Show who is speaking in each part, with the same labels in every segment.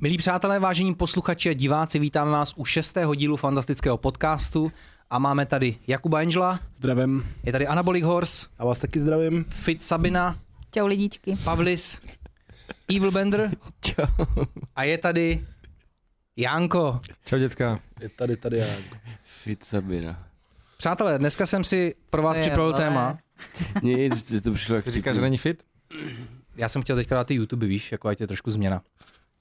Speaker 1: Milí přátelé, vážení posluchači a diváci, vítáme vás u šestého dílu fantastického podcastu a máme tady Jakuba Angela,
Speaker 2: Zdravím.
Speaker 1: je tady Anabolic Horse,
Speaker 2: A vás taky zdravím.
Speaker 1: Fit Sabina,
Speaker 3: Čau lidičky.
Speaker 1: Pavlis, Evil Bender a je tady Janko.
Speaker 4: Čau dětka.
Speaker 2: Je tady, tady já.
Speaker 4: Fit Sabina.
Speaker 1: Přátelé, dneska jsem si pro vás
Speaker 3: Ty
Speaker 1: připravil
Speaker 3: vole.
Speaker 1: téma.
Speaker 5: Nic, že to přišlo jak
Speaker 4: Říkáš, že
Speaker 5: vtipný.
Speaker 4: není fit?
Speaker 1: Já jsem chtěl teďka dát ty YouTube, víš, jako ať je trošku změna.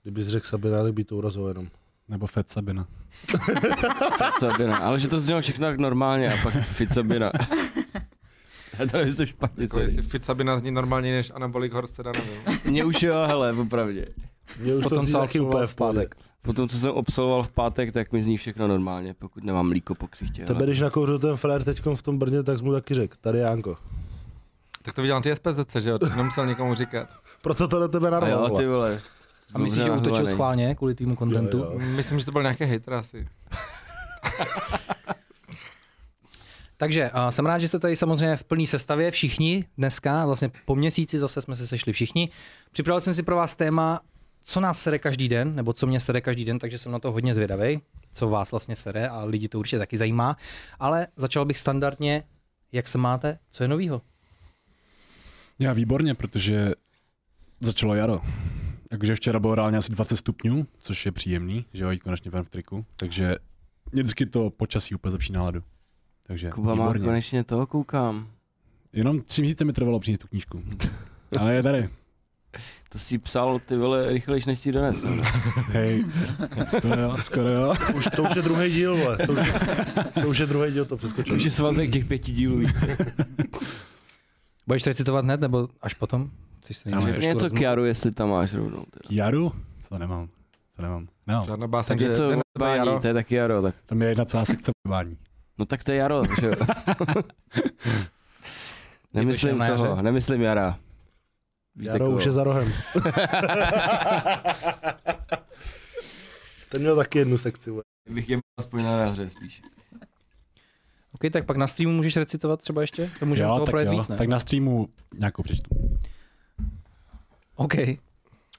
Speaker 2: Kdybys řekl Sabina, tak by to urazilo jenom.
Speaker 6: Nebo Fed Sabina.
Speaker 5: Ficabina. Ale že to znělo všechno jak normálně a pak Ficabina. A to je to špatně.
Speaker 4: Jako, jestli fit Sabina zní normálně než Anabolic Horse, teda nevím.
Speaker 5: Mně už jo, hele, popravdě.
Speaker 2: Mě už
Speaker 1: Potom
Speaker 2: zní
Speaker 1: co
Speaker 2: taky
Speaker 1: absolvoval
Speaker 2: úplně v pohodě.
Speaker 1: zpátek.
Speaker 5: Potom, co jsem obsoloval v pátek, tak mi zní všechno normálně, pokud nemám mlíko po ksichtě.
Speaker 2: Tebe, když nakouřil ten frajer teď v tom Brně, tak jsi mu taky řekl, tady Jánko.
Speaker 4: Tak to viděl na ty SPZC, že jo? To jsem nemusel nikomu říkat.
Speaker 2: Proto to na tebe
Speaker 5: A
Speaker 2: narvalo.
Speaker 5: jo, ty vole.
Speaker 1: A myslíš, že
Speaker 5: Dobře
Speaker 1: útočil
Speaker 5: nahledaný.
Speaker 1: schválně kvůli tvýmu kontentu?
Speaker 2: Jo, jo.
Speaker 4: Myslím, že to byl nějaký hater asi.
Speaker 1: Takže uh, jsem rád, že jste tady samozřejmě v plné sestavě všichni dneska, vlastně po měsíci zase jsme se sešli všichni. Připravil jsem si pro vás téma, co nás sere každý den, nebo co mě sere každý den, takže jsem na to hodně zvědavý, co vás vlastně sere a lidi to určitě taky zajímá. Ale začal bych standardně, jak se máte, co je novýho?
Speaker 6: Já výborně, protože začalo jaro. Takže včera bylo reálně asi 20 stupňů, což je příjemný, že jo, jít konečně ven v triku. Takže mě vždycky to počasí úplně zlepší náladu. Takže
Speaker 5: Kuba má
Speaker 6: výborně.
Speaker 5: konečně to, koukám.
Speaker 6: Jenom tři měsíce mi trvalo přinést tu knížku. Ale je tady.
Speaker 5: To si psal ty vole rychlejš, než si donesl. ne?
Speaker 6: Hej, skoro jo, skoro jo.
Speaker 2: Už, to už je druhý díl, vole. To už, to už je druhý díl, to přeskočil.
Speaker 5: Už je svazek těch pěti dílů. víc.
Speaker 1: Budeš to recitovat hned, nebo až potom? Ty jsi
Speaker 6: Ale-
Speaker 1: trošku
Speaker 5: Něco
Speaker 1: rozmluv-
Speaker 5: k jaru, jestli tam máš rovnou. Teda.
Speaker 6: Jaru? To nemám. To nemám. No,
Speaker 4: Žádná báseň,
Speaker 5: Takže
Speaker 4: že
Speaker 5: co,
Speaker 4: ten
Speaker 5: bání, to je taky jaro. Tak.
Speaker 6: tam je jedna celá sekce bání.
Speaker 5: No tak to je jaro, že jo.
Speaker 1: Jdeš
Speaker 5: nemyslím
Speaker 1: na jaře?
Speaker 5: toho, nemyslím jara. Víte
Speaker 2: Jaro
Speaker 5: koho.
Speaker 2: už je za rohem. Ten měl taky jednu sekci, vole.
Speaker 5: Bych je aspoň na jaře spíš.
Speaker 1: OK, tak pak na streamu můžeš recitovat třeba ještě? To můžeme
Speaker 6: jo,
Speaker 1: toho
Speaker 6: tak,
Speaker 1: projet
Speaker 6: jo,
Speaker 1: víc, ne?
Speaker 6: tak na streamu nějakou přečtu.
Speaker 1: OK.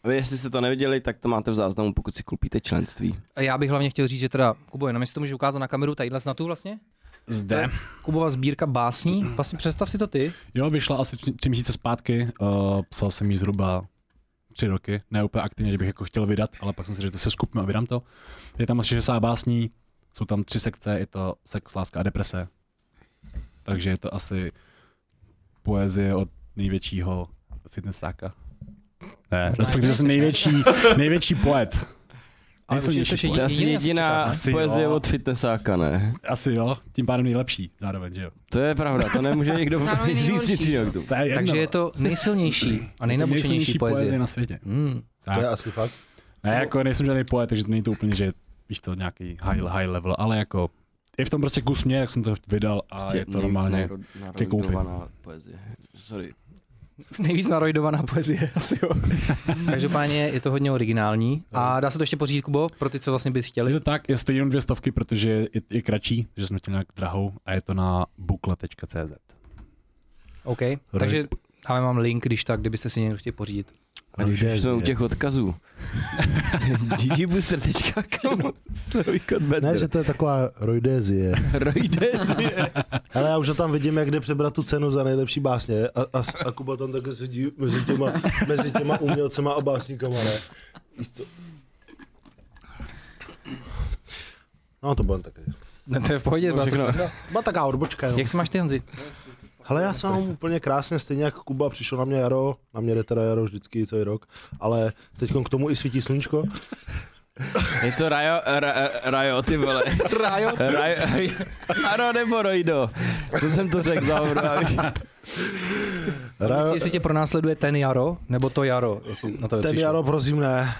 Speaker 5: Vy, jestli jste to neviděli, tak to máte v záznamu, pokud si koupíte členství.
Speaker 1: A já bych hlavně chtěl říct, že teda, Kubo, jenom jestli to můžeš ukázat na kameru, tadyhle na tu vlastně?
Speaker 6: Zde.
Speaker 1: Kubova sbírka básní. Vlastně představ si to ty.
Speaker 6: Jo, vyšla asi tři, tři měsíce zpátky, uh, psal jsem ji zhruba tři roky, ne úplně aktivně, že bych jako chtěl vydat, ale pak jsem si řekl, že se skupím a vydám to. Je tam asi 60 básní, jsou tam tři sekce, je to sex, láska a deprese. Takže je to asi poezie od největšího fitnessáka. Ne, respektive jsem největší, největší poet.
Speaker 1: Ale
Speaker 6: Nejsem
Speaker 1: určitě jsi
Speaker 6: největší poet.
Speaker 5: To je
Speaker 1: Je-
Speaker 5: asi
Speaker 1: jediné, co čeká.
Speaker 5: jediná
Speaker 6: Asi
Speaker 5: poezie
Speaker 6: jo.
Speaker 5: od fitnessáka, ne?
Speaker 6: Asi jo, tím pádem nejlepší zároveň, že jo.
Speaker 5: To je pravda, to nemůže nikdo
Speaker 3: Zároveň
Speaker 5: říct
Speaker 3: nejhorší,
Speaker 5: nic
Speaker 3: že jo.
Speaker 5: jiného. k tomu.
Speaker 6: To je jedno.
Speaker 1: Takže je to nejsilnější a nejnabušenější
Speaker 6: nejsilnější
Speaker 1: poezie.
Speaker 6: na světě.
Speaker 1: Hmm.
Speaker 2: To je asi fakt.
Speaker 6: Ne, jako nejsem žádný poet, takže to není to úplně, že víš to nějaký high, high level, ale jako je v tom prostě kus mě, jak jsem to vydal a je to
Speaker 5: Nejvíc
Speaker 6: normálně.
Speaker 5: naro-
Speaker 6: ke koupi.
Speaker 5: narodovaná poezie. Sorry.
Speaker 1: Nejvíc narojdovaná poezie asi jo. Každopádně je to hodně originální. A dá se to ještě pořídit, Kubo, pro ty, co vlastně by
Speaker 6: Je
Speaker 1: chtěli.
Speaker 6: to tak, je to jenom dvě stovky, protože je, je kratší, že jsme chtěli nějak drahou a je to na bukla.cz.
Speaker 1: OK. Takže dáme vám link, když tak, kdybyste si někdo chtěli pořídit.
Speaker 5: A když už jsme u
Speaker 2: je-
Speaker 5: těch odkazů. ggbooster.com Slový kod
Speaker 2: Ne, že
Speaker 5: Bedr.
Speaker 2: to je taková rojdézie.
Speaker 5: Rojdezie.
Speaker 2: Ale já už ho tam vidím, jak jde přebrat tu cenu za nejlepší básně a, a, a Kuba tam také sedí mezi těma, mezi těma umělcema a básníkama, ne? Víš co? No to bylo taky.
Speaker 1: Ne, to je v pohodě. byla to sranda.
Speaker 2: No, Byla taká odbočka, jo.
Speaker 1: Jak se máš ty, Honzi?
Speaker 2: Hele, já jsem mám úplně krásně, stejně jak Kuba, přišel na mě jaro, na mě jde teda jaro vždycky celý rok, ale teď k tomu i svítí sluníčko.
Speaker 5: Je to Rajo, ra, Rajo, ty vole. Rajo? rajo ano, nebo Rojdo. Co jsem to řekl za obrávy?
Speaker 2: Ra-
Speaker 1: Jestli, jestli tě pronásleduje ten jaro, nebo to jaro. Jestli na to
Speaker 2: ten
Speaker 1: přišlo.
Speaker 2: jaro, prosím, ne.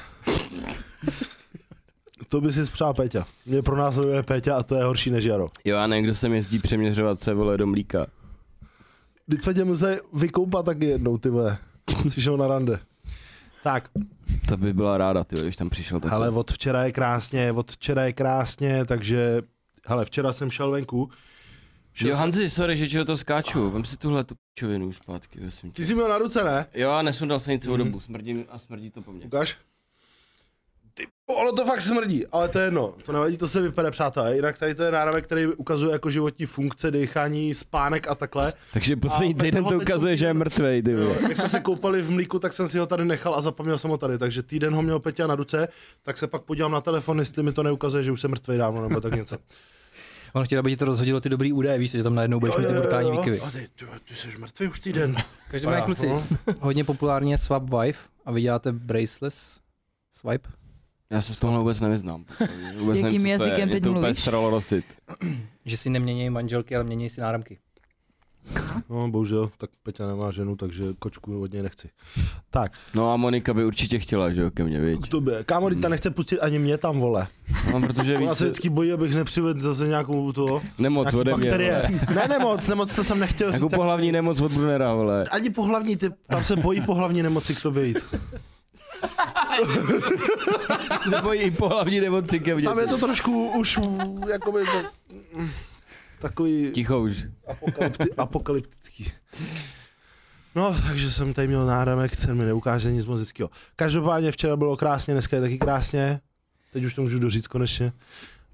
Speaker 2: To by si přál Péťa. Mě pronásleduje Péťa a to je horší než jaro.
Speaker 5: Jo, a ne, kdo sem jezdí přeměřovat se, vole, do mlíka.
Speaker 2: Teď jsme tě museli vykoupat taky jednou, ty vole. Jsi šel na rande. Tak,
Speaker 5: To by byla ráda, ty, když tam přišel tak.
Speaker 2: hele, od včera je krásně, od včera je krásně, takže, hele, včera jsem šel venku. Šel
Speaker 5: jo,
Speaker 2: jsem,
Speaker 5: Hanzi, sorry, že ti do toho skáču. Vem si tuhle tu pičovinu zpátky, prosím tě.
Speaker 2: ty jsi měl na ruce, ne?
Speaker 5: Mhm. Jo, a nesundal jsem nic celou dobu, smrdí, a smrdí to po mně.
Speaker 2: Ukáž. Ty Ono to fakt smrdí, ale to je jedno, to nevadí, to se vypere, přátelé. Jinak tady to je náramek, který ukazuje jako životní funkce, dechání, spánek a takhle.
Speaker 5: Takže poslední
Speaker 2: A
Speaker 5: týden
Speaker 2: toho
Speaker 5: to
Speaker 2: teď
Speaker 5: ukazuje, že je
Speaker 2: uvidíme.
Speaker 5: mrtvej, ty
Speaker 2: Jo,
Speaker 5: vole.
Speaker 2: jak jsme se koupali v mlíku, tak jsem si ho tady nechal a zapomněl jsem ho tady, takže týden ho měl Peťa na ruce, tak se pak podívám na telefon, jestli mi to neukazuje, že už jsem mrtvý dávno nebo tak něco.
Speaker 1: On chtěl, aby ti to rozhodilo ty dobrý údaje, víš, že tam najednou budeš mít ty brutální výkyvy.
Speaker 2: A ty, ty, ty jsi mrtvý už týden.
Speaker 1: Každopádně
Speaker 2: A,
Speaker 1: kluci,
Speaker 2: no.
Speaker 1: hodně populárně je Swap Wife a vy děláte braceless swipe.
Speaker 5: Já se s tomhle vůbec nevyznám. Vůbec
Speaker 3: Jakým
Speaker 5: nevím, co to je.
Speaker 3: jazykem
Speaker 5: Mě
Speaker 3: teď
Speaker 5: to úplně
Speaker 3: mluvíš?
Speaker 5: sralo rosit.
Speaker 1: Že si nemění manželky, ale mění si náramky.
Speaker 2: No, bohužel, tak Peťa nemá ženu, takže kočku od něj nechci. Tak,
Speaker 5: No a Monika by určitě chtěla, že jo, ke mně, viď?
Speaker 2: k tobě. Kámo,
Speaker 5: Hmm.
Speaker 2: ta nechce pustit ani mě tam, vole.
Speaker 5: No, protože
Speaker 2: Já
Speaker 5: víc
Speaker 2: se vždycky bojí, abych nepřivedl zase nějakou to.
Speaker 5: nemoc ode mě, vole.
Speaker 2: Ne, nemoc, nemoc to jsem nechtěl
Speaker 5: Jako
Speaker 2: říct.
Speaker 5: pohlavní nemoc od Brunera, vole.
Speaker 2: Ani pohlavní, ty, tam se bojí pohlavní nemoci k tobě jít.
Speaker 5: se bojí i pohlavní nemoci ke mně.
Speaker 2: Tam je to trošku už jakoby to, mm, takový
Speaker 5: Ticho už.
Speaker 2: apokalypti- apokalyptický. No, takže jsem tady měl náramek, ten mi neukáže nic moc hezkýho. Každopádně včera bylo krásně, dneska je taky krásně. Teď už to můžu doříct konečně.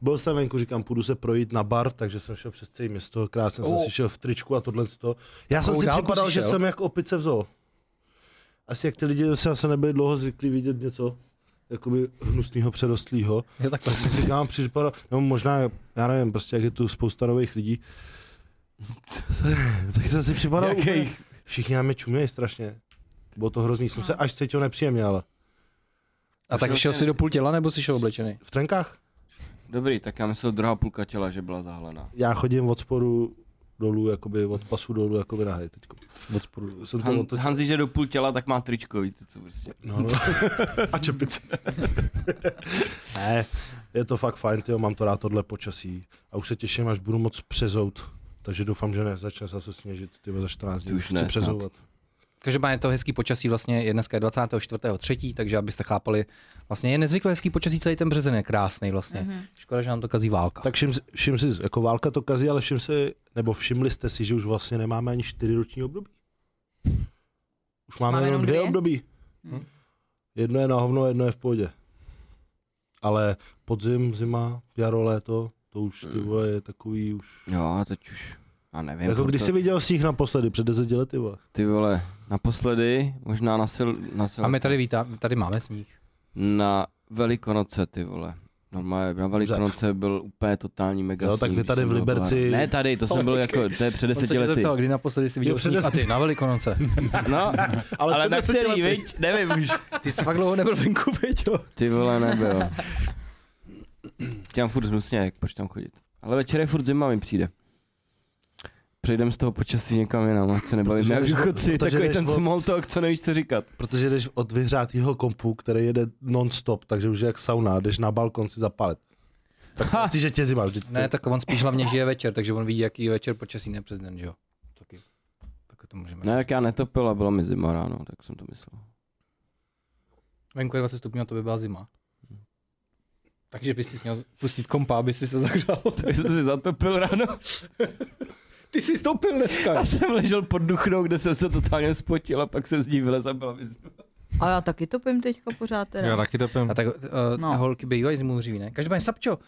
Speaker 2: Byl jsem venku, říkám, půjdu se projít na bar, takže jsem šel přes celé město, krásně jsem si šel v tričku a tohle to. Já jsem
Speaker 1: Jakou
Speaker 2: si
Speaker 1: dálku
Speaker 2: připadal,
Speaker 1: jsi
Speaker 2: že
Speaker 1: šel?
Speaker 2: jsem jako opice vzol. Asi jak ty lidi se asi nebyli dlouho zvyklí vidět něco jakoby hnusného přerostlého.
Speaker 1: Je tak
Speaker 2: Tak jsem si říkám, připadal, nebo možná, já nevím, prostě jak je tu spousta nových lidí. tak jsem si připadal úplně,
Speaker 5: Jakých?
Speaker 2: všichni na mě čumějí strašně. Bylo to hrozný, jsem se až cítil nepříjemně, ale
Speaker 1: A vlastně- tak šel si do půl těla nebo si šel oblečený?
Speaker 2: v trenkách.
Speaker 5: Dobrý, tak já myslel druhá půlka těla, že byla zahalená.
Speaker 2: Já chodím od sporu dolů, jakoby od pasu dolů, jakoby nahej teďko. Od sporu dolů. jsem to
Speaker 5: Han,
Speaker 2: otočil.
Speaker 5: Hanzi, že do půl těla, tak má tričko, víte co prostě.
Speaker 2: No. A čepice. ne, je to fakt fajn, tyjo, mám to rád tohle počasí. A už se těším, až budu moc přezout. Takže doufám, že ne, začne zase sněžit ty za 14 dní.
Speaker 5: už ne,
Speaker 2: Chci
Speaker 5: snad.
Speaker 2: přezouvat.
Speaker 1: Každopádně to hezký počasí vlastně je dneska je 24.3., takže abyste chápali, vlastně je nezvykle hezký počasí, celý ten březen je krásný vlastně. Mm-hmm.
Speaker 3: Mhm.
Speaker 1: Škoda, že nám to kazí válka.
Speaker 2: Tak všim, všim si, jako válka to kazí, ale všim si, nebo všimli jste si, že už vlastně nemáme ani čtyři roční období. Už máme, máme jenom dvě, Hmm. období.
Speaker 3: Hm.
Speaker 2: Jedno je na hovno, jedno je v pohodě. Ale podzim, zima, jaro, léto, to už ty
Speaker 5: Hmm.
Speaker 2: vole, je takový už...
Speaker 5: Jo, a teď už. A nevím.
Speaker 2: Jako
Speaker 5: furt
Speaker 2: když
Speaker 5: to-
Speaker 2: jsi viděl sníh naposledy, před deseti lety, vole.
Speaker 5: Ty vole, naposledy, možná na sil... Na sil
Speaker 1: A my tady vítá, tady máme sníh.
Speaker 5: Na Velikonoce, ty vole. Normálně, na Velikonoce byl úplně totální mega
Speaker 2: Jo, tak
Speaker 5: sníh,
Speaker 2: vy tady
Speaker 5: jsem
Speaker 2: v
Speaker 5: byl
Speaker 2: Liberci-
Speaker 5: pohár. Ne, tady, to jsem byl jako, to je před
Speaker 1: On se
Speaker 5: deseti
Speaker 1: tě
Speaker 5: lety.
Speaker 1: zeptal, kdy naposledy jsi viděl
Speaker 2: Jo, před
Speaker 1: sníh a ty
Speaker 2: deseti-
Speaker 1: na Velikonoce.
Speaker 5: No,
Speaker 2: Ale,
Speaker 5: ale
Speaker 2: před
Speaker 5: na
Speaker 2: deseti
Speaker 5: který,
Speaker 2: lety.
Speaker 5: viď? Nevím už.
Speaker 1: Ty jsi fakt dlouho nebyl venku, Peťo.
Speaker 5: Ty vole, nebyl. Chtěl furt hnusně, jak proč tam chodit. Ale večer je furt zima, mi přijde. Přejdeme z toho počasí někam jinam, ať se nebavíme
Speaker 2: Protože
Speaker 5: jak
Speaker 2: jdeš od- protože
Speaker 5: důchodci, takový
Speaker 2: jdeš
Speaker 5: ten
Speaker 2: od-
Speaker 5: small talk, co nevíš, co říkat.
Speaker 2: Protože jdeš od vyhřátého kompu, který jede non-stop, takže už je jak sauna, jdeš na balkon si zapalit. Tak myslíš, že tě zima vždyť
Speaker 1: Ne, tak on spíš hlavně žije večer, takže on ví, jaký je večer počasí, ne přes den, že jo. Taky. Tak to můžeme.
Speaker 5: No jak já netopil a bylo mi zima ráno, tak jsem to myslel.
Speaker 1: Venku je 20 stupňů a to by byla zima.
Speaker 5: Hmm.
Speaker 1: Takže bys si měl pustit kompa, aby si se zahřál.
Speaker 5: Tak jsem si zatopil ráno
Speaker 1: Ty jsi stoupil dneska.
Speaker 5: a jsem ležel pod duchnou, kde jsem se totálně spotil a pak jsem z ní vylez a byla mi zima.
Speaker 3: A já taky topím teďka pořád
Speaker 4: Já
Speaker 3: teda.
Speaker 4: taky dopím.
Speaker 1: A tak uh, no.
Speaker 3: No.
Speaker 1: holky bývají z Můří, ne? Každopádně, Sapčo,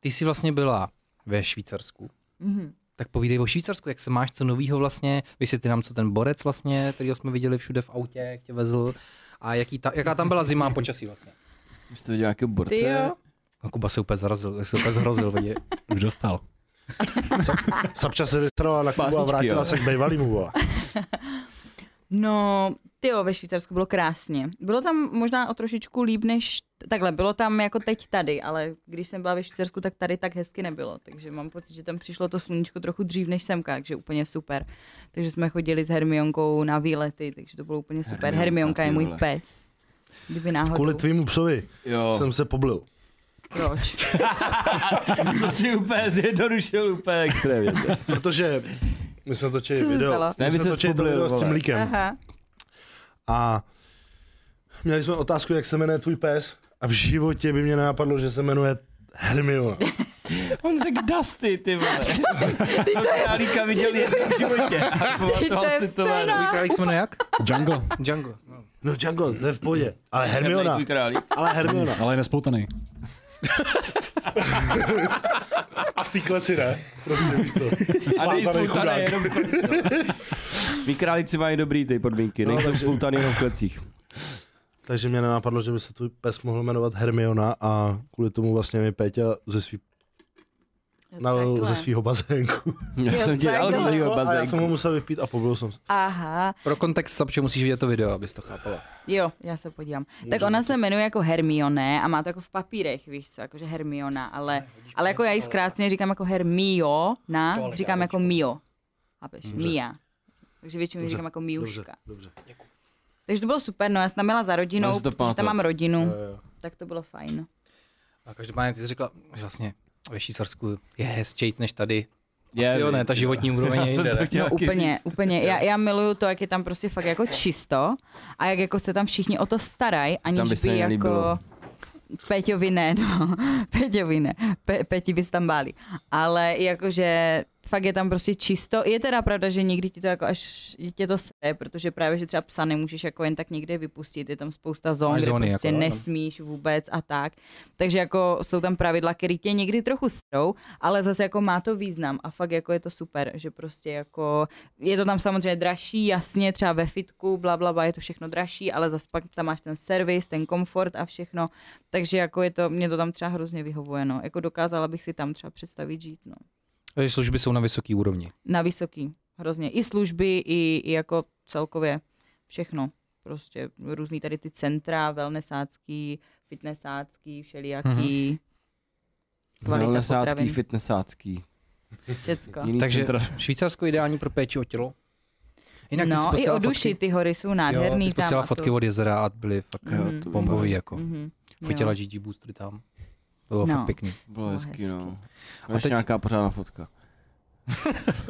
Speaker 1: ty jsi vlastně byla ve Švýcarsku.
Speaker 3: Mhm.
Speaker 1: Tak povídej o Švýcarsku, jak se máš, co novýho vlastně, vysvětli nám, co ten borec vlastně, který jsme viděli všude v autě, jak tě vezl a jaký ta, jaká tam byla zima a počasí vlastně.
Speaker 5: Už jste viděl nějaký borce?
Speaker 3: Ty jo.
Speaker 1: A Kuba se úplně zarazil, se úplně zhrozil, vidě.
Speaker 6: Už dostal.
Speaker 2: Sapča se vystrala na Kubu a
Speaker 5: Básničky,
Speaker 2: vrátila
Speaker 5: jo.
Speaker 2: se k bývalýmu. vole.
Speaker 3: No, ty jo, ve Švýcarsku bylo krásně. Bylo tam možná o trošičku líp než, takhle, bylo tam jako teď tady, ale když jsem byla ve Švýcarsku, tak tady tak hezky nebylo. Takže mám pocit, že tam přišlo to sluníčko trochu dřív než semka, takže úplně super. Takže jsme chodili s Hermionkou na výlety, takže to bylo úplně super. Hermionka, Hermionka
Speaker 5: Hermionka,
Speaker 3: je
Speaker 5: ty
Speaker 3: můj
Speaker 5: vole.
Speaker 3: pes. Kdyby náhodou.
Speaker 2: Kvůli tvýmu psovi
Speaker 5: Jo.
Speaker 2: jsem se poblil.
Speaker 3: Proč?
Speaker 5: To si úplně zjednodušil, úplně extrémně.
Speaker 2: Protože my jsme točili
Speaker 3: Co se
Speaker 2: video,
Speaker 3: stalo?
Speaker 5: Ne,
Speaker 2: my
Speaker 5: vy
Speaker 2: jsme
Speaker 5: se
Speaker 2: točili to
Speaker 5: spoblil,
Speaker 2: video s tím
Speaker 5: vole.
Speaker 2: líkem.
Speaker 3: Aha.
Speaker 2: A měli jsme otázku, jak se jmenuje tvůj pes. A v životě by mě nenapadlo, že se jmenuje Hermiona.
Speaker 5: On řekl Dusty, ty vole. Ty to je... Já Líka viděl jednou v životě. A
Speaker 3: to
Speaker 5: pamatoval
Speaker 3: je
Speaker 5: si to. vole.
Speaker 3: scéna.
Speaker 1: Tvůj králík se jmenuje jak?
Speaker 6: Jungle.
Speaker 1: Django. No.
Speaker 2: No Django, to je v pohodě. Ale
Speaker 5: Černý
Speaker 2: Hermiona,
Speaker 5: tvůj králík.
Speaker 2: ale Hermiona.
Speaker 6: Ale je nespoutaný.
Speaker 2: A v té kleci ne, prostě víš co.
Speaker 5: A
Speaker 2: Svázaný
Speaker 5: nejspoutaný
Speaker 2: chudák.
Speaker 5: jenom v klecích, no. Mí králíci mají dobrý ty podmínky, nejsou spoutaný jenom v klecích.
Speaker 2: Takže mě nenapadlo, že by se tu pes mohl jmenovat Hermiona a kvůli tomu vlastně mi Péťa ze svý, nalil ze
Speaker 3: Takhle.
Speaker 2: svýho bazénku.
Speaker 5: Já jsem ti dal
Speaker 3: takhle.
Speaker 5: zlýho
Speaker 2: A já jsem ho
Speaker 5: bazénku.
Speaker 2: musel vypít a pobyl jsem se.
Speaker 3: Aha,
Speaker 1: Pro kontext, Sapče, musíš vidět to video, abys to chápala.
Speaker 3: jo, já se podívám. tak ona se jmenuje jako Hermione a má to jako v papírech, víš co, jakože Hermiona, ale, ale jako já ji zkráceně říkám jako Hermiona, říkám jako Mio. Chápeš? Mia. Takže většinou ji říkám jako
Speaker 2: Dobře,
Speaker 3: Miuška.
Speaker 2: dobře.
Speaker 3: Takže to bylo super, no já jsem tam byla za rodinou,
Speaker 5: Mám si to
Speaker 3: protože tam
Speaker 5: pamatovat.
Speaker 3: mám rodinu,
Speaker 2: Jo, jo.
Speaker 3: tak to bylo fajn.
Speaker 1: A každopádně ty jsi řekla, že vlastně ve Švýcarsku je hezčejc než tady. Asi
Speaker 5: Je,
Speaker 1: jo, ne, ta životní úroveň je jinde. ne?
Speaker 3: No úplně, úplně. Já, já miluju to, jak je tam prostě fakt jako čisto a jak jako se tam všichni o to starají,
Speaker 5: Tam
Speaker 3: aniž
Speaker 5: by
Speaker 3: by,
Speaker 5: se
Speaker 3: by
Speaker 5: mi nelíbilo.
Speaker 3: jako... Peťovi ne, no. Peťovi ne. Pe, Peti by se tam báli. Ale jakože fakt je tam prostě čisto. Je teda pravda, že někdy ti to jako až tě to sere, protože právě, že třeba psa nemůžeš jako jen tak někde vypustit. Je tam spousta zón,
Speaker 1: Máš
Speaker 3: kde
Speaker 1: zóny,
Speaker 3: prostě
Speaker 1: jako,
Speaker 3: jako,
Speaker 1: no, tam.
Speaker 3: nesmíš vůbec a tak. Takže jako jsou tam pravidla, které tě někdy trochu strou, ale zase jako má to význam a fakt jako je to super, že prostě jako je to tam samozřejmě dražší, jasně, třeba ve fitku, bla, bla, bla, je to všechno dražší, ale zase pak tam máš ten servis, ten komfort a všechno, takže jako je to, mě to tam třeba hrozně vyhovuje, no. Jako dokázala bych si tam třeba představit žít, no.
Speaker 1: Takže služby jsou na vysoký úrovni.
Speaker 3: Na vysoký, hrozně. I služby, i, i jako celkově všechno. Prostě různý tady ty centra, wellnessácký, fitnessácký, všelijaký.
Speaker 1: Mhm.
Speaker 3: Mm-hmm.
Speaker 5: No,
Speaker 3: Kvalita
Speaker 5: Velnesácký,
Speaker 3: potravin,
Speaker 5: fitnessácký.
Speaker 3: všecko.
Speaker 5: Jiný
Speaker 1: Takže
Speaker 5: centra.
Speaker 1: Švýcarsko ideální pro péči o tělo. Jinak ty jsi
Speaker 3: no, i
Speaker 1: posílala
Speaker 3: o duši,
Speaker 1: fotky,
Speaker 3: ty hory jsou
Speaker 1: jo, ty
Speaker 3: nádherný
Speaker 1: jsi posílala
Speaker 3: tam.
Speaker 1: fotky od jezera a byly fakt
Speaker 5: Jo,
Speaker 1: mm,
Speaker 5: to
Speaker 1: bombový.
Speaker 5: bylo
Speaker 1: Jako.
Speaker 3: Mm-hmm.
Speaker 1: Fotila Gigi Boostery tam. Bylo
Speaker 3: No.
Speaker 1: fakt pěkný.
Speaker 5: Bylo
Speaker 3: Bylo
Speaker 5: hezký, no. A
Speaker 1: teď-
Speaker 5: teď... nějaká pořádná fotka.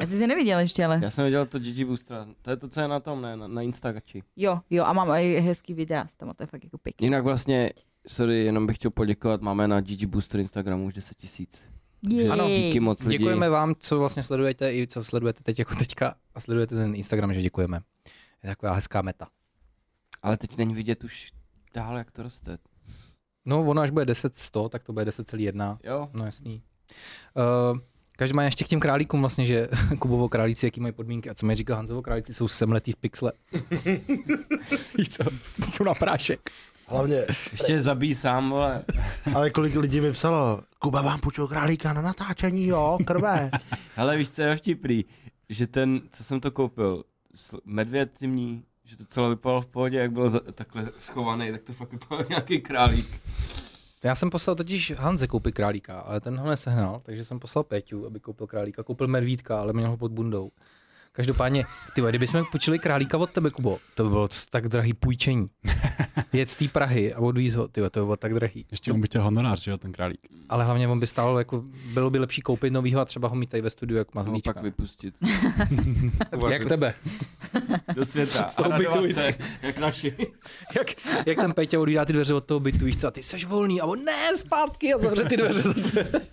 Speaker 3: A ty jsi neviděl ještě, ale.
Speaker 5: Já jsem viděl to Gigi Boostra. To je to, co je na tom, ne? Na, na Instagači.
Speaker 3: Jo, jo, a mám i hezký videa s tam, a to je fakt jako pěkný.
Speaker 5: Jinak vlastně, sorry, jenom bych chtěl poděkovat, máme na Gigi Booster Instagramu už 10 tisíc.
Speaker 3: Jej.
Speaker 1: Ano,
Speaker 5: Díky moc lidi.
Speaker 1: Děkujeme vám, co vlastně sledujete i co sledujete teď jako teďka a sledujete ten Instagram, že děkujeme. Je taková hezká meta.
Speaker 5: Ale teď není vidět už dál, jak to roste.
Speaker 1: No, ono až bude 10 100, tak to bude 10,1.
Speaker 5: Jo,
Speaker 1: No jasný. Uh, Každopádně ještě k těm králíkům vlastně, že Kubovo králíci, jaký mají podmínky a co mi říká Hanzovo králíci, jsou semletý v pixle. Víš co? To jsou na prášek.
Speaker 2: Hlavně,
Speaker 5: ještě je zabíjí sám, vole.
Speaker 2: ale kolik lidí mi psalo, Kuba vám půjčil králíka na natáčení, jo, krve.
Speaker 5: Hele, víš, co je vtipný? Že ten, co jsem to koupil, sl- medvěd zimní, že to celé vypadalo v pohodě, jak byl za, takhle schovaný, tak to fakt vypadalo nějaký králík.
Speaker 1: Já jsem poslal totiž Hanze koupit králíka, ale ten ho nesehnal, takže jsem poslal Péťu, aby koupil králíka. Koupil medvídka, ale měl ho pod bundou. Každopádně, ty vole, kdybychom půjčili králíka od tebe, Kubo, to by bylo tak drahý půjčení. Jet z té Prahy a odvíz ho, ty vole, to by bylo tak drahý.
Speaker 6: Ještě mu by chtěl honorář, že jo, ten králík.
Speaker 1: Ale hlavně on by stál, jako, bylo by lepší koupit novýho a třeba ho mít tady ve studiu, jak
Speaker 5: Toho
Speaker 1: mazlíčka.
Speaker 5: pak vypustit.
Speaker 1: Jak tebe?
Speaker 5: Do světa.
Speaker 1: toho
Speaker 5: A radovat
Speaker 1: bytu
Speaker 5: se, jak naši.
Speaker 1: jak, jak tam Peťa odjídá ty dveře od toho bytu, víš co, a ty seš volný, a on ne, zpátky a zavře ty dveře zase.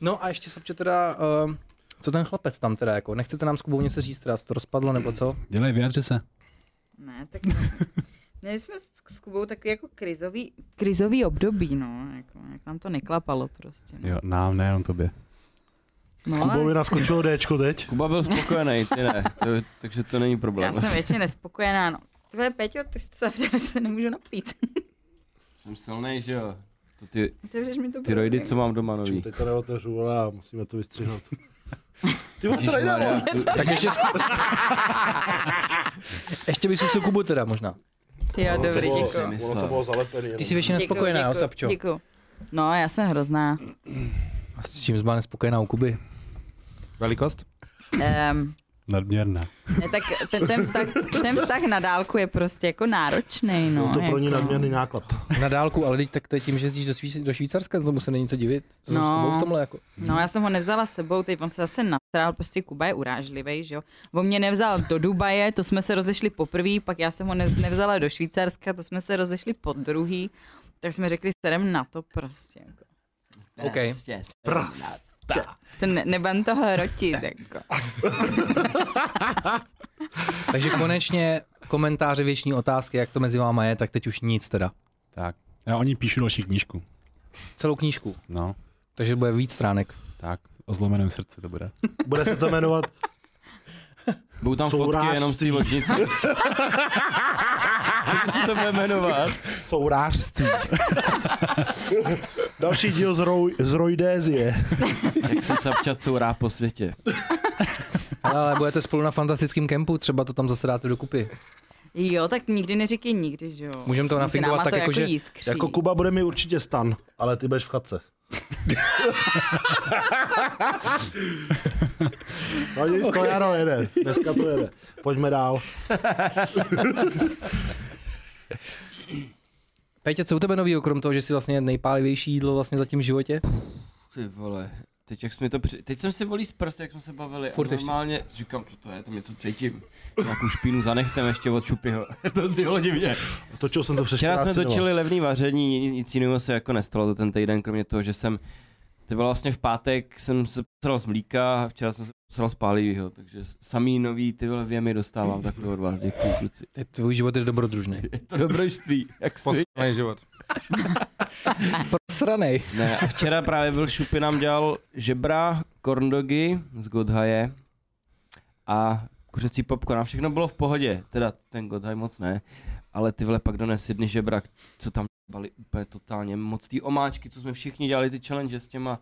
Speaker 1: no a ještě Sabče teda, uh, co ten chlapec tam teda jako, nechcete nám s Kubou něco říct, teda se to rozpadlo nebo co?
Speaker 6: Dělej, vyjadři se.
Speaker 3: Ne, tak měli jsme s- s Kubou takový jako krizový, krizový období, no, jako, jak nám to neklapalo prostě. No.
Speaker 6: Jo, nám, ne, jenom tobě.
Speaker 3: No,
Speaker 2: Kubovi
Speaker 3: ale
Speaker 2: naskočilo Dčko teď.
Speaker 5: Kuba byl spokojený, ty ne, to, takže to není problém.
Speaker 3: já jsem většině nespokojená, no. Tvoje Peťo, ty jsi to zavřel, já se nemůžu napít.
Speaker 5: Jsem silný, že jo. To ty,
Speaker 3: Otevřeš mi to
Speaker 5: ty rojdy, co mám doma nový.
Speaker 2: Teď to neotevřu, vole, a musíme to vystřihnout. Ty vole, to nejde.
Speaker 5: Ježišmarja, tu-
Speaker 1: Tak ještě, ještě bych zkusil Kubu teda možná.
Speaker 3: Jo,
Speaker 2: Ono to
Speaker 3: dobrý,
Speaker 2: bylo-
Speaker 3: děkuji.
Speaker 5: děkuji.
Speaker 2: Ono to bylo zalepený. jenom.
Speaker 1: Ty jsi většině
Speaker 3: Děkuju,
Speaker 1: nespokojená, jo,
Speaker 3: děkuju,
Speaker 1: Sabčo?
Speaker 3: Děkuju. No, já jsem hrozná.
Speaker 1: A s čím jsi byla nespokojená u Kuby?
Speaker 4: Velikost?
Speaker 3: Um,
Speaker 6: Nadměrná.
Speaker 3: ne, tak ten, ten, vztah, ten vztah na dálku je prostě jako náročný, no.
Speaker 2: Byl to pro ní
Speaker 3: jako.
Speaker 2: nadměrný náklad.
Speaker 1: Na dálku, ale teď tak to je tím, že jezdíš do, Švý, do Švýcarska, tomu se není co divit. To jsem s
Speaker 3: No.
Speaker 1: Kubou v tomhle jako.
Speaker 3: No, já jsem ho nevzala s sebou, teď on se zase nasral, prostě Kuba je urážlivý, že jo. On mě nevzal do Dubaje, to jsme se rozešli poprvé, pak já jsem ho nev- nevzala do Švýcarska, to jsme se rozešli po druhý, tak jsme řekli, serem na to prostě. Jako.
Speaker 1: Okay.
Speaker 3: Se ne, nebudem to hrotit, jako.
Speaker 1: Takže konečně komentáře, věční otázky, jak to mezi váma je, tak teď už nic teda.
Speaker 6: Tak. Já o ní píšu další knížku.
Speaker 1: Celou knížku,
Speaker 6: No,
Speaker 1: takže bude víc stránek.
Speaker 6: tak. O zlomeném srdci to bude.
Speaker 2: Bude se to jmenovat
Speaker 5: Budou tam fotky
Speaker 2: Sourážství.
Speaker 5: jenom z té ložnice. Co se to bude jmenovat?
Speaker 2: Sourářství. Další díl z, Roj, z Rojdézie.
Speaker 5: Jak se sapčat sourá po světě.
Speaker 1: Ale budete spolu na fantastickém kempu, třeba to tam zase dáte dokupy.
Speaker 3: Jo, tak nikdy neříkej nikdy, že jo.
Speaker 1: Můžem to
Speaker 3: Mezi
Speaker 1: nafingovat
Speaker 3: náma
Speaker 1: tak
Speaker 3: to
Speaker 1: jako, že-
Speaker 3: jiskří.
Speaker 2: Jako Kuba bude mi určitě stan, ale ty budeš v chatce. no nic, to jaro jede. Dneska to jede. Pojďme dál.
Speaker 1: Pétě, co u tebe novýho, krom toho, že jsi vlastně nejpálivější jídlo vlastně zatím v životě?
Speaker 5: Ty vole, teď jak jsi mi to při... Teď jsem si volí z prst, jak jsme se bavili.
Speaker 1: Furt
Speaker 5: a normálně říkám, co to je, tam něco cítím. Nějakou špínu zanechtem ještě od Čupyho. to si hodí mě.
Speaker 2: Točil jsem to přes no.
Speaker 5: Včera
Speaker 2: 14
Speaker 5: jsme
Speaker 2: doma.
Speaker 5: točili levný vaření, nic jiného se jako nestalo za ten týden, kromě toho, že jsem... Ty vole, vlastně v pátek jsem se posral z mlíka a včera jsem se posral z pálivýho, takže samý nový ty vole věmy dostávám takhle od vás, děkuji kluci.
Speaker 1: Tvůj život je dobrodružný.
Speaker 5: Je to dobrodružství, jak si.
Speaker 4: Posledný život.
Speaker 1: Sranej.
Speaker 5: Ne, a včera právě byl Šupy nám dělal žebra, korndogy z Godhaje a kuřecí popcorn a všechno bylo v pohodě, teda ten Godhaj moc ne, ale ty vole pak dones jedny žebra, co tam bali úplně totálně moc ty omáčky, co jsme všichni dělali ty challenge s těma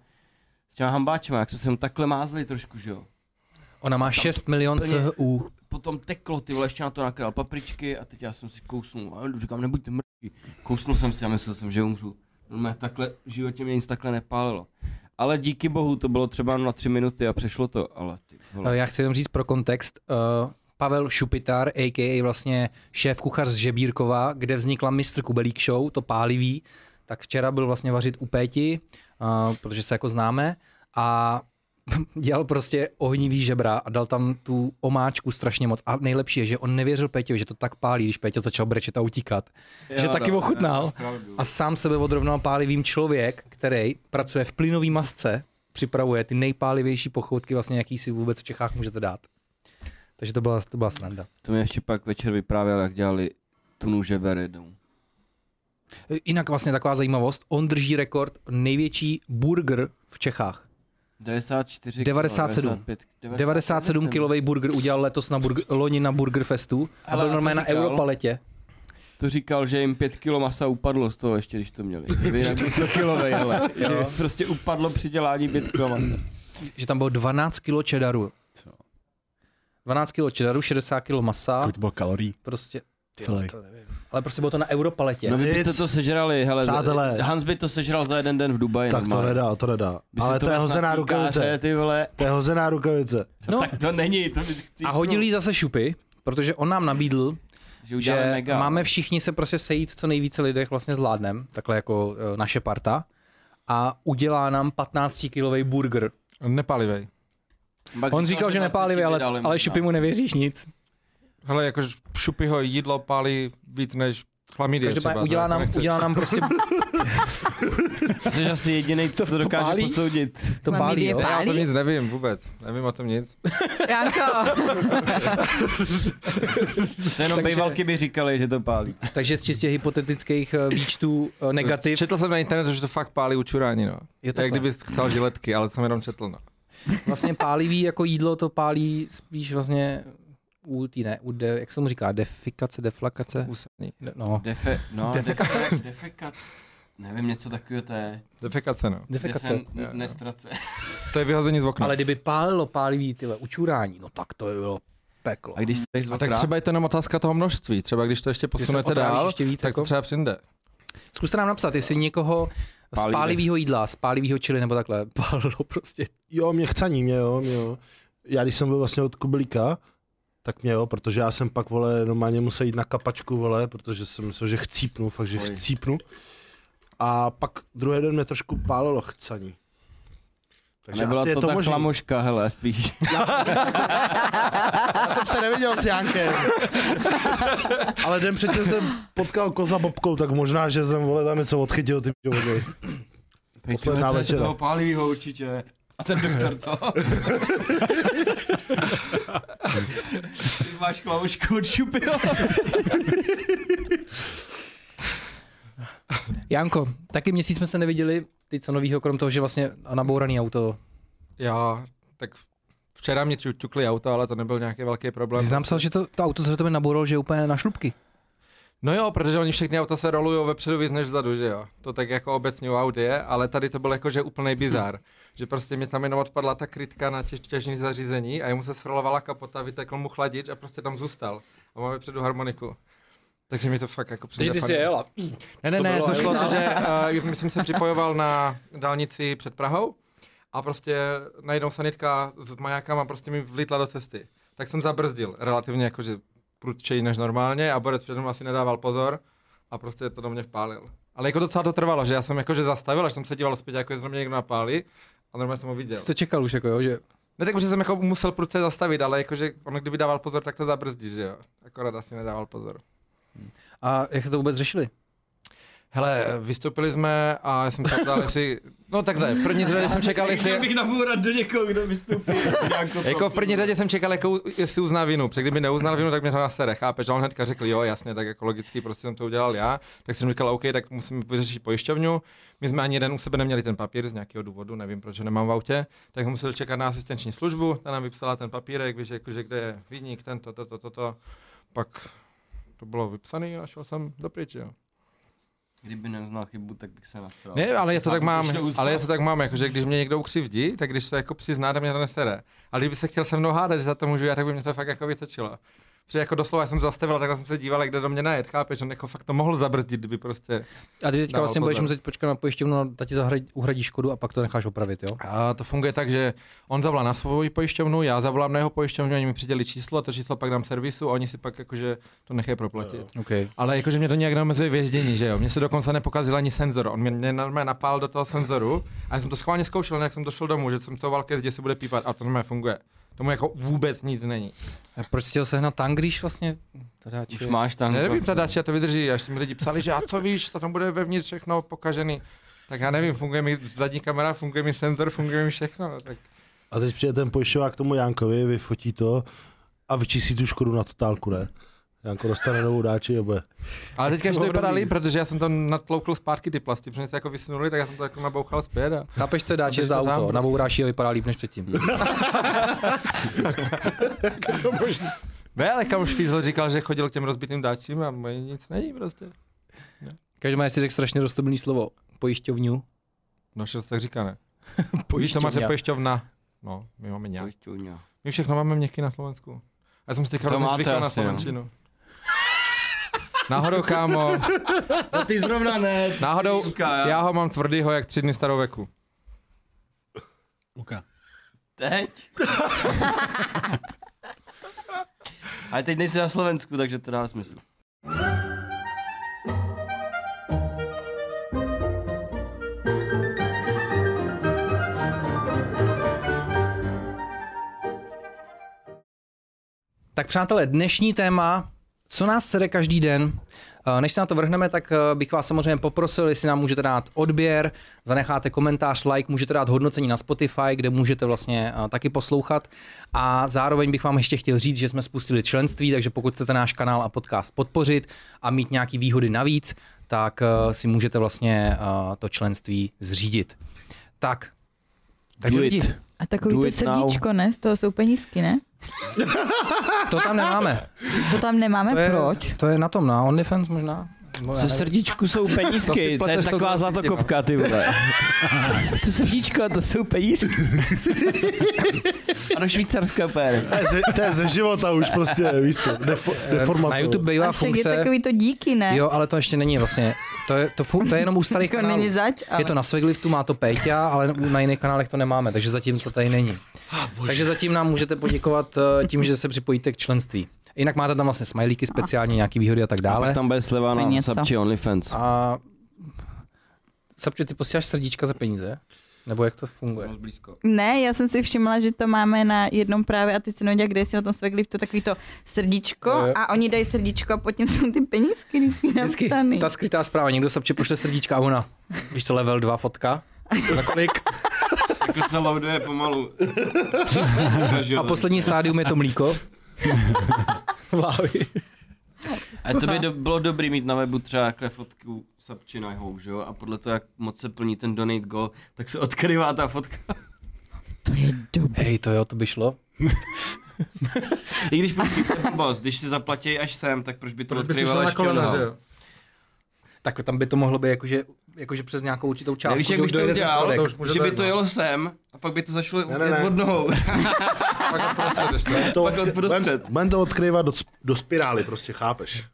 Speaker 5: s těma hambáčema, jak jsme se jim takhle mázli trošku, že jo.
Speaker 1: Ona má 6 milion
Speaker 5: úplně-
Speaker 1: CHU.
Speaker 5: Potom teklo, ty vole, ještě na to nakral papričky a teď já jsem si kousnul, a říkám, nebuďte mrtví. Kousnul jsem si a myslel jsem, že umřu. Normálně takhle, v životě mě nic takhle nepálilo. Ale díky bohu to bylo třeba na tři minuty a přešlo to, ale ty vole.
Speaker 1: Eh, Já chci jenom říct pro kontext. eh, Pavel Šupitar, a.k.a. vlastně šéf kuchař z Žebírkova, kde vznikla Mistr Kubelík Show, to pálivý, tak včera byl vlastně vařit u Péti, eh, protože se jako známe, a dělal prostě ohnivý žebra a dal tam tu omáčku strašně moc. A nejlepší je, že on nevěřil Péťovi, že to tak pálí, když Péťa začal brečet a utíkat.
Speaker 5: Jo,
Speaker 1: že taky
Speaker 5: no,
Speaker 1: ochutnal
Speaker 5: pravdu.
Speaker 1: a sám sebe odrovnal pálivým člověk, který pracuje v plynový masce, připravuje ty nejpálivější pochoutky, vlastně, jaký si vůbec v Čechách můžete dát. Takže to byla, to byla sranda.
Speaker 5: To mě ještě pak večer vyprávěl, jak dělali tunu žeber jednou.
Speaker 1: Jinak vlastně taková zajímavost, on drží rekord největší burger v Čechách.
Speaker 5: 94 kilo,
Speaker 1: 97.
Speaker 5: 95,
Speaker 1: 97 kilový burger udělal letos na burger, loni na Burger Festu a
Speaker 5: Ale
Speaker 1: byl
Speaker 5: to
Speaker 1: normálně na
Speaker 5: říkal.
Speaker 1: Europaletě.
Speaker 5: To říkal, že jim 5 kilo masa upadlo z toho ještě, když to měli. Že Jinak byl 100 kilovej, ale že prostě upadlo při dělání 5 kilo masa.
Speaker 1: Že tam bylo 12 kilo čedaru.
Speaker 6: Co?
Speaker 1: 12 kilo čedaru, 60 kilo masa,
Speaker 6: Kolik to bylo kalorií?
Speaker 1: prostě,
Speaker 6: Celý.
Speaker 1: ale prostě bylo to na Europaletě.
Speaker 5: No vy byste
Speaker 2: Nic.
Speaker 5: to sežrali, hele.
Speaker 2: Přátelé.
Speaker 5: Hans by to sežral za jeden den v Dubaji.
Speaker 2: Tak to
Speaker 5: normálně.
Speaker 2: nedá, to nedá.
Speaker 5: By si
Speaker 2: Ale to je
Speaker 5: vezl na
Speaker 2: hozená
Speaker 5: kýkáře,
Speaker 2: rukavice.
Speaker 5: Ty vole,
Speaker 2: To je hozená rukavice.
Speaker 1: No.
Speaker 5: no. tak to není, to bys chci.
Speaker 1: A hodil jí zase šupy, protože on nám nabídl,
Speaker 5: že uděláme
Speaker 1: že
Speaker 5: mega.
Speaker 1: máme všichni se prostě sejít v co nejvíce lidech vlastně zvládnem, takhle jako eh, naše parta, a udělá nám 15-kilový burger.
Speaker 4: Nepalivej.
Speaker 5: Pak
Speaker 1: On říkal, že nepálivý, ale, ale šupy mu nevěříš nic.
Speaker 4: Hele, jakož šupyho jídlo pálí víc než chlamidie
Speaker 1: Každopádně
Speaker 4: třeba.
Speaker 1: udělá
Speaker 4: to
Speaker 1: nám,
Speaker 4: nechceš.
Speaker 1: udělá nám prostě
Speaker 5: Jsi asi jediný, co to dokáže
Speaker 1: pálí?
Speaker 5: posoudit.
Speaker 1: to
Speaker 3: Chlamydie
Speaker 1: pálí, jo?
Speaker 3: pálí.
Speaker 4: Já o tom
Speaker 3: Pálí?
Speaker 4: nic nevím vůbec. Nevím o tom nic.
Speaker 3: Janko,
Speaker 5: To jenom
Speaker 1: Takže-
Speaker 5: bejvalky by říkali, že to pálí.
Speaker 1: Takže z čistě hypotetických eh, výčtů eh, negativ.
Speaker 4: Četl jsem na internetu, že to fakt pálí učurání, no.
Speaker 1: Je
Speaker 4: Jak
Speaker 1: takhle.
Speaker 4: kdyby chcel žiletky, ale jsem jenom četl, no.
Speaker 1: Vlastně pálivý jako jídlo to pálí spíš vlastně u tý, ne, u de, jak se tomu říká, defikace, deflakace?
Speaker 4: Úsadní.
Speaker 1: De, no,
Speaker 5: Defe, no,
Speaker 1: Defekace.
Speaker 5: defe- defekat. Nevím, něco takového to je.
Speaker 4: Defekace, no.
Speaker 1: defikace.
Speaker 5: Defen- n- Nestrace.
Speaker 4: To je vyhození z okna.
Speaker 1: Ale kdyby pálilo pálivý tyhle učurání, no tak to je bylo peklo.
Speaker 5: A když se tady
Speaker 4: A tak třeba je to jenom otázka toho množství. Třeba když to ještě posunete
Speaker 1: otrávíš
Speaker 4: dál,
Speaker 1: ještě víc,
Speaker 4: tak
Speaker 1: jako?
Speaker 4: to třeba přijde.
Speaker 1: Zkuste nám napsat, jestli někoho z
Speaker 5: Pálivý.
Speaker 1: pálivýho jídla, z pálivýho čili nebo takhle, pálilo prostě.
Speaker 2: Jo, mě chcaní, mě jo, mě jo. Já když jsem byl vlastně od Kubelíka, tak mě jo, protože já jsem pak, vole, normálně musel jít na kapačku, vole, protože jsem myslel, že chcípnu, fakt, že
Speaker 5: Oj.
Speaker 2: chcípnu. A pak druhý den mě trošku pálilo chcaní. Takže
Speaker 5: Nebyla
Speaker 2: asi je
Speaker 5: to,
Speaker 2: to
Speaker 5: ta
Speaker 2: možný.
Speaker 5: chlamoška, hele, spíš.
Speaker 2: Já jsem se neviděl s Jankem. Ale den předtím jsem potkal koza bobkou, tak možná, že jsem, vole, tam něco odchytil, ty píčo, od něj. Posledná
Speaker 5: To je
Speaker 2: večera.
Speaker 5: Toho pálivýho určitě. A ten doktor co? Ty máš klavušku od šupy, jo?
Speaker 1: Janko, taky měsíc jsme se neviděli, ty co novýho, krom toho, že vlastně nabouraný auto.
Speaker 4: Já, tak včera mě ťu- ťukli auta, ale to nebyl nějaký velký
Speaker 1: Ty
Speaker 4: problém.
Speaker 1: jsi nám psal, že to, to auto, co to nabouralo, že je úplně na šlubky.
Speaker 4: No jo, protože oni všechny auta se rolují vepředu víc než vzadu, že jo. To tak jako obecně u Audi je, ale tady to byl jako, že úplný bizar. že prostě mi tam jenom odpadla ta krytka na těž, těžní zařízení a jemu se srolovala kapota, vytekl mu chladič a prostě tam zůstal. A máme předu harmoniku. Takže mi to fakt jako přijde fakt-
Speaker 1: jela.
Speaker 4: Ne, ne,
Speaker 1: To
Speaker 4: ne,
Speaker 1: bylo,
Speaker 4: to
Speaker 1: jo?
Speaker 4: šlo to, že uh, myslím, jsem připojoval na dálnici před Prahou a prostě najednou sanitka s majákama prostě mi vlítla do cesty. Tak jsem zabrzdil relativně jakože prudčeji než normálně a Borec předem asi nedával pozor a prostě to do mě vpálil. Ale jako docela to trvalo, že já jsem jakože zastavil, až jsem se díval zpět, jako jestli na mě někdo napálí a normálně jsem ho viděl.
Speaker 1: Jsi to čekal už, jako jo, že
Speaker 4: Ne, tak protože jsem jako musel prudce zastavit, ale jakože on kdyby dával pozor, tak to zabrzdí, že jo. Akorát asi nedával pozor.
Speaker 1: a jak se to vůbec řešili?
Speaker 4: Hele, vystoupili jsme a já jsem se ptal, jestli... No takhle, v první řadě jsem čekal, jestli...
Speaker 5: bych nabůrat do někoho, kdo vystoupí. Janko, to-
Speaker 4: Jako v první řadě jsem čekal, jako, jestli uzná vinu, protože kdyby neuznal vinu, tak mě to na sere, chápeš? A on hnedka řekl, jo, jasně, tak jako logicky, prostě jsem to udělal já. Tak jsem říkal, OK, tak musím vyřešit pojišťovnu. My jsme ani jeden u sebe neměli ten papír z nějakého důvodu, nevím, proč ho nemám v autě, tak jsem musel čekat na asistenční službu, ta nám vypsala ten papírek, víš, jako, že kde je viník, ten, to, to, to, to, to. Pak to bylo vypsané a šel jsem do pryč, jo.
Speaker 5: Kdyby neuznal chybu, tak bych se nasral.
Speaker 4: Ne, ale já to
Speaker 5: Sám
Speaker 4: tak
Speaker 5: bych
Speaker 4: mám,
Speaker 5: už No, to uznal.
Speaker 4: ale já to tak mám, jakože když mě někdo ukřivdí, tak když se jako přizná, tak mě to nesere. Ale kdyby se chtěl se mnou hádat, že za to můžu já, tak by mě to fakt jako vytočilo. Protože jako doslova jsem zastavil, tak jsem se díval, kde do mě najet, chápeš, on jako fakt to mohl zabrzdit, kdyby prostě.
Speaker 1: A ty teďka
Speaker 4: Dával
Speaker 1: vlastně budeš
Speaker 4: pozor.
Speaker 1: muset počkat na pojišťovnu, no, ta ti zahradí, uhradí škodu a pak to necháš opravit, jo?
Speaker 4: A to funguje tak, že on zavolá na svou pojišťovnu, já zavolám na jeho pojišťovnu, oni mi přidělí číslo, to číslo pak dám servisu a oni si pak jakože to nechají proplatit.
Speaker 1: Okay.
Speaker 4: Ale jakože mě to nějak neomezuje věždění, že jo? Mně se dokonce nepokazil ani senzor. On mě, mě normálně napál do toho senzoru a já jsem to schválně zkoušel, jak jsem došel domů, že jsem co ke zdi se bude pípat a to normálně funguje. Tomu jako vůbec nic není.
Speaker 1: A proč jsi chtěl sehnat tank, když vlastně teda
Speaker 5: Už máš tam.
Speaker 4: Já nevím, ta dačia to vydrží, až mi lidi psali, že a co víš, to tam bude vevnitř všechno pokažený. Tak já nevím, funguje mi zadní kamera, funguje mi senzor, funguje mi všechno. no Tak
Speaker 2: A teď přijde ten pojišťovák k tomu Jankovi, vyfotí to a vyčísí tu škodu na totálku, ne? Janko dostane novou dáči a bude.
Speaker 4: Ale teďka
Speaker 2: to
Speaker 4: ještě to vypadá
Speaker 2: dobrý.
Speaker 4: líp, protože já jsem tam natloukl zpátky ty plasty, protože se jako vysunuli, tak já jsem to jako nabouchal zpět a
Speaker 1: Chápeš, co dáš
Speaker 4: Abyš
Speaker 1: za
Speaker 4: to tam
Speaker 1: auto,
Speaker 4: prostě-
Speaker 1: nabouráš a vypadá líp než předtím.
Speaker 4: Ne, ale kamoš Fízl říkal, že chodil k těm rozbitým dáčím a moje nic není prostě.
Speaker 1: Každopádně si řekl strašně roztomilý slovo. Pojišťovňu.
Speaker 4: No, že to tak říká, ne? Víš, to máte pojišťovna. No, my máme nějak.
Speaker 5: Pojišťovňa.
Speaker 4: My všechno máme měkky na Slovensku. A já jsem si teďka
Speaker 5: To
Speaker 4: rovnou
Speaker 5: máte
Speaker 4: zvykl na
Speaker 5: asi, no.
Speaker 4: Slovenčinu. Náhodou, kámo,
Speaker 5: A ty zrovna ne.
Speaker 4: náhodou, já ho mám tvrdýho jak tři dny starou veku.
Speaker 6: Luka.
Speaker 5: Teď? Ale teď nejsi na Slovensku, takže to dá smysl.
Speaker 1: Tak přátelé, dnešní téma, co nás sere každý den. Eh, Než se na to vrhneme, tak eh, bych vás samozřejmě poprosil, jestli nám můžete dát odběr, zanecháte komentář, like, můžete dát hodnocení na Spotify, kde můžete vlastně eh, taky poslouchat. A zároveň bych vám ještě chtěl říct, že jsme spustili členství, takže pokud chcete náš kanál a podcast podpořit a mít nějaký výhody navíc, tak eh, si můžete vlastně eh, to členství zřídit. Tak, takže
Speaker 5: Do it.
Speaker 1: lidi,
Speaker 3: A takový
Speaker 5: Do
Speaker 3: to
Speaker 5: it now.
Speaker 3: srdíčko, ne? Z toho jsou penízky, ne?
Speaker 1: to tam nemáme.
Speaker 3: To tam nemáme,
Speaker 1: To je,
Speaker 3: proč?
Speaker 1: To je na tom, na OnlyFans možná? Nebo já
Speaker 5: Co
Speaker 1: nevím.
Speaker 5: srdíčku jsou
Speaker 4: To si
Speaker 5: penízky, to je
Speaker 4: pleteš to
Speaker 5: taková
Speaker 4: do sítě,
Speaker 5: zlatokopka, ty vole. to srdíčko, to jsou penízky. ano, švýcarská pér.
Speaker 2: To je ze, to je ze života už prostě, víš co, defo,
Speaker 1: Na
Speaker 2: deformace.
Speaker 1: YouTube bývá
Speaker 3: A však je
Speaker 1: funkce.
Speaker 3: takový to díky, ne?
Speaker 1: Jo, ale to ještě není vlastně. To je, to, fu, to je jenom u starých
Speaker 3: Jako
Speaker 1: kanálů.
Speaker 3: není zač, ale...
Speaker 1: Je to na Svegliftu, má to Péťa, ale u- na jiných kanálech to nemáme, takže zatím to tady není. Takže zatím nám můžete poděkovat eh, tím, že se připojíte k členství. Jinak máte tam vlastně smajlíky speciální, nějaký výhody a tak dále.
Speaker 5: Ale tam bude sleva
Speaker 3: To je
Speaker 5: na
Speaker 3: něco.
Speaker 5: Sapči OnlyFans.
Speaker 1: A Sapče, ty posíláš srdíčka za peníze? Nebo jak to funguje?
Speaker 3: Ne, já jsem si všimla, že to máme na jednom právě a teď se nevěděla, kde jestli na tom svegli to takový to srdíčko
Speaker 1: Jo, jo.
Speaker 3: a oni dají srdíčko a potom jsou ty penízky vždycky
Speaker 1: Vždycky
Speaker 3: napsány.
Speaker 1: ta skrytá zpráva, někdo Sapče pošle srdíčka a ona. Víš to level 2 fotka? Za kolik?
Speaker 5: Teďka se loaduje pomalu.
Speaker 1: A poslední stádium je to mlíko. Vlávy.
Speaker 5: A to by do, bylo dobrý mít na webu třeba takhle fotku Sapči na hou, že jo? A podle toho, jak moc se plní ten donate goal, tak se odkryvá ta fotka.
Speaker 3: To je dobrý.
Speaker 1: Hej, to jo, to by šlo.
Speaker 5: I když počkej, to je blbost, když si zaplatí až sem, tak proč by to
Speaker 4: Proč by si šel
Speaker 5: odkryval
Speaker 4: na
Speaker 5: až
Speaker 4: kolena, že
Speaker 5: kolena?
Speaker 4: jo?
Speaker 1: Tak tam by to mohlo být jakože, jakože přes nějakou určitou částku.
Speaker 5: Nevíš,
Speaker 1: že
Speaker 5: jak
Speaker 1: už
Speaker 5: bych to
Speaker 1: dojede ten
Speaker 5: udělal,
Speaker 1: schodek.
Speaker 4: to už může
Speaker 5: že by
Speaker 4: dojít,
Speaker 5: to
Speaker 4: no.
Speaker 5: jelo sem a pak by to začalo
Speaker 2: ne,
Speaker 5: ujet
Speaker 2: ne. No,
Speaker 5: od nohou.
Speaker 4: Pak ho prostředeš, ne?
Speaker 2: To,
Speaker 5: Takhle
Speaker 2: budem,
Speaker 5: prostřed.
Speaker 2: budem to odkryvat do, sp- do spirály, prostě chápeš.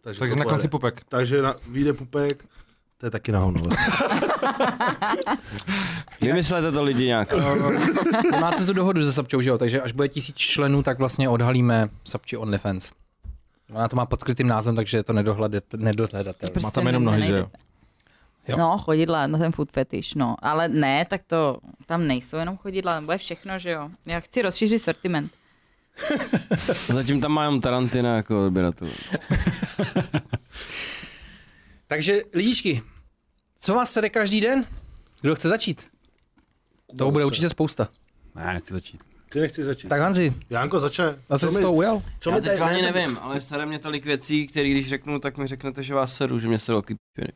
Speaker 2: Takže,
Speaker 4: Takže
Speaker 2: to
Speaker 4: na
Speaker 2: pojede.
Speaker 4: konci pupek.
Speaker 2: Takže na, vyjde pupek, to je taky na hovno. vlastně.
Speaker 5: Vymyslete to lidi nějak.
Speaker 1: Vy máte tu dohodu se Sapčou, že jo? Takže až bude tisíc členů, tak vlastně odhalíme Sapči OnlyFans. Ona to má pod skrytým názvem, takže je to nedohledat- nedohledatelné.
Speaker 3: Prostě
Speaker 4: tam jenom nohy, že jo?
Speaker 3: nenajdete.
Speaker 1: Jo.
Speaker 3: No, chodidla, na ten food fetish, no. Ale ne, tak to, tam nejsou jenom chodidla, tam bude všechno, že jo. Já chci rozšířit sortiment.
Speaker 5: Zatím tam mám Tarantina jako odběratel.
Speaker 1: Takže lidičky, co vás sere každý den? Kdo chce začít? To bude určitě spousta.
Speaker 6: Ne, nechci začít.
Speaker 2: Ty nechci začít.
Speaker 1: Tak Hanzi,
Speaker 2: Janko, začne.
Speaker 1: a co jsi z toho ujal?
Speaker 2: co
Speaker 5: Já teď
Speaker 2: tady-
Speaker 5: ani
Speaker 2: ne, tak-
Speaker 5: nevím, ale sere mě tolik věcí, které když řeknu, tak mi řeknete, že vás seru, že mě seru oky p***ny.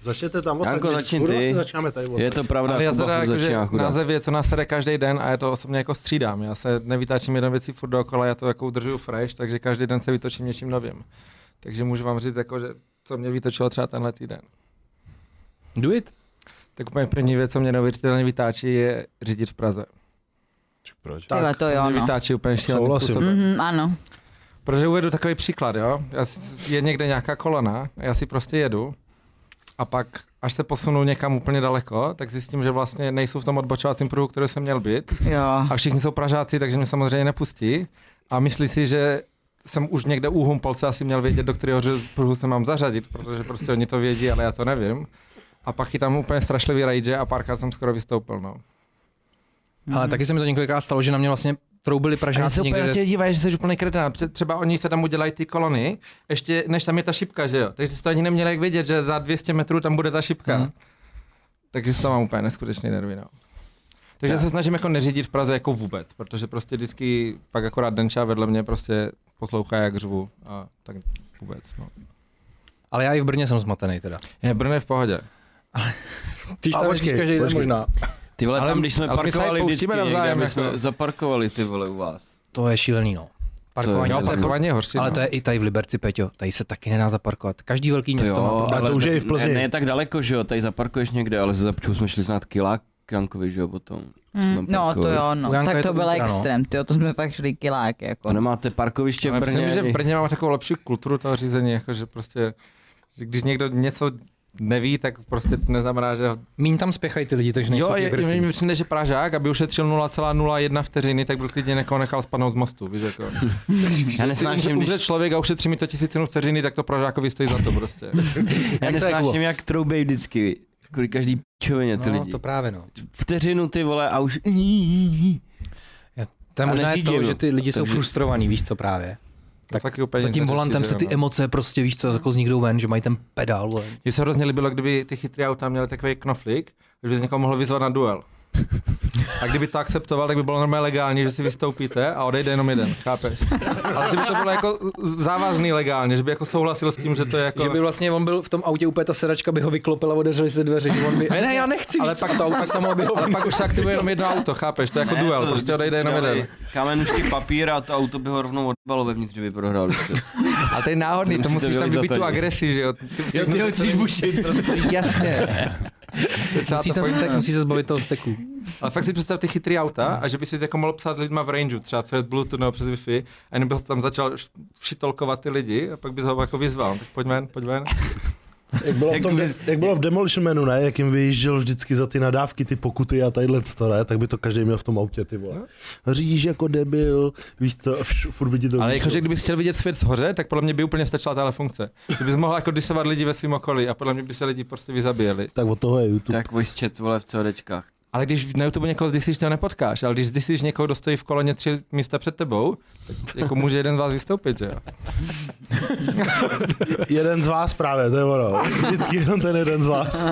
Speaker 2: Začněte tam odsaď.
Speaker 5: Janko,
Speaker 2: my
Speaker 5: začni
Speaker 2: furt
Speaker 5: ty.
Speaker 2: vlastně začínáme tady odsaď.
Speaker 5: Je to pravda, jako
Speaker 4: Ale já teda jakože
Speaker 5: začíná chudák.
Speaker 4: název je, co nás sere každý den a já to osobně jako střídám. Já se nevytáčím jednou věcí furt dokola, já to jako udržuju fresh, takže každý den se vytočím něčím novým. Takže můžu vám říct, jako, že co mě vytočilo třeba tenhle týden.
Speaker 1: Do it.
Speaker 4: Tak úplně první věc, co mě neuvěřitelně vytáčí, je řídit v Praze.
Speaker 6: Proč?
Speaker 2: Tak,
Speaker 3: Tyhle, to jo,
Speaker 4: mě
Speaker 3: no.
Speaker 4: vytáčí úplně šíleným
Speaker 2: Souhlasím.
Speaker 4: způsobem.
Speaker 3: Mhm, ano.
Speaker 4: Protože uvedu takový příklad, jo. Já, s- je někde nějaká kolona, a já si prostě jedu a pak, až se posunu někam úplně daleko, tak zjistím, že vlastně nejsou v tom odbočovacím pruhu, který jsem měl být.
Speaker 3: Jo.
Speaker 4: A všichni jsou Pražáci, takže mě samozřejmě nepustí. A myslí si, že jsem už někde u Humpolce asi měl vědět, do kterého řez- pruhu se mám zařadit, protože prostě oni to vědí, ale já to nevím. A pak chytám úplně strašlivý rage a párkrát jsem skoro vystoupil. No.
Speaker 5: Mhm.
Speaker 1: Ale taky se mi to několikrát stalo, že na mě vlastně troubili pražáci někde. kde-
Speaker 4: dívají, že jsi úplný kredán. Třeba oni se tam udělají ty kolony, ještě než tam je ta šipka, že jo? Takže jsi to ani neměl jak vědět, že za 200 metrů tam bude ta šipka.
Speaker 1: Mhm.
Speaker 4: Hmm. Takže to mám úplně neskutečný nervy, no. Takže já se snažím jako neřídit v Praze jako vůbec, protože prostě vždycky pak akorát Denča vedle mě prostě poslouchá, jak řvu a tak vůbec. No.
Speaker 1: Ale já i v Brně jsem zmatený teda.
Speaker 4: Je, Brno je v pohodě.
Speaker 1: Když
Speaker 2: A
Speaker 1: tam
Speaker 2: počkej,
Speaker 1: počkej, každý den
Speaker 2: počkej.
Speaker 1: možná.
Speaker 5: Ty vole,
Speaker 1: Ale-
Speaker 5: tam když jsme
Speaker 4: ale my se
Speaker 5: parkovali
Speaker 4: tady
Speaker 5: vždycky
Speaker 4: pouštíme
Speaker 5: někde,
Speaker 4: navzájem,
Speaker 5: my jsme
Speaker 4: jako.
Speaker 5: zaparkovali ty vole u vás.
Speaker 1: To je šílený, no. Parkování.
Speaker 5: Jo,
Speaker 4: Jo,
Speaker 1: to je-
Speaker 4: parkování je horší.
Speaker 1: ale
Speaker 4: no.
Speaker 1: to je i tady v Liberci, Peťo. Tady se taky nedá zaparkovat. Každý velký
Speaker 5: To
Speaker 1: město má
Speaker 5: jo,
Speaker 1: problém.
Speaker 2: ale to už je i v Plzni.
Speaker 5: Ne, ne tak daleko, že jo, tady zaparkuješ někde, ale ze Zapčů jsme šli snad kilák k Jankovi, že jo, potom.
Speaker 3: Mm, no, to jo, no.
Speaker 1: U Janka je
Speaker 3: Tak
Speaker 1: to
Speaker 3: to byl
Speaker 1: ultra, no.
Speaker 3: extrém, tyjo, to jsme fakt šli kilák, jako.
Speaker 5: To nemáte parkoviště v
Speaker 4: Ale
Speaker 5: Brně.
Speaker 4: Myslím, že
Speaker 5: ani-
Speaker 4: v Brně máme takovou lepší kulturu toho řízení, jako že prostě, že když někdo něco neví, tak prostě to neznamená, že...
Speaker 1: Mín tam spěchají ty lidi, takže nejsou
Speaker 4: Jo,
Speaker 1: jo,
Speaker 4: je, je, mi
Speaker 1: agresivní.
Speaker 4: přijde, že Pražák, aby ušetřil 0,01 vteřiny, tak byl klidně někoho nechal spadnout z mostu, víš, jako.
Speaker 5: Já
Speaker 4: Když
Speaker 5: nesnáším,
Speaker 4: umře
Speaker 5: když
Speaker 4: když... člověk a ušetří mi to tisícinu vteřiny, tak to Pražákovi stojí za to prostě.
Speaker 5: Já
Speaker 1: Jak to je, Kubo?
Speaker 5: nesnáším, jak jako- troubej vždycky, kvůli každý pičovině ty
Speaker 1: No,
Speaker 5: lidi.
Speaker 1: to právě no.
Speaker 5: Vteřinu ty vole a už...
Speaker 1: To je
Speaker 5: A
Speaker 1: možná je z toho,
Speaker 5: neřídím,
Speaker 1: že ty lidi jsou
Speaker 5: takže-
Speaker 1: frustrovaní, víš co právě.
Speaker 4: Tak taky jako úplně
Speaker 1: Za
Speaker 4: nic
Speaker 1: tím
Speaker 4: neřeší,
Speaker 1: volantem
Speaker 4: že
Speaker 1: se
Speaker 4: jo,
Speaker 1: ty
Speaker 4: no.
Speaker 1: emoce prostě, víš co, jako zniknou ven, že mají ten pedál. vole.
Speaker 4: Mně se hrozně líbilo, kdyby ty chytrý auta měly takový knoflík, že by někoho mohl vyzvat na duel. A kdyby to akceptoval, tak by bylo normálně legální, že si vystoupíte a odejde jenom jeden, chápeš? Ale že by to bylo jako závazný legálně, že by jako souhlasil s tím, že to je jako...
Speaker 1: Že by vlastně on byl v tom autě úplně ta sedačka by ho vyklopila, odevřeli se dveře, že on by...
Speaker 4: Ne,
Speaker 1: Ne, já nechci,
Speaker 4: ale
Speaker 1: víš co?
Speaker 4: pak to auto samo by Ale pak už se aktivuje jenom jedno auto, chápeš? To je jako duel, prostě odejde jenom jeden.
Speaker 5: Kamenušky papír a to auto by ho rovnou odbalo vevnitř, kdyby prohrál. víš co.
Speaker 4: A to je náhodný,
Speaker 5: To
Speaker 4: to
Speaker 5: musíte
Speaker 4: musíš tam vybít
Speaker 5: vyzvat
Speaker 4: tu
Speaker 5: tady.
Speaker 4: agresi, že jo?
Speaker 5: Jo, ty ho chceš bušit.
Speaker 4: prostě- Jasně.
Speaker 1: Musí ten stek, musí se zbavit toho steku.
Speaker 4: Ale fakt si představ ty chytrý auta a že by si jako mohl psát lidma v rangeu, třeba přes Bluetooth nebo přes Wi-Fi, a jenom bys tam začal š- šitolkovat ty lidi a pak bys ho jako vyzval. Tak pojď ven, pojď ven.
Speaker 2: Jak bylo, v tom, jak bylo v Demolition Manu, ne? Jak jim vyjížděl vždycky za ty nadávky, ty pokuty a tadyhle to, ne? Tak by to každý měl v tom autě, ty vole. Řídíš jako debil, víš co, a vš- furt by ti to
Speaker 4: Ale
Speaker 2: vyjíždělo.
Speaker 4: jakože kdybys chtěl vidět svět zhoře, tak podle mě by úplně stačila tahle funkce. Kdybys mohl jako disovat lidi ve svém okolí a podle mě by se lidi prostě vyzabíjeli.
Speaker 2: Tak od toho je YouTube.
Speaker 5: Tak voice chat, vole, v CDčkách.
Speaker 4: Ale když na YouTube někoho zdisíš, to nepotkáš, ale když zdisíš někoho, kdo stojí v koloně tři místa před tebou, tak jako může jeden z vás vystoupit, že jo?
Speaker 2: Jeden z vás právě, to je ono. Vždycky jenom ten jeden z vás.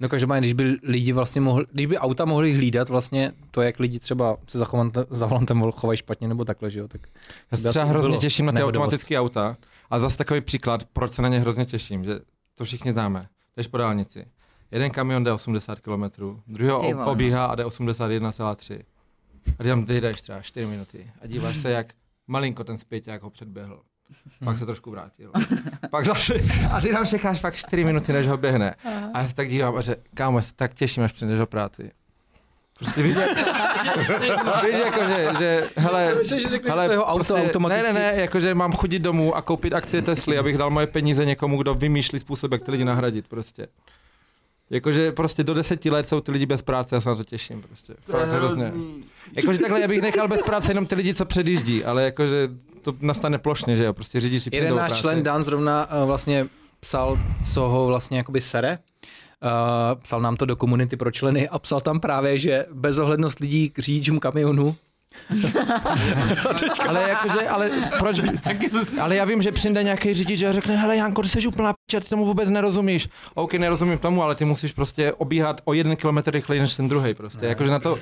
Speaker 1: No každopádně, když by lidi vlastně mohli, když by auta mohli hlídat vlastně to, jak lidi třeba se za, chovant- za volantem chovají špatně nebo takhle, že jo, tak
Speaker 4: Já
Speaker 1: by
Speaker 4: se
Speaker 1: asi
Speaker 4: třeba hrozně
Speaker 1: bylo
Speaker 4: těším na ty
Speaker 1: nehodovost.
Speaker 4: automatické auta. A zase takový příklad, proč se na ně hrozně těším, že to všichni známe. Jdeš po dálnici. Jeden kamion jde 80 km, druhý
Speaker 3: Ty vole.
Speaker 4: ho obíhá a jde 81,3. A tam ty jdeš třeba 4 minuty a díváš se, jak malinko ten zpěťák ho předběhl. Pak se trošku vrátil. Pak zase, a ty tam čekáš fakt 4 minuty, než ho běhne. A já se tak dívám a že, kámo, já se tak těším, až přijdeš do práci. Prostě víš, jak, víš jako, že, že hele, prostě-
Speaker 1: myslím, že řekneš, že to jeho auto automaticky-
Speaker 4: Ne, ne, ne, jakože mám chodit domů a koupit akcie Tesly, abych dal moje peníze někomu, kdo vymýšlí způsob, jak ty lidi nahradit prostě. Jakože prostě do deseti let jsou ty lidi bez práce, já se na to těším prostě. To je hrozně. Jakože takhle, já bych nechal bez práce jenom ty lidi, co předjíždí, ale jakože to nastane plošně, že jo, prostě řidiči si
Speaker 1: Jeden náš člen Dan zrovna eh, vlastně psal, co ho vlastně jakoby sere. Uh, psal nám to do komunity pro členy a psal tam právě, že bezohlednost lidí k řidičům kamionu.
Speaker 4: Ale jakože, ale proč by... Ale já vím, že přijde nějaký řidič a řekne, hele Janko, ty jsi úplná piča, ty tomu vůbec nerozumíš. OK, nerozumím tomu, ale ty musíš prostě obíhat o jeden kilometr rychleji než ten druhý prostě. Jakože na to,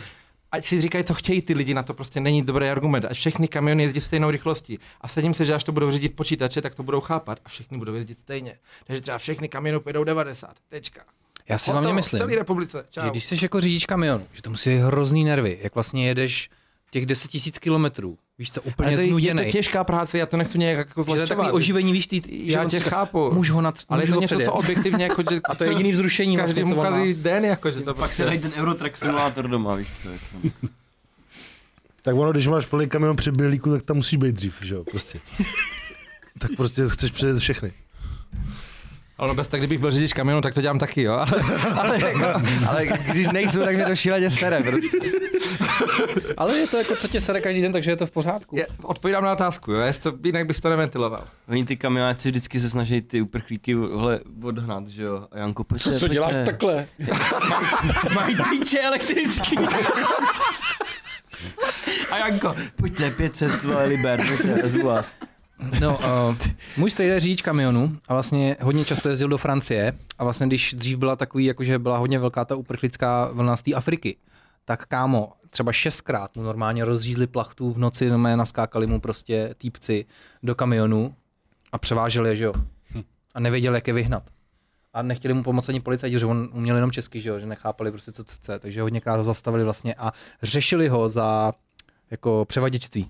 Speaker 4: ať si říkají, co chtějí ty lidi, na to prostě není dobrý argument. Ať všechny kamiony jezdí stejnou rychlostí. A sedím se, že až to budou řídit počítače, tak to budou chápat a všichni budou jezdit stejně. Takže třeba všechny kamiony pojedou 90. Tečka.
Speaker 1: Já si hlavně
Speaker 4: Hotovo, v
Speaker 1: myslím,
Speaker 4: Celé republice. Čau.
Speaker 1: že když jsi jako řidič kamionu, že to musí být hrozný nervy, jak vlastně jedeš těch 10 000 kilometrů. Víš co,
Speaker 4: Ale
Speaker 1: úplně
Speaker 4: to je, je to
Speaker 1: znuděnej.
Speaker 4: těžká práce, já to nechci nějak jako
Speaker 1: Že to je takový
Speaker 4: zlehčovat.
Speaker 1: oživení, víš, ty, že
Speaker 4: Já
Speaker 1: on
Speaker 4: tě
Speaker 1: si říká,
Speaker 4: chápu.
Speaker 1: Můžu ho nad,
Speaker 4: Ale je
Speaker 1: můžu
Speaker 4: to
Speaker 1: ho
Speaker 4: něco,
Speaker 1: předjet.
Speaker 4: co objektivně jako, že
Speaker 1: A to je jediný vzrušení.
Speaker 4: každý
Speaker 1: vlastně,
Speaker 4: mu
Speaker 1: co on má.
Speaker 4: každý den, jako, že to
Speaker 5: Pak
Speaker 4: prostě...
Speaker 5: se dají ten Eurotrack simulátor doma, víš co, jak jsem.
Speaker 2: Tak ono, když máš plný kamion přeběhlíku, tak tam musí být dřív, že jo, prostě. tak prostě chceš přejet všechny.
Speaker 4: Ale no bez tak, kdybych byl řidič kamionu, tak to dělám taky, jo. Ale, ale, jako, ale když nejsou, tak mě to šíleně sere. Prostě.
Speaker 1: Ale je to jako, co tě sere každý den, takže je to v pořádku.
Speaker 4: Je- Odpovídám na otázku, jo. Jest to, jinak bych to neventiloval.
Speaker 5: Oni ty kamionáci vždycky se snaží ty uprchlíky vole, odhnat, že jo? A Janko, pojďte,
Speaker 1: Co, co
Speaker 5: pojďte.
Speaker 1: děláš takhle?
Speaker 5: Mají tyče elektrický. A Janko, pojďte, 500 vole, liber, pojďte, zvu vás.
Speaker 1: No, uh, můj strejda je řidič kamionu a vlastně hodně často jezdil do Francie a vlastně když dřív byla takový, jakože byla hodně velká ta uprchlická vlna z té Afriky, tak kámo, třeba šestkrát mu normálně rozřízli plachtu v noci, normálně naskákali mu prostě týpci do kamionu a převáželi je, že jo. A nevěděli, jak je vyhnat. A nechtěli mu pomoct ani policajti, že on uměl jenom česky, že jo, že nechápali prostě, co chce. Takže hodněkrát ho zastavili vlastně a řešili ho za jako převaděčství.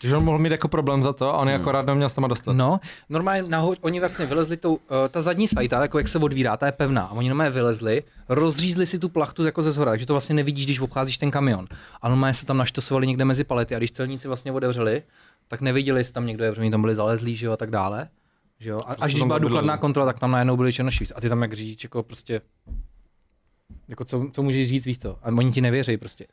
Speaker 4: Takže on mohl mít jako problém za to a on je akorát neměl s tama dostat.
Speaker 1: No, normálně nahoř, oni vlastně vylezli tou, uh, ta zadní sajta, jako jak se odvírá, ta je pevná. A oni normálně vylezli, rozřízli si tu plachtu jako ze zhora, takže to vlastně nevidíš, když obcházíš ten kamion. A normálně se tam naštosovali někde mezi palety a když celníci vlastně otevřeli, tak neviděli, jestli tam někdo je, protože oni tam byli zalezlí, že jo, a tak dále. Že jo? A, až když
Speaker 4: Prostě tam
Speaker 1: byla
Speaker 4: bylo.
Speaker 1: důkladná kontrola, tak tam najednou byli černoši. A ty tam jak řidič, jako prostě, jako co, co můžeš říct, víš to. A oni ti nevěří prostě.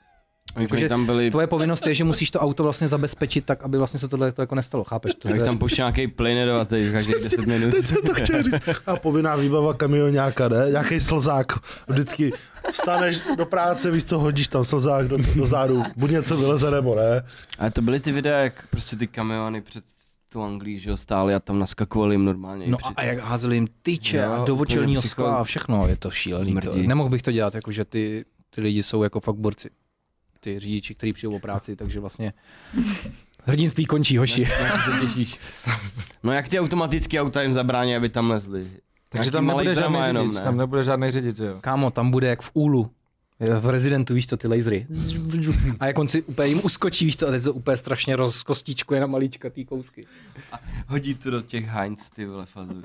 Speaker 5: Jakože
Speaker 1: Jakože
Speaker 5: tam byli,
Speaker 1: Tvoje povinnost je, že musíš to auto vlastně zabezpečit tak, aby vlastně se tohle to jako nestalo. Chápeš? To,
Speaker 5: jak
Speaker 1: je-
Speaker 5: tam pošel nějaký plynedovatý každých 10 minut.
Speaker 2: Teď jsem to chtěl říct. A povinná výbava kamionáka, ne? Nějaký slzák. Vždycky vstaneš do práce, víš co, hodíš tam slzák do, do zádu. Buď něco vyleze, nebo ne.
Speaker 5: Ale to byly ty videa, jak prostě ty kamiony před tu Anglii, že jo, stály a tam naskakovali jim normálně. i
Speaker 1: No
Speaker 5: při-
Speaker 1: a, a jak házeli jim tyče
Speaker 5: Jo,
Speaker 1: jo, a do
Speaker 5: úplně
Speaker 1: očelního
Speaker 5: psycho-
Speaker 1: skla a všechno, je to šílený. To.
Speaker 5: Mrdí.
Speaker 1: Nemohl bych to dělat, jako že ty, ty lidi jsou jako fakt borci. Ty řidiči, kteří přijdou o práci, takže vlastně hrdinství končí, hoši.
Speaker 5: Jak se těšíš. No jak ty automatický auta jim zabrání, aby tam lezli?
Speaker 4: Takže
Speaker 5: Hmm. Nějaký
Speaker 4: tam
Speaker 5: malej
Speaker 4: nebude žádný
Speaker 5: drama jenom,
Speaker 4: řidič,
Speaker 5: ne?
Speaker 4: tam nebude žádný řidič, že jo.
Speaker 1: Kámo, tam bude jak v úlu. V rezidentu, víš co, ty lasery. A jak on si úplně jim uskočí, víš co, a teď to úplně strašně rozkostičkuje na malička ty kousky.
Speaker 5: Hodí to do těch Heinz, ty vole fazů.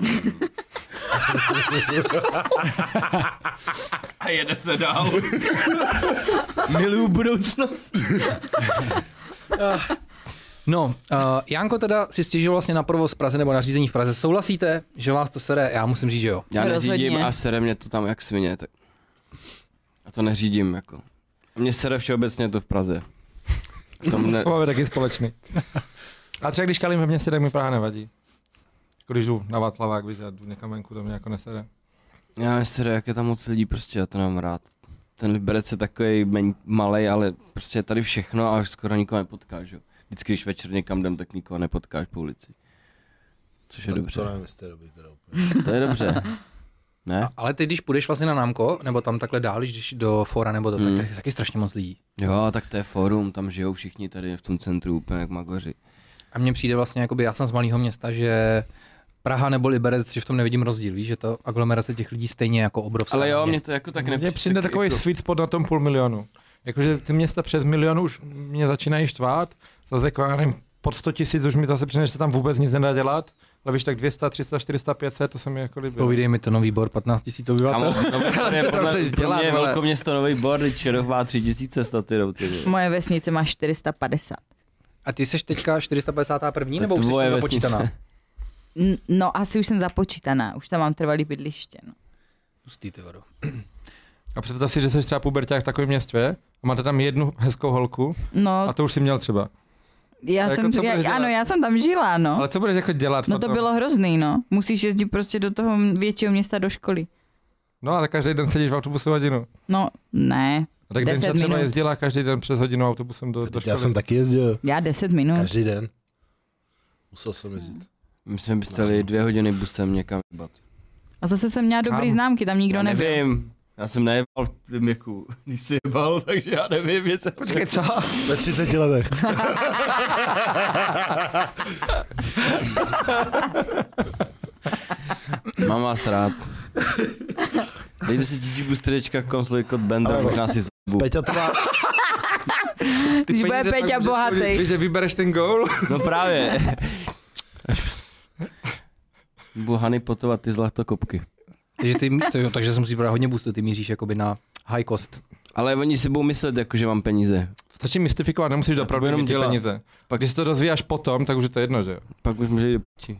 Speaker 5: A jede se dál.
Speaker 1: Miluju budoucnost. No, uh, Janko teda si stěžil vlastně na provoz v Praze nebo na řízení v Praze. Souhlasíte, že vás to sere? Já musím říct, že jo.
Speaker 5: Já neřídím
Speaker 3: Rozhodně.
Speaker 5: a sere mě to tam jak svině. Tak... A to neřídím jako. A mě sere všeobecně to v Praze. V Tom ne...
Speaker 4: To máme taky společný. A třeba když kalím ve městě, tak mi Praha nevadí. Jako Když jdu na Václavák, víš, já jdu někam venku, to mě jako nesere.
Speaker 5: Já mě sere, jak je tam moc lidí, prostě já to nemám rád. Ten Liberec je takový men... malej, ale prostě je tady všechno a skoro nikoho nepotkáš. Jo. Vždycky, když večer někam jdem, tak nikoho nepotkáš po ulici. Což je
Speaker 2: Tak
Speaker 5: dobře.
Speaker 2: To nevím, jestli to je dobrý teda úplně.
Speaker 5: To je dobře. Ne?
Speaker 1: Ale ty, když půjdeš vlastně na námko, nebo tam takhle dál, když jdeš do fora nebo to,
Speaker 5: Mm.
Speaker 1: tak, tak je taky strašně moc lidí.
Speaker 5: Jo, tak to je fórum, tam žijou všichni tady v tom centru úplně jak magoři.
Speaker 1: A mně přijde vlastně, jakoby, já jsem z malého města, že Praha nebo Liberec, že v tom nevidím rozdíl, víš, že to aglomerace těch lidí stejně jako obrovská.
Speaker 5: Ale jo,
Speaker 1: je.
Speaker 5: mě to jako tak
Speaker 4: Mně
Speaker 5: nepřijde.
Speaker 4: přijde
Speaker 5: taky
Speaker 4: takový
Speaker 5: jako-
Speaker 4: sweet spot na tom půl milionu. Jakože ty města přes milion už mě začínají štvát, zase jako, já nevím, pod 100 tisíc už mi zase přijde, že se tam vůbec nic nedá dělat, ale víš, tak 200, 300, 400, 500, to se mi jako líbilo.
Speaker 1: Povídej mi to nový bor 15 000 obyvatel.
Speaker 5: Kámo, no, je
Speaker 1: Co tam
Speaker 5: podle,
Speaker 1: chceš
Speaker 5: pro
Speaker 1: dělat,
Speaker 5: mě je
Speaker 1: vole?
Speaker 5: velkoměsto Nový Bor, teď Čerov má 3000 statyrou, ty vole.
Speaker 3: Moje vesnice má 450.
Speaker 1: A ty jsi teďka 451. nebo už jsi
Speaker 5: tvoje
Speaker 1: tam
Speaker 5: vesnice.
Speaker 1: započítaná?
Speaker 3: N- No, asi už jsem započítaná, už tam mám trvalý bydliště. No.
Speaker 1: Pustý ty vodu.
Speaker 4: A představ si, že jsi třeba puberták v takovém městě a máte tam jednu hezkou holku
Speaker 3: No,
Speaker 4: a to už si měl třeba.
Speaker 3: já
Speaker 4: jako
Speaker 3: jsem,
Speaker 4: co budeš
Speaker 3: já,
Speaker 4: dělat?
Speaker 3: ano, já jsem tam žila, no.
Speaker 4: Ale co budeš jako dělat?
Speaker 3: No to
Speaker 4: potom?
Speaker 3: bylo hrozný, no. Musíš jezdit prostě do toho většího města do školy.
Speaker 4: No ale každý den sedíš v autobusu hodinu.
Speaker 3: No, ne,
Speaker 4: A tak
Speaker 3: 10
Speaker 4: Denča třeba
Speaker 3: minut.
Speaker 4: jezdila každý den přes hodinu autobusem do, do školy.
Speaker 2: Já jsem taky jezdil.
Speaker 3: já 10 minut.
Speaker 2: Každý den. Musel jsem jezdit.
Speaker 5: My jsme
Speaker 1: No.
Speaker 5: byli dvě hodiny busem někam jebat.
Speaker 3: A zase jsem měla dobrý
Speaker 1: Kam?
Speaker 3: známky, tam nikdo
Speaker 5: Já
Speaker 3: nebyl.
Speaker 5: nevím. Já jsem nejebal v tvém věku. Když jsi jebal, takže já nevím, jestli jsem... Počkej, co?
Speaker 2: Ve 30 letech.
Speaker 5: Mám vás rád. Dejte si GG boosterečka, konsolí kod Benda,
Speaker 2: Ale-
Speaker 5: možná si zbu.
Speaker 2: Peťa to má,
Speaker 4: Ty
Speaker 3: Když
Speaker 4: peníze
Speaker 3: bude
Speaker 4: tam
Speaker 3: Peťa
Speaker 4: můžeš
Speaker 3: bohatý.
Speaker 4: použít, Když že vybereš ten gól.
Speaker 5: No právě. Budu Hany potovat ty zlatokopky.
Speaker 1: Takže, ty, to jo, takže jsem musí brát hodně boostu, ty míříš jakoby na high cost.
Speaker 5: Ale oni si budou myslet, jako, že mám peníze.
Speaker 4: Stačí mystifikovat, nemusíš
Speaker 5: to
Speaker 4: opravdu
Speaker 5: jenom
Speaker 4: jenom ty
Speaker 5: dělá.
Speaker 4: peníze. Pak, když to dozvíjáš potom, tak už je to jedno, že jo?
Speaker 5: Pak už může jít do piči.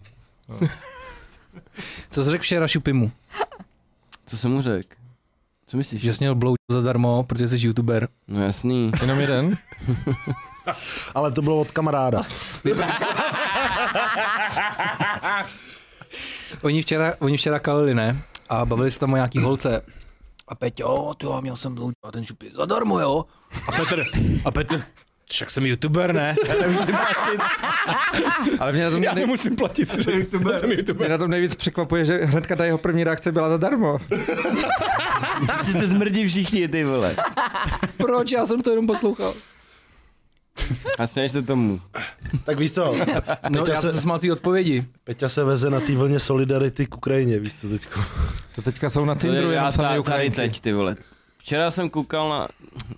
Speaker 1: Co jsi řekl včera Šupimu?
Speaker 5: Co jsem mu řekl? Co myslíš?
Speaker 1: Že jsi měl blow zadarmo, protože jsi youtuber.
Speaker 5: No jasný.
Speaker 4: Jenom jeden?
Speaker 2: ale to bylo od kamaráda.
Speaker 1: Oni včera, oni včera kalili, ne? A bavili se tam o nějaký holce. A Peťo, ty jo, měl jsem blow a ten šupy zadarmo, jo? A Petr, a Petr, však jsem youtuber, ne?
Speaker 4: Ale mě na tom, nej...
Speaker 1: nemusím platit, co jsem youtuber.
Speaker 4: mě na tom nejvíc překvapuje, že hnedka ta jeho první reakce byla zadarmo.
Speaker 5: Že jste zmrdí všichni, ty vole.
Speaker 1: Proč? Já jsem to jenom poslouchal.
Speaker 5: A směješ se tomu.
Speaker 2: Tak víš co,
Speaker 1: No,
Speaker 2: Peťa
Speaker 1: já jsem
Speaker 2: se-
Speaker 1: se smál ty odpovědi.
Speaker 2: Peťa se veze na té vlně solidarity k Ukrajině, víš co teďko.
Speaker 4: To teďka jsou na
Speaker 5: To
Speaker 4: Tinderu
Speaker 5: je
Speaker 4: jenom
Speaker 5: já
Speaker 4: samé
Speaker 5: ta, tady
Speaker 4: Ukrajinky.
Speaker 5: teď, ty vole. Včera jsem koukal na,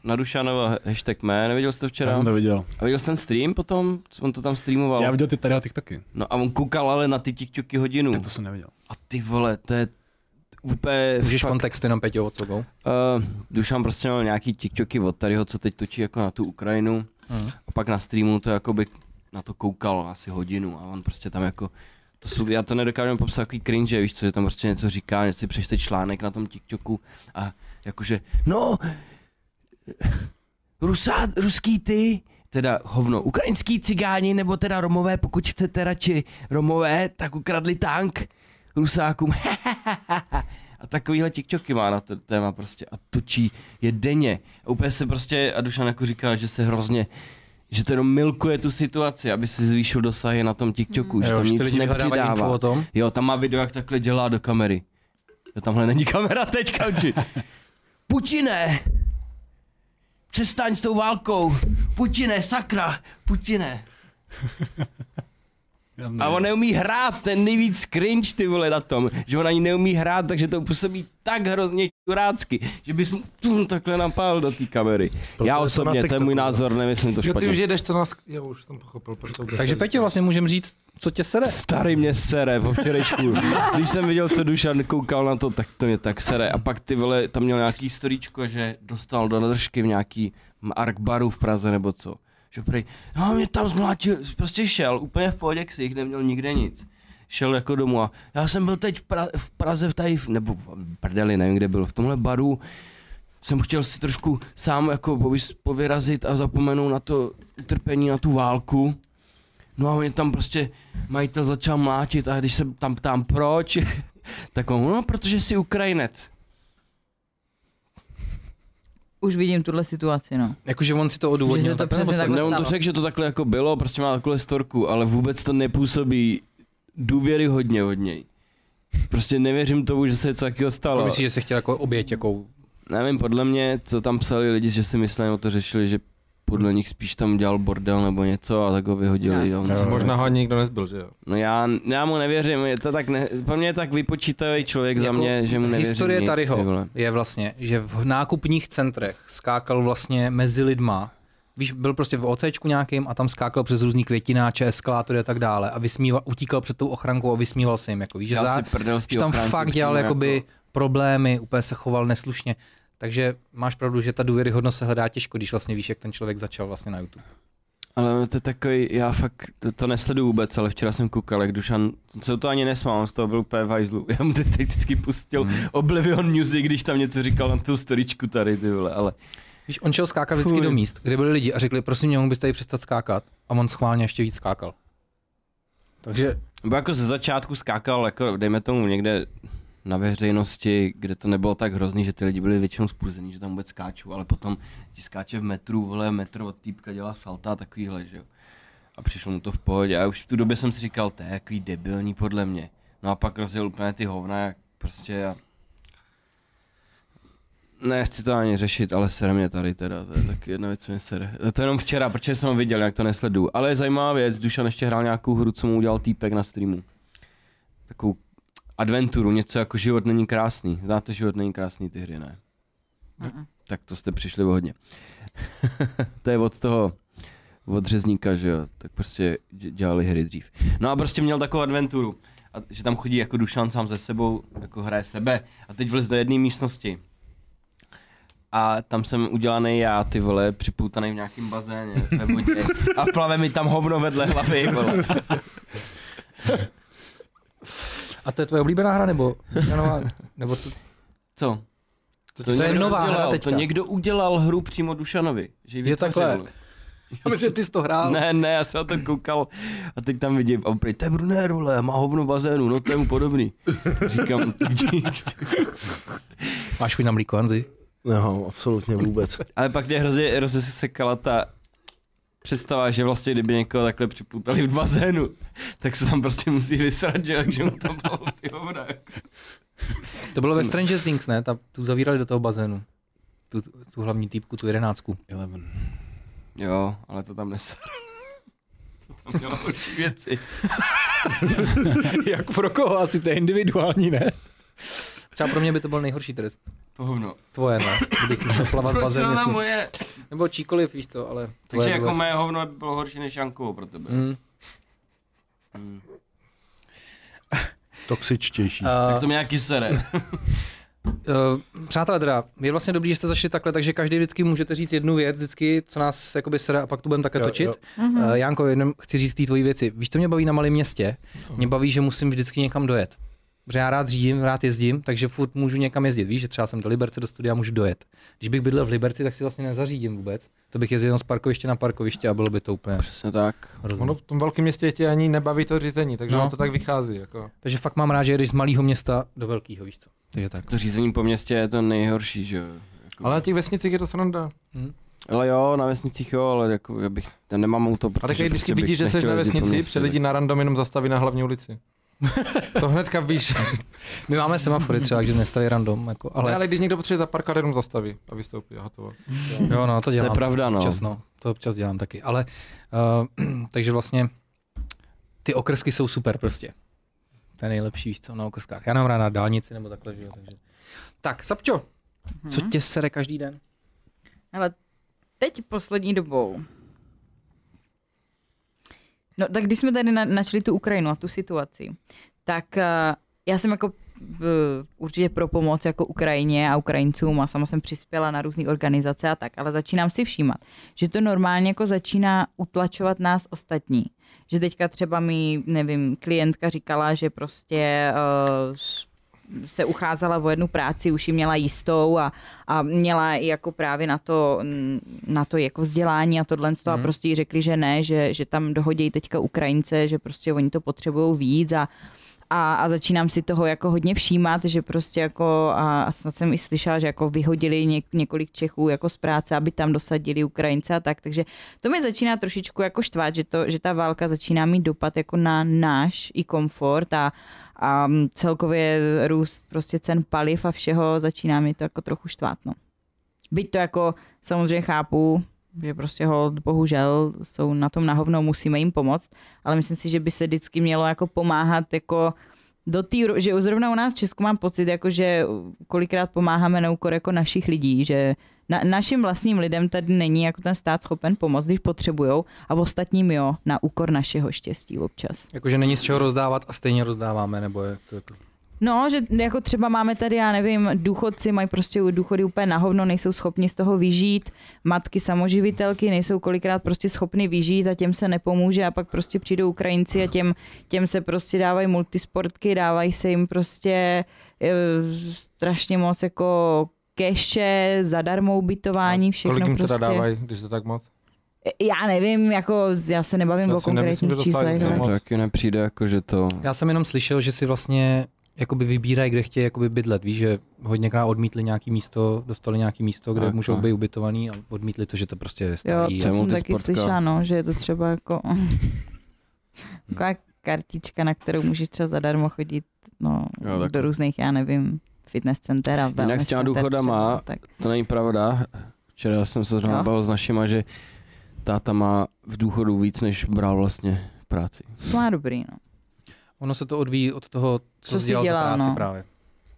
Speaker 5: na Dušanova hashtag mé, neviděl jsi to
Speaker 6: Já
Speaker 5: včera?
Speaker 6: jsem to viděl.
Speaker 5: A viděl jsi ten stream potom? Co On to tam streamoval.
Speaker 6: Já viděl ty tady a TikToky.
Speaker 5: No a on koukal ale na ty TikToky hodinu.
Speaker 6: Tak to jsem neviděl.
Speaker 5: A ty vole, to je úplně...
Speaker 1: Můžeš
Speaker 5: fakt-
Speaker 1: kontext jenom Peťo od sobou.
Speaker 5: Uh, Dušan prostě měl nějaký TikToky od tadyho, co teď točí jako na tu Ukrajinu.
Speaker 1: Mhm.
Speaker 5: A pak na streamu to jakoby na to koukal asi hodinu a on prostě tam jako to jsou, já to nedokážu popsat takový cringe, víš co, že tam prostě něco říká, něco si přečte článek na tom TikToku a jakože, no, Rusá, ruský ty, teda hovno, ukrajinský cigáni nebo teda Romové, pokud chcete radši Romové, tak ukradli tank Rusákům. a takovýhle TikToky má na to téma prostě a točí je denně. A úplně se prostě, a Dušan jako říká, že se hrozně že to jenom milkuje tu situaci, aby si zvýšil dosahy na tom TikToku, že tam
Speaker 1: Mm. že ty
Speaker 5: nic
Speaker 1: lidi vyhledávají info
Speaker 5: nepřidává.
Speaker 1: o tom.
Speaker 5: Jo, tam má video, jak takhle dělá do kamery. Jo, tamhle není kamera teď, kauči. Putine! Přestaň s tou válkou! Putine, sakra! Putine! A on neumí hrát, ten nejvíc cringe ty vole na tom, že on ani neumí hrát, takže to působí tak hrozně čurácky, že bys mu tum, takhle napál do té kamery.
Speaker 2: Proto je
Speaker 5: Já
Speaker 2: to na
Speaker 5: osobně, to je
Speaker 2: TikToku,
Speaker 5: můj
Speaker 2: no.
Speaker 5: názor, nemyslím to
Speaker 4: Jo, ty
Speaker 5: špatně.
Speaker 4: už jedeš, co nás... Jo, už jsem pochopil, proč to
Speaker 1: Takže Peťo, vlastně můžem říct, co tě sere.
Speaker 5: Starý mě sere po včerejšku. Když jsem viděl, co Dušan koukal na to, tak to mě tak sere. A pak ty vole, tam měl nějaký storíčko, že dostal do nadržky v nějaký Ark baru v Praze nebo co. Že prej, no mě tam zmlátil, prostě šel úplně v pohodě k sich, neměl nikde nic. Šel jako domů a já jsem byl teď v pra- v Praze v tady, v- nebo v prdeli, nevím kde byl, v tomhle baru, jsem chtěl si trošku sám jako povys- povyrazit a zapomenout na to utrpení, na tu válku. No a oni tam prostě, majitel začal mlátit a když se tam ptám proč, tak on, no protože jsi Ukrajinec.
Speaker 3: Už vidím tuhle situaci, no.
Speaker 1: Jakože on si to odůvodnil.
Speaker 3: Že se to
Speaker 1: takhle,
Speaker 3: přesně
Speaker 1: nebo
Speaker 3: tak
Speaker 1: co?
Speaker 5: Ne, on to
Speaker 3: stalo.
Speaker 5: řekl, že to takhle jako bylo, prostě má takovou storku, ale vůbec to nepůsobí důvěryhodně od něj. Prostě nevěřím tomu, že se něco takového
Speaker 1: To
Speaker 5: stalo.
Speaker 1: myslíš, že se chtěl jako oběť, jako
Speaker 5: Nevím, podle mě, co tam psali lidi, že si mysleli, o to řešili, že podle nich spíš tam dělal bordel nebo něco a tak ho vyhodili.
Speaker 3: Já
Speaker 5: a on
Speaker 3: jsem-
Speaker 5: se-
Speaker 4: Možná ho ani nikdo nezbyl, že jo?
Speaker 5: No já, já mu nevěřím, je to tak ne, pro mě je tak vypočítavý člověk jako za
Speaker 1: Jako
Speaker 5: mě, že mu nevěřím
Speaker 1: Historie
Speaker 5: nic, ty
Speaker 1: Tadyho
Speaker 5: vole.
Speaker 1: je vlastně, že v nákupních centrech skákal vlastně mezi lidma. Víš, byl prostě v OCčku nějakým a tam skákal přes různý květináče, eskalátory a tak dále a vysmíval, utíkal před tou ochrankou a vysmíval se jim. Jako, víš, že,
Speaker 5: Já
Speaker 1: za,
Speaker 5: si prdel z
Speaker 1: že
Speaker 5: té
Speaker 1: tam
Speaker 5: ochránky
Speaker 1: fakt
Speaker 5: přímo
Speaker 1: dělal jakoby
Speaker 5: jako-
Speaker 1: problémy, úplně se choval neslušně. Takže máš pravdu, že ta důvěryhodnost se hledá těžko, když vlastně víš, jak ten člověk začal vlastně na YouTube.
Speaker 5: Ale ono to je takový, já fakt to, to nesleduju vůbec, ale včera jsem koukal, jak Dušan, co to ani nesmál, on z toho byl úplně v hajzlu. Já mu teď vždycky pustil hmm. Oblivion Music, když tam něco říkal na tu storičku tady, ty vole, ale
Speaker 1: Víš, on šel skákat vždycky
Speaker 5: Fuj.
Speaker 1: do míst, kde byli lidi a řekli, prosím, mohl byste tady přestat skákat. A on schválně ještě víc skákal. Takže
Speaker 5: Bo jako ze začátku skákal, jako dejme tomu někde na veřejnosti, kde to nebylo tak hrozný, že ty lidi byli většinou spuzení, že tam vůbec skáčou, ale potom ti skáče v metru, vole, metr od týpka dělá salta a takovýhle, že jo. A přišlo mu to v pohodě. A už v tu době jsem si říkal, to je jaký debilní podle mě. No a pak rozjel úplně ty hovna, jak prostě já... Nechci to ani řešit, ale sere mě tady teda, to je tak jedna věc, co mě sere. To je jenom včera, protože jsem ho viděl, jak to nesledu. Ale je zajímavá věc, Dušan ještě hrál nějakou hru, co mu udělal týpek na streamu. Takovou adventuru, něco jako život není krásný. Znáte život není krásný ty hry, ne?
Speaker 3: Mm-mm.
Speaker 5: Tak to jste přišli o hodně. to je od toho, od řezníka, že jo, tak prostě dě- dělali hry dřív. No a prostě měl takovou adventuru, a, že tam chodí jako Dušan sám ze sebou, jako hraje sebe a teď vlez do jedné místnosti. A tam jsem udělaný já, ty vole, připoutaný v nějakém bazéně ve vodě a plave mi tam hovno vedle hlavy, vole.
Speaker 1: A to je tvoje oblíbená hra, nebo, nová, nebo co?
Speaker 5: Co? To,
Speaker 1: je
Speaker 5: někdo
Speaker 1: nová hra
Speaker 5: udělal,
Speaker 1: teďka.
Speaker 5: To někdo udělal hru přímo Dušanovi. Že ji
Speaker 1: Jo, takhle.
Speaker 5: vytvořil.
Speaker 1: Já myslím, že ty jsi to hrál.
Speaker 5: Ne, ne, já jsem na to koukal a teď tam vidím, a on prý, to je Brunér, vole, má hovno v bazénu, no to je mu podobný. Říkám, "Ty dík."
Speaker 1: Máš chuť na mlíko, Hanzi?
Speaker 2: No, absolutně vůbec.
Speaker 5: ale pak mě hrozně rozsekala ta představa, že vlastně kdyby někoho takhle připutali v bazénu, tak se tam prostě musí vysrat, že, takže mu tam bylo ty hovna. jako.
Speaker 1: To bylo ve
Speaker 5: Jsem-
Speaker 1: Stranger Things, ne? Ta, tu zavírali do toho bazénu. Tu, tu hlavní týpku, tu jedenáctku.
Speaker 6: Eleven.
Speaker 5: Jo, ale to tam nes. To tam mělo horší věci.
Speaker 1: Jak Jako pro koho? Asi to je individuální, ne? Třeba pro mě by to byl nejhorší trest.
Speaker 5: To hovno.
Speaker 1: Tvoje, ne? Kdybych musel plavat v
Speaker 5: Proč
Speaker 1: bazénu.
Speaker 5: na
Speaker 1: jestli-
Speaker 5: moje?
Speaker 1: Nebo číkoliv, víš to, ale... tvoje
Speaker 5: Takže jako
Speaker 1: bylo-
Speaker 5: moje hovno by bylo horší než Jankovo pro tebe.
Speaker 1: Mm.
Speaker 5: Mm.
Speaker 2: Toxičtější.
Speaker 5: Tak
Speaker 1: A,
Speaker 5: to mě nějaký sere.
Speaker 1: eh, přátelé, teda, je vlastně dobrý, že jste zašli takhle, takže každý vždycky můžete říct jednu věc, vždycky, co nás jakoby sere, a pak tu budeme také
Speaker 2: Jo,
Speaker 1: točit.
Speaker 2: jo.
Speaker 1: Uh, Janko, jenom chci říct ty tvoji věci. Víš, co mě baví na malém městě? Mě baví, že musím vždycky někam dojet. Protože já rád řídím, rád jezdím, takže furt můžu někam jezdit. Víš, že třeba jsem do Liberce do studia můžu dojet. Když bych bydlel v Liberci, tak si vlastně nezařídím vůbec. To bych jezdil jenom z parkoviště na parkoviště a bylo by to úplně
Speaker 5: Přesně tak.
Speaker 1: rozumné.
Speaker 4: Ono v tom velkém městě tě ani nebaví to řízení, takže
Speaker 1: No.
Speaker 4: no. to tak vychází. Jako.
Speaker 1: Takže fakt mám rád, že jedeš z malého města do velkého, víš co. Takže tak.
Speaker 5: To řízení po městě je to nejhorší, že jo. Jako-
Speaker 4: Ale na těch vesnicích je to sranda.
Speaker 5: ale jo, na vesnicích jo, ale jako já bych, já nemám auto, protože
Speaker 4: A taky
Speaker 5: prostě
Speaker 4: vždycky
Speaker 5: bych
Speaker 4: vidíš, že jsi
Speaker 5: nechtěl
Speaker 4: na
Speaker 5: jezdit po
Speaker 4: vesnici,
Speaker 5: městě,
Speaker 4: před
Speaker 5: tak-
Speaker 4: lidi na random jenom zastaví na hlavní ulici. to hnedka víš.
Speaker 1: My máme semafory třeba, takže nestaví random, jako,
Speaker 4: Ale,
Speaker 1: ale
Speaker 4: ale když někdo potřebuje zaparkovat, jenom zastaví a vystoupí a hotovo.
Speaker 1: jo, no, to
Speaker 5: To
Speaker 1: dělám.
Speaker 5: je pravda, no.
Speaker 1: Občas, no. To občas dělám taky. Ale uh, takže vlastně ty okrsky jsou super prostě. To je nejlepší, víš co, na okrskách. Já nemám rád na dálnici nebo takhle, že jo, takže. Tak, Sapčo, co tě sere každý den?
Speaker 3: Ale teď poslední dobou. No tak když jsme tady na- načali tu Ukrajinu a tu situaci, tak eh, já jsem jako eh, určitě pro pomoc jako Ukrajině a Ukrajincům a sama jsem přispěla na různé organizace a tak, ale začínám si všímat, že to normálně jako začíná utlačovat nás ostatní. Že teďka třeba mi, nevím, klientka říkala, že prostě uh, se ucházela o jednu práci, už ji měla jistou a, a měla i jako právě na to, mm, na to jako vzdělání a tohle mm. a prostě jí řekli, že ne, že, že tam dohodějí teďka Ukrajince, že prostě oni to potřebují víc a a, a začínám si toho jako hodně všímat, že prostě jako a a snad jsem i slyšela, že jako vyhodili něk, několik Čechů jako z práce, aby tam dosadili Ukrajince a tak, takže to mě začíná trošičku jako štvát, že, to, že ta válka začíná mít dopad jako na náš i komfort a, a mm, celkově růst prostě cen paliv a všeho začíná mi to jako trochu štvát, no. Byť to jako samozřejmě chápu, že prostě hold, bohužel jsou na tom nahovno, musíme jim pomoct, ale myslím si, že by se vždycky mělo jako pomáhat jako do té, ro- že zrovna u nás v Česku mám pocit, jako že kolikrát pomáháme na úkor jako našich lidí, že na, našim vlastním lidem tady není jako ten stát schopen pomoct, když potřebujou a v ostatním jo, na úkor našeho štěstí občas.
Speaker 1: Jakože není z čeho rozdávat a stejně rozdáváme, nebo je to jako...
Speaker 3: No, že jako třeba máme tady, já nevím, důchodci mají prostě důchody úplně na hovno, nejsou schopni z toho vyžít, matky samoživitelky nejsou kolikrát prostě schopny vyžít a těm se nepomůže a pak prostě přijdou Ukrajinci a těm, těm se prostě dávají multisportky, dávají se jim prostě eh, strašně moc jako keše, zadarmo ubytování, všechno
Speaker 4: Kolik jim
Speaker 3: prostě.
Speaker 4: teda dávají, když to tak moc?
Speaker 3: Já nevím, jako já se nebavím
Speaker 4: Já
Speaker 3: o
Speaker 4: si nemyslím,
Speaker 3: konkrétních
Speaker 4: že dostali
Speaker 3: číslech. no.
Speaker 4: za
Speaker 3: ale-
Speaker 5: To
Speaker 4: moc.
Speaker 5: taky nepřijde jako, že to...
Speaker 1: Já jsem jenom slyšel, že si vlastně jakoby vybírají, kde chtějí jakoby bydlet. Víš, že hodněkrát odmítli nějaký místo, dostali nějaký místo, kde
Speaker 5: Tak,
Speaker 1: můžou
Speaker 5: tak.
Speaker 1: být ubytovaný a odmítli to, že to prostě je
Speaker 3: Jo,
Speaker 1: starý.
Speaker 3: to
Speaker 5: jsem
Speaker 3: jsem taky
Speaker 5: multisportka.
Speaker 3: slyšela, no, že je to třeba jako taková kartička, na kterou můžeš třeba zadarmo chodit no,
Speaker 5: Jo, tak.
Speaker 3: do různých, já nevím, fitness center a wellness
Speaker 5: s těma
Speaker 3: center
Speaker 5: důchodama-
Speaker 3: třeba, no, Tak.
Speaker 5: To není pravda. Včera jsem se
Speaker 3: Jo.
Speaker 5: zrovna bavil s našima, že táta má v důchodu víc, než bral vlastně v práci.
Speaker 3: To má dobrý, no.
Speaker 1: Ono se to odvíjí od toho, co,
Speaker 3: Co
Speaker 1: co
Speaker 3: jsi
Speaker 1: jsi dělal,
Speaker 3: dělal,
Speaker 1: za práci
Speaker 3: no.
Speaker 1: no. právě.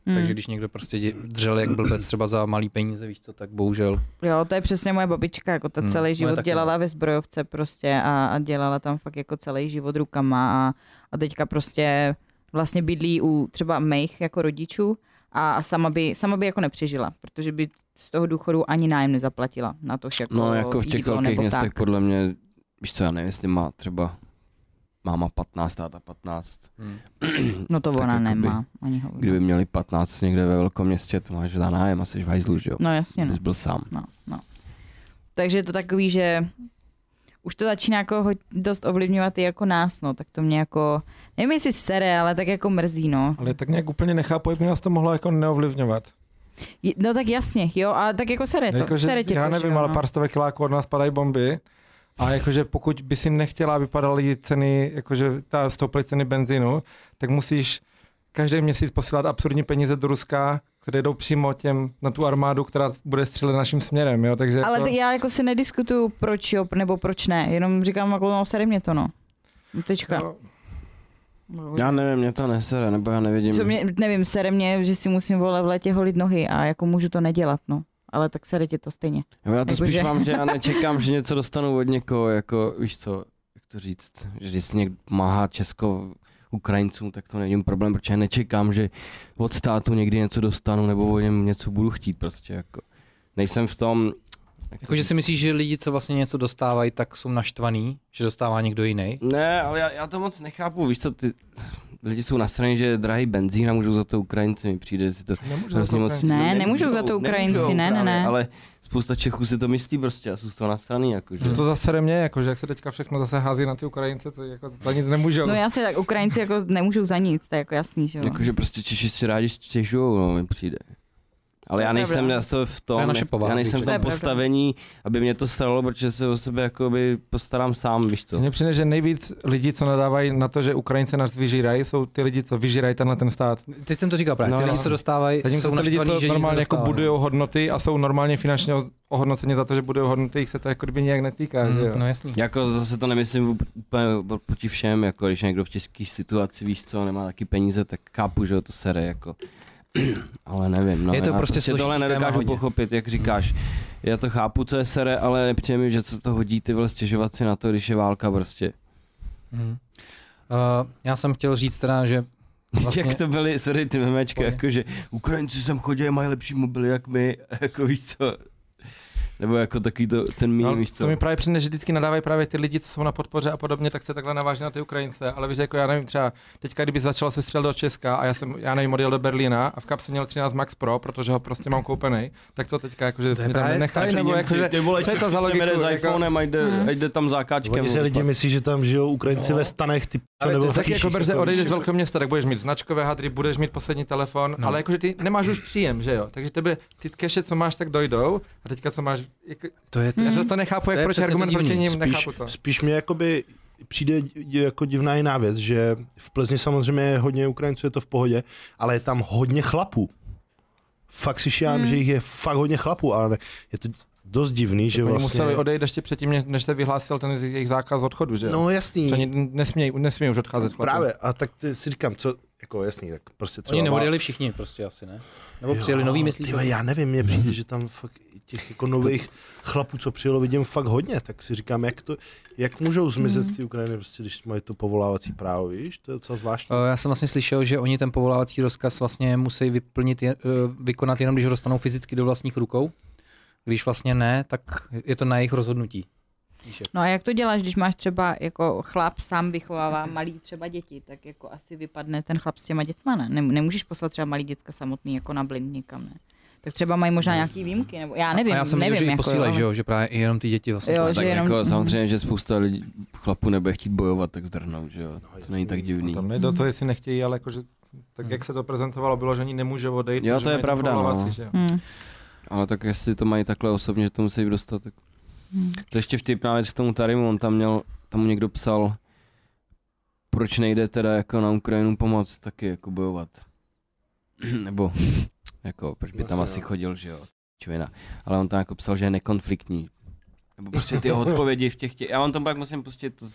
Speaker 3: Hmm.
Speaker 1: Takže když někdo prostě dě- držel jak blbec třeba za malý peníze, víš co, tak bohužel.
Speaker 3: Jo, to je přesně moje babička, jako ta
Speaker 1: Hmm,
Speaker 3: celý
Speaker 1: moje
Speaker 3: život
Speaker 1: taky,
Speaker 5: no.
Speaker 3: dělala ve zbrojovce prostě a, a dělala tam fakt jako celý život rukama a, a teďka prostě vlastně bydlí u třeba mých jako rodičů a, a sama, by, sama by jako nepřežila, protože by z toho důchodu ani nájem nezaplatila na to, jako
Speaker 5: No jako v těch
Speaker 3: jídlo
Speaker 5: velkých
Speaker 3: nebo
Speaker 5: městech
Speaker 3: tak.
Speaker 5: podle mě, víš co, já nevím, jestli má třeba máma 15, táta 15.
Speaker 1: Hmm.
Speaker 3: No to
Speaker 5: tak
Speaker 3: ona
Speaker 5: jakoby,
Speaker 3: nemá, ani ho.
Speaker 5: Kdyby měli 15 někde ve velkom městě, to máš za nájem a jsi v hajzlu, že jo?
Speaker 3: No jasně, no.
Speaker 5: Bys byl sám.
Speaker 3: no, no. Takže je to takový, že už to začíná jako ho- dost ovlivňovat i jako nás, no, tak to mě jako, nevím jestli sere, ale tak jako mrzí, no.
Speaker 4: Ale tak nějak úplně nechápu, jak by nás to mohlo jako neovlivňovat.
Speaker 3: Je- No tak jasně, jo, a tak jako sere to, jako,
Speaker 4: Jakože
Speaker 3: sere tě
Speaker 4: No, já
Speaker 3: to, že
Speaker 4: nevím,
Speaker 3: jo,
Speaker 4: ale
Speaker 3: no.
Speaker 4: pár stovek kiláků od nás padají bomby. A jakože pokud by si nechtěla, aby padaly ceny, jakože ta stoupaly ceny benzínu, tak musíš každý měsíc posílat absurdní peníze do Ruska, které jdou přímo těm na tu armádu, která bude střílet naším směrem, jo, takže
Speaker 3: Ale
Speaker 4: to,
Speaker 3: t- já jako si nediskutuju, proč jo, nebo proč ne, jenom říkám, jako no, sere mě to, no. Tečka.
Speaker 4: jo,
Speaker 5: Já nevím, mě to nesere, nebo já nevidím.
Speaker 3: Co mě, nevím, sere mě, že si musím vole v létě holit nohy a jako můžu to nedělat, no. Ale tak sere tě to stejně.
Speaker 5: Jo, já to
Speaker 3: Jakože-
Speaker 5: spíš mám, že já nečekám, že něco dostanu od někoho, jako víš co, jak to říct, že když někdo pomáhá Česko Ukrajincům, tak to není problém, protože já nečekám, že od státu někdy něco dostanu nebo od něm něco budu chtít prostě jako. Nejsem v tom... jak to
Speaker 1: Jakože
Speaker 5: říct?
Speaker 1: si myslíš, že lidi, co vlastně něco dostávají, tak jsou naštvaný, že dostává někdo jiný?
Speaker 5: Ne, ale já, já to moc nechápu, víš co, ty lidi jsou na straně, že je drahý benzín a můžou za to Ukrajinci, mi přijde si to
Speaker 4: nemůžu
Speaker 5: hrozně
Speaker 4: za to
Speaker 5: moc...
Speaker 4: úplně-
Speaker 3: Ne, nemůžou za to Ukrajinci, ne, ne,
Speaker 5: právě,
Speaker 3: ne.
Speaker 5: Ale spousta Čechů si to myslí prostě a jsou z toho na straně, jakože.
Speaker 3: Mm.
Speaker 4: To zase mě, jakože jak se teďka všechno zase hází na ty Ukrajince, to jako za nic nemůžou.
Speaker 3: No jasně, tak Ukrajinci jako nemůžou za nic, to je jako jasný, že jo.
Speaker 5: Jakože prostě Češi si rádi stěžují, no, mi přijde. Ale
Speaker 3: To je
Speaker 5: já nejsem
Speaker 3: pravda.
Speaker 5: já to v
Speaker 1: To je
Speaker 5: tom,
Speaker 1: naše povaha,
Speaker 5: já nejsem v
Speaker 1: víš,
Speaker 3: to je
Speaker 5: tom
Speaker 3: pravda.
Speaker 5: postavení, aby mě to stalo, protože se o sebe jakoby postarám sám, víš co.
Speaker 4: Mně přijde, že nejvíc lidí, co nadávají na to, že Ukrajince nás vyžírají, jsou ty lidi, co vyžírají tenhle ten stát.
Speaker 1: Teď jsem to říkal právě, ty
Speaker 5: No,
Speaker 1: lidi,
Speaker 5: no.
Speaker 1: co dostávají,
Speaker 4: Zatímco
Speaker 1: jsou
Speaker 4: ty lidi,
Speaker 1: naštvaný,
Speaker 4: co
Speaker 1: že no.
Speaker 4: normálně jako budují
Speaker 1: budujou.
Speaker 4: hodnoty a jsou normálně finančně oz- ohodnoceni za to, že budují hodnoty, jich se to jako kdyby nijak netýká, že jo?
Speaker 1: No jasný.
Speaker 5: Jako zase to nemyslím vůb- úplně pro- proti všem, jako když někdo v těžké situaci, víš co, nemá taky peníze, tak chápu, že ho to sere, jako. ale nevím, no,
Speaker 1: Je to
Speaker 5: já
Speaker 1: prostě složitý
Speaker 5: tohle
Speaker 1: téma
Speaker 5: nedokážu
Speaker 1: hodně.
Speaker 5: pochopit, jak říkáš. Já to chápu, co je sere, ale nepřijde mi, že co to hodí ty vole stěžovat si na to, když je válka prostě.
Speaker 1: Hmm. Uh, já jsem chtěl říct teda, že
Speaker 5: Vlastně... Jak to byly, sorry, ty memečka,
Speaker 1: Pojď.
Speaker 5: jakože Ukrajinci sem chodí, mají lepší mobily jak my, jako víš co. jako, Nebo jako takový to, ten mým,
Speaker 4: No,
Speaker 5: no, víš co?
Speaker 4: to mi právě přijde, že vždycky nadávají právě ty lidi, co jsou na podpoře a podobně, tak se takhle naváží na ty Ukrajince. Ale víš, jako já nevím, třeba teďka, kdyby začala se střel do Česka a já jsem, já nevím, odjel do Berlína a v kapse měl 13 Max Pro, protože ho prostě mám koupený, tak co teďka, jako, jakože
Speaker 1: To je
Speaker 4: mi tam
Speaker 1: právě
Speaker 4: nenechají,
Speaker 1: tak,
Speaker 4: nebo jako, že,
Speaker 5: ty vole,
Speaker 4: co je to za logiku,
Speaker 5: jede s
Speaker 4: jako-
Speaker 5: iPhonem a jde,
Speaker 3: Hmm.
Speaker 5: a jde tam zákáčkem.
Speaker 2: Oni si lidi myslí, že tam žijou Ukrajinci ve stanech, ty to
Speaker 1: Ale to
Speaker 2: nebo
Speaker 1: je
Speaker 2: v
Speaker 4: tak jako
Speaker 2: kýších,
Speaker 4: brze
Speaker 2: jako
Speaker 4: odejdeš
Speaker 2: když-
Speaker 4: z velkého města, tak budeš mít značkové hadry, budeš mít poslední telefon,
Speaker 1: No.
Speaker 4: no. ale jakože ty nemáš už příjem, že jo? Takže tebe ty keše, co máš, tak dojdou a teďka co máš, jako,
Speaker 1: To je to.
Speaker 4: já
Speaker 3: Hmm.
Speaker 4: to- to nechápu, jak
Speaker 1: To je
Speaker 4: proč
Speaker 1: přesně
Speaker 4: je
Speaker 1: to
Speaker 4: argument
Speaker 1: divný.
Speaker 4: proti ním,
Speaker 2: spíš,
Speaker 4: nechápu to.
Speaker 2: spíš mě jakoby přijde di- jako divná jiná věc, že v Plzni samozřejmě je hodně Ukrajinců, je to v pohodě, ale je tam hodně chlapů. Fakt si šijám,
Speaker 3: Hmm.
Speaker 2: že jich je fakt hodně chlapů, ale je to dost divný, že
Speaker 4: Oni
Speaker 2: vlastně...
Speaker 4: museli odejít ještě předtím, ne- než se vyhlásil ten jejich zákaz odchodu, že jo?
Speaker 2: No jasný,
Speaker 4: Že Oni nesmějí, nesmějí už odcházet chlapi.
Speaker 2: právě, a tak ty si říkám, co, jako jasný, tak prostě třeba...
Speaker 1: Oni
Speaker 2: má-
Speaker 1: neodjeli všichni prostě asi, ne? Nebo přijeli
Speaker 2: Jo,
Speaker 1: nový, myslíš?
Speaker 2: tyjo, já nevím, mně
Speaker 5: Mhm.
Speaker 2: přijde, že tam fakt těch jako nových chlapů, co přijelo, vidím fakt hodně, tak si říkám, jak, to, jak můžou zmizet
Speaker 5: Mhm.
Speaker 2: z té Ukrajiny, prostě, když mají to povolávací právo, víš, to je docela zvláštní.
Speaker 1: Eh, Já jsem vlastně slyšel, že oni ten povolávací rozkaz vlastně musí vyplnit, je- eh, vykonat jenom, když ho dostanou fyzicky do vlastních rukou. Když vlastně ne, tak je to na jejich rozhodnutí.
Speaker 3: No a jak to děláš, když máš třeba jako chlap sám vychovává malý třeba děti, tak jako asi vypadne ten chlap s těma dětma, ne? Nem- Nemůžeš poslat třeba malý děcka samotný jako na blind nikam, ne? Tak třeba mají možná nějaký výjimky, nebo já nevím,
Speaker 1: a já jsem
Speaker 3: nevím,
Speaker 1: viděl, že i
Speaker 3: jako,
Speaker 1: posílají,
Speaker 3: ale-
Speaker 1: že, jo, že právě i jenom ty děti vlastně.
Speaker 3: Jo,
Speaker 1: to-
Speaker 3: že
Speaker 5: tak
Speaker 3: jenom-
Speaker 5: jako
Speaker 3: mhm.
Speaker 5: samozřejmě, že spousta lidí, chlapů nebude chtít bojovat, tak zdrhnou, že jo. To není tak divný.
Speaker 4: Tam nejde o to, jestli nechtějí, ale jakože tak
Speaker 2: Hmm.
Speaker 4: jak se to prezentovalo, bylo, že oni nemůže odejít.
Speaker 5: Jo,
Speaker 4: protože
Speaker 5: to je
Speaker 4: mají ty
Speaker 5: pravda, no.
Speaker 4: povolovací, že jo.
Speaker 3: Hmm.
Speaker 5: Ale tak jestli to mají takhle osobně, že to musí dostat, tak...
Speaker 3: Hmm.
Speaker 5: To ještě vtipná věc k tomu Tarimu, on tam měl, tam mu někdo psal, proč nejde teda jako na Ukrajinu pomoct taky jako bojovat. Nebo jako, proč by tam
Speaker 2: Vlastně,
Speaker 5: asi
Speaker 2: jo.
Speaker 5: chodil, že jo, čovina. Ale on tam jako psal, že je nekonfliktní. Nebo prostě ty odpovědi v těch, těch já vám to pak musím pustit, to,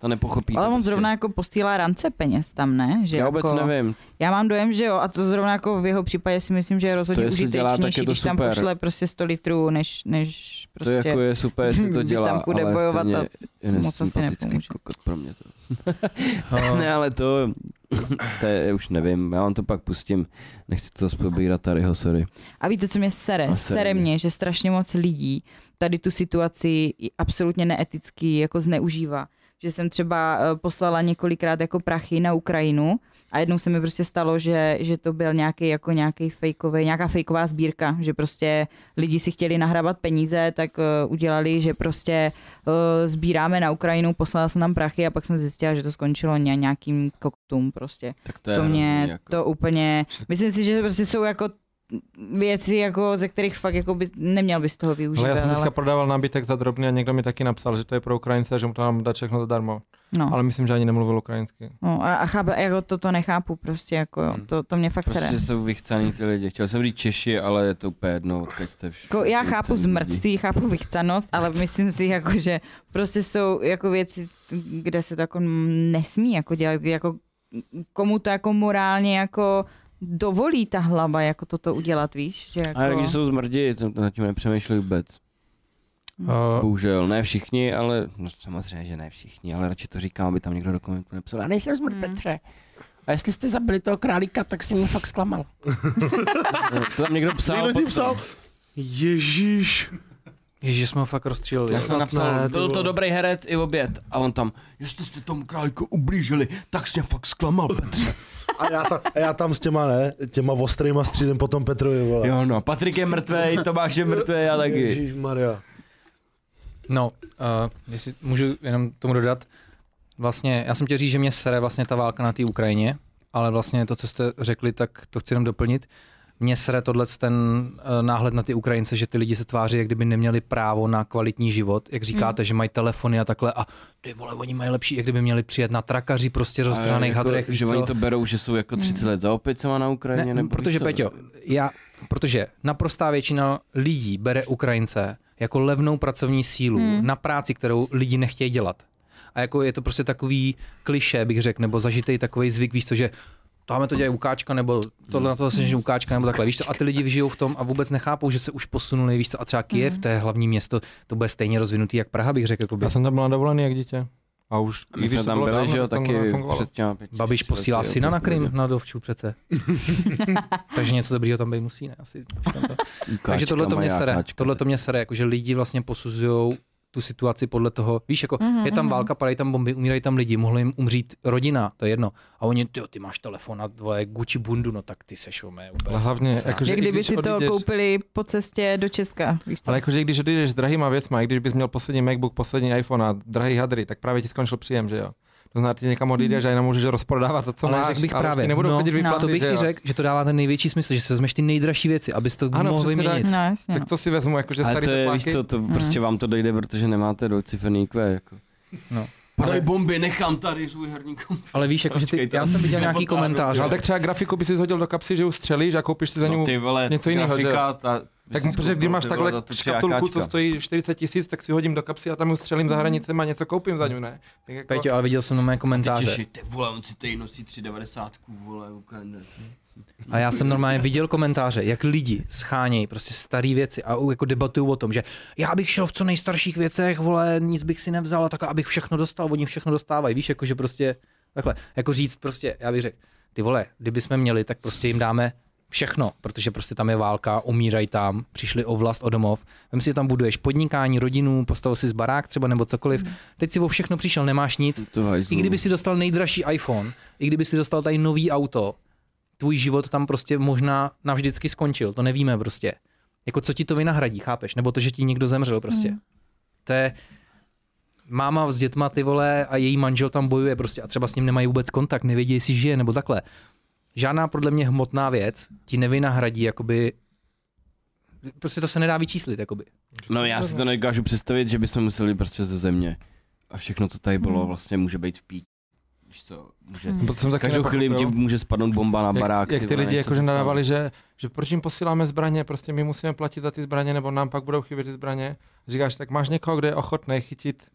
Speaker 5: to nepochopíte.
Speaker 3: Ale on
Speaker 5: prostě.
Speaker 3: zrovna jako posílá rance peněz tam, ne? Že
Speaker 5: já vůbec
Speaker 3: jako,
Speaker 5: nevím.
Speaker 3: Já mám dojem, že jo, a to zrovna jako v jeho případě si myslím, že je rozhodně
Speaker 5: To jestli dělá, tak je
Speaker 3: užitečnější,
Speaker 5: to
Speaker 3: když tam
Speaker 5: super.
Speaker 3: pošle prostě 100 litrů, než, než
Speaker 5: To
Speaker 3: prostě...
Speaker 5: jako je super, jestli to
Speaker 3: by
Speaker 5: dělá,
Speaker 3: tam půjde
Speaker 5: ale
Speaker 3: bojovat
Speaker 5: stejně
Speaker 3: a
Speaker 5: je
Speaker 3: moc asi
Speaker 5: nesympatický
Speaker 3: nepomůže.
Speaker 5: kokot pro mě to.
Speaker 1: No,
Speaker 5: Ne, ale to, to je, už nevím, já vám to pak pustím, nechci to zpobírat Taryho, sorry.
Speaker 3: A víte, co mě sere?
Speaker 5: A sere
Speaker 3: sere
Speaker 5: mě.
Speaker 3: mě, že strašně moc lidí tady tu situaci i absolutně neeticky jako zneužívá. Že jsem třeba eh, poslala několikrát jako prachy na Ukrajinu a jednou se mi prostě stalo, že, že to byl nějaký jako nějaký fejkový, nějaká fejková sbírka, že prostě lidi si chtěli nahrávat peníze, tak eh, udělali, že prostě eh, sbíráme na Ukrajinu, poslala jsem tam prachy a pak jsem zjistila, že to skončilo ně- nějakým koktům prostě
Speaker 5: Tak
Speaker 3: to mě
Speaker 4: jako
Speaker 5: jako.
Speaker 3: to úplně, myslím si, že prostě jsou jako věci, jako, ze kterých fakt jako by, neměl bys toho využít.
Speaker 4: Ale já jsem
Speaker 3: ale,
Speaker 4: teďka prodával nábytek za drobný a někdo mi taky napsal, že to je pro Ukrajince, že mu to nám dá všechno zadarmo.
Speaker 3: no,
Speaker 4: Ale myslím, že ani nemluvil ukrajinsky.
Speaker 3: no, a, a chápu, jako to, to nechápu prostě, jako, jo,
Speaker 1: Hmm.
Speaker 3: to, to mě fakt prostě sere.
Speaker 5: Prostě jsou vychcaný ty lidi, chtěl jsem říct Češi, ale je to úplně jedno, odkud jste všichni.
Speaker 3: Jako, já chápu zmrctví, chápu vychcanost, ale myslím si, jako, že prostě jsou jako věci, kde se to jako nesmí jako dělat, jako komu to jako morálně jako dovolí ta hlava jako toto udělat, víš? Že jako...
Speaker 5: Ale když jsou zmrdi, to, to nad tím nepřemýšlí vůbec.
Speaker 1: eh,
Speaker 5: Bohužel, ne všichni, ale no, samozřejmě, že ne všichni, ale radši to říkám, aby tam někdo do komentu nepsal. Já nejsem zmrt,
Speaker 3: Hmm.
Speaker 5: Petře. A jestli jste zabili toho králíka, tak si mu fakt zklamal. to tam někdo psal.
Speaker 2: Někdo ti
Speaker 5: potom.
Speaker 2: psal, Ježíš,
Speaker 1: Ježíš, jsme ho fakt rozstřílili.
Speaker 5: Já jsem
Speaker 2: Snad
Speaker 5: napsal,
Speaker 2: ne, ty
Speaker 5: byl to
Speaker 2: vole.
Speaker 5: dobrý herec i oběd. A on tam, jestli jste tomu králíku ublížili, tak jsi mě fakt zklamal, Petře.
Speaker 2: a já, tam, a já tam s těma ne, těma ostrýma střílem potom Petrovi, vole.
Speaker 5: jo no, Patrik je mrtvej, Tomáš je mrtvej, já taky.
Speaker 2: Ježíš Maria.
Speaker 1: No, uh, jestli můžu jenom tomu dodat, vlastně já jsem tě říct, že mě sere vlastně ta válka na té Ukrajině, ale vlastně to, co jste řekli, tak to chci jenom doplnit. Mě sere tohle ten uh, náhled na ty Ukrajince, že ty lidi se tváří, jak kdyby neměli právo na kvalitní život, jak říkáte, hmm. že mají telefony a takhle a ty vole, oni mají lepší, jak kdyby měli přijet na trakaři prostě roztrhaných
Speaker 5: jako,
Speaker 1: hadrech. víš
Speaker 5: že
Speaker 1: co?
Speaker 5: oni to berou, že jsou jako 30 let za opicema na Ukrajině.
Speaker 1: Ne,
Speaker 5: nebo víš
Speaker 1: protože,
Speaker 5: co?
Speaker 1: Peťo, já, protože naprostá většina lidí bere Ukrajince jako levnou pracovní sílu hmm. na práci, kterou lidi nechtějí dělat. A jako je to prostě takový kliše, bych řekl, nebo zažitej takový zvyk, víš co, že tohle to dělají ukáčka, nebo tohle na to zase že ukáčka, nebo takhle, víš co, a ty lidi žijou v tom a vůbec nechápou, že se už posunuli, víš co, a třeba Kiev, to je hlavní město, to bude stejně rozvinutý jak Praha, bych řekl, jakoby.
Speaker 4: Já jsem tam byl na dovolený jak dítě. A už
Speaker 5: My jsme
Speaker 4: to
Speaker 5: tam
Speaker 4: bylo
Speaker 5: byli,
Speaker 4: dávno,
Speaker 5: že jo,
Speaker 4: tak tam
Speaker 5: taky
Speaker 4: nefungovalo.
Speaker 5: před těma pěti,
Speaker 1: Babiš
Speaker 5: šesti
Speaker 1: posílá
Speaker 5: lety, jo,
Speaker 1: syna na
Speaker 5: po
Speaker 1: Krym,
Speaker 5: dohodě.
Speaker 1: na dovču přece. Takže něco dobrýho tam být musí, ne? Asi. Takže tohle to mě
Speaker 5: Majákáčka,
Speaker 1: sere,
Speaker 5: majákáčka.
Speaker 1: tohle to mě sere, jakože lidi vlastně posuzují tu situaci podle toho, víš, jako
Speaker 3: Mhm,
Speaker 1: je tam
Speaker 3: mhm.
Speaker 1: válka, padají tam bomby, umírají tam lidi, mohla jim umřít rodina, to je jedno. A oni, ty, ty máš telefon a tvoje Gucci bundu, no tak ty seš umé úplně.
Speaker 4: Ale hlavně,
Speaker 1: srát.
Speaker 4: jakože
Speaker 3: Jak
Speaker 4: i
Speaker 3: kdyby
Speaker 4: když
Speaker 3: si to
Speaker 4: odjdeš-
Speaker 3: koupili po cestě do Česka, víš co?
Speaker 4: Ale jakože i když odejdeš s drahýma věcma, i když bys měl poslední MacBook, poslední iPhone a drahý hadry, tak právě ti skončil příjem, že jo? To znamená, ty někam odejdeš a jenom můžeš rozprodávat to, co
Speaker 1: Hmm. ale
Speaker 4: máš.
Speaker 1: řekl bych
Speaker 4: ale už
Speaker 1: právě,
Speaker 4: ti nebudou
Speaker 1: no,
Speaker 4: chodit
Speaker 1: no,
Speaker 4: vyplaty,
Speaker 1: to bych
Speaker 4: že jo?
Speaker 1: i řekl, že to dává ten největší smysl, že se vezmeš ty nejdražší věci, abys to
Speaker 4: Ano,
Speaker 1: mohl
Speaker 4: přesně tak.
Speaker 1: vyměnit.
Speaker 3: No jasně.
Speaker 4: Tak to si vezmu, jakože
Speaker 5: Ale
Speaker 4: starý
Speaker 5: to je,
Speaker 4: tepláky.
Speaker 5: víš co, to prostě vám to dojde, protože nemáte dvouciferný IQ. Jako.
Speaker 1: No.
Speaker 5: Padaj bomby, nechám tady svůj herní komp.
Speaker 1: Ale víš, jakože ty,
Speaker 5: Počkejte.
Speaker 1: já jsem viděl nějaký
Speaker 5: Nepotkánu,
Speaker 1: komentář,
Speaker 5: jo.
Speaker 4: Ale tak třeba grafiku by si hodil do kapsy, že ju střelíš a koupíš si za
Speaker 5: No,
Speaker 4: ní.
Speaker 5: ty vole,
Speaker 4: něco jiného,
Speaker 5: grafika, ta, bys
Speaker 4: Tak
Speaker 5: si
Speaker 4: protože když
Speaker 5: koupil,
Speaker 4: máš
Speaker 5: ty vole,
Speaker 4: takhle
Speaker 5: za tu tři
Speaker 4: škatulku, co
Speaker 5: jakáčka.
Speaker 4: stojí 40 tisíc, tak si hodím do kapsy a tam ju střelím za hranicem a něco koupím za ní, ne? Tak jako,
Speaker 1: Peťo, ale viděl jsem na mé
Speaker 5: Ty
Speaker 1: komentáře.
Speaker 5: Češi, ty vole, on si tady nosí 390, vole, Ukrajinec.
Speaker 1: A já jsem normálně viděl komentáře, jak lidi schánějí prostě staré věci a jako debatují o tom, že já bych šel v co nejstarších věcech, vole, nic bych si nevzal, a takhle, abych všechno dostal, oni všechno dostávají, víš, jakože prostě takhle, jako říct prostě, já bych řekl, ty vole, kdyby jsme měli, tak prostě jim dáme všechno, protože prostě tam je válka, umírají tam, přišli o vlast, o domov. Vem si, že tam buduješ podnikání, rodinu, postavil si z barák třeba nebo cokoliv. Teď si o všechno přišel, nemáš nic.
Speaker 5: To
Speaker 1: I
Speaker 5: hajzlu.
Speaker 1: kdyby si dostal nejdražší iPhone, i kdyby si dostal tady nový auto, tvůj život tam prostě možná navždycky skončil, to nevíme prostě. Jako co ti to vynahradí, chápeš? Nebo to, že ti někdo zemřel prostě. To je máma s dětma ty vole a její manžel tam bojuje prostě a třeba s ním nemají vůbec kontakt, nevědí, jestli žije nebo takhle. Žádná podle mě hmotná věc ti nevynahradí jakoby prostě to se nedá vyčíslit jakoby.
Speaker 5: No já si to nedokážu představit, že bychom museli prostě ze země. A všechno, co tady
Speaker 4: Hmm.
Speaker 5: bylo, vlastně může být v píči. Víš co, může...
Speaker 4: to jsem taky
Speaker 5: Každou chvíli ti
Speaker 4: nepochopil.
Speaker 5: může spadnout bomba na barák.
Speaker 4: Jak, jak ty
Speaker 5: vole,
Speaker 4: lidi
Speaker 5: něco
Speaker 4: jakože
Speaker 5: se stane.
Speaker 4: nadávali, že, že proč jim posíláme zbraně, prostě my musíme platit za ty zbraně, nebo nám pak budou chybět ty zbraně. Říkáš, tak máš někoho, kdo je ochotný chytit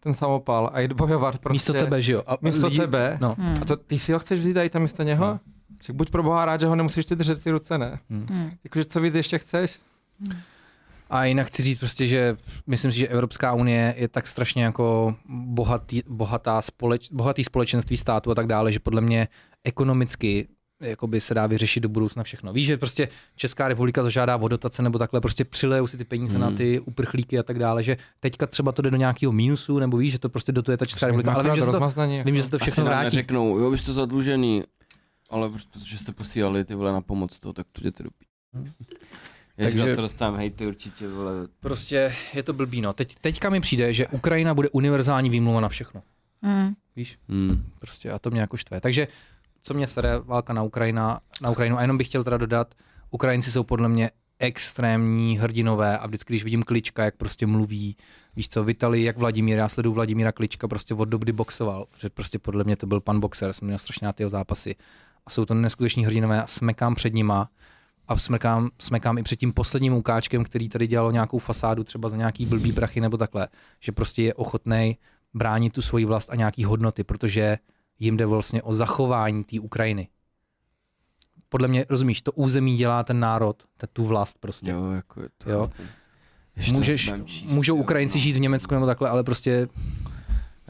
Speaker 4: ten samopal a jít bojovat prostě.
Speaker 1: Místo tebe, že jo? A
Speaker 4: Místo tebe.
Speaker 1: No.
Speaker 3: Hmm.
Speaker 4: A to, ty si ho chceš vzít a jít tam místo něho?
Speaker 1: No.
Speaker 4: Tak buď pro boha rád, že ho nemusíš ty držet ty ruce, ne?
Speaker 3: Hmm.
Speaker 4: Jakože co víc ještě chceš?
Speaker 1: A jinak chci říct prostě, že myslím si, že Evropská unie je tak strašně jako bohatý, bohatá společ, bohatý společenství států a tak dále, že podle mě ekonomicky jakoby se dá vyřešit do budoucna všechno. Víš, že prostě Česká republika zažádá o dotace nebo takhle, prostě přilejou si ty peníze hmm. na
Speaker 5: Hmm.
Speaker 1: ty uprchlíky a tak dále, že teďka třeba to jde do nějakého mínusu, nebo víš, že to prostě dotuje ta Česká republika, ale vím, že se to,
Speaker 4: Rozmaznaní,
Speaker 1: vím, že se to
Speaker 5: jako- Asi
Speaker 1: všechno
Speaker 5: nám
Speaker 1: vrátí.
Speaker 5: neřeknou, jo, vy jste zadlužený, ale prostě, protože jste posílali ty vole na pomoc to, tak to jděte do píči.
Speaker 1: Hmm.
Speaker 5: Takže
Speaker 1: Takže-
Speaker 5: za to dostávám hejty určitě, vole.
Speaker 1: Prostě je to blbý, no. Teď, teďka mi přijde, že Ukrajina bude univerzální výmluva na všechno.
Speaker 3: Hmm.
Speaker 1: Víš?
Speaker 5: Hmm.
Speaker 1: prostě a to mě jako štve. Takže co mě sere, válka na, Ukrajina, na Ukrajinu a jenom bych chtěl teda dodat, Ukrajinci jsou podle mě extrémní hrdinové a vždycky, když vidím Klička, jak prostě mluví, víš co, Vitali, jak Vladimír, já sleduju Vladimíra Klička prostě od doby, kdy boxoval, že prostě podle mě to byl pan boxer, jsem měl strašně na jeho zápasy a jsou to neskuteční hrdinové a smekám před nima a smekám, smekám i před tím posledním ukáčkem, který tady dělal nějakou fasádu třeba za nějaký blbý prachy nebo takhle, že prostě je ochotnej bránit tu svoji vlast a nějaký hodnoty, protože jim jde vlastně o zachování té Ukrajiny. Podle mě, rozumíš, to území dělá ten národ, ta- tu vlast prostě.
Speaker 5: Jo, jako je to.
Speaker 1: Jo.
Speaker 5: Ještě
Speaker 1: Můžeš,
Speaker 5: budem číst,
Speaker 1: můžou
Speaker 5: jo,
Speaker 1: Ukrajinci
Speaker 5: no.
Speaker 1: žít v Německu nebo takhle, ale prostě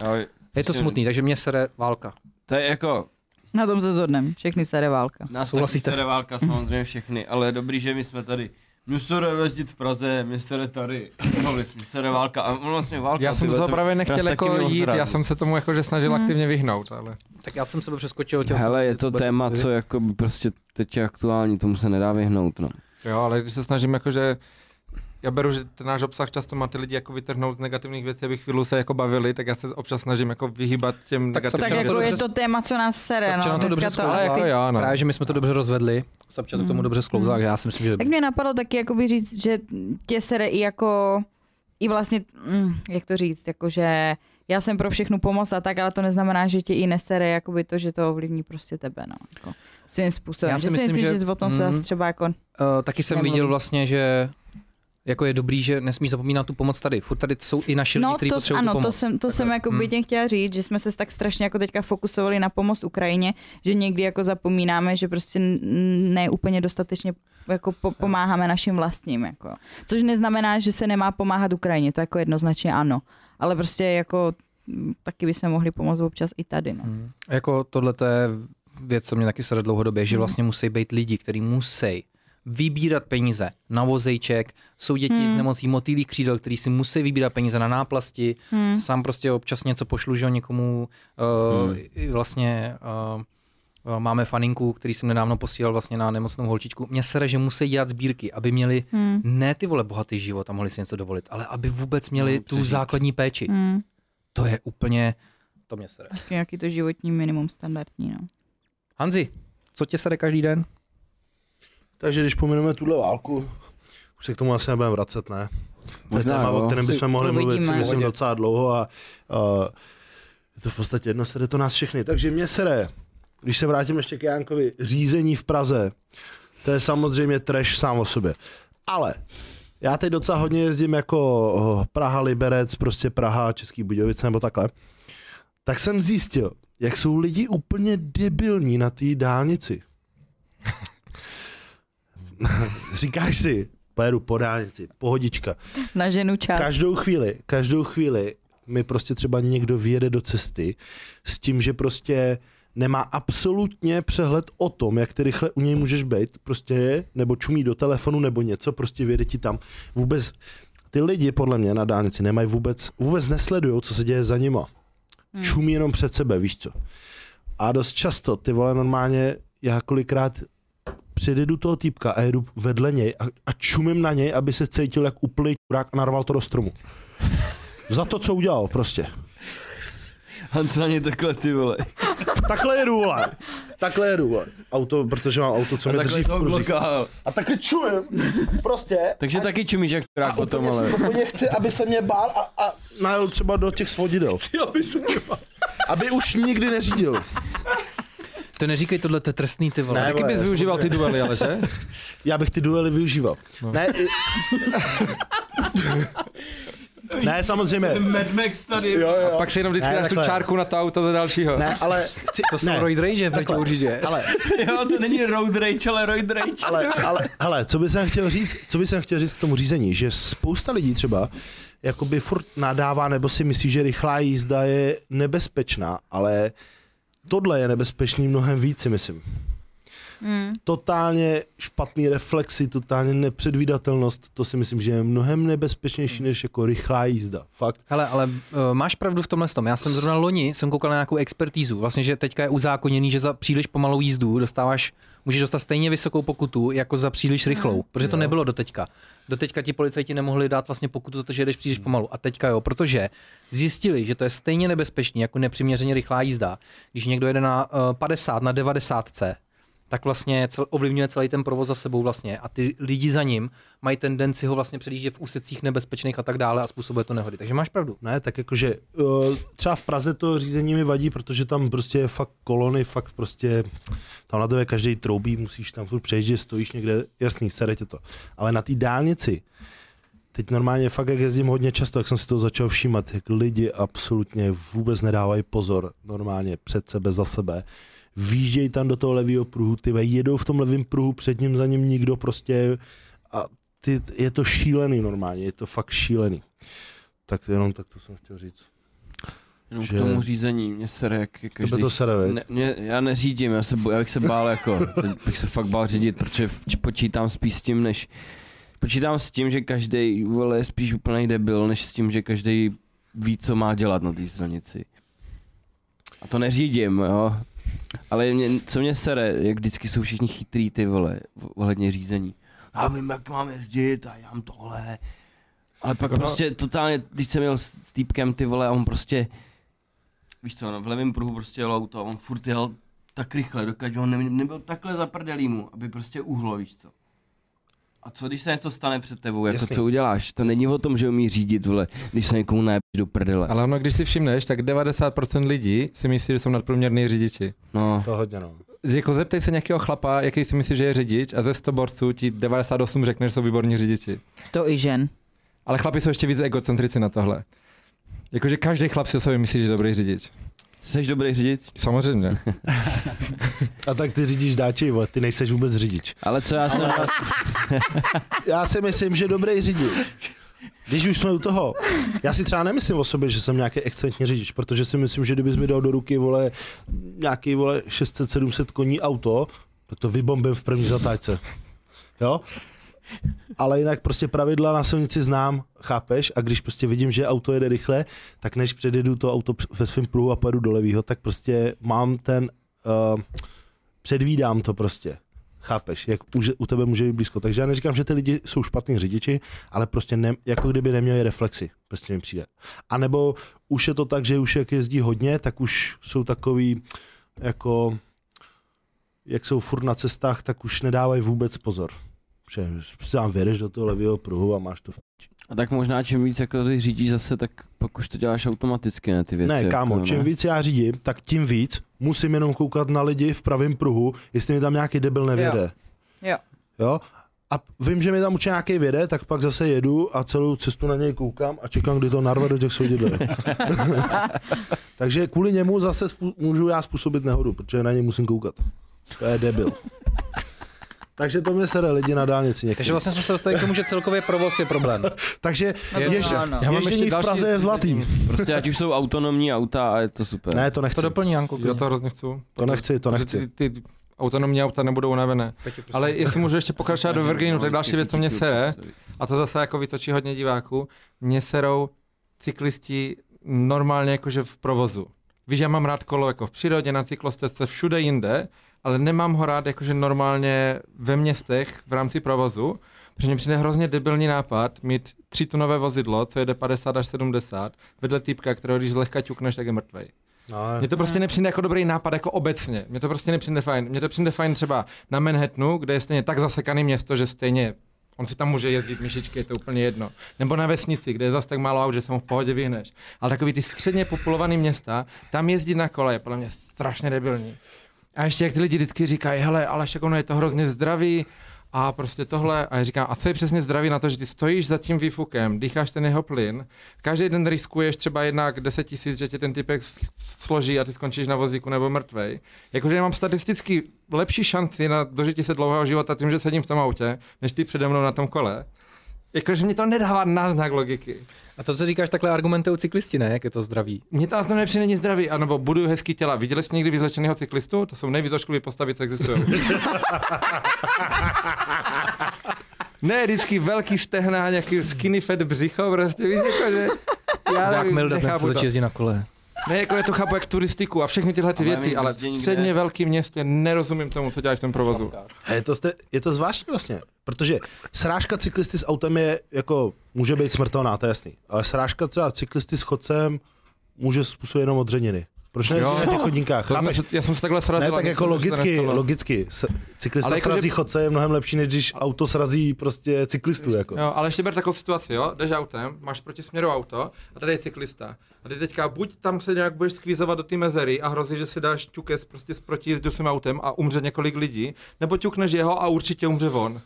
Speaker 5: Jo,
Speaker 1: je to
Speaker 5: Prostě-
Speaker 1: smutný, takže mě sere válka.
Speaker 5: To je jako,
Speaker 3: Na tom se zhodneme, všechny sere válka.
Speaker 5: Nás taky
Speaker 1: Souhlasíte?
Speaker 5: sere válka samozřejmě všechny, ale je dobrý, že my jsme tady. Mě sere jezdit v Praze, mě sere tady. Mohli jsme sere válka. A on vlastně válka.
Speaker 4: Já jsem
Speaker 5: ty
Speaker 4: do
Speaker 5: vole,
Speaker 4: toho
Speaker 5: to-
Speaker 4: právě
Speaker 5: nás
Speaker 4: nechtěl
Speaker 5: taky
Speaker 4: jako
Speaker 5: mělo
Speaker 4: jít,
Speaker 5: srát.
Speaker 4: já jsem se tomu jakože snažil aktivně vyhnout, ale...
Speaker 1: Tak já jsem sebe přeskočil. chtěl jsem-
Speaker 5: Hele, je to téma, co jako by prostě teď je aktuální, tomu se nedá vyhnout, no.
Speaker 4: Jo, ale když se snažím jakože já beru, že ten náš obsah často má ty lidi jako vytrhnout z negativních věcí, aby chvíli se jako bavili, tak já se občas snažím jako vyhýbat těm
Speaker 1: Tak se
Speaker 4: negativním
Speaker 3: Tak
Speaker 1: Sabčana to
Speaker 3: jako
Speaker 1: dobře
Speaker 3: je to téma, co nás sere,
Speaker 1: Sabčana
Speaker 3: no.
Speaker 1: to
Speaker 3: dneska
Speaker 1: dobře zkoumala.
Speaker 4: Ale jako
Speaker 3: asi-
Speaker 4: jo, no.
Speaker 1: Právě, že my jsme to dobře rozvedli, Sabča to k tomu
Speaker 3: Mm.
Speaker 1: dobře sklouzla,
Speaker 3: Mm.
Speaker 1: takže já si myslím, že
Speaker 3: Tak mě napadlo taky jakoby říct, že tě sere i jako, i vlastně, mm, jak to říct, jakože já jsem pro všechnu pomoc a tak, ale to neznamená, že tě i nesere jakoby to, že to ovlivní prostě tebe, no. Jako, svým způsobem.
Speaker 1: Já si
Speaker 3: že
Speaker 1: myslím,
Speaker 3: si,
Speaker 1: že-
Speaker 3: že, že o tom se
Speaker 1: Mm.
Speaker 3: asi třeba jako
Speaker 1: Uh, taky jsem
Speaker 3: Nemluví.
Speaker 1: viděl vlastně, že jako je dobrý, že nesmíš zapomínat tu pomoc tady. Furt tady jsou i naši lidi, kteří
Speaker 3: No, to,
Speaker 1: potřebují
Speaker 3: ano,
Speaker 1: tu pomoc.
Speaker 3: to jsem, to
Speaker 1: Takhle.
Speaker 3: jsem jako by
Speaker 1: Mm.
Speaker 3: tě chtěla říct, že jsme se tak strašně jako teďka fokusovali na pomoc Ukrajině, že někdy jako zapomínáme, že prostě n- ne úplně dostatečně jako po, pomáháme našim vlastním. Jako. Což neznamená, že se nemá pomáhat Ukrajině, to jako jednoznačně ano. Ale prostě jako m, taky bychom mohli pomoct občas i tady. No.
Speaker 1: Hmm. Jako tohle je věc, co mě taky sere dlouhodobě, že
Speaker 3: Hmm.
Speaker 1: vlastně musí být lidi, kteří musí vybírat peníze na vozejček, jsou děti
Speaker 3: Hmm.
Speaker 1: s nemocí motýlí křídel, který si musí vybírat peníze na náplasti,
Speaker 3: Hmm.
Speaker 1: sám prostě občas něco pošlu, že jo, někomu uh,
Speaker 5: Hmm.
Speaker 1: hmm. vlastně uh, máme faninku, který jsem nedávno posílal vlastně na nemocnou holčičku. Mě sere, že musí dělat sbírky, aby měli
Speaker 3: Hmm.
Speaker 1: ne ty vole bohatý život a mohli si něco dovolit, ale aby vůbec měli
Speaker 5: No,
Speaker 1: tu
Speaker 5: přežít.
Speaker 1: základní péči.
Speaker 3: Hmm.
Speaker 1: To je úplně, to mě sere.
Speaker 3: Taky nějaký to životní minimum standardní. No.
Speaker 1: Hanzi, co tě sere každý den?
Speaker 2: Takže když pomineme tuhle válku, už se k tomu asi nebudeme vracet, ne? To je
Speaker 5: Možná,
Speaker 2: téma,
Speaker 5: jo.
Speaker 2: o kterém
Speaker 1: Si
Speaker 2: bychom mohli mluvit, si
Speaker 3: uvidíme.
Speaker 2: myslím,
Speaker 1: Pohodě.
Speaker 2: docela dlouho a uh, je to v podstatě jedno, sede to nás všechny. Takže mě sere, když se vrátím ještě k Jánkovi, řízení v Praze, to je samozřejmě trash sám o sobě. Ale já teď docela hodně jezdím jako oh, Praha, Liberec, prostě Praha, Český Budějovice nebo takhle. Tak jsem zjistil, jak jsou lidi úplně debilní na té dálnici. Říkáš si, pojedu po dálnici, pohodička.
Speaker 3: Na ženu čas.
Speaker 2: Každou chvíli, každou chvíli mi prostě třeba někdo vyjede do cesty s tím, že prostě nemá absolutně přehled o tom, jak ty rychle u něj můžeš být, prostě, nebo čumí do telefonu, nebo něco, prostě vyjede ti tam. Vůbec ty lidi podle mě na dálnici nemají vůbec, vůbec nesledují, co se děje za nima. Hmm. Čumí jenom před sebe, víš co. A dost často, ty vole, normálně, já kolikrát předjedu toho týpka a jedu vedle něj a, a čumím na něj, aby se cítil jak úplný čurák a narval to do stromu. Za to, co udělal, prostě.
Speaker 5: Hans na ně takhle ty vole.
Speaker 2: Takhle jedu, vole. Takhle jedu, vole. Auto, protože mám auto, co mě
Speaker 5: Takhle
Speaker 2: drží v
Speaker 5: toho
Speaker 2: kruzích.
Speaker 5: bloka.
Speaker 2: A takhle čumím, prostě.
Speaker 5: Takže taky čumíš jak krák potom,
Speaker 2: Úplně,
Speaker 5: ale...
Speaker 2: si, úplně chci, aby se mě bál a, a najel třeba do těch svodidel. Chci, aby se mě bál. Aby už nikdy neřídil.
Speaker 1: To neříkej tohle, to je trestný ty vole.
Speaker 2: Ne,
Speaker 4: Taky
Speaker 2: vole,
Speaker 4: bys využíval ty
Speaker 2: samozřejmě.
Speaker 4: duely, ale že?
Speaker 2: Já bych ty duely využíval. No. Ne, i... ne, samozřejmě.
Speaker 5: Mad Max tady.
Speaker 2: Jo, jo.
Speaker 4: Pak si jenom vždycky
Speaker 2: Ne,
Speaker 4: dáš tu
Speaker 2: takhle.
Speaker 4: čárku na ta auta za dalšího.
Speaker 2: Ne, ale chci,
Speaker 1: to jsou
Speaker 2: ne,
Speaker 1: Roid Rage, to určitě.
Speaker 2: ale,
Speaker 5: Jo, to není Road Rage, ale Road Rage.
Speaker 2: ale, ale, hele, co bych chtěl říct, co bych chtěl říct k tomu řízení, že spousta lidí třeba jakoby furt nadává nebo si myslí, že rychlá jízda je nebezpečná, ale tohle je nebezpečný mnohem víc, si myslím.
Speaker 3: Mm.
Speaker 2: Totálně špatný reflexy, totálně nepředvídatelnost, to si myslím, že je mnohem nebezpečnější než jako rychlá jízda. Fakt.
Speaker 1: Hele, ale uh, máš pravdu v tomhle tom. Já jsem zrovna loni, jsem koukal na nějakou expertízu, vlastně, že teďka je uzákoněný, že za příliš pomalou jízdu dostáváš, můžeš dostat stejně vysokou pokutu, jako za příliš rychlou, mm. protože to nebylo doteďka. Doteďka ti policajti nemohli dát vlastně pokutu za to, že jedeš příliš pomalu. A teďka jo, protože zjistili, že to je stejně nebezpečný, jako nepřiměřeně rychlá jízda. Když někdo jede na uh, 50, na 90, tak vlastně cel, ovlivňuje celý ten provoz za sebou vlastně a ty lidi za ním mají tendenci ho vlastně předjíždět v úsecích nebezpečných a tak dále a způsobuje to nehody. Takže máš pravdu.
Speaker 2: Ne, tak jakože uh, třeba v Praze to řízení mi vadí, protože tam prostě je fakt kolony, fakt prostě tam na tebe každý troubí, musíš tam furt přejíždět, stojíš někde, jasný, sere tě to. Ale na té dálnici, teď normálně fakt, jak jezdím hodně často, jak jsem si toho začal všímat, jak lidi absolutně vůbec nedávají pozor normálně před sebe, za sebe. Výjíždějí tam do toho levého pruhu, ty ve, jedou v tom levém pruhu, před ním, za ním nikdo prostě a ty, je to šílený normálně, je to fakt šílený. Tak jenom tak to jsem chtěl říct.
Speaker 5: Jenom
Speaker 2: že-
Speaker 5: k tomu řízení, mě sere jak
Speaker 2: Každý...
Speaker 5: jak každý
Speaker 2: Tebe to sere, ne...
Speaker 5: Ne, mě, já neřídím, já, se, bo- já bych se bál jako, teď bych se fakt bál řídit, protože v- počítám spíš s tím, než počítám s tím, že každý vole je spíš úplný debil, než s tím, že každý ví, co má dělat na té silnici. A to neřídím, jo. Ale mě, co mě sere, jak vždycky jsou všichni chytrý ty vole, v- ohledně řízení. Já vím, jak mám jezdit a já mám tohle. Ale pak
Speaker 4: Jako no-
Speaker 5: prostě totálně, když jsem měl s týpkem ty vole a on prostě, víš co, no, v levém pruhu prostě jel auto a on furt jel tak rychle, dokud on ne, nebyl takhle zaprdelý mu, aby prostě uhlo, víš co. A co když se něco stane před tebou, jako
Speaker 2: Jasný.
Speaker 5: co uděláš? To není o tom, že umí řídit, vole, když se někomu najebíš do prdele.
Speaker 4: Ale ono, když si všimneš, tak 90% lidí si myslí, že jsou nadprůměrní řidiči.
Speaker 5: No,
Speaker 2: To hodně, no.
Speaker 4: Jako zeptej se nějakého chlapa, jaký si myslí, že je řidič a ze 100 borců ti 98 řekne, že jsou výborní řidiči.
Speaker 3: To i žen.
Speaker 4: Ale chlapi jsou ještě víc egocentrici na tohle. Jakože každý chlap si o sobě myslí, že je dobrý řidič.
Speaker 5: jsi dobrý řidič?
Speaker 4: Samozřejmě.
Speaker 2: A tak ty řídíš dáči, vole, ty nejseš vůbec řidič.
Speaker 5: Ale co já jsem...
Speaker 2: Já si myslím, že dobrý řidič Když už jsme u toho, já si třeba nemyslím o sobě, že jsem nějaký excelentní řidič, protože si myslím, že kdybys mi dal do ruky vole, nějaký vole 600-700 koní auto, tak to vybombím v první zatáčce. Jo? Ale jinak prostě pravidla na silnici znám, chápeš? A když prostě vidím, že auto jede rychle, tak než předjedu to auto př- ve svém pruhu a pojedu do levýho, tak prostě mám ten, uh, předvídám to prostě. Chápeš, jak u, u tebe může být blízko. Takže já neříkám, že ty lidi jsou špatní řidiči, ale prostě ne, jako kdyby neměli reflexy, prostě mi přijde. A nebo už je to tak, že už jak jezdí hodně, tak už jsou takový jako jak jsou furt na cestách, tak už nedávají vůbec pozor. Že si tam vyjedeš do toho levého pruhu a máš to v
Speaker 5: A tak možná čím víc jako ty řídíš zase, tak pak už to děláš automaticky, ne ty věci.
Speaker 2: Ne, kámo,
Speaker 5: jako,
Speaker 2: čím víc já řídím, tak tím víc musím jenom koukat na lidi v pravém pruhu, jestli mi tam nějaký debil nevěde.
Speaker 3: Jo.
Speaker 2: Jo? A vím, že mi tam určitě nějaký věde, tak pak zase jedu a celou cestu na něj koukám a čekám, kdy to narve do těch soudidel. Takže kvůli němu zase spů- můžu já způsobit nehodu, protože na něj musím koukat. To je debil. Takže to mě sere lidi na dálnici někdy.
Speaker 1: Takže vlastně jsme se dostali k tomu, že celkově provoz je problém.
Speaker 2: Takže
Speaker 3: No to
Speaker 2: jež,
Speaker 3: jo, no.
Speaker 1: Já mám ještě
Speaker 2: ježdění v
Speaker 1: další-
Speaker 2: Praze je zlatý.
Speaker 5: Prostě ať už jsou autonomní auta a je to super.
Speaker 2: Ne, to
Speaker 1: To
Speaker 2: nechci.
Speaker 1: doplní Janku.
Speaker 4: Já to hrozně chci.
Speaker 2: To nechci, to
Speaker 4: Protože
Speaker 2: nechci.
Speaker 4: Ty, ty autonomní auta nebudou unavené. Ale jestli můžu ještě pokračovat do Verginu,
Speaker 5: no,
Speaker 4: tak
Speaker 5: vlastně
Speaker 4: další věc, co mě sere, a to zase jako vytočí hodně diváků, mě serou cyklisti normálně jakože v provozu. Víš, já mám rád kolo jako v přírodě, na cyklostezce, všude jinde, ale nemám ho rád jakože normálně ve městech v rámci provozu, protože mě přijde hrozně debilní nápad mít třitonové vozidlo, co jede 50 až 70, vedle týpka, kterého když zlehka ťukneš, tak je mrtvej.
Speaker 2: No,
Speaker 4: Mně to prostě nepřijde jako dobrý nápad, jako obecně. Mně to prostě nepřijde fajn. Mně to přijde fajn třeba na Manhattanu, kde je stejně tak zasekaný město, že stejně on si tam může jezdit myšičky, je to úplně jedno. Nebo na vesnici, kde je zase tak málo aut, že se mu v pohodě vyhneš. Ale takový ty středně populované města, tam jezdit na kole je podle mě strašně debilní. A ještě jak ty lidi vždycky říkají, hele, ale však ono je to hrozně zdravý a prostě tohle. A já říkám, a co je přesně zdravý na to, že ty stojíš za tím výfukem, dýcháš ten jeho plyn, každý den riskuješ třeba jednak 10 tisíc, že tě ten typek s- složí a ty skončíš na vozíku nebo mrtvej. Jakože mám statisticky lepší šanci na dožití se dlouhého života tím, že sedím v tom autě, než ty přede mnou na tom kole. Jakože mě to nedává náznak logiky.
Speaker 1: A to, co říkáš, takhle argumentují cyklisti, ne? Jak je to zdraví?
Speaker 4: Mně to na tom nepřijde nic zdraví, anebo budu hezký těla. Viděli jste někdy vyzlečeného cyklistu? To jsou nejvíc ošklivý postavy, co existují. ne, vždycky velký stehna, nějaký skinny fat břicho, prostě víš, jako, že... Já
Speaker 1: Jak
Speaker 4: nevím,
Speaker 1: Milda ten, co
Speaker 4: nechápu to.
Speaker 1: začít jezdit na kole.
Speaker 4: Ne, jako je to chápu jak turistiku a všechny tyhle ty
Speaker 5: Ale
Speaker 4: věci,
Speaker 5: my
Speaker 4: ale
Speaker 5: jezdí
Speaker 4: v
Speaker 5: nikde.
Speaker 4: středně velkém městě nerozumím tomu, co děláš v tom provozu.
Speaker 2: A je to, ste, je to zvláštní vlastně, protože srážka cyklisty s autem je jako, může být smrtelná, to je jasný. Ale srážka třeba cyklisty s chodcem může způsobit jenom odřeniny. Proč ne
Speaker 4: Jo.
Speaker 2: na těch chodníkách?
Speaker 4: To jsme
Speaker 2: Chápeš?
Speaker 4: se- Já jsem se takhle
Speaker 2: Ne,
Speaker 4: srazil.
Speaker 2: tak jako logicky, logicky. s- Cyklista
Speaker 4: Ale
Speaker 2: jako
Speaker 4: jako, že-
Speaker 2: srazí chodce je mnohem lepší, než když auto srazí prostě cyklistu. Jako.
Speaker 4: Jo, ale ještě ber takovou situaci, jo, jdeš autem, máš proti směru auto a tady je cyklista. A ty teďka buď tam se nějak budeš skvízovat do té mezery a hrozí, že si dáš ťukes prostě s protijezdusím autem a umře několik lidí, nebo ťukneš jeho a určitě umře on.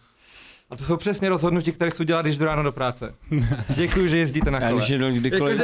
Speaker 4: A to jsou přesně rozhodnutí, které chci dělat, když jdu ráno do práce. Děkuji, že jezdíte na
Speaker 5: Já
Speaker 4: kole.
Speaker 5: když jedu kdykoliv,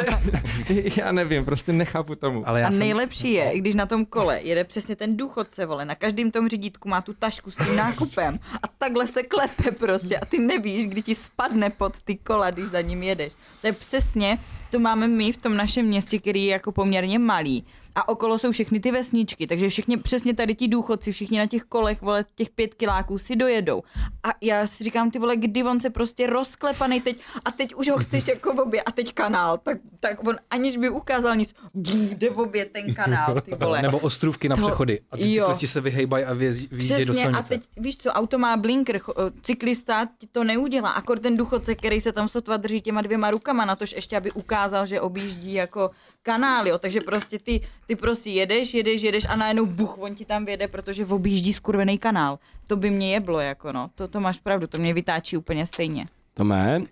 Speaker 4: Jakože, já nevím, prostě nechápu tomu.
Speaker 1: Ale já
Speaker 3: A
Speaker 1: jsem...
Speaker 3: nejlepší je, když na tom kole jede přesně ten důchodce, vole, na každém tom řídítku má tu tašku s tím nákupem a takhle se klepe prostě a ty nevíš, kdy ti spadne pod ty kola, když za ním jedeš. To je přesně, to máme my v tom našem městě, který je jako poměrně malý. A okolo jsou všechny ty vesničky, takže všichni, přesně tady ti důchodci, všichni na těch kolech, vole, těch pět kiláků si dojedou. A já si říkám, ty vole, kdy on se prostě rozklepaný teď a teď už ho chceš jako v obě a teď kanál, tak, tak on aniž by ukázal nic, brr, jde v obě ten kanál, ty vole.
Speaker 1: Nebo ostrůvky na
Speaker 3: To-
Speaker 1: přechody. A ty
Speaker 3: jo.
Speaker 1: cyklisti se vyhejbají a vyjíždějí do
Speaker 3: Přesně, a
Speaker 1: silnice.
Speaker 3: teď víš co, auto má blinker, cho- eh, cyklista ti to neudělá, akor ten důchodce, který se tam sotva drží těma dvěma rukama, na tož ještě, aby ukázal, že objíždí jako kanál, jo. takže prostě ty, ty prostě jedeš, jedeš, jedeš a najednou buch, on ti tam věde, protože objíždí skurvený kanál. To by mě jeblo, jako no, to, to máš pravdu, to mě vytáčí úplně stejně.
Speaker 5: to ne.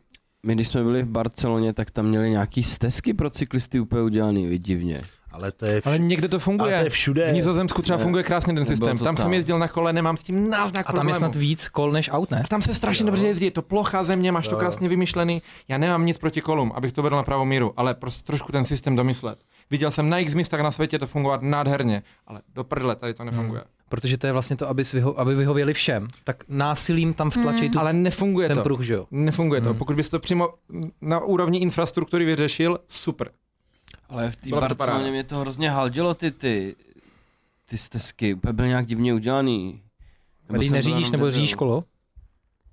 Speaker 5: My když jsme byli v Barceloně, tak tam měli nějaký stezky pro cyklisty úplně udělaný, vy divně.
Speaker 2: Ale to je, vš-
Speaker 4: Ale někde to
Speaker 2: ale
Speaker 4: funguje.
Speaker 2: to je všude.
Speaker 4: V Nizozemsku třeba
Speaker 5: Ne.
Speaker 4: funguje krásně ten
Speaker 5: Nebylo
Speaker 4: systém.
Speaker 5: to
Speaker 4: Tam jsem
Speaker 5: tam.
Speaker 4: jezdil na kole, nemám s tím náznak
Speaker 1: A tam je
Speaker 4: problému.
Speaker 1: snad víc kol než aut, ne?
Speaker 4: Tam se strašně dobře jezdí, je to plochá země, máš to
Speaker 2: Jo.
Speaker 4: krásně vymyšlený. Já nemám nic proti kolům, abych to vedl na pravou míru, ale prostě trošku ten systém domyslet. Viděl jsem na x místech na světě to fungovat nádherně, ale do prdele tady
Speaker 1: Hmm.
Speaker 4: to nefunguje.
Speaker 1: Protože to je vlastně to, aby, vyho- aby vyhověli všem. Tak násilím tam
Speaker 3: Mm.
Speaker 1: vtlačí tu,
Speaker 4: Ale nefunguje
Speaker 1: ten
Speaker 4: to.
Speaker 1: pruh, Hmm. že jo?
Speaker 4: Nefunguje to. Pokud bys to přímo na úrovni infrastruktury vyřešil, super.
Speaker 5: Ale v té
Speaker 4: Byla by to paráda.
Speaker 5: Barceloně mě to hrozně haldilo ty, ty, ty stezky, úplně byly nějak divně udělaný.
Speaker 1: Nebo když
Speaker 5: jsem byl
Speaker 1: neřídíš
Speaker 5: jenom
Speaker 1: nebo
Speaker 5: debil.
Speaker 1: řídíš kolo?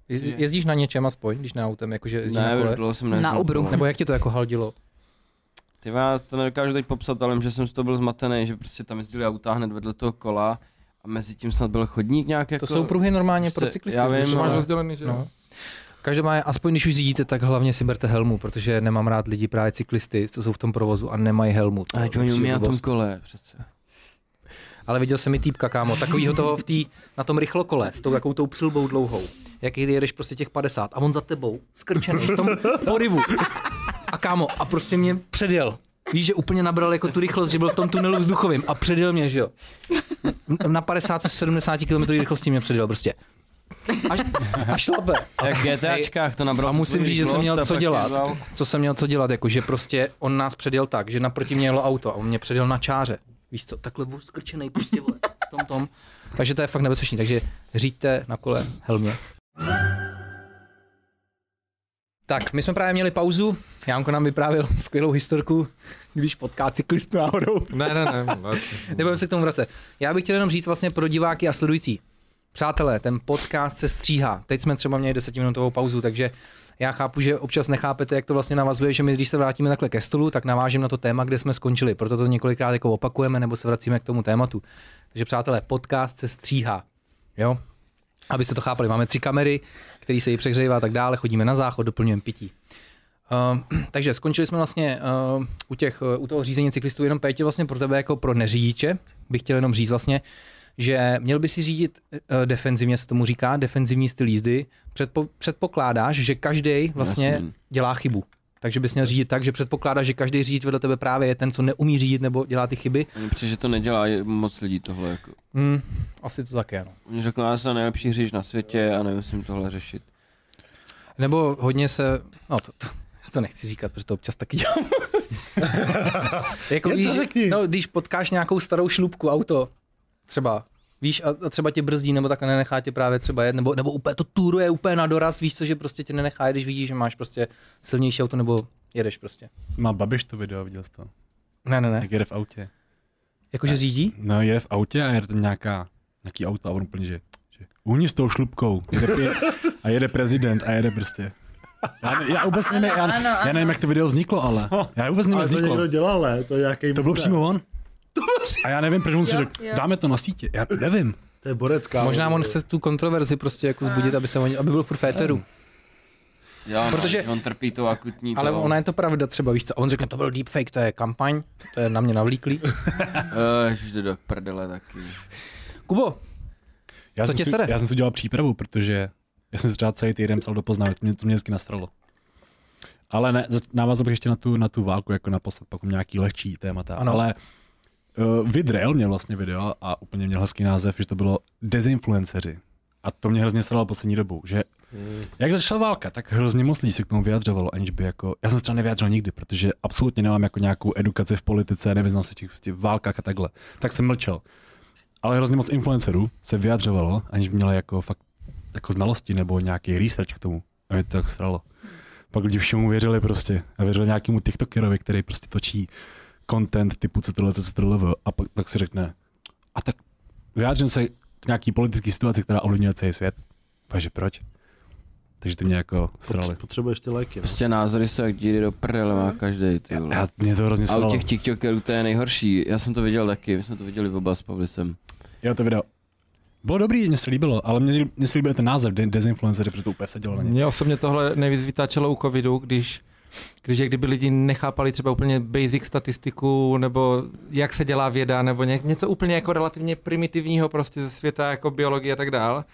Speaker 1: Je-
Speaker 5: Cože?
Speaker 1: Jezdíš na něčem aspoň, když ne autem, jakože jezdíš
Speaker 5: Ne,
Speaker 1: na kole?
Speaker 5: dlouho jsem
Speaker 3: Na
Speaker 5: nejezdil
Speaker 3: Uberu.
Speaker 5: kolo.
Speaker 1: Nebo jak ti to jako haldilo?
Speaker 5: Ty vole, já to nedokážu teď popsat, ale vím, že jsem z toho byl zmatený, že prostě tam jezdili auta hned vedle toho kola a mezi tím snad byl chodník nějak
Speaker 1: To
Speaker 5: jako...
Speaker 1: jsou pruhy normálně pro
Speaker 5: prostě-
Speaker 1: cyklisty.
Speaker 5: já
Speaker 1: když
Speaker 5: vím,
Speaker 4: Když to máš
Speaker 5: ale-
Speaker 4: rozdělený, že
Speaker 1: No.
Speaker 4: jo?
Speaker 1: Každopádně, aspoň když už řídíte, tak hlavně si berte helmu, protože nemám rád lidi, právě cyklisty, co jsou v tom provozu a nemají helmu.
Speaker 5: Ale
Speaker 1: To
Speaker 5: to
Speaker 1: je
Speaker 5: oni umí na tom
Speaker 1: blbost.
Speaker 5: kole přece.
Speaker 1: Ale viděl jsem i týpka, kámo, takovýho toho v tý, na tom rychlokole, s tou jakou tou přilbou dlouhou. Jak jedeš prostě těch 50 a on za tebou, skrčený v tom porivu. A kámo, a prostě mě předjel. Víš, že úplně nabral jako tu rychlost, že byl v tom tunelu vzduchovým a předjel mě, že jo. Na 50, 70 km rychlosti mě předjel prostě. Až, až šlape. A
Speaker 5: Jak v GTAčkách to nabral
Speaker 1: a musím
Speaker 5: takovou
Speaker 1: říct, že jsem
Speaker 5: rychlost a
Speaker 1: měl co
Speaker 5: pak
Speaker 1: dělat.
Speaker 5: vzal-
Speaker 1: Co jsem měl co dělat, jako že prostě on nás předjel tak, že naproti mě jelo auto a on mě předjel na čáře. Víš co, takhle skrčený prostě vole, v tom tom. Takže to je fakt nebezpečný, takže říďte na kole helmě. Tak, my jsme právě měli pauzu, Jánko nám vyprávěl skvělou historku, když potká cyklistu náhodou.
Speaker 4: Ne, ne, ne.
Speaker 1: Nebudeme se k tomu vracet. Já bych chtěl jenom říct vlastně pro diváky a sledující. Přátelé, ten podcast se stříhá. Teď jsme třeba měli desetiminutovou pauzu, takže já chápu, že občas nechápete, jak to vlastně navazuje, že my, když se vrátíme takhle ke stolu, tak navážím na to téma, kde jsme skončili. Proto to několikrát jako opakujeme nebo se vracíme k tomu tématu. Takže přátelé, podcast se stříhá. Jo? Aby se to chápali, máme tři kamery, které se jí přehřejvá a tak dále, chodíme na záchod, doplňujeme pití. Ehm, takže skončili jsme vlastně ehm, u, těch, eh, u toho řízení cyklistů jenom Pétě vlastně pro tebe jako pro neřidiče. Bych chtěl jenom říct vlastně, že měl by si řídit eh, defenzivně, se tomu říká, defenzivní styl jízdy. Předpo, předpokládáš, že každý vlastně
Speaker 5: Jasný.
Speaker 1: dělá chybu. Takže bys měl řídit tak, že předpokládáš, že každý řidič vedle tebe právě je ten, co neumí řídit nebo dělá ty chyby.
Speaker 5: Mně přijde, že to nedělá moc lidí tohle. Jako.
Speaker 1: Hmm, asi to také, no.
Speaker 5: Oni řeknou, já jsem nejlepší řidič na světě a nemusím tohle řešit.
Speaker 1: Nebo hodně se, no to, to, já to nechci říkat, protože to občas taky dělám. jako
Speaker 2: Jen to
Speaker 1: víš,
Speaker 2: řekni.
Speaker 1: no, když potkáš nějakou starou šlubku auto, třeba, víš, a, a třeba tě brzdí, nebo tak a nenechá tě právě třeba jet, nebo, nebo úplně to turuje úplně na doraz, víš co, že prostě tě nenechá, jet, když vidíš, že máš prostě silnější auto, nebo jedeš prostě.
Speaker 6: Má Babiš to video, viděl jsi to?
Speaker 1: Ne, ne, ne.
Speaker 6: Jak jede v autě.
Speaker 1: Jakože řídí?
Speaker 6: No, jede v autě a jede tam nějaká, nějaký auto a on úplně, že, že uhni s tou šlubkou. Jede pě- a jede prezident a jede prostě. Já, ne- já vůbec nevím, já,
Speaker 3: ano, ano.
Speaker 6: já nevím, jak to video vzniklo, ale já vůbec nevím,
Speaker 2: Ale
Speaker 6: jak
Speaker 2: to
Speaker 6: vzniklo.
Speaker 2: někdo dělal, ne? To, je nějaký
Speaker 6: To bylo
Speaker 2: borec.
Speaker 6: přímo on. A já nevím, proč mu si
Speaker 3: Jo,
Speaker 6: řekl,
Speaker 3: jo.
Speaker 6: dáme to na sítě. Já nevím.
Speaker 2: To je borecká.
Speaker 1: Možná on chce tu kontroverzi prostě jako zbudit, aby, se oni, aby byl furt féteru.
Speaker 5: Já,
Speaker 1: Protože-
Speaker 5: Protože... no, on trpí to akutní.
Speaker 1: Ale
Speaker 5: to,
Speaker 1: ona je Hmm, to pravda třeba, víš co, a on řekne, to byl deepfake, to je kampaň, to je na mě navlíklý.
Speaker 5: Eh, Ježiš, jde do prdele taky.
Speaker 1: Kubo,
Speaker 6: Já
Speaker 1: Co
Speaker 6: jsem
Speaker 1: tě
Speaker 6: si,
Speaker 1: sere?
Speaker 6: Já jsem si udělal přípravu, protože já jsem se třeba celý týden psal do poznámek, mě, to mě vždycky nastralo. Ale ne, za- navázal bych ještě na tu, na tu válku, jako naposled, pak nějaký lehčí témata.
Speaker 1: Ano.
Speaker 6: Ano. Ale uh, Vidrel měl vlastně video a úplně měl hezký název, že to bylo dezinfluenceři. A to mě hrozně sralo poslední dobou, že
Speaker 1: Hmm.
Speaker 6: jak začala válka, tak hrozně moc lidí se k tomu vyjadřovalo, aniž by jako, já jsem se třeba nevyjadřil nikdy, protože absolutně nemám jako nějakou edukaci v politice, nevyznám se v těch, v těch válkách a takhle. Tak jsem mlčel ale hrozně moc influencerů se vyjadřovalo, aniž by měli jako fakt jako znalosti nebo nějaký research k tomu. A mě to tak sralo. Pak lidi všemu věřili prostě. A věřili nějakému TikTokerovi, který prostě točí content typu co tohle, co tohle, a pak tak si řekne, a tak vyjádřím se k nějaký politické situaci, která ovlivňuje celý svět. Takže proč? Takže ty mě jako srali.
Speaker 2: Potřebuješ ty léky. no.
Speaker 5: Prostě názory jsou jak díry do prdele, má každý ty vole.
Speaker 6: Já, mě to hrozně
Speaker 5: A u
Speaker 6: sralo.
Speaker 5: těch TikTokerů to je nejhorší. Já jsem to viděl taky, my jsme to viděli oba s Pavlisem.
Speaker 6: Jo, to video. Bylo dobrý, mně se líbilo, ale mně, mně se líbil ten název de- dezinfluencer, protože to úplně sedělo na ně.
Speaker 4: Mě osobně tohle nejvíc vytáčelo u covidu, když, když jak kdyby lidi nechápali třeba úplně basic statistiku, nebo jak se dělá věda, nebo ně, něco úplně jako relativně primitivního prostě ze světa jako biologie a tak dál.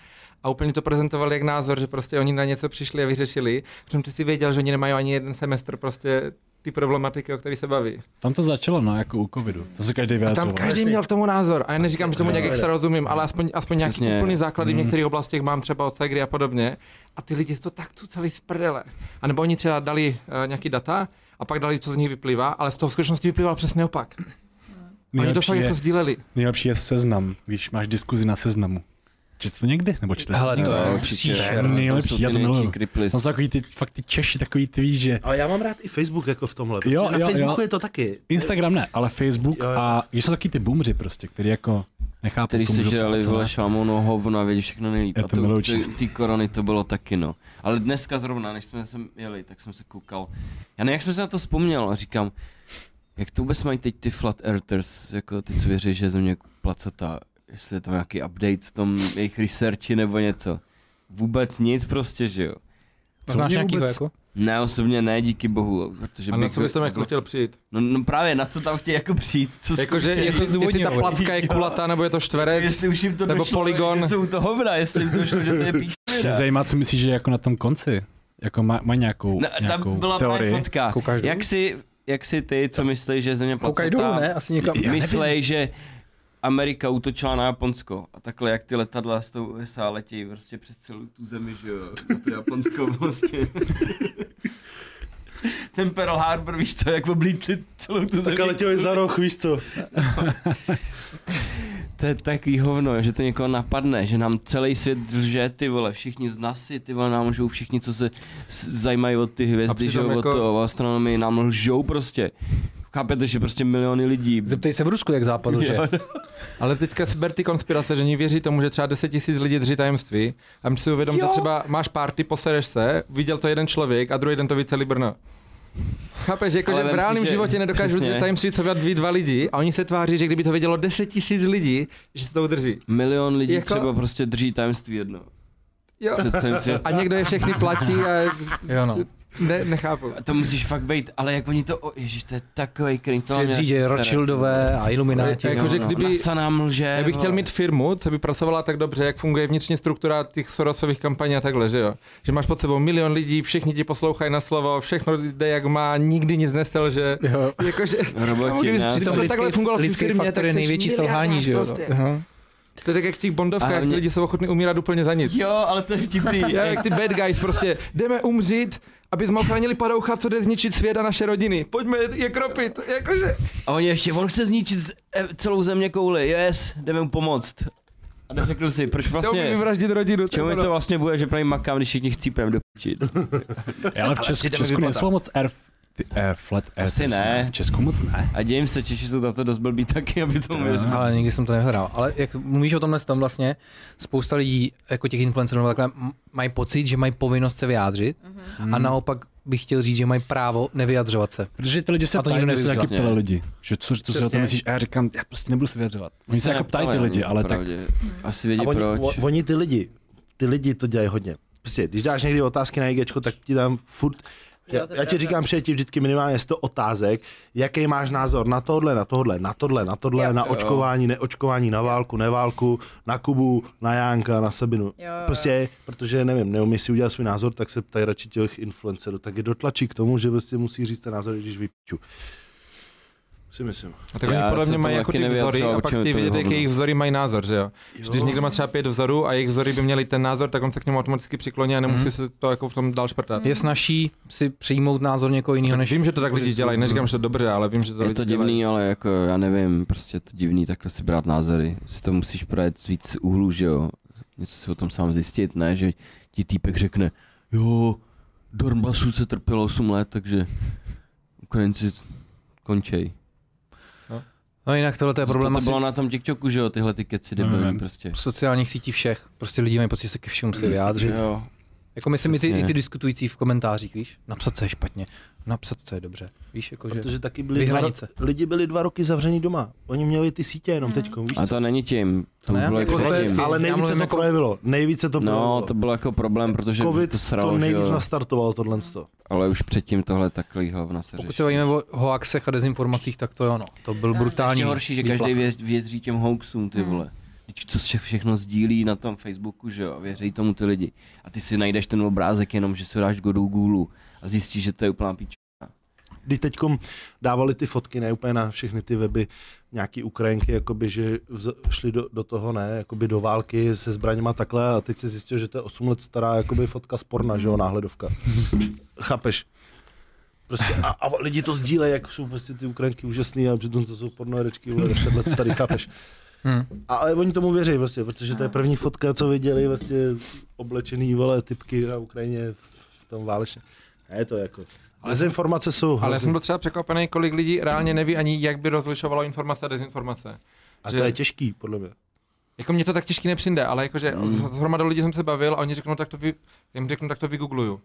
Speaker 4: A úplně to prezentovali jak názor, že prostě oni na něco přišli a vyřešili. Přitom ty si věděl, že oni nemají ani jeden semestr prostě ty problematiky, o které se baví.
Speaker 6: Tam to začalo, no, jako u covidu. To se každý
Speaker 4: A tam
Speaker 6: vyjadřoval.
Speaker 4: každý měl k tomu názor. A já neříkám, že tomu nějak extra rozumím, ale aspoň, aspoň nějaký
Speaker 5: Přesně.
Speaker 4: úplný základy v některých oblastech mám třeba od té hry a podobně. A ty lidi to tak cucali z prdele. A nebo oni třeba dali uh, nějaký data a pak dali, co z nich vyplývá, ale z toho v skutečnosti vyplýval přesně opak. Oni to
Speaker 6: Nejlepší
Speaker 4: fakt
Speaker 6: je,
Speaker 4: jako sdíleli.
Speaker 6: nejlepší je seznam, když máš diskuzi na seznamu. Četl to někdy? Nebo četl
Speaker 1: Hele, to
Speaker 5: Jo,
Speaker 1: je
Speaker 5: určitě.
Speaker 1: příšerný.
Speaker 6: nejlepší,
Speaker 5: Tam jsou ty
Speaker 6: já to
Speaker 5: největší
Speaker 6: miluju.
Speaker 5: kriplis.
Speaker 6: Tam jsou takový ty, fakt ty Češi, takový ty víš, že
Speaker 2: Ale já mám rád i Facebook jako v tomhle, protože
Speaker 6: Jo,
Speaker 2: na
Speaker 6: jo,
Speaker 2: Facebooku
Speaker 6: jo.
Speaker 2: je to taky.
Speaker 6: Instagram ne, ale Facebook
Speaker 2: Jo, jo.
Speaker 6: a jsou taky ty boomři prostě, který jako nechápu,
Speaker 5: Který
Speaker 6: co
Speaker 5: si
Speaker 6: můžou
Speaker 5: žrali, vlastně.
Speaker 6: psát, co ne.
Speaker 5: vole, šamono, hovna, vědí všechno nejlíp.
Speaker 6: Já
Speaker 5: A
Speaker 6: to miluju
Speaker 5: to, ty,
Speaker 6: číst.
Speaker 5: ty, korony to bylo taky, no. Ale dneska zrovna, než jsme sem jeli, tak jsem se koukal. Já ne, jak jsem se na to vzpomněl a říkám, jak to vůbec mají teď ty flat earthers, jako ty, co věří, že je země placatá, jestli je tam nějaký update v tom jejich researchi nebo něco. Vůbec nic prostě, že jo.
Speaker 6: Co
Speaker 1: Znáš
Speaker 6: mě
Speaker 1: nějakýho
Speaker 6: vůbec-
Speaker 1: jako?
Speaker 5: Ne, osobně ne, díky bohu, protože
Speaker 4: A na co bys tam jako chtěl přijít?
Speaker 5: No, no právě, na co tam chtějí jako přijít, co
Speaker 4: Jakože
Speaker 5: skutečně-
Speaker 4: je to jestli ta
Speaker 1: zdůvodňovali.
Speaker 4: placka jako- je kulata, nebo je to čtverec,
Speaker 5: jestli už jim to
Speaker 4: nebo
Speaker 5: došlo,
Speaker 4: polygon.
Speaker 5: že jsou to hovna, jestli jim to došlo, že to je
Speaker 6: Mě
Speaker 5: píčovina.
Speaker 6: zajímá, co myslíš, že jako na tom konci? Jako má, má nějakou,
Speaker 5: No,
Speaker 6: nějakou
Speaker 5: tam byla právě
Speaker 6: teorii?
Speaker 5: fotka.
Speaker 1: Koukáš dolů?
Speaker 5: Jak si, jak si ty, co myslíš, že je země
Speaker 1: Koukaj
Speaker 5: placatá,
Speaker 1: dolů, ne? Asi někam.
Speaker 5: myslej, že Amerika útočila na Japonsko a takhle jak ty letadla s tou USA letějí prostě přes celou tu zemi, že jo, na to Japonsko vlastně. Ten Pearl Harbor, víš co, jak oblítli celou tu zemi.
Speaker 2: Tak ale tě za roh, víš co?
Speaker 5: To je takový hovno, že to někoho napadne, že nám celý svět lže, ty vole, všichni z NASA, ty vole, nám lžou všichni, co se s- zajímají od ty hvězdy, že
Speaker 4: přitom
Speaker 5: jo,
Speaker 4: jako-
Speaker 5: jako... o astronomii, nám lžou prostě. Chápete, že prostě miliony lidí.
Speaker 1: Zeptej se v Rusku, jak západ lže. Prostě
Speaker 5: Jo.
Speaker 4: Ale teďka si ber ty konspirace, že oni věří tomu, že třeba 10 tisíc lidí drží tajemství. A my si uvědom, že třeba máš party, posereš se, viděl to jeden člověk a druhý den to ví celý Brno. Chápeš, jako, že
Speaker 5: Ale
Speaker 4: v
Speaker 5: vem si,
Speaker 4: reálném
Speaker 5: že-
Speaker 4: životě nedokážu
Speaker 5: přesně.
Speaker 4: držet tajemství, co ví dva lidi a oni se tváří, že kdyby to vědělo 10 tisíc lidí, že se to udrží.
Speaker 5: Milion lidí
Speaker 4: Jako-
Speaker 5: jako... třeba prostě drží tajemství jedno.
Speaker 4: Jo.
Speaker 5: Před celým svět.
Speaker 4: A někdo je všechny platí a
Speaker 1: Jo no.
Speaker 4: ne, nechápu.
Speaker 5: To musíš fakt být, ale jak oni to, o, ježiš, to je takový cringe. to na no, mě
Speaker 1: Svět že
Speaker 5: sere.
Speaker 1: Rothschildové a Illuminati.
Speaker 4: Jako, že
Speaker 5: No,
Speaker 4: kdyby-
Speaker 5: NASA nám lže.
Speaker 4: Já bych chtěl
Speaker 5: vole.
Speaker 4: mít firmu, co by pracovala tak dobře, jak funguje vnitřní struktura těch Sorosových kampaní a takhle, že jo? Že máš pod sebou milion lidí, všichni ti poslouchají na slovo, všechno jde jak má, nikdy nic nesel, že...
Speaker 1: Jo.
Speaker 4: Jakože...
Speaker 5: Roboti,
Speaker 4: Kdyby-
Speaker 5: ne?
Speaker 4: kdyby
Speaker 5: Přitom
Speaker 4: to takhle fungovalo v té
Speaker 1: lidský
Speaker 4: firmě,
Speaker 1: faktor
Speaker 4: tak
Speaker 1: je
Speaker 4: jsi
Speaker 1: největší
Speaker 4: miliardář
Speaker 1: selhání, že jo.
Speaker 4: prostě.
Speaker 1: Aha.
Speaker 4: To je tak jak v těch bondovkách,
Speaker 5: A
Speaker 4: jak
Speaker 5: mě-
Speaker 4: mě... lidi jsou ochotní umírat úplně za nic.
Speaker 5: Jo, ale to je vtipný.
Speaker 4: Já, jak ty bad guys, prostě jdeme umřít, aby jsme ochránili padoucha, co jde zničit svět a naše rodiny. Pojďme je kropit, jakože...
Speaker 5: A oni ještě, on chce zničit z- eh, celou země kouli, yes, jdeme mu pomoct. A neřeknu si, proč
Speaker 4: Vlastně.
Speaker 5: vlastně,
Speaker 4: vyvraždit rodinu.
Speaker 5: čemu mi to vlastně bude, že právě makám, když všichni chcípem do piči.
Speaker 6: Ale v Česku,
Speaker 5: přijdeme
Speaker 6: Česku
Speaker 5: vypadat.
Speaker 6: nejsou moc air, ty air flat air
Speaker 5: Asi
Speaker 6: test,
Speaker 5: ne.
Speaker 6: V Česku moc ne.
Speaker 5: A dějím se, Češi jsou na to dost blbí taky, aby to uměli.
Speaker 6: Aha.
Speaker 1: No, Ale nikdy jsem to nehledal. Ale jak mluvíš o tomhle tam vlastně, spousta lidí, jako těch influencerů, takhle, m- mají pocit, že mají povinnost se vyjádřit
Speaker 5: Mhm.
Speaker 1: a naopak bych chtěl říct, že mají právo nevyjadřovat se.
Speaker 6: Protože ty lidi se
Speaker 1: A to
Speaker 6: ptají,
Speaker 1: nikdo
Speaker 6: mě se
Speaker 1: nevyužívá.
Speaker 6: taky ptali lidi. Že co, co si o tom myslíš? A já říkám, já prostě nebudu se vyjadřovat. Oni se jako ptají ty lidi, ale tak
Speaker 5: Asi vědí
Speaker 2: A oni, o,
Speaker 5: proč.
Speaker 2: oni ty lidi, ty lidi to dělají hodně. Prostě, když dáš někdy otázky na IGčko, tak ti dám furt, já, já ti říkám, přijde ti vždycky minimálně 100 otázek, jaký máš názor na tohle, na tohle, na tohle, na tohle, na očkování, neočkování, na válku, neválku, na Kubu, na Jánka, na Sabinu. Prostě, protože nevím, neumí si udělat svůj názor, tak se ptají radši těch influencerů, tak je dotlačí k tomu, že prostě musí říct ten názor, i když vypču. Si myslím.
Speaker 4: A tak
Speaker 5: Já
Speaker 4: oni podle
Speaker 5: jsem
Speaker 4: mě
Speaker 5: tomu
Speaker 4: mají jako
Speaker 5: taky
Speaker 4: ty
Speaker 5: nevěděl,
Speaker 4: vzory
Speaker 5: třeba
Speaker 4: a
Speaker 5: o
Speaker 4: pak
Speaker 5: čem
Speaker 4: ti
Speaker 5: je to
Speaker 4: vědět, jaký
Speaker 5: hovno.
Speaker 4: jejich vzory mají názor, že jo?
Speaker 2: Jo.
Speaker 4: Když někdo má třeba pět vzorů a jejich vzory by měli ten názor, tak on se k němu automaticky přikloní a nemusí se to jako v tom dál šprtat.
Speaker 5: Mhm.
Speaker 1: Je snažší si přijmout názor někoho jiného,
Speaker 4: Tak
Speaker 1: než
Speaker 4: vím, že to tak lidi dělají, neříkám, že to je dobře, ale vím, že to
Speaker 5: Je
Speaker 4: lidi
Speaker 5: to
Speaker 4: dělají.
Speaker 5: divný, ale jako já nevím, prostě je to divný takhle si brát názory. Si to musíš projet z víc úhlů, že jo. Něco si o tom sám zjistit, ne? Že ti týpek řekne, jo, Donbasu se trpělo 8 let, takže Ukrajinci končej. Prostě
Speaker 1: No jinak tohle je problém
Speaker 5: to, to
Speaker 1: asi
Speaker 5: bylo na tom TikToku, že jo, tyhle ty keci
Speaker 6: Nevím.
Speaker 5: debilní prostě.
Speaker 1: sociálních sítí všech. Prostě lidi mají pocit, že se ke všemu musí vyjádřit.
Speaker 5: Mhm. Jo.
Speaker 1: Jako myslím i ty,
Speaker 5: Přesně.
Speaker 1: i ty diskutující v komentářích, víš? Napsat, co je špatně, napsat, co je dobře. Víš, jako, že...
Speaker 2: Protože taky byli dva,
Speaker 1: Vyhranice.
Speaker 2: ro- lidi byli dva roky zavření doma. Oni měli ty sítě jenom teď. Víš
Speaker 5: A
Speaker 2: co?
Speaker 5: to není tím, to
Speaker 1: Ne,
Speaker 5: bylo
Speaker 1: jako
Speaker 5: jako
Speaker 1: to je-
Speaker 5: předtím.
Speaker 1: ale
Speaker 2: ale
Speaker 1: já
Speaker 2: nejvíce
Speaker 1: mluvím
Speaker 2: to
Speaker 1: jako-
Speaker 2: projevilo. Nejvíce to projevilo.
Speaker 5: No, to bylo jako problém, protože
Speaker 2: COVID
Speaker 5: to sralo,
Speaker 2: to
Speaker 5: že
Speaker 2: nejvíc
Speaker 5: jo.
Speaker 2: nastartovalo tohle. To.
Speaker 5: Ale už předtím tohle takhle hovna se
Speaker 1: Pokud
Speaker 5: řeší.
Speaker 1: se bavíme o hoaxech a dezinformacích, tak to jo, no. To byl brutální.
Speaker 5: Ještě horší, že
Speaker 1: výplach.
Speaker 5: každý vě- věří těm hoaxům, ty vole. Teď co se všechno sdílí na tom Facebooku, že jo, a věří tomu ty lidi. A ty si najdeš ten obrázek jenom, že si ho dáš go do Google a zjistíš, že to je úplná píč.
Speaker 2: kdy teďkom dávali ty fotky, ne úplně na všechny ty weby, nějaký Ukrajinky, jakoby, že vz- šli do, do toho, ne, jakoby do války se zbraněma takhle a teď se zjistil, že to je 8 let stará jakoby fotka z porna, že jo, náhledovka. Chápeš? Prostě a, a, lidi to sdílejí, jak jsou prostě ty Ukrajinky úžasný a přitom to jsou pornoherečky, vole, 10 let starý, chápeš?
Speaker 4: Hmm.
Speaker 2: A ale oni tomu věří, prostě, protože to je první fotka, co viděli vlastně oblečený vole typky na Ukrajině v v tom válečně. A je to jako. Ale dezinformace jsou
Speaker 4: Ale já
Speaker 2: hrozný.
Speaker 4: jsem byl třeba překvapený, kolik lidí reálně neví ani, jak by rozlišovalo informace a dezinformace.
Speaker 2: A to
Speaker 4: že-
Speaker 2: je těžký, podle mě.
Speaker 4: Jako mě to tak těžký nepřijde, ale jakože mm. hromada lidí jsem se bavil a oni řeknou, "No, tak to vy, já jim řeknu, tak to vygoogluju.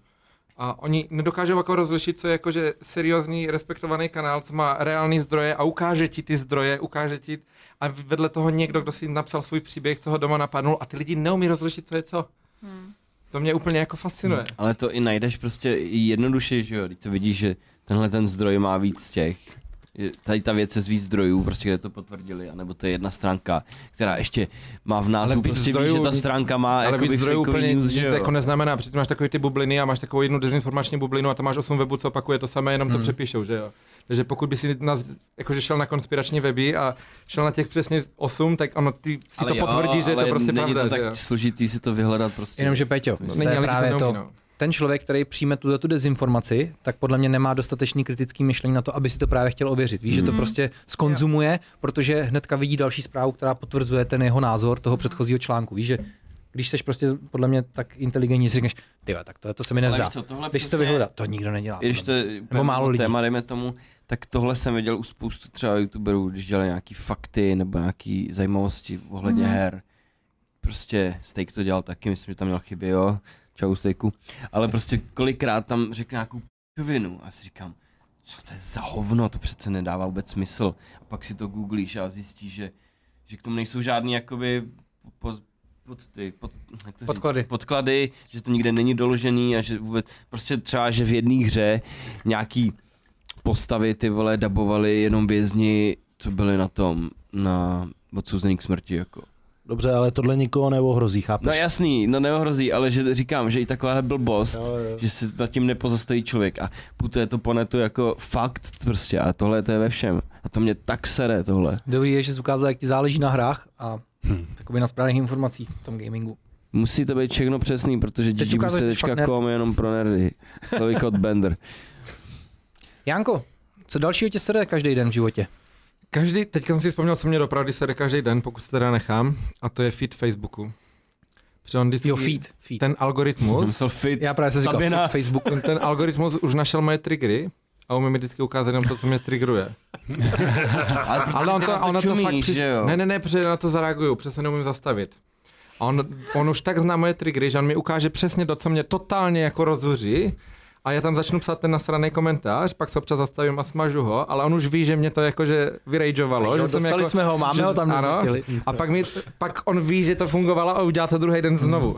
Speaker 4: A oni nedokážou jako rozlišit, co je jakože seriózní, respektovaný kanál, co má reální zdroje a ukáže ti ty zdroje, ukáže ti a vedle toho někdo, kdo si napsal svůj příběh, co ho doma napadnul a ty lidi neumí rozlišit, co je co.
Speaker 3: Hmm.
Speaker 4: To mě úplně jako fascinuje.
Speaker 5: Ale to i najdeš prostě jednoduše, že jo, když to vidíš, že tenhle ten zdroj má víc těch. Je- Tady ta věc je z víc zdrojů, prostě kde to potvrdili, anebo to je jedna stránka, která ještě má v
Speaker 4: Ale
Speaker 5: názvu,
Speaker 4: víc
Speaker 5: prostě víš,
Speaker 4: zdrojů-
Speaker 5: že ta stránka má
Speaker 4: Ale
Speaker 5: jakoby
Speaker 4: víc zdrojů
Speaker 5: fakeový
Speaker 4: úplně
Speaker 5: jako news,
Speaker 4: nic
Speaker 5: že jo.
Speaker 4: jako neznamená, protože ty máš takový ty bubliny a máš takovou jednu dezinformační bublinu a tam máš osm webů, co opakuje to samé, jenom to
Speaker 1: Hmm.
Speaker 4: přepíšou, že jo. Takže pokud by si na, jakože šel na konspirační weby a šel na těch přesně osm, tak ono ty si
Speaker 5: Ale
Speaker 4: to potvrdí, že je to
Speaker 5: ale
Speaker 4: prostě
Speaker 5: není
Speaker 4: pravda,
Speaker 5: to
Speaker 4: že jo.
Speaker 5: tak složitý si to vyhledat prostě.
Speaker 1: Jenomže Peťo, to
Speaker 4: Není,
Speaker 1: je
Speaker 4: ale lidi
Speaker 1: právě to.
Speaker 4: neumí, no.
Speaker 1: Ten člověk, který přijme tuto tu dezinformaci, tak podle mě nemá dostatečný kritický myšlení na to, aby si to právě chtěl ověřit. Víš, že to
Speaker 3: Mhm.
Speaker 1: prostě skonzumuje, protože hnedka vidí další zprávu, která potvrzuje ten jeho názor
Speaker 5: Hmm.
Speaker 1: toho předchozího článku. Víš, že když jsi prostě podle mě tak inteligentní, si řekneš, ty vole, tak to, to se mi
Speaker 5: Ale
Speaker 1: nezdá.
Speaker 5: víš co, tohle
Speaker 1: Když si to
Speaker 5: přesně-
Speaker 1: vyhledat, to nikdo nedělá.
Speaker 5: I když to
Speaker 1: podle mě.
Speaker 5: je úplně
Speaker 1: málo
Speaker 5: mimo
Speaker 1: lidí.
Speaker 5: téma, dejme tomu, tak tohle jsem viděl u spoustu třeba youtuberů, když dělali nějaký fakty nebo nějaký zajímavosti ohledně
Speaker 3: Mhm.
Speaker 5: mm. her. Prostě Steak to dělal taky, myslím, že tam měl chyby, jo. Čau Steaku. Ale prostě kolikrát tam řekne nějakou p***vinu a si říkám, co to je za hovno, to přece nedává vůbec smysl. A pak si to googlíš a zjistíš, že, že k tomu nejsou žádný jakoby pod, pod ty, pod, jak to říct?
Speaker 1: Podklady.
Speaker 5: podklady, že to nikde není doložený a že vůbec, prostě třeba, že v jedné hře nějaký postavy ty vole dabovali jenom vězni, co byli na tom, na odsouzený k smrti jako.
Speaker 2: Dobře, ale tohle nikoho neohrozí, chápeš?
Speaker 5: No jasný, no neohrozí, ale že říkám, že i takováhle blbost,
Speaker 2: Jo, jo.
Speaker 5: že se nad tím nepozastaví člověk a putuje to po netu jako fakt prostě a tohle to je ve všem. A to mě tak sere tohle.
Speaker 1: Dobrý je, že jsi ukázal, jak ti záleží na hrách a
Speaker 5: Hm.
Speaker 1: takoby na správných informacích v tom gamingu.
Speaker 5: Musí to být všechno přesný, protože
Speaker 1: Teď ukázal, že jsi fakt nerd.
Speaker 5: ggboosters.com je jenom pro nerdy. To je kod Bender.
Speaker 1: Janko, co dalšího tě sere každý den v životě?
Speaker 4: Každý, teďka jsem si vzpomněl, co mě dopravdy se jde každý den, pokud se teda nechám, a to je feed Facebooku. Protože on vždycky,
Speaker 1: Jo, feed, feed.
Speaker 4: ten
Speaker 5: Jsem
Speaker 4: algoritmus,
Speaker 5: myslel fit.
Speaker 1: Já právě jsem říkal,
Speaker 5: Sabina.
Speaker 1: feed Facebooku.
Speaker 4: ten, ten algoritmus už našel moje triggery a umí mi vždycky ukázat jenom to, co mě triggeruje.
Speaker 5: Ale, protože
Speaker 4: Ale on
Speaker 5: ty
Speaker 4: to,
Speaker 5: na
Speaker 4: ono to fakt
Speaker 5: čumíš, že
Speaker 4: přistane.
Speaker 5: jo?
Speaker 4: Ne, ne, ne, protože na to zareaguju, přesně neumím zastavit. A on, on už tak zná moje triggery, že on mi ukáže přesně to, co mě totálně jako rozuří. A já tam začnu psát ten nasraný komentář, pak se občas zastavím a smažu ho, ale on už ví, že mě to jakože vyrageovalo. že jsem
Speaker 1: dostali
Speaker 4: jako,
Speaker 1: jsme ho, máme
Speaker 4: že-
Speaker 1: ho tam, kde jsme
Speaker 4: ano.
Speaker 1: chtěli.
Speaker 4: A pak, mi, pak on ví, že to fungovalo a udělá to druhý den
Speaker 5: Hmm.
Speaker 4: znovu.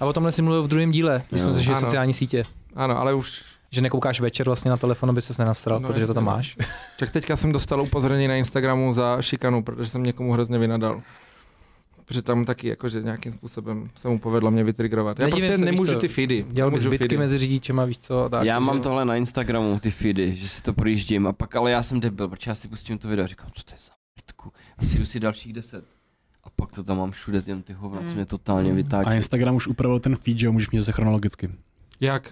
Speaker 1: A o tomhle jsi mluvil v druhém díle, když
Speaker 5: Jo.
Speaker 1: jsme řešili
Speaker 4: Ano.
Speaker 1: sociální sítě.
Speaker 4: Ano, ale už
Speaker 1: Že nekoukáš večer vlastně na telefon, aby ses nenastral,
Speaker 4: No,
Speaker 1: protože to
Speaker 4: jasně,
Speaker 1: tam
Speaker 4: no.
Speaker 1: máš.
Speaker 4: Tak teďka jsem dostal upozornění na Instagramu za šikanu, protože jsem někomu hrozně vynadal. Protože tam taky jakože nějakým způsobem se mu povedlo mě vytrigrovat. Já
Speaker 1: Nedivím
Speaker 4: prostě
Speaker 1: se, víš
Speaker 4: nemůžu
Speaker 1: co,
Speaker 4: ty feedy.
Speaker 1: Dělal bych
Speaker 4: nemůžu
Speaker 1: zbytky
Speaker 4: feedy.
Speaker 1: mezi řidičema, víš co? Tak,
Speaker 5: já
Speaker 1: takže-
Speaker 5: mám tohle na Instagramu, ty feedy, že si to projíždím a pak, ale já jsem debil, protože já si pustím to video a říkám, co to je za mrdku. A si jdu si dalších deset. A pak to tam mám všude, jen ty hovna,
Speaker 1: Mm.
Speaker 5: co mě totálně
Speaker 6: A
Speaker 5: vytáčí.
Speaker 6: Instagram už upravil ten feed, že jo, můžeš mít zase chronologicky.
Speaker 4: Jak?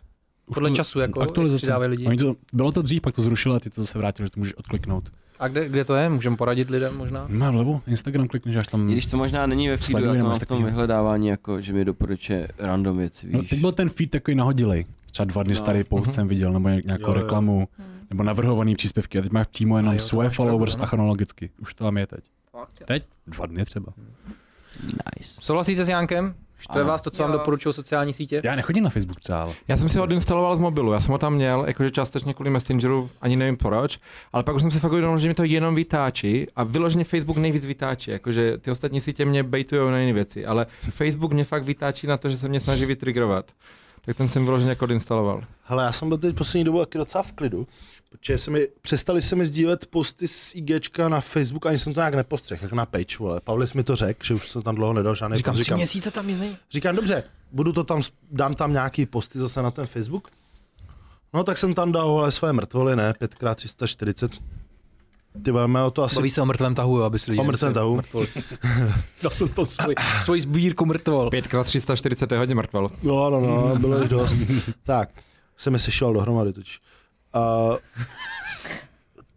Speaker 6: Už
Speaker 1: Podle
Speaker 6: tu-
Speaker 1: času, jako, jak
Speaker 6: aktualizace.
Speaker 1: přidávají lidi.
Speaker 6: Oni to, bylo to dřív, pak to zrušili a ty to zase vrátili, že to můžeš odkliknout. No,
Speaker 1: A kde, kde to je? Můžeme poradit lidem možná?
Speaker 6: Má vlevo, Instagram klikneš až tam.
Speaker 5: I když to možná není ve feedu,
Speaker 6: Sleduji
Speaker 5: já to
Speaker 6: jenom
Speaker 5: mám
Speaker 6: až
Speaker 5: v tom
Speaker 6: takový-
Speaker 5: vyhledávání, jako, že mi doporučuje random věci,
Speaker 6: No,
Speaker 5: víš.
Speaker 6: teď byl ten feed takový nahodilej. Třeba dva dny
Speaker 5: No.
Speaker 6: no. starý post
Speaker 4: Mhm.
Speaker 6: jsem viděl, nebo ně- nějakou
Speaker 2: Jo,
Speaker 6: jo,
Speaker 2: jo.
Speaker 6: reklamu, nebo navrhovaný příspěvky. A teď máš přímo jenom
Speaker 1: A jo, to
Speaker 6: svoje
Speaker 1: máš pravdu,
Speaker 6: followers
Speaker 1: ano.
Speaker 6: a chronologicky. Už to tam je teď.
Speaker 3: Fakt, jo.
Speaker 6: Teď? Dva dny třeba.
Speaker 5: Nice.
Speaker 1: Souhlasíte s Jankem? To je
Speaker 5: Ano.
Speaker 1: vás to, co vám
Speaker 3: Jo.
Speaker 1: doporučují sociální sítě?
Speaker 6: Já nechodím na Facebook třeba, ale
Speaker 4: Já jsem si ho odinstaloval z mobilu, já jsem ho tam měl, jakože částečně kvůli Messengeru, ani nevím proč, ale pak už jsem se fakt uvědomil, že mi to jenom vytáčí a vyloženě Facebook nejvíc vytáčí, jakože ty ostatní sítě mě bejtujou na jiné věci, ale Facebook mě fakt vytáčí na to, že se mě snaží vytrigrovat. Tak ten jsem vyloženě jako odinstaloval.
Speaker 2: Hele, já jsem byl teď poslední dobou taky docela v klidu, protože se mi, přestali se mi sdílet posty z IGčka na Facebook, ani jsem to nějak nepostřeh, jak na page, vole. Pavlis mi to řekl, že už jsem tam dlouho nedal žádný
Speaker 1: Říkám,
Speaker 2: post,
Speaker 1: tři měsíce tam nic není.
Speaker 2: říkám, dobře, budu to tam, dám tam nějaký posty zase na ten Facebook. No tak jsem tam dal vole, své mrtvoly, ne, 5x340. Ty vole, mé o to asi
Speaker 1: Baví se o mrtvém tahu, jo, aby si lidi...
Speaker 2: o mrtvém
Speaker 1: nemysleli.
Speaker 2: tahu.
Speaker 1: Dal jsem to svoji, svoji sbírku mrtvol.
Speaker 4: 5x340 je hodně mrtvalo.
Speaker 2: No, no, no, bylo jich dost. tak, jsem je sešel dohromady totiž. Uh,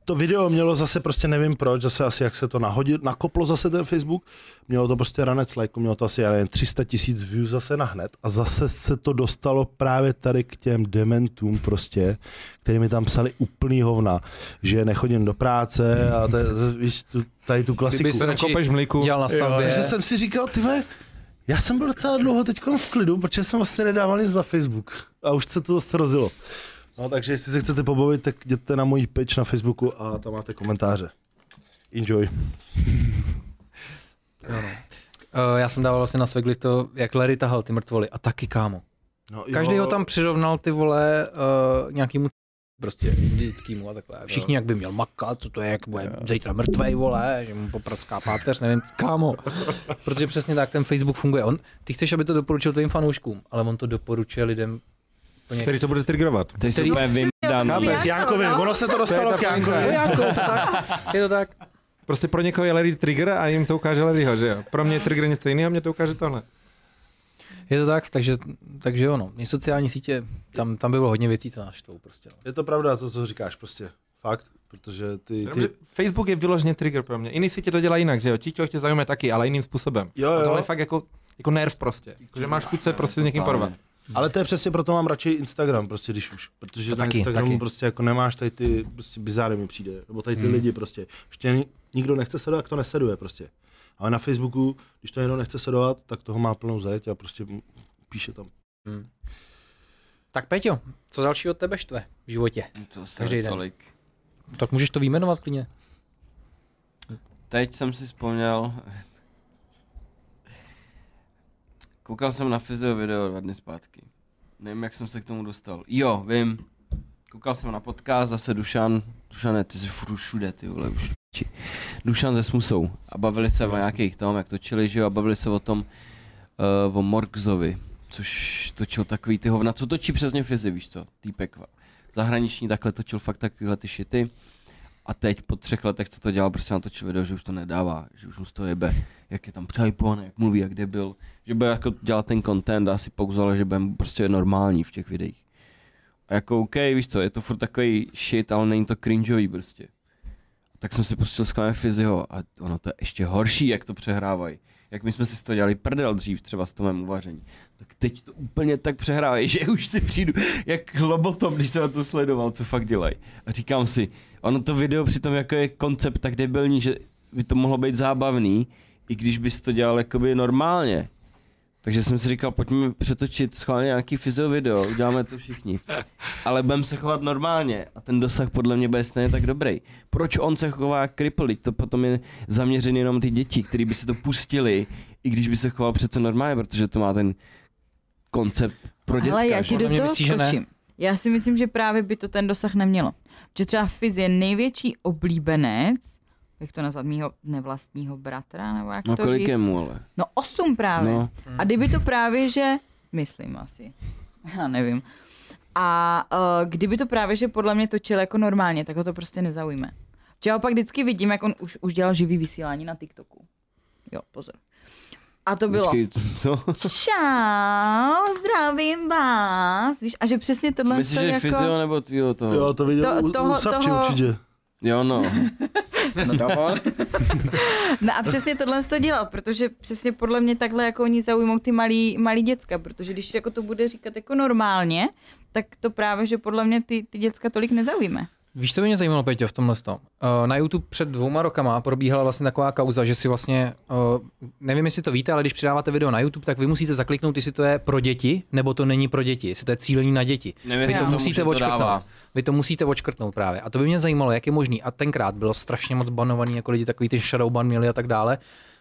Speaker 2: to video mělo zase prostě nevím proč, zase asi jak se to nahodil, nakoplo zase ten Facebook, mělo to prostě ranec lajku, mělo to asi já nevím, 300 tisíc views zase na hned a zase se to dostalo právě tady k těm dementům prostě, který mi tam psali úplný hovna, že nechodím do práce a t- t- víš, tu, tady tu klasiku.
Speaker 4: Kdyby se nakopeš mlíku,
Speaker 1: Dělal na stavbě.
Speaker 2: Takže jsem si říkal, ty vole, já jsem byl docela dlouho teď v klidu, protože jsem vlastně nedával nic na Facebook. A už se to zase rozilo. No takže jestli se chcete pobavit, tak jděte na můj page na Facebooku a tam máte komentáře. Enjoy.
Speaker 1: Eh, já jsem dával vlastně na Svegli to, jak Larry tahal ty mrtvoly. A taky, kámo.
Speaker 2: No,
Speaker 1: Každý ho tam přirovnal ty vole uh, nějakýmu prostě dědickýmu a takhle. Všichni jak by měl makat, co to je, jak bude zítra mrtvej, vole, že mu poprská páteř, nevím, kámo. Protože přesně tak ten Facebook funguje. On, ty chceš, aby to doporučil tvým fanouškům, ale on to doporučuje lidem úplně-
Speaker 4: který to bude triggerovat.
Speaker 5: To jsou
Speaker 1: Který-
Speaker 3: No,
Speaker 5: úplně vymdaný.
Speaker 3: Chápeš?
Speaker 2: K Jankovi,
Speaker 3: No.
Speaker 2: ono se to dostalo k
Speaker 1: Jo,
Speaker 2: Jankovi.
Speaker 1: Janko, je jako, to tak, je to tak.
Speaker 4: Prostě pro někoho je Larry trigger a jim to ukáže Larryho, že jo? Pro mě je trigger něco jiného, mě to ukáže tohle.
Speaker 1: Je to tak, takže, takže ono, mě sociální sítě, tam, tam by bylo hodně věcí, co naštvou prostě. No.
Speaker 2: Je to pravda to, co říkáš, prostě. Fakt. Protože ty,
Speaker 4: Jenomže
Speaker 2: ty
Speaker 4: Facebook je vyloženě trigger pro mě. Jiný si tě to dělá jinak, že jo? Ti tě tě zajímá taky, ale jiným způsobem.
Speaker 2: Jo,
Speaker 4: A
Speaker 2: jo.
Speaker 4: tohle je fakt jako, jako nerv prostě. Že máš chuť se prostě s někým porvat.
Speaker 2: Ale to je přesně proto mám radši Instagram, prostě když už. Protože
Speaker 1: To
Speaker 2: na
Speaker 1: taky,
Speaker 2: Instagramu
Speaker 1: taky.
Speaker 2: prostě jako nemáš tady ty prostě bizáry mi přijde, nebo tady ty hmm. lidi prostě. Ještě ni- nikdo nechce sledovat, tak to neseduje prostě. Ale na Facebooku, když to někdo nechce sledovat, tak toho má plnou zeď a prostě m- píše tam.
Speaker 1: Tak Peťo, co dalšího tebe štve v životě?
Speaker 5: To se
Speaker 1: Každý den.
Speaker 5: tolik.
Speaker 1: Tak můžeš to výjmenovat klidně.
Speaker 5: Teď jsem si vzpomněl. Koukal jsem na fyzio video dva dny zpátky. Nevím, jak jsem se k tomu dostal. Jo, vím. Koukal jsem na podcast, zase Dušan. Dušane, ty jsi furt všude, ty vole, už. či- Dušan se Smusou. A bavili se o nějakých tom, jak točili, že jo, a bavili se o tom, uh, o Morkzovi, což točil takový ty hovna, co točí přesně fyzi, víš co, týpek zahraniční, takhle točil fakt takovýhle ty shity. A teď po třech letech, co to dělal, prostě natočil video, že už to nedává, že už mu z toho jebe, jak je tam přehypovaný, jak mluví, jak debil, že bude jako dělat ten content a asi pouzal, že bude prostě normální v těch videích. A jako OK, víš co, je to furt takový shit, ale není to cringeový prostě. Tak jsem si pustil skláme fyzio a ono to je ještě horší, jak to přehrávají. Jak my jsme si z toho dělali prdel dřív třeba s tomem uvaření. Tak teď to úplně tak přehrávají, že už si přijdu jak lobotom, když jsem na to sledoval, co fakt dělají. A říkám si, ono to video přitom jako je koncept tak debilní, že by to mohlo být zábavný, i když bys to dělal jakoby normálně. Takže jsem si říkal, pojďme přetočit schválně nějaký fyzio video, uděláme to všichni. Ale budeme se chovat normálně a ten dosah podle mě bude stejně tak dobrý. Proč on se chová jak cripple? Vždyť To potom je zaměřený jenom ty děti, který by si to pustili, i když by se choval přece normálně, protože to má ten koncept pro děcka.
Speaker 3: Ale já
Speaker 5: že?
Speaker 3: ti do
Speaker 1: Podle mě
Speaker 3: toho
Speaker 1: myslíš, že ne?
Speaker 3: skočím. Já si myslím, že právě by to ten dosah nemělo. Že třeba Fizz je největší oblíbenec, jak to nazvat, mýho nevlastního bratra, nebo jak
Speaker 5: No
Speaker 3: to
Speaker 5: kolik
Speaker 3: říct.
Speaker 5: je mu, ale.
Speaker 3: No osm právě.
Speaker 5: No.
Speaker 3: A kdyby to právě, že, myslím asi, já nevím. A uh, kdyby to právě, že podle mě točil jako normálně, tak ho to prostě nezaujme. Že já pak vždycky vidím, jak on už, už dělal živý vysílání na TikToku. Jo, pozor. A to bylo,
Speaker 5: Počkej, co?
Speaker 3: čau, zdravím vás. Víš, a že přesně tohle
Speaker 5: Myslíš,
Speaker 3: to
Speaker 5: že
Speaker 3: jako...
Speaker 5: fyzio nebo tvýho toho?
Speaker 2: Jo, to viděl
Speaker 3: To-
Speaker 2: to, toho, u,
Speaker 3: toho-
Speaker 2: u Sapči
Speaker 3: toho-
Speaker 2: určitě.
Speaker 5: jo no. no to
Speaker 3: No a přesně tohle jsi to dělal, protože přesně podle mě takhle jako oni zaujmou ty malý, malý děcka, protože když jako to bude říkat jako normálně, tak to právě, že podle mě ty, ty děcka tolik nezaujme.
Speaker 1: Víš, co by mě zajímalo, Peťo, v tomhle tom? Uh, na YouTube před dvouma rokama probíhala vlastně taková kauza, že si vlastně, uh, nevím, jestli to víte, ale když přidáváte video na YouTube, tak vy musíte zakliknout, jestli to je pro děti, nebo to není pro děti, jestli to je cílení na děti. Vy
Speaker 5: Nevěřím
Speaker 1: to
Speaker 5: tomu,
Speaker 1: musíte
Speaker 5: že to
Speaker 1: očkrtnout.
Speaker 5: dává.
Speaker 1: Vy to musíte očkrtnout právě. A to by mě zajímalo, jak je možný. A tenkrát bylo strašně moc banovaný, jako lidi takový ten shadow ban měli a tak dále,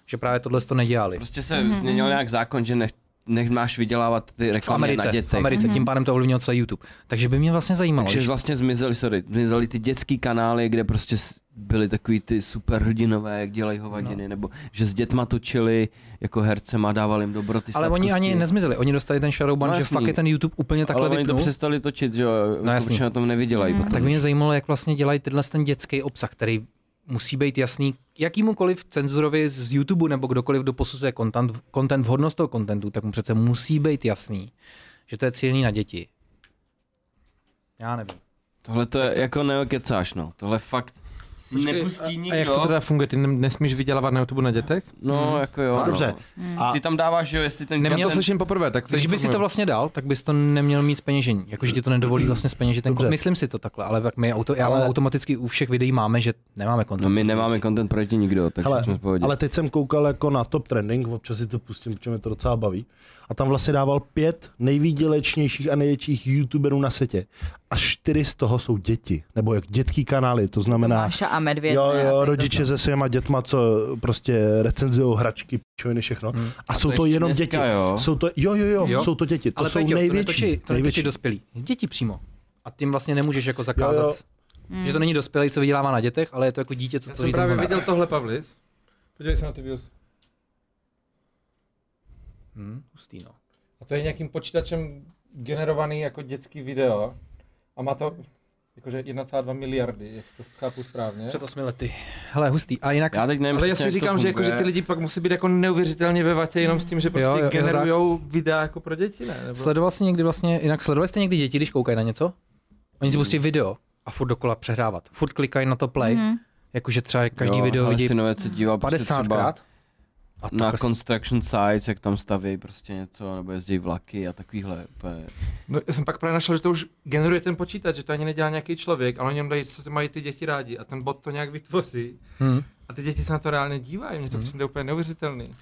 Speaker 1: že právě tohle to nedělali.
Speaker 3: Mhm,
Speaker 5: Prostě se mm-hmm. změnil nějak zákon, že ne, než máš vydělávat ty
Speaker 1: V
Speaker 5: reklamy na
Speaker 1: Americe, v
Speaker 5: dětech.
Speaker 1: Americe, tím pádem to ovlivnilo celý YouTube. Takže by mě vlastně zajímalo,
Speaker 5: Takže
Speaker 1: když-
Speaker 5: vlastně zmizely, sorry, zmizely ty dětský kanály, kde prostě s- byly takový ty superhrdinové, jak dělají hovadiny, no. nebo že s dětma točili jako hercema a dávali jim dobroty
Speaker 1: ale oni
Speaker 5: sladkosti.
Speaker 1: ani nezmizeli, oni dostali ten shadowban,
Speaker 5: No
Speaker 1: že
Speaker 5: jasný.
Speaker 1: fakt je ten YouTube úplně takhle
Speaker 5: ale oni to
Speaker 1: vypnul.
Speaker 5: přestali točit, že jo, no,
Speaker 1: jasný.
Speaker 5: na tom nevydělají.
Speaker 3: Mm.
Speaker 5: Mm.
Speaker 1: A tak mě zajímalo, jak vlastně dělají tenhle ten dětský obsah, který musí být jasný jakýmukoliv cenzurovi z YouTube nebo kdokoliv, kdo posuzuje content, content vhodnost toho contentu, tak mu přece musí být jasný, že to je cílený na děti. Já nevím.
Speaker 5: Tohle to je jako neokecáš, no. Tohle fakt si
Speaker 4: Počkej,
Speaker 5: nepustí nikdo.
Speaker 4: A jak to teda funguje? Ty ne- nesmíš vydělávat na YouTube na dětech?
Speaker 5: No,
Speaker 4: Mhm.
Speaker 5: jako jo.
Speaker 2: Fakt?
Speaker 5: No.
Speaker 2: Dobře. A
Speaker 5: Ty tam dáváš, že jo, jestli ten...
Speaker 1: Neměl
Speaker 4: Já to
Speaker 1: ten-
Speaker 4: slyším poprvé, tak se
Speaker 1: Když by si to
Speaker 4: informuju.
Speaker 1: vlastně dal, tak bys to neměl mít speněžení. Jakože ti to nedovolí vlastně speněžit ten
Speaker 2: Dobře.
Speaker 1: content. Myslím si to takhle, ale tak my auto, já
Speaker 2: Ale-
Speaker 1: ale... automaticky u všech videí máme, že nemáme
Speaker 5: No
Speaker 1: content.
Speaker 5: my nemáme content proti nikdo, takže
Speaker 2: Hele,
Speaker 5: jsme v pohodě.
Speaker 2: ale teď jsem koukal jako na top trending, občas si to pustím, protože mě to docela baví. A tam vlastně dával pět nejvýdělečnějších a největších youtuberů na světě. A čtyři z toho jsou děti, nebo jak dětský kanály, to znamená...
Speaker 3: Máša a medvěd.
Speaker 2: Jo,
Speaker 3: ne? A
Speaker 2: jo,
Speaker 3: tady
Speaker 2: rodiče se svýma dětma, co prostě recenzují hračky, pičoviny, všechno.
Speaker 1: Hmm.
Speaker 2: A, jsou to, jenom
Speaker 5: dneska,
Speaker 2: děti.
Speaker 5: Jo.
Speaker 2: Jsou to, jo, jo, jo,
Speaker 1: Jo.
Speaker 2: jsou to děti. To
Speaker 1: ale
Speaker 2: jsou
Speaker 1: Peťo,
Speaker 2: největší.
Speaker 1: to netočí, to netočí
Speaker 2: největší.
Speaker 1: dospělí. Děti přímo. A tím vlastně nemůžeš jako zakázat.
Speaker 2: Jo, jo.
Speaker 3: to. Mm.
Speaker 1: Že to není dospělý, co vydělává na dětech, ale je to jako dítě, co
Speaker 4: Já
Speaker 1: to
Speaker 4: jsem právě viděl tohle, Pavlis. Podívej se na ty views.
Speaker 1: Hmm, hustý, no.
Speaker 4: A to je nějakým počítačem generovaný jako dětský video. A má to jakože 1,2 miliardy, jestli to chápu správně.
Speaker 1: Před osmi lety. Hele, hustý. A jinak,
Speaker 5: Já teď nevím
Speaker 4: Ale já
Speaker 5: přesně,
Speaker 4: si
Speaker 5: jak to
Speaker 4: říkám, že, jako, že ty
Speaker 5: funguje.
Speaker 4: lidi pak musí být jako neuvěřitelně ve vatě jenom s tím, že
Speaker 1: Jo,
Speaker 4: prostě
Speaker 1: jo, jo,
Speaker 4: generujou videa jako pro děti, ne? Nebo...
Speaker 1: sledoval jsi někdy vlastně, jinak sledovali jste někdy děti, když koukají na něco? Oni si pustí video a furt dokola přehrávat. Furt klikají na to play,
Speaker 3: Mhm.
Speaker 1: jakože třeba každý
Speaker 5: jo,
Speaker 1: video vidí
Speaker 5: Hasinové se dívá prostě
Speaker 1: 50
Speaker 5: třeba
Speaker 1: krát. A prostě-
Speaker 5: na
Speaker 1: tak
Speaker 5: construction sites, jak tam staví prostě něco, nebo jezdí vlaky a takovýhle. úplně.
Speaker 4: No, já jsem pak právě našel, že to už generuje ten počítač, že to ani nedělá nějaký člověk, ale oni jenom dají, co to mají ty děti rádi a ten bot to nějak vytvoří.
Speaker 1: hmm.
Speaker 4: A ty děti se na to reálně dívají, mně to
Speaker 1: Hmm.
Speaker 4: přijde úplně neuvěřitelný.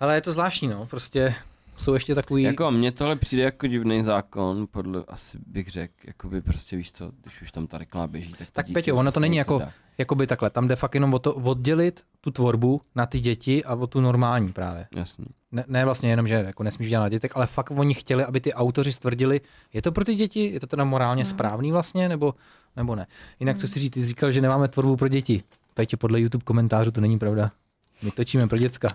Speaker 1: Ale je to zvláštní, no, prostě jsou ještě takový...
Speaker 5: Jako mně tohle přijde jako divný zákon, podle, asi bych řekl, jako by prostě víš co, když už tam ta reklama běží, tak to
Speaker 1: Tak
Speaker 5: dítě
Speaker 1: Peťo, ono
Speaker 5: prostě
Speaker 1: to není
Speaker 5: něco
Speaker 1: jako-
Speaker 5: dá.
Speaker 1: Jakoby takhle, tam jde fakt jenom o to oddělit tu tvorbu na ty děti a o tu normální právě.
Speaker 5: Jasný.
Speaker 1: Ne, ne vlastně jenom, že jako nesmíš dělat na dětech, ale fakt oni chtěli, aby ty autoři stvrdili, je to pro ty děti, je to teda morálně no. správný vlastně, nebo, nebo ne. Jinak, co si říct, ty jsi říkal, že nemáme tvorbu pro děti. Peťo, podle YouTube komentářů to není pravda. My točíme pro děcka.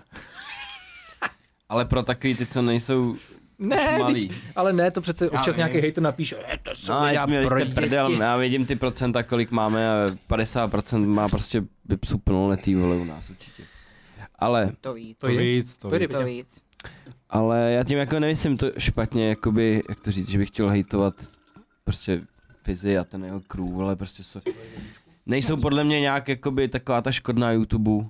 Speaker 5: Ale pro takový ty, co nejsou
Speaker 1: Ne,
Speaker 5: už malý.
Speaker 1: vždyť- ale ne, to přece občas
Speaker 5: vím.
Speaker 1: nějaký hejter napíše, "Eh, to jsou
Speaker 5: No,
Speaker 1: videa
Speaker 5: já,
Speaker 1: pro
Speaker 5: pro
Speaker 1: děti.
Speaker 5: prdel, já vidím ty procenta, kolik máme a 50% má prostě by psů plnoletý vole u nás určitě. Ale,
Speaker 3: To víc.
Speaker 1: To je-
Speaker 4: víc,
Speaker 1: to je víc.
Speaker 3: To víc.
Speaker 5: ale já tím jako nemyslím to špatně, jakoby, jak to říct, že bych chtěl hejtovat prostě Fizi a ten jeho crew, ale prostě jsou, nejsou podle mě nějak jakoby taková ta škodná YouTube,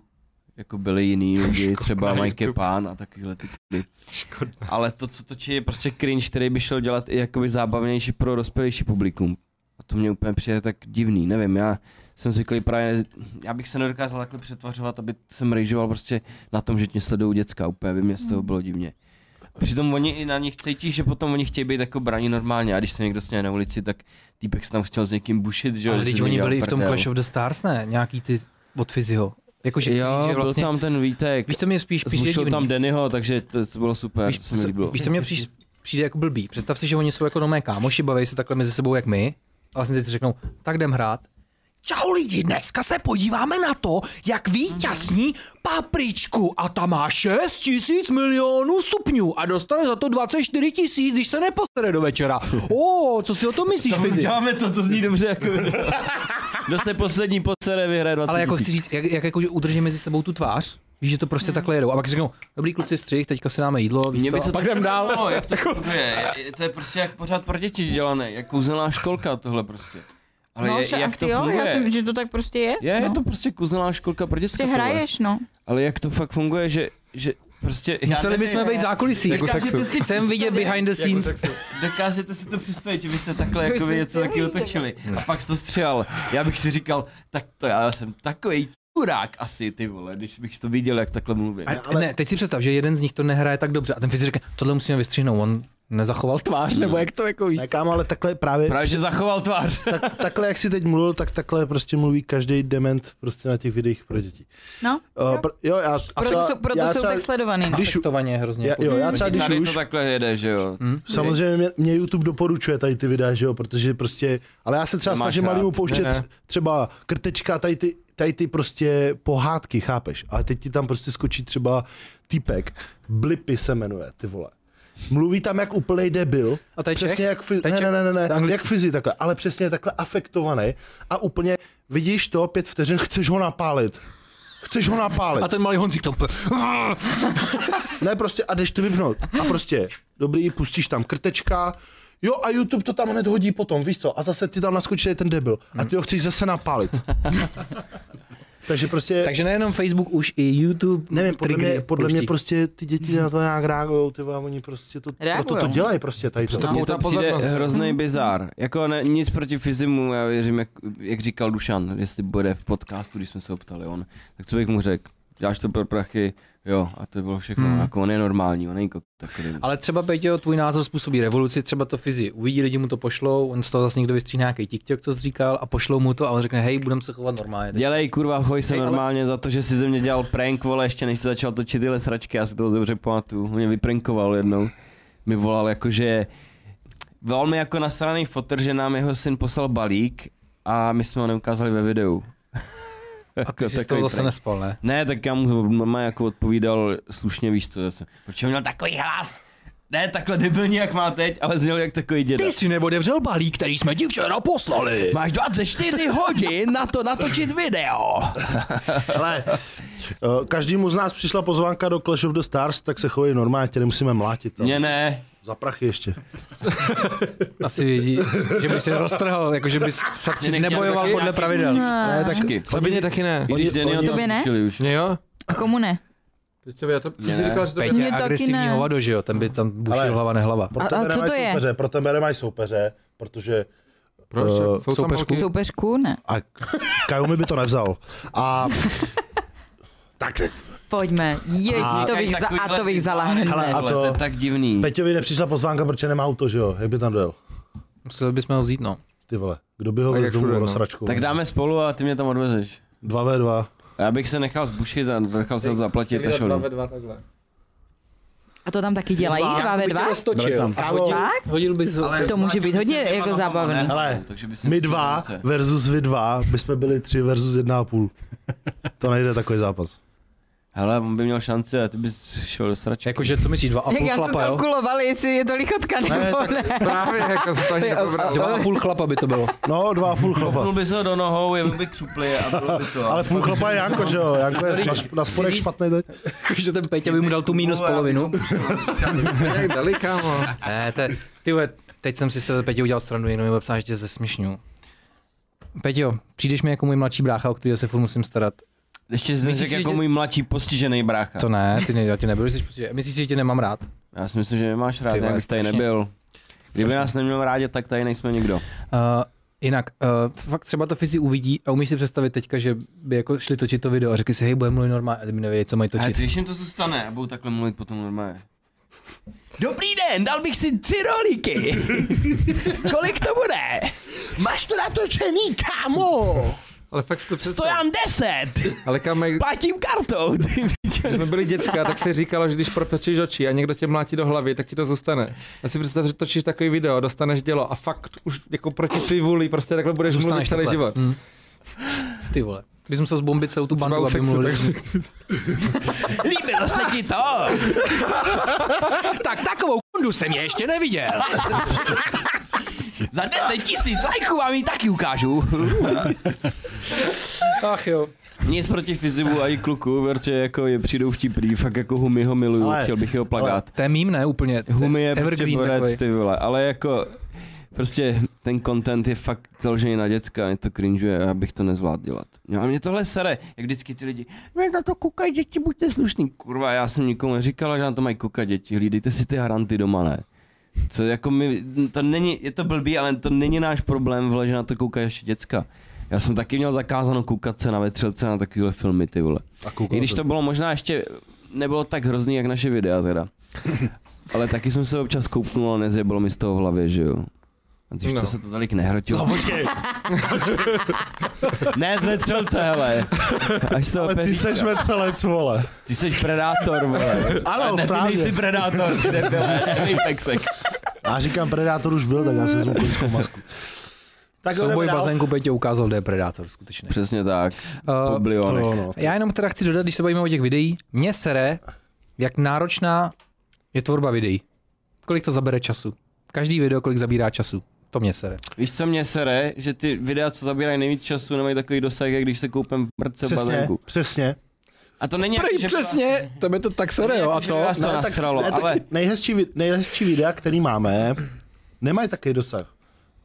Speaker 5: jako byli jiný lidi, třeba
Speaker 4: Škodná
Speaker 5: Mike
Speaker 4: YouTube.
Speaker 5: Pán a takovýhle ty kdy. Ale to, co točí, je prostě cringe, který by šel dělat i jakoby zábavnější pro dospělejší publikum. A to mě úplně přijde tak divný, nevím, já jsem zvyklý právě, já bych se nedokázal takhle přetvařovat, aby jsem rejžoval prostě na tom, že tě sledují děcka, úplně by mě z toho
Speaker 1: Hmm.
Speaker 5: bylo divně. Přitom oni i na nich cítí, že potom oni chtějí být jako braní normálně a když se někdo směje na ulici, tak týpek se tam chtěl s někým bušit, že jo,
Speaker 1: Ale
Speaker 5: že
Speaker 1: když
Speaker 5: si
Speaker 1: oni
Speaker 5: dělal
Speaker 1: byli i v tom
Speaker 5: prdel.
Speaker 1: Clash of the Stars, ne? Nějaký ty od Fiziho. Jakože chci
Speaker 5: jo,
Speaker 1: říct, že
Speaker 5: byl
Speaker 1: vlastně...
Speaker 5: tam ten výtek.
Speaker 1: Víš, co mě spíš přijde
Speaker 5: Zmušil
Speaker 1: divný?
Speaker 5: tam Dennyho, takže to, to bylo super,
Speaker 1: Víš,
Speaker 5: to se mi líbilo.
Speaker 1: víš, co mě přijde, přijde jako blbý. Představ si, že oni jsou jako nové kámoši, baví se takhle mezi sebou jak my. A vlastně teď si řeknou, tak jdem hrát. Čau lidi, dneska se podíváme na to, jak vítězní papričku a ta má 6 tisíc milionů stupňů a dostane za to 24 tisíc, když se neposere do večera. O, co si o to myslíš, Fizi?
Speaker 5: Děláme to, to zní dobře jako... Kdo se poslední posere vyhraje 20
Speaker 1: Ale jako
Speaker 5: tisíc.
Speaker 1: chci říct, jak, jak jako, že udrží mezi sebou tu tvář, víš, že to prostě takhle jedou. A pak si řeknou, dobrý kluci střih, teďka si dáme jídlo, víš co? a pak jdem dál.
Speaker 5: No, jak to funguje? Je- To je prostě jak pořád pro děti dělané, jak kouzelná školka tohle prostě. Ale
Speaker 3: No,
Speaker 5: je,
Speaker 3: však
Speaker 5: jak
Speaker 3: asi
Speaker 5: to
Speaker 3: jo,
Speaker 5: funguje?
Speaker 3: já jsem, že to tak prostě je.
Speaker 5: Je,
Speaker 3: no.
Speaker 5: je to prostě kouzelná školka pro děcka.
Speaker 3: Ty
Speaker 5: tohle.
Speaker 3: hraješ, no.
Speaker 5: Ale jak to fakt funguje, že, že prostě... já
Speaker 1: Museli
Speaker 5: nevím.
Speaker 1: bychom být zákulisí. jako
Speaker 5: Dokážete si
Speaker 1: Chcem vidět
Speaker 5: představit-
Speaker 1: behind the scenes.
Speaker 5: Dokážete si to představit, že byste takhle
Speaker 3: Už
Speaker 5: jako
Speaker 3: byste
Speaker 5: něco taky
Speaker 3: viděli.
Speaker 5: otočili a pak jste to střel. Já bych si říkal, tak to já jsem takový kurák asi ty vole, když bych to viděl, jak takhle mluví.
Speaker 1: Ne, teď si představ, že jeden z nich to nehraje tak dobře a ten fyzik říká, tohle musíme vystřihnout, on nezachoval tvář, nebo jak to jako víš?
Speaker 2: Ne, kámo, ale takhle právě,
Speaker 5: Právě, že zachoval tvář.
Speaker 2: tak, takhle jak si teď mluvil, tak takhle prostě mluví každý dement prostě na těch videích pro děti.
Speaker 3: No,
Speaker 2: Uh, pr- jo, já,
Speaker 3: proto, jsou, proto jsou tak sledovaný. no.
Speaker 2: když,
Speaker 1: Diktovaně hrozně.
Speaker 2: já,
Speaker 1: jako-
Speaker 2: jo, já třeba když
Speaker 5: Tady to
Speaker 2: už,
Speaker 5: takhle jede, že jo.
Speaker 2: Samozřejmě mě, mě YouTube doporučuje tady ty videa, že jo, protože prostě, ale já se třeba
Speaker 5: Nemáš
Speaker 2: snažím
Speaker 5: rád.
Speaker 2: malým pouštět
Speaker 4: Ne, ne.
Speaker 2: třeba krtečka, tady ty, tady ty prostě pohádky, chápeš? Ale teď ti tam prostě skočí třeba týpek, Blipy se jmenuje, ty vole. Mluví tam jak úplnej debil.
Speaker 1: A to je
Speaker 2: přesně
Speaker 1: Čech?
Speaker 2: jak fi-
Speaker 1: To je
Speaker 2: ne,
Speaker 1: Čech?
Speaker 2: ne, ne, ne, ne,
Speaker 1: To je anglický.
Speaker 2: jak fyzi takhle, ale přesně takhle afektovaný a úplně vidíš to pět vteřin, chceš ho napálit. Chceš ho napálit.
Speaker 1: A ten malý Honzík to...
Speaker 2: Ne, prostě a jdeš to vypnout. A prostě, dobrý, pustíš tam krtečka, Jo, a YouTube to tam hned hodí potom, víš co? A zase ti tam naskočí tady ten debil. A ty ho chceš zase napálit. Takže prostě, Takže
Speaker 1: Takže nejenom Facebook, už i YouTube.
Speaker 2: nevím, podle mě,
Speaker 1: triggery
Speaker 2: podle mě
Speaker 1: pouští.
Speaker 2: prostě ty děti na to nějak reagují, ty vole, a oni prostě to, proto to
Speaker 3: Reagujou.
Speaker 2: dělají prostě tady to.
Speaker 4: to
Speaker 5: Mně
Speaker 4: poutá
Speaker 5: to přijde
Speaker 4: pozornost.
Speaker 5: hrozný bizár. Jako ne, nic proti fyzimu, já věřím, jak, jak říkal Dušan, jestli bude v podcastu, když jsme se ho ptali on. Tak co bych mu řekl? Děláš to pro prachy, jo, a to bylo všechno,
Speaker 1: Hmm.
Speaker 5: hmm. jako on je normální, on není kok- takový.
Speaker 1: Ale třeba, Peťo, tvůj názor způsobí revoluci, třeba to fyzi uvidí, lidi mu to pošlou, on z toho zase někdo vystříhne nějaký TikTok, co jsi říkal, a pošlou mu to a on řekne, hej, budem se chovat normálně. teď.
Speaker 5: Dělej kurva, hoj se
Speaker 1: Hej, ale-
Speaker 5: normálně za to, že si ze mě dělal prank, vole, ještě než jsi začal točit tyhle sračky, já si toho dobře pamatuju, On mě vyprankoval jednou, mi volal jako, že volal mi jako nasraný fotr, že nám jeho syn poslal balík a my jsme ho neukázali ve videu. Jako
Speaker 1: A ty jsi z toho zase nespal, ne?
Speaker 5: Ne, tak já mu normálně jako odpovídal slušně, víš co, zase. Proč on měl takový hlas? Ne, takhle debilní, jak má teď, ale zněl jak takový děda.
Speaker 1: si neodevřel balík, který jsme ti včera poslali.
Speaker 5: Máš 24 hodin na to natočit video.
Speaker 2: Ale eh, každému z nás přišla pozvánka do Clash of the Stars, tak se chovej normálně, tě nemusíme mlátit.
Speaker 5: Mně ne.
Speaker 2: Za prachy ještě.
Speaker 1: Asi vědí, že bys se roztrhl, jako že bys fakt
Speaker 5: nechtěl
Speaker 1: nebojoval
Speaker 5: taky
Speaker 1: podle
Speaker 3: No,
Speaker 5: nějaký
Speaker 1: pravidel.
Speaker 2: Ne, tak
Speaker 5: Taky.
Speaker 4: Fabině taky ne.
Speaker 5: I
Speaker 2: Oni-
Speaker 5: když Daniel
Speaker 2: oni-
Speaker 5: tam
Speaker 3: Tobě ne?
Speaker 5: učili už.
Speaker 4: Mně jo?
Speaker 3: Komu ne?
Speaker 4: Peťově, to, ty jsi
Speaker 5: Ne.
Speaker 4: říkal, že to
Speaker 1: Peť
Speaker 4: bude...
Speaker 1: je
Speaker 3: Mě taky
Speaker 1: agresivní
Speaker 3: ne.
Speaker 1: hovado, že jo, ten by tam
Speaker 2: Ale-
Speaker 1: bušil hlava nehlava.
Speaker 2: Pro
Speaker 3: A- a
Speaker 2: tebe
Speaker 3: co to
Speaker 2: nemají
Speaker 3: je?
Speaker 2: soupeře, pro tebe nemají soupeře, protože
Speaker 4: Proč?
Speaker 2: Eh,
Speaker 4: Jsou tam
Speaker 1: soupeřku.
Speaker 4: holky?
Speaker 3: Soupeřku? Ne.
Speaker 2: A Kajumi by to nevzal. A
Speaker 3: Pojďme. Ježíš, to bych za, a to bych
Speaker 2: Hele,
Speaker 3: zalahnul.
Speaker 2: a
Speaker 5: Ale
Speaker 2: to-
Speaker 5: to je tak divný.
Speaker 2: Peťovi nepřišla pozvánka, protože nemá auto, že jo? Jak by tam dojel?
Speaker 1: Museli bychom ho vzít, no.
Speaker 2: Ty vole, kdo by ho
Speaker 4: Tak
Speaker 2: vezl
Speaker 4: jak
Speaker 2: domů
Speaker 4: všude,
Speaker 2: no.
Speaker 4: no.
Speaker 2: sračku?
Speaker 5: Tak dáme spolu a ty mě tam odvezeš.
Speaker 2: 2v2.
Speaker 5: Já bych se nechal zbušit a nechal jsem zaplatit a
Speaker 4: Dva
Speaker 5: šel.
Speaker 4: ve dva, takhle.
Speaker 3: A to tam taky dělají? Dva ve dva?
Speaker 6: Byli tam.
Speaker 2: Kámo,
Speaker 3: Tak?
Speaker 1: Hodil bys ho.
Speaker 3: To může být hodně jako zábavný.
Speaker 2: Hele,
Speaker 5: Takže by si
Speaker 2: my dva versus vy dva, my jsme byli tři versus jedna a půl. To nejde takový zápas.
Speaker 5: Hele, on by měl šanci a ty bys šel do sračky.
Speaker 1: Jakože, co myslíš, dva a
Speaker 3: Jak
Speaker 1: půl
Speaker 3: jako
Speaker 1: chlapa, jo?
Speaker 3: kalkulovali, jestli je to lichotka nebo ne.
Speaker 4: Právě, jako se to ani nepovedlo.
Speaker 1: Dva a půl chlapa by to bylo.
Speaker 2: No, dva a půl
Speaker 5: Pnul
Speaker 2: chlapa.
Speaker 5: by se ho do nohou, jemu by křupli a bylo by to.
Speaker 2: Ale půl chlapa je Janko, že jo? Janko je na, na spodek špatný teď.
Speaker 1: Jakože ten Peťa by mu dal tu minus polovinu.
Speaker 4: Jak dali, kámo.
Speaker 1: Ne, te, ty vole, teď jsem si z tebe, Peťo, udělal stranu, jenom mi psal, že tě zesměšňu. Peťo, přijdeš mi jako můj mladší brácha, o kterého se furt musím starat.
Speaker 5: Ještě jsem
Speaker 1: Myslíš
Speaker 5: řekl
Speaker 1: si,
Speaker 5: jako
Speaker 1: že-
Speaker 5: můj mladší postižený brácha.
Speaker 1: To ne, ty ne, já tě nebudu, že jsi prostě, myslíš si, že tě nemám rád.
Speaker 5: Já si myslím, že nemáš rád,
Speaker 1: Ty vole,
Speaker 5: jak bys tady
Speaker 1: strašně.
Speaker 5: nebyl. Kdyby nás neměl rádi, tak tady nejsme nikdo.
Speaker 1: Uh, jinak, uh, fakt třeba to fyzi uvidí a umíš si představit teďka, že by jako šli točit to video a řekli si, hej, budeme mluvit normálně, a ty mi nevědět, co mají
Speaker 5: A
Speaker 1: točit.
Speaker 5: co, když jim to zůstane a budou takhle mluvit potom normálně? Dobrý den, dal bych si tři rohlíky. Kolik to bude?
Speaker 2: Máš to natočený, kámo!
Speaker 4: Ale fakt si to představ.
Speaker 5: 10,
Speaker 4: Ale kámo, jak-
Speaker 5: platím kartou.
Speaker 4: když jsme byli děcka, tak se říkalo, že když protočíš oči a někdo tě mlátí do hlavy, tak ti to zůstane. Já si představ, že točíš takový video, dostaneš dělo a fakt už jako proti svý vůli prostě takhle budeš
Speaker 1: Zůstaneš
Speaker 4: mluvit celý
Speaker 1: takhle.
Speaker 4: život.
Speaker 1: Mm. Ty vole. Bys musel zbombit celou tu
Speaker 4: Třeba
Speaker 1: bandu,
Speaker 4: u
Speaker 1: aby
Speaker 4: sexu,
Speaker 1: mluvili.
Speaker 4: tak
Speaker 5: Líbilo se ti to?
Speaker 1: tak takovou kundu jsem je ještě neviděl.
Speaker 5: Za 10 tisíc lajků vám ji taky ukážu.
Speaker 1: Ach jo.
Speaker 5: Nic proti fyzivu a i kluku, verče jako je přijdou vtipný, fakt jako Humy ho miluju,
Speaker 2: Ale-
Speaker 5: chtěl bych jeho plagát.
Speaker 1: To je mím, ne úplně.
Speaker 5: Humy je prostě
Speaker 1: evergreen takový.
Speaker 5: borec, ty vole, ale jako prostě ten content je fakt založený na děcka, mě to cringeuje a já bych to nezvládl dělat. No a mě tohle sere, jak vždycky ty lidi, no jak na to koukají děti, buďte slušný, kurva, já jsem nikomu neříkal, že na to mají koukat děti, hlídejte si ty hranty doma, ne. Co jako my, to není, je to blbý, ale to není náš problém, vole, že na to koukají ještě děcka. Já jsem taky měl zakázáno koukat se na vetřelce na takovéhle filmy, ty vole.
Speaker 2: A koukal
Speaker 5: I když
Speaker 2: jsem.
Speaker 5: to bylo možná ještě, nebylo tak hrozný, jak naše videa teda. Ale taky jsem se občas koupnul a nezjebalo mi z toho v hlavě, že jo. A když no.
Speaker 4: No.
Speaker 5: to se to tolik nehrotilo.
Speaker 2: No počkej,
Speaker 5: Ne z vetřelce, hele. Až z toho
Speaker 2: ale ty
Speaker 5: peříčka.
Speaker 2: seš vetřelec, vole.
Speaker 5: Ty jsi predátor, vole.
Speaker 2: Ano,
Speaker 5: ne, ty
Speaker 2: právě.
Speaker 5: nejsi predátor, ty debile, nevím, pexek.
Speaker 2: A říkám, Predátor už byl, tak já jsem zvukovou masku. Tak jdeme
Speaker 1: Souboj
Speaker 2: dál.
Speaker 1: bazénku Petě ukázal, kde je Predátor, skutečně.
Speaker 5: Přesně tak,
Speaker 1: Eh,
Speaker 5: Oblion.
Speaker 2: To ono.
Speaker 1: Já jenom teda chci dodat, když se bavíme o těch videí, mě sere, jak náročná je tvorba videí. Kolik to zabere času? Každý video, kolik zabírá času. To mě sere.
Speaker 5: Víš, co mě sere? Že ty videa, co zabírají nejvíc času, nemají takový dosah, jak když se koupím brce v
Speaker 2: Přesně,
Speaker 5: bazénku.
Speaker 2: přesně.
Speaker 5: A to není jako, že
Speaker 1: přesně, to vlastně- by to tak sere, jo, a
Speaker 5: Že
Speaker 1: co?
Speaker 5: vás to nasralo,
Speaker 2: ne, No, tak
Speaker 5: ale
Speaker 2: nejhezčí, vid- nejhezčí videa, který máme, nemají takový dosah.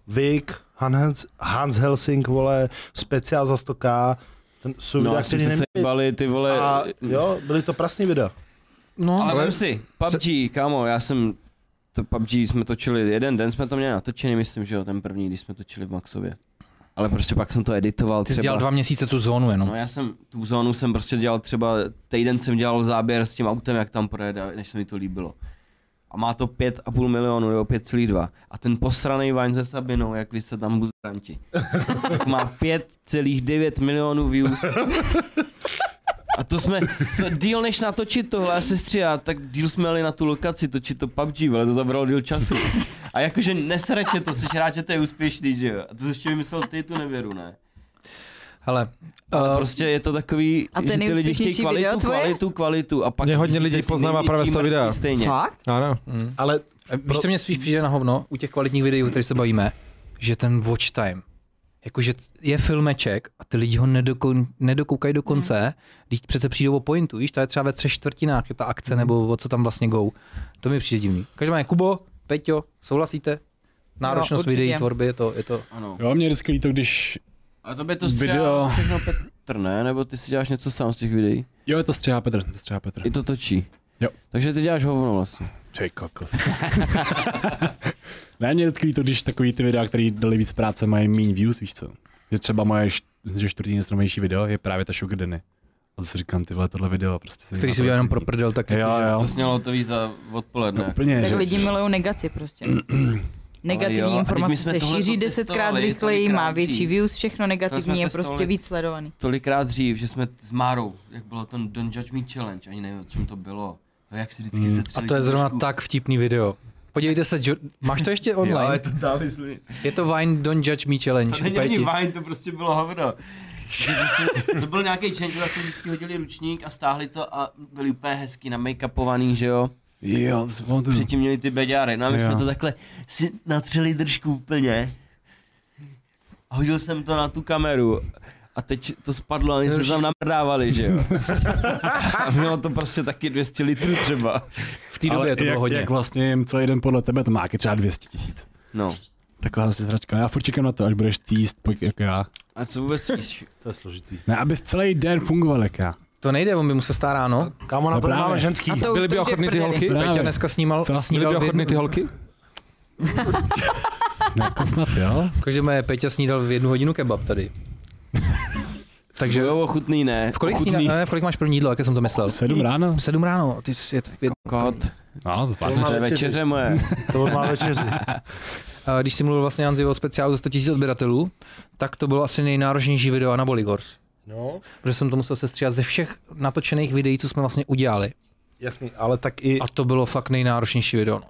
Speaker 2: Vic, Hans, Hans Helsing, vole, speciál za 100k, ten jsou
Speaker 5: no,
Speaker 2: videa,
Speaker 5: a s tím
Speaker 2: který
Speaker 5: se
Speaker 2: nemají.
Speaker 5: sejbali, ty vole,
Speaker 2: A jo, byly to prasný videa.
Speaker 1: No,
Speaker 5: Ale
Speaker 1: ale-
Speaker 5: vem si, PUBG, kámo, já jsem to PUBG jsme točili, jeden den jsme to měli natočený, myslím, že jo, ten první, když jsme točili v Maxově. Ale prostě pak jsem to editoval
Speaker 1: ty jsi
Speaker 5: třeba.
Speaker 1: dělal dva měsíce tu zónu jenom.
Speaker 5: No já jsem tu zónu jsem prostě dělal třeba, týden jsem dělal záběr s tím autem, jak tam projede, než se mi to líbilo. A má to 5,5 milionu, nebo 5,2. A ten posraný Vine se Sabinou, jak když se tam buzranti. tak má 5,9 milionů views. A to jsme, to díl než natočit tohle a sestřihat, tak díl jsme jeli na tu lokaci točit to PUBG, ale to zabralo díl času. A jakože nesrače to, seš rád, že to je úspěšný, že jo? A to jsi ještě vymyslel ty tu nevěru, ne?
Speaker 1: Hele,
Speaker 5: Ale
Speaker 1: eh,
Speaker 5: prostě je to takový,
Speaker 3: A to je
Speaker 5: že ty lidi chtějí
Speaker 3: nejúspěšnější
Speaker 5: kvalitu,
Speaker 3: video tvoje?
Speaker 5: kvalitu, kvalitu a pak...
Speaker 4: Mě hodně
Speaker 5: zjistíte
Speaker 4: lidí
Speaker 5: ty
Speaker 4: poznává právě
Speaker 5: největší
Speaker 4: z toho videa.
Speaker 5: mrtví Stejně.
Speaker 3: Fakt?
Speaker 4: Ano.
Speaker 1: No,
Speaker 2: Ale
Speaker 1: eh, Víš, co mě spíš přijde na hovno u těch kvalitních videí, o kterých se bavíme, že ten watch time, jakože t- je filmeček a ty lidi ho nedokon, nedokoukají do konce, hmm. když přece přijdou o pointu, víš, ta je třeba ve třech čtvrtinách, je ta akce nebo o co tam vlastně go. To mi přijde divný. Každopádně, Kubo, Peťo, souhlasíte? Náročnost
Speaker 3: určitě.
Speaker 1: videí, tvorby, je to, je to...
Speaker 5: Ano.
Speaker 6: Jo, mě je vždycky líto, když...
Speaker 5: A to by to
Speaker 6: Video.
Speaker 5: střihá všechno Petr, ne? Nebo ty si děláš něco sám z těch videí?
Speaker 6: Jo, je to střihá Petr, to střihá Petr.
Speaker 5: I to točí.
Speaker 6: Jo.
Speaker 5: Takže ty děláš hovno vlastně.
Speaker 6: Ty kokos. ne, mě je vždycky líto, když takový ty videa, které dali víc práce, mají méně views, víš co? Že třeba moje št- že čtvrtý nejstromější video je právě ta Sugar Danny. A zase říkám, tyhle, tohle video prostě se
Speaker 1: Který
Speaker 6: dělá
Speaker 1: si udělal jenom
Speaker 6: pro jako,
Speaker 1: pro prdel, tak
Speaker 6: Jo, jo.
Speaker 5: To snělo to víc za odpoledne.
Speaker 6: No, úplně,
Speaker 3: Tak
Speaker 6: že...
Speaker 3: lidi milují negaci prostě. Negativní
Speaker 5: jo, a teď my
Speaker 3: informace
Speaker 5: jsme
Speaker 3: se
Speaker 5: tohle
Speaker 3: šíří
Speaker 5: to
Speaker 3: desetkrát
Speaker 5: testovali,
Speaker 3: rychleji,
Speaker 5: tolikrát
Speaker 3: má větší
Speaker 5: dřív.
Speaker 3: views, všechno
Speaker 5: jsme
Speaker 3: negativní je prostě
Speaker 5: testovali.
Speaker 3: víc sledovaný.
Speaker 5: Tolikrát dřív, že jsme s Márou, jak bylo ten Don't Judge Me Challenge, ani nevím, o čem to bylo. A jak si vždycky mm.
Speaker 1: A to je zrovna tak vtipný video. Podívejte se, Jo- máš to ještě
Speaker 5: Jo, ale
Speaker 1: online?
Speaker 5: to dali zli.
Speaker 1: Je to Vine Don't Judge Me
Speaker 5: To
Speaker 1: Challenge.
Speaker 5: není
Speaker 1: Peti.
Speaker 5: ani Vine, to prostě bylo hovno. Že prostě- to byl nějaký change, tak to vždycky hodili ručník a stáhli to a byli úplně hezky namakeupovaný, že jo.
Speaker 6: Jo, to si pamatuju.
Speaker 5: Předtím měli ty beďáry, no a my
Speaker 6: Hm. Jo.
Speaker 5: jsme to takhle si natřeli držku úplně. A hodil jsem to na tu kameru. A teď to spadlo a oni se tam namrdávali, že jo. A mělo to prostě taky 200 litrů třeba.
Speaker 1: V té době to
Speaker 6: jak,
Speaker 1: bylo hodně.
Speaker 6: jak vlastně jim co jeden podle tebe, to má jaký třeba 200 tisíc.
Speaker 5: No.
Speaker 6: Taková se zračka. Já furt čekám na to, až budeš týst, pojď jak já.
Speaker 5: A co vůbec jíš?
Speaker 2: to je složitý.
Speaker 6: Ne, abys celý den fungoval jak já.
Speaker 1: To nejde, on by musel stát ráno.
Speaker 2: Kámo, na
Speaker 6: No
Speaker 2: to
Speaker 6: právě.
Speaker 2: máme ženský.
Speaker 3: A to,
Speaker 4: Byly by
Speaker 3: to už je v
Speaker 4: ochotný ty
Speaker 3: prdeli.
Speaker 4: holky?
Speaker 6: Právě.
Speaker 1: Peťa dneska snímal,
Speaker 6: Co?
Speaker 4: Byly by
Speaker 1: snídal v jednu,
Speaker 4: ochotný ty holky?
Speaker 6: No, to snad jo.
Speaker 1: Každopádně Peťa snídal v jednu hodinu kebab tady.
Speaker 5: Takže jo, ochutný ne.
Speaker 1: V kolik, snídal,
Speaker 5: ochutný
Speaker 1: ne, v kolik máš první jídlo, jaké jsem to myslel?
Speaker 6: Sedm ráno.
Speaker 1: V sedm ráno, ty jsi- je, je,
Speaker 5: kot.
Speaker 6: No, zvládneš.
Speaker 5: To je
Speaker 2: večeři.
Speaker 5: večeře moje.
Speaker 2: To má večeři.
Speaker 1: a když jsi mluvil vlastně Janzi o speciálu za 100 000 odběratelů, tak to bylo asi nejnáročnější video na Boligors.
Speaker 2: No,
Speaker 1: Protože jsem to musel sestříhat ze všech natočených videí, co jsme vlastně udělali.
Speaker 2: jasný, ale tak i,
Speaker 1: A to bylo fakt nejnáročnější video. No.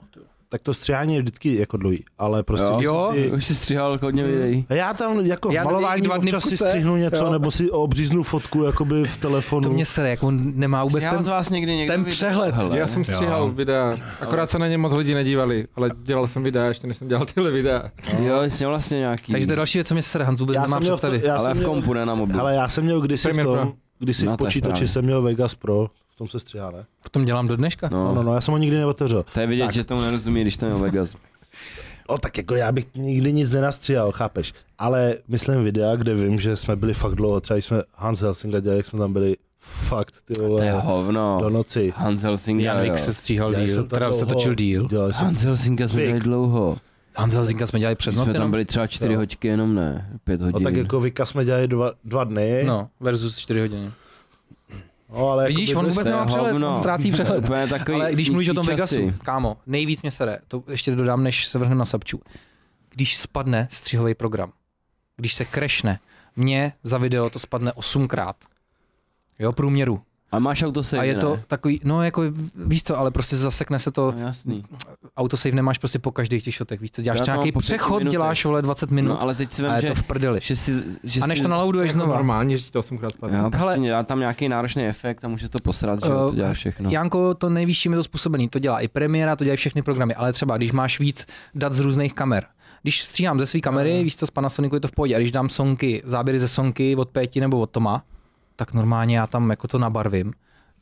Speaker 2: tak to střihání je vždycky jako dlouhý, ale prostě když
Speaker 1: Jo.
Speaker 2: si-
Speaker 5: Už jsi stříhal hodně videí.
Speaker 2: A Já tam
Speaker 1: Já
Speaker 2: jako v
Speaker 1: nevím,
Speaker 2: malování
Speaker 1: dva dny v
Speaker 2: občas si
Speaker 1: kuse,
Speaker 2: střihnu něco,
Speaker 1: jo.
Speaker 2: jo. nebo si obříznu fotku jakoby v telefonu.
Speaker 1: To mě sere, jak on nemá vůbec
Speaker 5: Stříhal
Speaker 1: ten...
Speaker 5: z vás někdy někdo
Speaker 1: ten
Speaker 5: video?
Speaker 1: přehled.
Speaker 5: Hele.
Speaker 4: Já jsem
Speaker 6: Jo.
Speaker 4: stříhal videa, akorát se na ně moc lidí nedívali, ale dělal jsem videa, ještě než jsem dělal tyhle videa.
Speaker 5: Jo, jsi měl vlastně nějaký.
Speaker 1: Takže to je další věc, co mě sere, Hans vůbec
Speaker 2: já
Speaker 1: nemá
Speaker 2: jsem měl, v to,
Speaker 1: představy.
Speaker 2: já
Speaker 5: ale
Speaker 2: jsem
Speaker 5: v
Speaker 2: měl,
Speaker 5: kompu, ne na mobil.
Speaker 2: ale já jsem měl kdysi v
Speaker 4: Premiere
Speaker 2: tom,
Speaker 4: Pro.
Speaker 2: kdysi
Speaker 5: Hm. No,
Speaker 2: v
Speaker 5: to je
Speaker 2: počítači
Speaker 5: správně.
Speaker 2: jsem měl Vegas Pro, v tom se stříhá, ne?
Speaker 1: V tom dělám do dneška.
Speaker 5: No.
Speaker 2: No, no, no, já jsem ho nikdy neotevřel.
Speaker 5: To je vidět,
Speaker 2: Tak.
Speaker 5: že tomu nerozumí, když to je Vegas.
Speaker 2: No tak jako já bych nikdy nic nenastříhal, chápeš? Ale myslím videa, kde vím, že jsme byli fakt dlouho, třeba když jsme Hans Helsinga dělali, jak jsme tam byli fakt ty
Speaker 5: To je
Speaker 2: vole
Speaker 5: hovno.
Speaker 2: do noci.
Speaker 5: Hans Helsinga, jo.
Speaker 1: Janik se stříhal
Speaker 2: Dělali
Speaker 1: díl,
Speaker 2: jsme to
Speaker 1: teda se
Speaker 2: dlouho.
Speaker 1: točil díl.
Speaker 2: Dělali jsme
Speaker 5: Hans Helsinga jsme
Speaker 2: Vik.
Speaker 5: dělali dlouho.
Speaker 1: Hanza Zinka jsme dělali přes
Speaker 5: Přes
Speaker 1: noc
Speaker 5: jsme
Speaker 1: jenom.
Speaker 5: tam byli třeba čtyři
Speaker 2: Jo.
Speaker 5: hoďky, jenom ne, pět
Speaker 2: No
Speaker 5: hodin. No.
Speaker 2: tak jako Vika jsme dělali dva, dva dny.
Speaker 1: No, versus 4 hodiny.
Speaker 2: No, ale
Speaker 1: Vidíš,
Speaker 2: jakoby
Speaker 1: on
Speaker 2: bez-
Speaker 1: vůbec
Speaker 5: To je
Speaker 1: nemá přehled,
Speaker 5: hovno.
Speaker 1: on ztrácí přehled.
Speaker 5: Úplně takový
Speaker 1: Ale když mluvíš o tom
Speaker 5: nízký
Speaker 1: Vegasu,
Speaker 5: časy.
Speaker 1: kámo, nejvíc mě sere, to ještě dodám, než se vrhnu na Sabču. Když spadne střihový program, když se krešne, mě za video to spadne osmkrát. Jo, průměru.
Speaker 5: A máš auto
Speaker 1: A je to takový, no jako víš co, ale prostě zasekne se to,
Speaker 5: No, jasný.
Speaker 1: autosave nemáš prostě po každých těch šotech, víš co, děláš
Speaker 5: Já to mám
Speaker 1: nějaký
Speaker 5: po pěti
Speaker 1: přechod,
Speaker 5: minutách.
Speaker 1: děláš vole 20 minut
Speaker 5: No, ale teď si
Speaker 1: a
Speaker 5: vím,
Speaker 1: je
Speaker 5: že,
Speaker 1: to v prdeli.
Speaker 5: že si... Že
Speaker 1: A než
Speaker 5: si,
Speaker 1: to naloaduješ
Speaker 4: Jako
Speaker 1: znova.
Speaker 4: normálně, že ti to osmkrát spadne.
Speaker 5: Jo, prostě
Speaker 1: Hele.
Speaker 5: dá tam nějaký náročný efekt a může to posrat, že
Speaker 1: Eh,
Speaker 5: jo, to dělá všechno.
Speaker 1: Janko, to nejvíc, čím je to způsobený. To dělá i premiéra, to dělají všechny programy, ale třeba když máš víc dat z různých kamer. Když stříhám ze své
Speaker 5: Eh.
Speaker 1: kamery, víš co, z Panasonicu je to v pohodě, a když dám sonky, záběry ze sonky od Péti nebo od Toma, tak normálně já tam jako to nabarvím.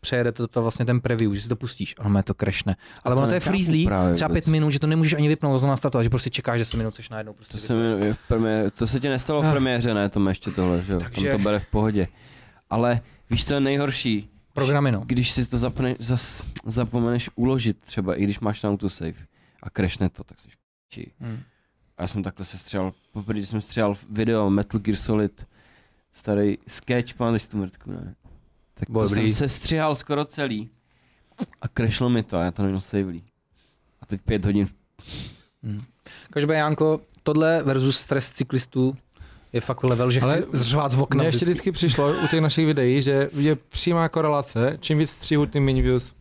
Speaker 1: Přejede to, to vlastně ten preview, že si to pustíš, ono je to krešne. Ale
Speaker 5: to
Speaker 1: ono to je
Speaker 5: nechápu
Speaker 1: freezlý,
Speaker 5: právě
Speaker 1: třeba
Speaker 5: vůbec.
Speaker 1: pět minut, že to nemůžeš ani vypnout, znovu nastartovat, že prostě čekáš 10 minut, což najednou prostě.
Speaker 5: To, se mi, je v premiéře, to se ti nestalo v
Speaker 1: Ah.
Speaker 5: premiéře, ne, to ještě tohle, že jo,
Speaker 1: Takže-
Speaker 5: tam to bere v pohodě. Ale víš, co je nejhorší?
Speaker 1: Programy, no.
Speaker 5: Když si to zapne, zas, zapomeneš uložit třeba, i když máš na auto save a crashne to, tak jsi v piči.
Speaker 1: Hmm.
Speaker 5: A já jsem takhle se střel, poprvé jsem střel video Metal Gear Solid, starý sketch, pamatuješ si tu mrtku, ne? Tak to
Speaker 1: Dobrý.
Speaker 5: jsem se střihal skoro celý a crashlo mi to a já to nemám savelý. A teď pět hodin v
Speaker 1: Každopádně, Janko, tohle versus stres cyklistů je fakt level, že
Speaker 4: Ale
Speaker 1: chci zřvát z okna.
Speaker 4: Mně ještě
Speaker 1: vždycky.
Speaker 4: vždycky přišlo u těch našich videí, že je přímá korelace, čím víc střihu, tím méně views.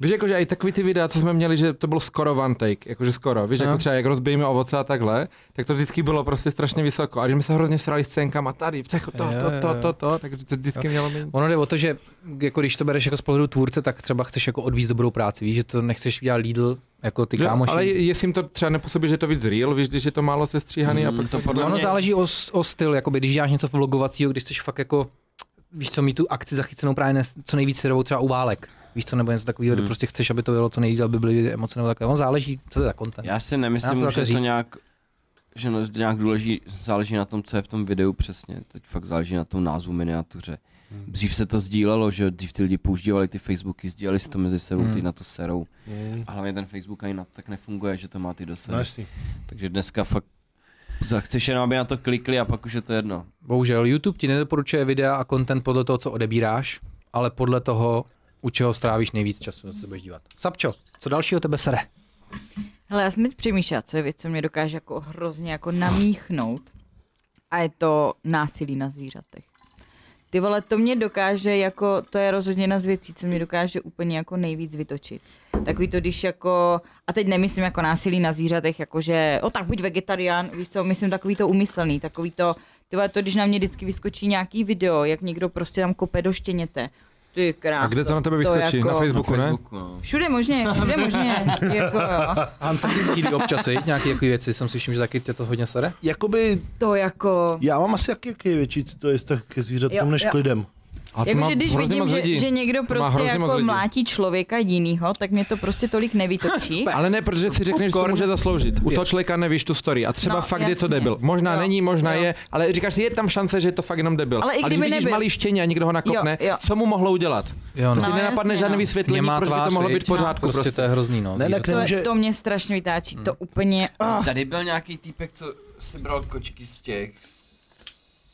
Speaker 4: Víš, jakože i takový ty videa, co jsme měli, že to bylo skoro one take, jakože skoro. Víš,
Speaker 1: No.
Speaker 4: jako třeba jak rozbijíme ovoce a takhle, tak to vždycky bylo prostě strašně vysoko. A že my se hrozně srali scénkama tady, přechod, to,
Speaker 1: Jo,
Speaker 4: to, to,
Speaker 1: jo.
Speaker 4: to, to, tak to vždycky mělo méně.
Speaker 1: Ono jde o to, že jako když to bereš jako z pohledu tvůrce, tak třeba chceš jako odvízt dobrou práci, víš, že to nechceš dělat Lidl jako ty
Speaker 4: Jo,
Speaker 1: kámoši.
Speaker 4: ale je- jestli jim to třeba nepůsobí, že je to víc real, víš, když je to málo sestříhaný
Speaker 5: Mm,
Speaker 4: a pak
Speaker 5: to podle
Speaker 1: No, ono
Speaker 5: mě-
Speaker 1: záleží o, s- o styl, jakoby, když děláš něco vlogovacího, když chceš fakt jako, víš co, mít tu akci zachycenou právě nes- co nejvíc serovou třeba u válek. Víš co, nebo něco takového, kde
Speaker 5: Hmm.
Speaker 1: prostě chceš, aby to bylo co nejdíl, aby byly emoce nebo takhle. Ono záleží, co to je za content.
Speaker 5: Já si
Speaker 1: Já
Speaker 5: nemyslím,
Speaker 1: jsem
Speaker 5: že
Speaker 1: takhle
Speaker 5: to
Speaker 1: říct.
Speaker 5: nějak, že no- nějak důleží, záleží na tom, co je v tom videu přesně. Teď fakt záleží na tom názvu miniatuře.
Speaker 1: Hmm.
Speaker 5: Dřív se to sdílelo, že jo, dřív ty lidi používali ty Facebooky, sdíleli si to mezi sebou,
Speaker 1: Hmm.
Speaker 5: ty na to serou.
Speaker 2: Mm,
Speaker 5: A hlavně ten Facebook ani na to tak nefunguje, že to má ty dosahy.
Speaker 2: No jasný.
Speaker 5: Takže dneska fakt za- chceš jenom, aby na to klikli a pak už je to jedno.
Speaker 1: Bohužel YouTube ti nedoporučuje videa a content podle toho, co odebíráš, ale podle toho, u čeho strávíš nejvíc času, na co se budeš dívat. Sapčo, co dalšího tebe sere?
Speaker 3: Hele, já jsem teď přemýšlela, co je věc, co mě dokáže jako hrozně jako namíchnout. A je to násilí na zvířatech. Ty vole, to mě dokáže jako, to je rozhodně jedna z věcí, co mě dokáže úplně jako nejvíc vytočit. Takový to, když jako, a teď nemyslím jako násilí na zvířatech, jako že, o tak buď vegetarián, víš co, myslím takový to umyslný, takový to, ty vole, to když na mě vždycky vyskočí nějaký video, jak někdo prostě tam kope do štěněte. Ty krásno.
Speaker 4: A kde to na tebe vyskočí?
Speaker 3: jako-
Speaker 4: Na Facebooku,
Speaker 5: na
Speaker 4: ne?
Speaker 5: Facebooku, no.
Speaker 3: Všude možně, všude možně, jako jo.
Speaker 1: Mám taky sdílí občas, viď? nějaký takový věci, jsem slyším, že taky tě to hodně sere.
Speaker 2: Jakoby,
Speaker 3: To jako...
Speaker 2: já mám asi jaký, jaký větší to je vztah ke
Speaker 3: Jo,
Speaker 2: zvířatkům než
Speaker 3: jo.
Speaker 2: k lidem.
Speaker 4: A to má
Speaker 3: Jakože když
Speaker 4: hrozně
Speaker 3: vidím,
Speaker 4: moc
Speaker 3: Jako, že,
Speaker 4: lidí.
Speaker 3: že někdo
Speaker 4: má
Speaker 3: prostě
Speaker 4: hrozně moc
Speaker 3: jako
Speaker 4: lidí.
Speaker 3: mlátí člověka jinýho, tak mě to prostě tolik nevytočí.
Speaker 4: Ale ne, protože si řekneš, že to může zasloužit. U toho člověka nevíš tu story. A třeba
Speaker 3: No,
Speaker 4: no, fakt je to
Speaker 3: jasně.
Speaker 4: debil. Možná
Speaker 3: Jo,
Speaker 4: jo, není, možná
Speaker 3: jo.
Speaker 4: jo. je, ale říkáš si, je tam šance, že je to fakt jenom debil.
Speaker 3: Ale i
Speaker 4: když
Speaker 3: kdyby
Speaker 4: vidíš
Speaker 3: nebyl.
Speaker 4: malý štěně a někdo ho nakopne,
Speaker 3: Jo, jo.
Speaker 4: co mu mohlo udělat?
Speaker 1: Jo,
Speaker 4: Ti
Speaker 3: No,
Speaker 4: nenapadne
Speaker 3: jasně,
Speaker 4: žádné
Speaker 3: no.
Speaker 4: vysvětlení, proč by to mohlo být v pořádku.
Speaker 1: prostě,
Speaker 4: Prostě.
Speaker 1: to je hrozný, no.
Speaker 2: Ne, ne,
Speaker 1: zvířata.
Speaker 2: ne,
Speaker 3: To,
Speaker 2: může,
Speaker 3: to mě strašně vytáčí,
Speaker 4: Hmm.
Speaker 3: to úplně... Oh.
Speaker 5: Tady byl nějaký týpek, co sebral kočky z těch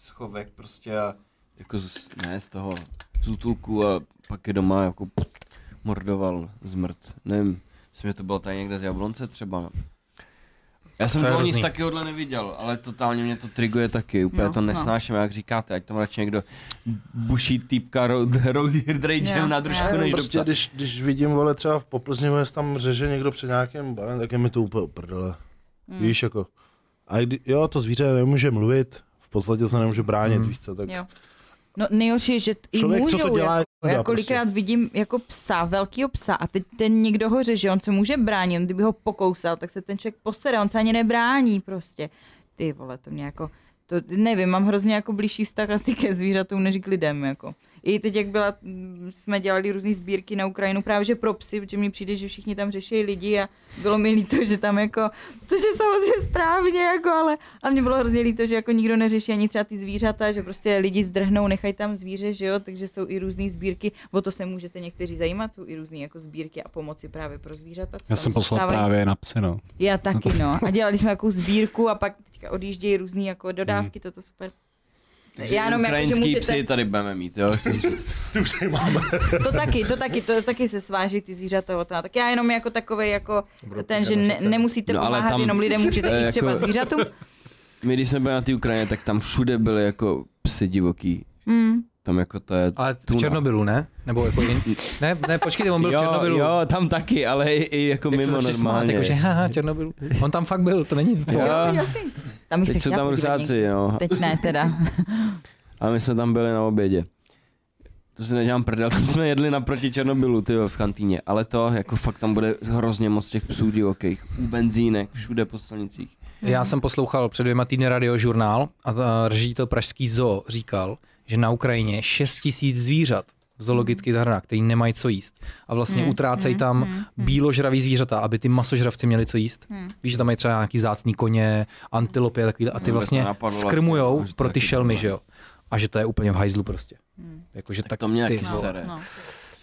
Speaker 5: schovek prostě a jako z, ne z toho z útulku a pak je doma jako mordoval zmrt. Nevím, myslím, že to bylo tady někde z Jablonce třeba. Já jsem
Speaker 1: To je
Speaker 5: toho nic
Speaker 1: hrozný.
Speaker 5: takového neviděl, ale totálně mě to triguje taky, úplně
Speaker 3: No,
Speaker 5: to
Speaker 3: no.
Speaker 5: nesnáším, jak říkáte, ať tam radši někdo buší týpka road, road
Speaker 3: Jo,
Speaker 5: ragem na
Speaker 3: jo.
Speaker 5: držku než
Speaker 2: prostě
Speaker 5: prostě
Speaker 2: když, když vidím, vole, třeba v Poplzni, vole, se tam řeže někdo před nějakým barem, tak je mi to úplně uprdele. Hmm. Víš, jako. A kdy, jo, to zvíře nemůže mluvit, v podstatě se nemůže bránit, hmm. víš co, tak
Speaker 3: Jo. No nejhorší je, že t- i
Speaker 2: Člověk, co
Speaker 3: můžou,
Speaker 2: to dělá, je
Speaker 3: jako,
Speaker 2: chuda
Speaker 3: já kolikrát
Speaker 2: prostě.
Speaker 3: vidím jako psa, velkýho psa a teď ten někdo ho řeže, on se může bránit, on kdyby ho pokousal, tak se ten člověk posere, on se ani nebrání prostě. Ty vole, to mě jako, to nevím, mám hrozně jako blížší vztah asi ke zvířatům než k lidem, jako. I teď, jak byla, m, jsme dělali různé sbírky na Ukrajinu právě že pro psy, protože mi přijde, že všichni tam řeší lidi a bylo mi líto, že tam jako, což je samozřejmě správně, jako, ale a mě bylo hrozně líto, že jako nikdo neřeší ani třeba ty zvířata, že prostě lidi zdrhnou, nechají tam zvíře, že jo, takže jsou i různé sbírky, o to se můžete někteří zajímat, jsou i různé jako sbírky a pomoci právě pro zvířata. co tam
Speaker 6: Já jsem
Speaker 3: se
Speaker 6: poslal
Speaker 3: stávají.
Speaker 6: právě na psy, no.
Speaker 3: Já
Speaker 6: Hmm.
Speaker 3: taky, no. A dělali jsme jakou sbírku a pak teďka odjíždějí různé jako dodávky, toto super. Já jenom jako, že
Speaker 5: Ukrajinský
Speaker 3: můžete...
Speaker 5: psy tady budeme mít, jo? chci říct.
Speaker 2: Ty už tady máme.
Speaker 3: To taky, to taky, to taky se sváží ty zvířata od toho. Tak já jenom jako takový jako ten, že ne, nemusíte
Speaker 5: No, ale
Speaker 3: pomáhat
Speaker 5: tam-
Speaker 3: jenom lidem, můžete
Speaker 5: Eh,
Speaker 3: i
Speaker 5: jako-
Speaker 3: třeba zvířatům.
Speaker 5: My když jsme byli na té Ukrajině, tak tam všude byly jako psy divoký.
Speaker 3: Mm.
Speaker 5: Tam jako to je...
Speaker 1: Ale v
Speaker 5: Tuna.
Speaker 1: Černobylu, ne? Nebo jako jin... Ne, ne, počkejte, on byl v
Speaker 5: jo,
Speaker 1: Černobylu.
Speaker 5: jo, tam taky, ale i, i jako
Speaker 1: Jak se
Speaker 5: mimo
Speaker 1: začali smát,
Speaker 5: normálně.
Speaker 1: jako, že haha, Černobylu. On tam fakt byl, to není.
Speaker 5: Jo.
Speaker 3: jasný. Tam bych se
Speaker 5: Teď jsou
Speaker 3: chtěla
Speaker 5: tam
Speaker 3: podívat někdy.
Speaker 5: rusáci, no.
Speaker 3: Teď ne teda.
Speaker 5: A my jsme tam byli na obědě. To si nedělám prdel, tam jsme jedli naproti Černobylu, ty v kantýně. Ale to, jako fakt tam bude hrozně moc těch psů divokých. U benzínek, všude po silnicích.
Speaker 1: Já jsem poslouchal před dvěma týdny radiožurnál a a ředitel Pražský zoo říkal, že na Ukrajině 6 tisíc zvířat v zoologických zahradách, který nemají co jíst. A vlastně
Speaker 3: Hmm,
Speaker 1: utrácejí
Speaker 3: hmm,
Speaker 1: tam
Speaker 3: hmm,
Speaker 1: bíložravý zvířata, aby ty masožravci měli co jíst.
Speaker 3: Hmm.
Speaker 1: Víš, že tam mají třeba nějaký zácný koně, antilopy a takovýhle a ty
Speaker 5: to
Speaker 1: vlastně
Speaker 5: napadlo vlastně,
Speaker 1: skrmujou
Speaker 5: no, že to
Speaker 1: pro
Speaker 5: taky
Speaker 1: ty šelmy,
Speaker 5: bylo.
Speaker 1: že jo. A že to je úplně v hajzlu prostě.
Speaker 3: Hmm.
Speaker 1: Jakože tak,
Speaker 5: to mě
Speaker 1: ty,
Speaker 5: taky
Speaker 1: vole.
Speaker 5: sere.
Speaker 3: No.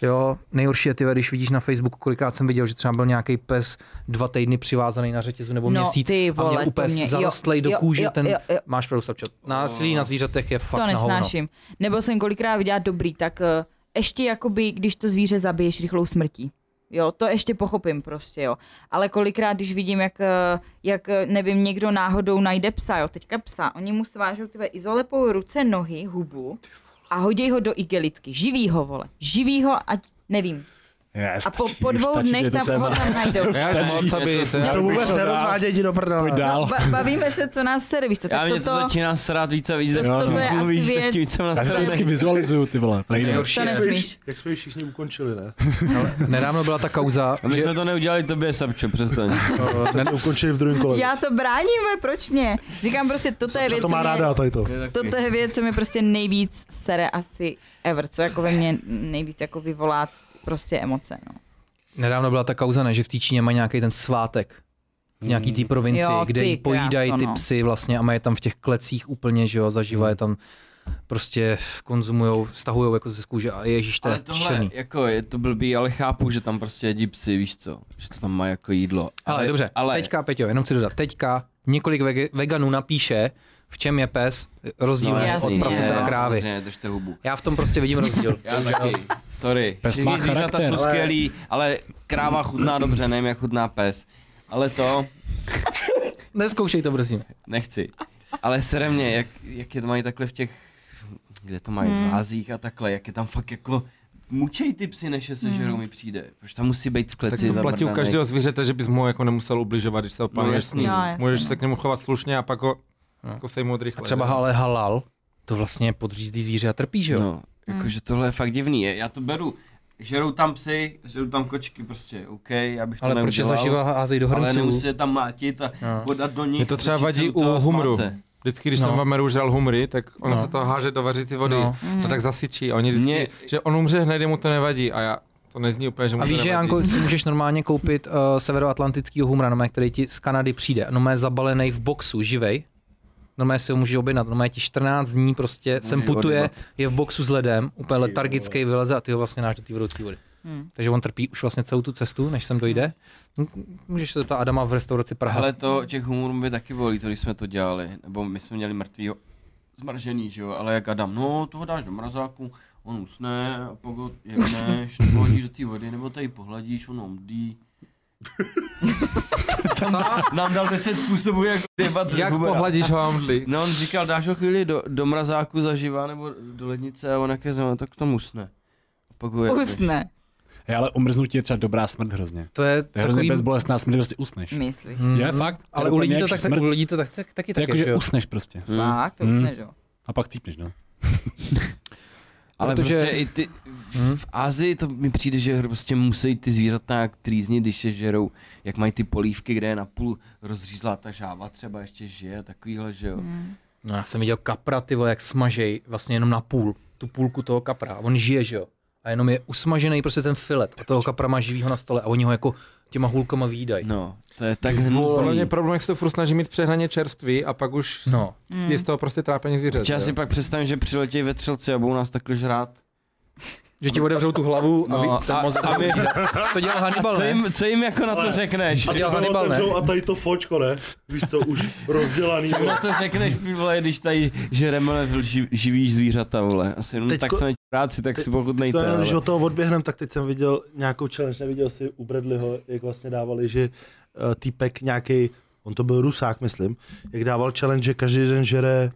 Speaker 1: Jo, nejhorší je, ty, když vidíš na Facebooku, kolikrát jsem viděl, že třeba byl nějaký pes dva týdny přivázaný na řetězu nebo
Speaker 3: No,
Speaker 1: měsíc
Speaker 3: ty
Speaker 1: a
Speaker 3: vole,
Speaker 1: měl
Speaker 3: to
Speaker 1: úplně
Speaker 3: mě- jo,
Speaker 1: zarostlej do
Speaker 3: jo,
Speaker 1: kůže,
Speaker 3: jo,
Speaker 1: ten
Speaker 3: jo, jo.
Speaker 1: máš pravdu, Savčo. Násilí na zvířatech je fakt
Speaker 3: to
Speaker 1: na hovno.
Speaker 3: nesnáším. Nebo jsem kolikrát viděla dobrý, tak eh, ještě jakoby, když to zvíře zabiješ rychlou smrtí. Jo, to ještě pochopím prostě, jo. Ale kolikrát, když vidím, jak, eh, jak eh, nevím, někdo náhodou najde psa, jo, teďka psa, oni mu svážou tyhle izolepou ruce, nohy, hubu a hodí ho do igelitky. Živý ho, vole. Živý ho, ať nevím.
Speaker 6: Yes,
Speaker 3: A po, po dvou dnech tam, ho tam najdou.
Speaker 4: Já už moc, aby se...
Speaker 2: To vůbec nerozváděj jdi do prdele.
Speaker 6: Pojď dál.
Speaker 3: Ba- bavíme se, co nás sere, víš co,
Speaker 5: Já
Speaker 3: tak
Speaker 5: mě to
Speaker 3: toto,
Speaker 5: začíná srát víc a víc,
Speaker 3: to-
Speaker 5: jak
Speaker 3: to-
Speaker 5: to
Speaker 3: to je asi
Speaker 5: mluvíš, tak tím
Speaker 3: věc.
Speaker 5: víc jsem
Speaker 6: Já si to vždycky
Speaker 5: nasraný.
Speaker 6: vyzualizuju, ty vole. To nejde.
Speaker 1: Nejhorší
Speaker 3: to
Speaker 1: je-
Speaker 3: nesmíš.
Speaker 2: Jak jsme ji všichni ukončili, ne?
Speaker 1: Nedávno byla ta kauza,
Speaker 5: A my
Speaker 1: že
Speaker 5: jsme to neudělali tobě, Sabčo, přestaň.
Speaker 2: Ne, to ukončili v druhém kole.
Speaker 3: Já to bráníme, proč mě? Říkám prostě, toto je věc,
Speaker 2: to
Speaker 3: co
Speaker 2: má
Speaker 3: mě-
Speaker 2: ráda, tady to.
Speaker 3: Toto je věc, co mi prostě nejvíc sere asi ever, co jako ve mně nejvíc jako vyvolá prostě emoce, no.
Speaker 1: nedávno byla ta kauza, ne, že v té Číně mají nějaký ten svátek v nějaký
Speaker 5: Hmm.
Speaker 1: té provinci,
Speaker 3: Jo,
Speaker 1: kde
Speaker 3: ty
Speaker 1: jí pojídají
Speaker 3: kráso,
Speaker 1: ty
Speaker 3: no.
Speaker 1: psy vlastně a mají je tam v těch klecích úplně, že jo, zaživa
Speaker 5: Hmm.
Speaker 1: je tam prostě konzumujou, stahujou jako ze kůže a ježíš, to
Speaker 5: Ale
Speaker 1: je
Speaker 5: tohle,
Speaker 1: šílený.
Speaker 5: jako je to blbý, ale chápu, že tam prostě jedí psy, víš co, že to tam má jako jídlo.
Speaker 1: Ale dobře, ale... teďka, Peťo, jenom chci dodat, teďka několik vege- veganů napíše, v čem je pes rozdíl
Speaker 5: No,
Speaker 1: od
Speaker 5: jasný,
Speaker 1: prasete
Speaker 5: ne,
Speaker 1: a krávy.
Speaker 5: samozřejmě, držte hubu.
Speaker 1: Já v tom prostě vidím rozdíl.
Speaker 5: Já taky. Sorry.
Speaker 6: Pes má
Speaker 5: Všechny zvířata
Speaker 6: charakter.
Speaker 5: jsou skvělý, ale kráva chutná dobře, nevím jak chutná pes. Ale to
Speaker 1: Neskoušej to, prosím.
Speaker 5: nechci. Ale sere mě, jak, jak je to mají takhle v těch, kde to mají,
Speaker 1: Hmm.
Speaker 5: v vázích a takhle, jak je tam fakt jako mučej ty psy, než je
Speaker 1: Hmm.
Speaker 5: sežerou mi přijde. Protože tam musí být v
Speaker 4: Tak
Speaker 5: kleci
Speaker 4: to platí u
Speaker 5: zabrdanej.
Speaker 4: každého zvířete, že bys mu jako nemusel ubližovat, když se opanuješ s
Speaker 5: jasný.
Speaker 4: ním.
Speaker 3: No, jasný,
Speaker 4: Můžeš
Speaker 3: no.
Speaker 4: se k němu chovat slušně a pak ho jako sejmout rychle.
Speaker 1: No. A třeba
Speaker 4: že?
Speaker 1: ale halal, to vlastně podřízdí zvíře a trpí, že jo? No.
Speaker 5: No,
Speaker 4: Hmm.
Speaker 5: jakože tohle je fakt divný. Já to beru, žerou tam psy, žerou tam kočky prostě, OK, já bych to
Speaker 1: Ale proč je
Speaker 5: neudělal.
Speaker 1: zaživa házejí do
Speaker 5: ale
Speaker 1: hrnců?
Speaker 5: nemusí je tam mlátit a
Speaker 1: No.
Speaker 5: podat do nich.
Speaker 4: Mě to třeba
Speaker 5: točit
Speaker 4: vadí
Speaker 5: se do toho
Speaker 4: u humru.
Speaker 5: smáce.
Speaker 4: Vždycky, když
Speaker 1: No.
Speaker 4: jsem v Ameru žral humry, tak ona
Speaker 1: No.
Speaker 4: se to háže do vařící vody.
Speaker 1: No.
Speaker 4: To tak zasyčí. A oni vždycky,
Speaker 5: Mě-
Speaker 4: že on umře hned, jemu to nevadí. A já, to nezní úplně, že mu
Speaker 1: A
Speaker 4: to
Speaker 1: víš, že
Speaker 4: nevadí.
Speaker 1: Janko, si můžeš normálně koupit uh, severoatlantickýho humra, normálně, který ti z Kanady přijde, normálně zabalený v boxu, živej. Normálně si ho můžeš objednat, normálně ti 14 dní prostě sem
Speaker 5: Můžeš
Speaker 1: putuje,
Speaker 5: odjebat.
Speaker 1: je v boxu s ledem, úplně letargický, vyleze a ty ho vlastně náš do té vedoucí vody.
Speaker 3: Hmm.
Speaker 1: Takže on trpí už vlastně celou tu cestu, než sem dojde.
Speaker 6: Hmm.
Speaker 1: M- Můžeš se zeptat Adama v restauraci Praha.
Speaker 5: Ale to těch humorů mi taky bolí, to když jsme to dělali, nebo my jsme měli mrtvýho zmržený, že jo, ale jak Adam, no toho dáš do mrazáku, on usne, a pak ho jebneš, nebo hodíš do té vody, nebo tady pohladíš, on omdí. Tam dá, nám dal 10 způsobů, jak debat
Speaker 4: Jak pohladíš ho a omdlí?
Speaker 5: No on říkal, dáš ho chvíli do, do mrazáku zaživa, nebo do lednice a on jak je zem, tak tam usne. A pak ho jebneš.
Speaker 3: Usne,
Speaker 6: Hej, Ale umrznutí je třeba dobrá smrt hrozně.
Speaker 1: To je
Speaker 6: To je hrozně
Speaker 1: takový...
Speaker 6: bezbolestná smrt, prostě usneš.
Speaker 3: myslíš.
Speaker 1: Mm,
Speaker 6: Je fakt. To
Speaker 1: Ale
Speaker 6: je
Speaker 1: u
Speaker 6: úplně
Speaker 1: lidí to
Speaker 6: jak
Speaker 1: tak,
Speaker 6: smrt.
Speaker 1: tak, u lidí to tak, tak, taky
Speaker 6: To
Speaker 1: tak
Speaker 6: je jako,
Speaker 1: je, že
Speaker 6: že
Speaker 1: jo?
Speaker 6: usneš prostě.
Speaker 3: Tak, to
Speaker 6: Hmm.
Speaker 3: usne, že jo.
Speaker 6: A pak cípneš, no.
Speaker 5: Ale
Speaker 1: Protože-
Speaker 5: Protože... prostě i ty, v Ázii to mi přijde, že prostě musí ty zvířata jak trýznit, když je žerou, jak mají ty polívky, kde je napůl rozřízlá ta žáva třeba ještě žije, takovýhle, že jo.
Speaker 1: No, já jsem viděl kapra, ty vole, jak smažej vlastně jenom na půl, tu půlku toho kapra. A On žije, že jo? A jenom je usmažený prostě ten filet. A toho kapra má živýho na stole a oni ho jako těma hůlkama výdají.
Speaker 5: No, to je tak
Speaker 4: Podle mě
Speaker 5: hnusný.
Speaker 4: problém, jak se to furt snaží mít přehraně čerství a pak už
Speaker 1: No.
Speaker 4: je z toho prostě trápení zvířat.
Speaker 5: Já
Speaker 4: jo.
Speaker 5: si pak představím, že přiletějí vetřelci a budou nás takhle žrát.
Speaker 1: Že ti odevřou tu hlavu a, vy...
Speaker 5: No, a, a, my,
Speaker 1: to dělal Hannibal,
Speaker 5: co,
Speaker 1: ne?
Speaker 5: jim, co jim jako na to
Speaker 7: Ale-
Speaker 5: řekneš?
Speaker 7: A
Speaker 1: dělal
Speaker 7: tebe
Speaker 1: Hannibal, ne?
Speaker 7: otevřou a tady to fočko, ne? Víš co, už rozdělaný.
Speaker 5: Co na to řekneš, ty vole, když tady žereme ži, živíš zvířata, vole. Asi no,
Speaker 2: Teďko-
Speaker 5: tak se neď práci, tak si
Speaker 2: To
Speaker 5: pochutnejte.
Speaker 2: jenom, když
Speaker 5: ale-
Speaker 2: od toho odběhnem, tak teď jsem viděl nějakou challenge, neviděl si u Bradleyho, jak vlastně dávali, že eh, týpek nějaký, on to byl rusák, myslím, jak dával challenge, že každý den žere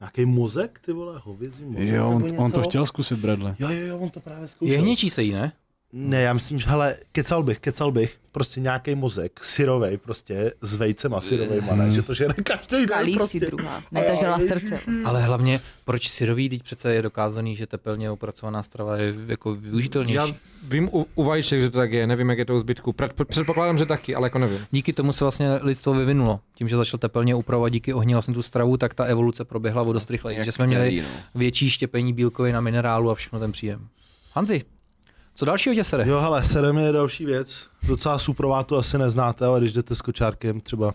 Speaker 2: nějaký mozek, ty vole, hovězí mozek.
Speaker 6: Jo,
Speaker 2: nebo
Speaker 6: on, on to
Speaker 2: něco.
Speaker 6: chtěl zkusit, Bradley.
Speaker 2: Jo, jo, jo, on to právě zkoušel.
Speaker 1: Jehničí se jí, ne?
Speaker 2: Ne, já myslím, že hele, kecal bych, kecal bych, prostě nějaký mozek, syrovej prostě, s vejcema syrovejma,
Speaker 6: Hmm.
Speaker 2: ne, že to žere každý den
Speaker 3: Kalí si
Speaker 2: prostě.
Speaker 3: druhá. Ne, ta žrala srdce.
Speaker 1: Ale hlavně, proč syrový, teď přece je dokázaný, že tepelně opracovaná strava je jako využitelnější.
Speaker 4: Já vím u, u vajíček, že to tak je, nevím, jak je to u zbytku. Před, předpokládám, že taky, ale jako nevím.
Speaker 1: Díky tomu se vlastně lidstvo vyvinulo. Tím, že začal tepelně upravovat díky ohni vlastně tu stravu, tak ta evoluce proběhla o dost rychleji, že jsme měli
Speaker 5: no.
Speaker 1: větší štěpení bílkovin a minerálu a všechno ten příjem. Hanzi, co dalšího tě sere?
Speaker 2: Jo, hele, serem je další věc. Docela suprová asi neznáte, ale když jdete s kočárkem třeba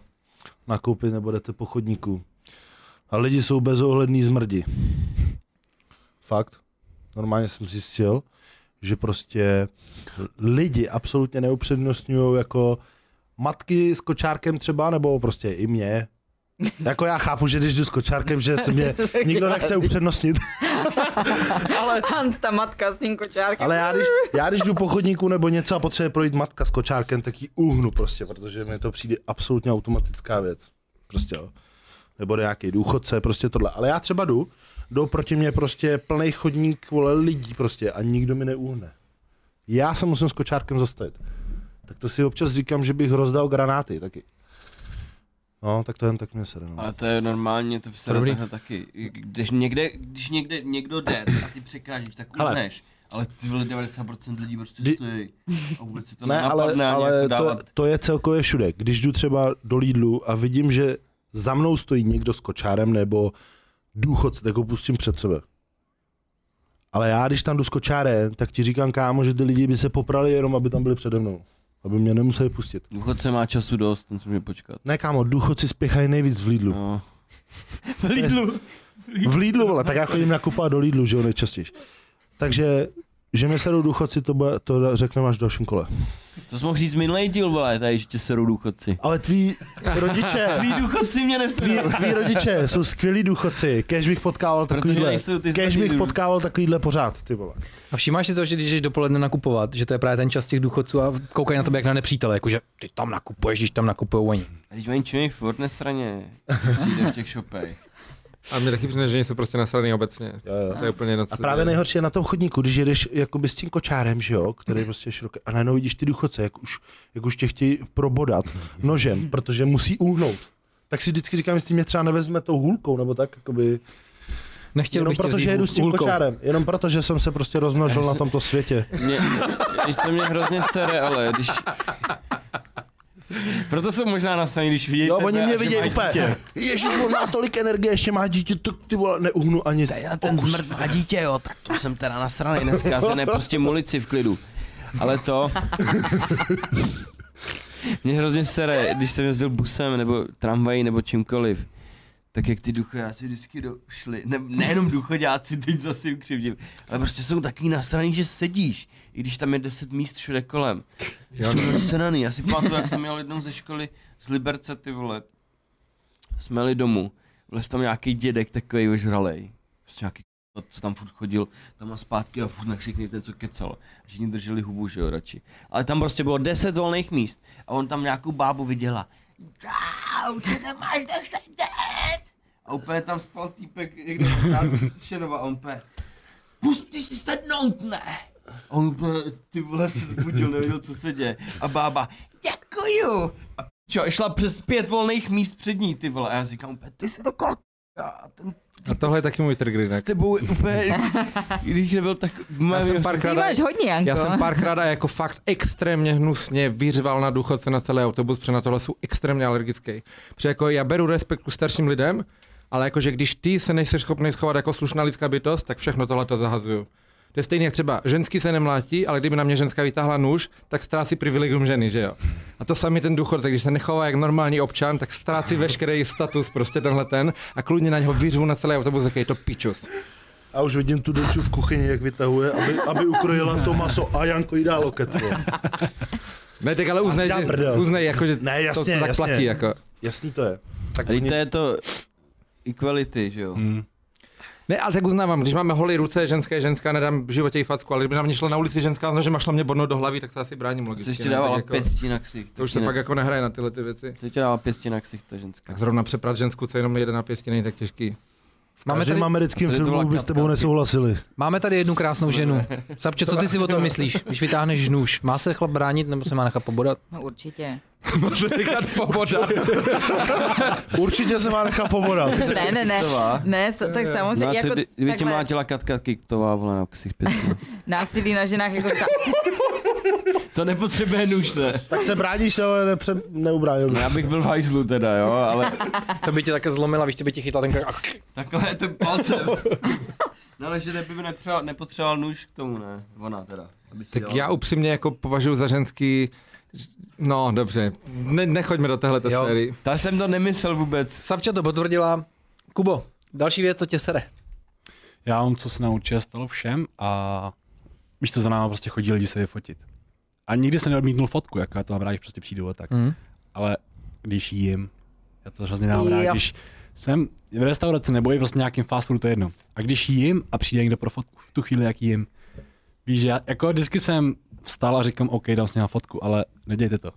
Speaker 2: nakoupit nebo jdete po chodníku. A lidi jsou bezohlední zmrdi. Fakt. Normálně jsem zjistil, že prostě lidi absolutně neupřednostňují jako matky s kočárkem třeba, nebo prostě i mě. Jako já chápu, že když jdu s kočárkem, že se mě nikdo nechce upřednostnit. ale
Speaker 3: Hans, ta matka s tím kočárkem.
Speaker 2: ale já když, já když jdu po chodníku nebo něco a potřebuje projít matka s kočárkem, tak ji uhnu prostě, protože mi to přijde absolutně automatická věc. Prostě jo. Nebo nějaký důchodce, prostě tohle. Ale já třeba jdu, jdou proti mě prostě plný chodník vole lidí prostě a nikdo mi neuhne. Já se musím s kočárkem zastavit. Tak to si občas říkám, že bych rozdal granáty taky. No, tak to jen tak mě sere. No.
Speaker 5: Ale to je normálně, to se
Speaker 1: Dobrý.
Speaker 5: takhle taky. Když někde, když někde někdo jde a ty překážeš, tak
Speaker 2: Hele.
Speaker 5: uhneš. Ale ty vole 90% lidí prostě
Speaker 2: Kdy-
Speaker 5: stojí. A vůbec se to
Speaker 2: ne, ale,
Speaker 5: nenapadne ani jako
Speaker 2: ale to,
Speaker 5: dávat.
Speaker 2: to je celkově všude. Když jdu třeba do Lidlu a vidím, že za mnou stojí někdo s kočárem nebo důchodce, tak ho pustím před sebe. Ale já, když tam jdu s kočárem, tak ti říkám, kámo, že ty lidi by se poprali jenom, aby tam byli přede mnou. Aby mě nemuseli pustit.
Speaker 5: Důchodce má času dost, ten se může počkat.
Speaker 2: Ne, kámo, důchodci spěchají nejvíc v Lidlu.
Speaker 5: No. Lidlu.
Speaker 2: V Lidlu, vole, tak já chodím nakupovat do Lidlu, že jo, nejčastěji. Takže, že mě sedou důchodci, to, bude, to řekneme až v dalším kole.
Speaker 5: To jsi mohl říct minulej díl, vole, tady, že tě serou důchodci.
Speaker 2: Ale tví rodiče,
Speaker 5: Tví důchodci mě
Speaker 2: Tví,
Speaker 5: neserou.
Speaker 2: tví rodiče jsou skvělí důchodci, kež bych potkával
Speaker 5: Protože
Speaker 2: takovýhle,
Speaker 5: nejsou ty
Speaker 2: kež
Speaker 5: zlatý
Speaker 2: bych
Speaker 5: důl.
Speaker 2: potkával takovýhle pořád, ty vole.
Speaker 1: A všímáš si to, že když jdeš dopoledne nakupovat, že to je právě ten čas těch důchodců a koukají na tebe jak na nepřítele, jakože ty tam nakupuješ, když tam nakupují oni.
Speaker 5: A Když mají čuměj furt nestraně, přijde v těch šopech.
Speaker 4: A mě taky přijde, že jsou prostě nasraný obecně. To je úplně jedno, co
Speaker 2: A
Speaker 4: se
Speaker 2: právě
Speaker 4: děje.
Speaker 2: nejhorší je na tom chodníku, když jedeš jakoby s tím kočárem, že jo, který prostě je široký, a najednou vidíš ty důchodce, jak už, jak už tě chtějí probodat nožem, protože musí uhnout. Tak si vždycky říkám, jestli mě třeba nevezme tou hůlkou, nebo tak, jakoby,
Speaker 1: Nechtěl
Speaker 2: jenom
Speaker 1: bych tě
Speaker 2: proto,
Speaker 1: vzít
Speaker 2: že jedu
Speaker 1: hůl-
Speaker 2: s tím
Speaker 1: hůlkou.
Speaker 2: kočárem, jenom proto, že jsem se prostě rozmnožil na tomto světě.
Speaker 5: Mě, když to mě hrozně sere, ale když... Proto jsem možná nastavený, když vidíte...
Speaker 2: Jo, No, oni
Speaker 5: a
Speaker 2: mě
Speaker 5: že
Speaker 2: vidí
Speaker 5: mají dítě.
Speaker 2: úplně, ježiš, on má tolik energie, ještě má dítě, tak ty vole, neuhnu ani
Speaker 5: Já ten
Speaker 2: pokus.
Speaker 5: zmrt má dítě, jo, tak to jsem teda na straně dneska, já se nepustím ulici v klidu. Ale to... mě hrozně sere, když jsem jezdil busem, nebo tramvají, nebo čímkoliv, tak jak ty důchodáci vždycky došli, ne, nejenom důchodáci, teď zase jim křivdím, ale prostě jsou takový nasraný, že sedíš, i když tam je 10 míst všude kolem. Já jsem rozcenaný, já si pamatuju, jak jsem měl jednou ze školy z Liberce, ty vole, jsme jeli domů, vlez tam nějaký dědek takový ožralej, prostě nějaký k***, co tam furt chodil, tam a zpátky a furt na všechny ten, co kecal. Všichni drželi hubu, že jo, radši. Ale tam prostě bylo 10 volných míst a on tam nějakou bábu viděla. Wow, ty tam máš 10 dět! A úplně tam spal týpek někde z Šenova a on úplně, pusti si sednout, ne! A on úplně, ty vole se zbudil, nevěděl, co se děje. A bába, děkuju! A čo, šla přes pět volných míst před ní, ty vole. A já říkám úplně, ty jsi to kot. A ten
Speaker 4: A tohle je taky můj trigger.
Speaker 5: s
Speaker 4: jinak.
Speaker 5: tebou úplně, když nebyl tak...
Speaker 4: Já jsem
Speaker 3: Ty
Speaker 4: párkrát
Speaker 3: máš hodně, Janko.
Speaker 4: Já jsem párkrát a jako fakt extrémně hnusně vyřval na důchodce na celý autobus, protože na tohle jsou extrémně alergický. Protože jako já beru respekt ku starším lidem, ale jakože když ty se nejsi schopný schovat jako slušná lidská bytost, tak všechno tohle to zahazuju. To je stejně jak třeba ženský se nemlátí, ale kdyby na mě ženská vytáhla nůž, tak ztrácí privilegium ženy, že jo. A to sami ten důchod, takže když se nechová jak normální občan, tak ztrácí veškerý status prostě tenhle ten a kludně na něho vyřvu na celý autobus, jaký je to pičus.
Speaker 7: A už vidím tu doču v kuchyni, jak vytahuje, aby, aby ukrojila to maso a Janko jí dá loket. vole.
Speaker 4: Ne, tak ale uznej,
Speaker 7: si dám
Speaker 4: že,
Speaker 7: prdel.
Speaker 4: uznej jako, že
Speaker 7: Ne,
Speaker 4: to,
Speaker 7: jasně,
Speaker 4: to tak
Speaker 7: jasně.
Speaker 4: platí. Jako.
Speaker 7: Jasný to je. Tak
Speaker 5: Teď
Speaker 7: oni-
Speaker 5: to je to equality, že jo?
Speaker 6: Hmm.
Speaker 4: Ne, ale tak uznávám, když máme holy ruce, ženské, ženská, nedám v životě jí facku, ale kdyby na mě šla na ulici ženská no, s nožem a šla mě bodnout do hlavy, tak se asi bráním logicky.
Speaker 5: Co ještě
Speaker 4: ne? Tak
Speaker 5: dávala
Speaker 4: jako,
Speaker 5: pěstí na ksich.
Speaker 4: To už se pak jako nehraje na tyhle ty věci.
Speaker 5: Co ještě dávala pěstí na ksich, ta ženská?
Speaker 4: Tak zrovna přeprat ženskou, co jenom jede na pěstě, není tak těžký.
Speaker 1: Máme
Speaker 7: Každým
Speaker 1: tady,
Speaker 7: americkým
Speaker 5: tady to byla
Speaker 7: filmu by s
Speaker 5: kapka.
Speaker 7: tebou nesouhlasili.
Speaker 1: máme tady jednu krásnou ženu. Sapče, co ty si o tom myslíš, když vytáhneš nůž? Má se chlap bránit nebo se má nechat pobodat?
Speaker 3: No určitě.
Speaker 4: Tenkrát poboda.
Speaker 7: Určitě se má nechat pobodat.
Speaker 3: Ne, ne, ne.
Speaker 5: Kiktová.
Speaker 3: Ne, s- tak samozřejmě,
Speaker 5: No a co,
Speaker 3: jako,
Speaker 5: kdy- kdyby tě
Speaker 3: takhle,
Speaker 5: mlátila Katka Kiktová, vole, na ksich pěstí.
Speaker 3: násilí na ženách, jako ta,
Speaker 5: to nepotřebuje nůž, ne?
Speaker 7: Tak se bráníš, ale nepře... neubránil.
Speaker 5: No, já bych byl v hajzlu teda, jo, ale
Speaker 1: To by tě také zlomila, víš, to by tě chytla ten
Speaker 5: takhle je to palcem. No ale že by nepotřeboval, nepotřeboval nůž k tomu, ne? Ona teda. Aby si
Speaker 4: Tak
Speaker 5: dělala.
Speaker 4: já upřímně jako považuji za ženský, no dobře, ne, nechoďme do téhle
Speaker 1: Jo.
Speaker 4: série.
Speaker 5: Ta jsem to nemyslel vůbec.
Speaker 1: Sapče to potvrdila. Kubo, další věc, co tě sere.
Speaker 6: Já mám co se naučil, stalo všem a víš co, za náma prostě chodí lidi se vyfotit. A nikdy jsem neodmítnul fotku, jako já to mám rád, když prostě přijdu a tak.
Speaker 5: Mhm.
Speaker 1: Mm.
Speaker 6: Ale když jim, já to hrozně mám
Speaker 3: Jo.
Speaker 6: rád, když jsem v restauraci nebo i prostě nějakým fast foodu, to je jedno. A když jim a přijde někdo pro fotku v tu chvíli, jak jim, víš, já jako vždycky jsem vstal a říkám, OK, dám s ním fotku, ale nedějte to.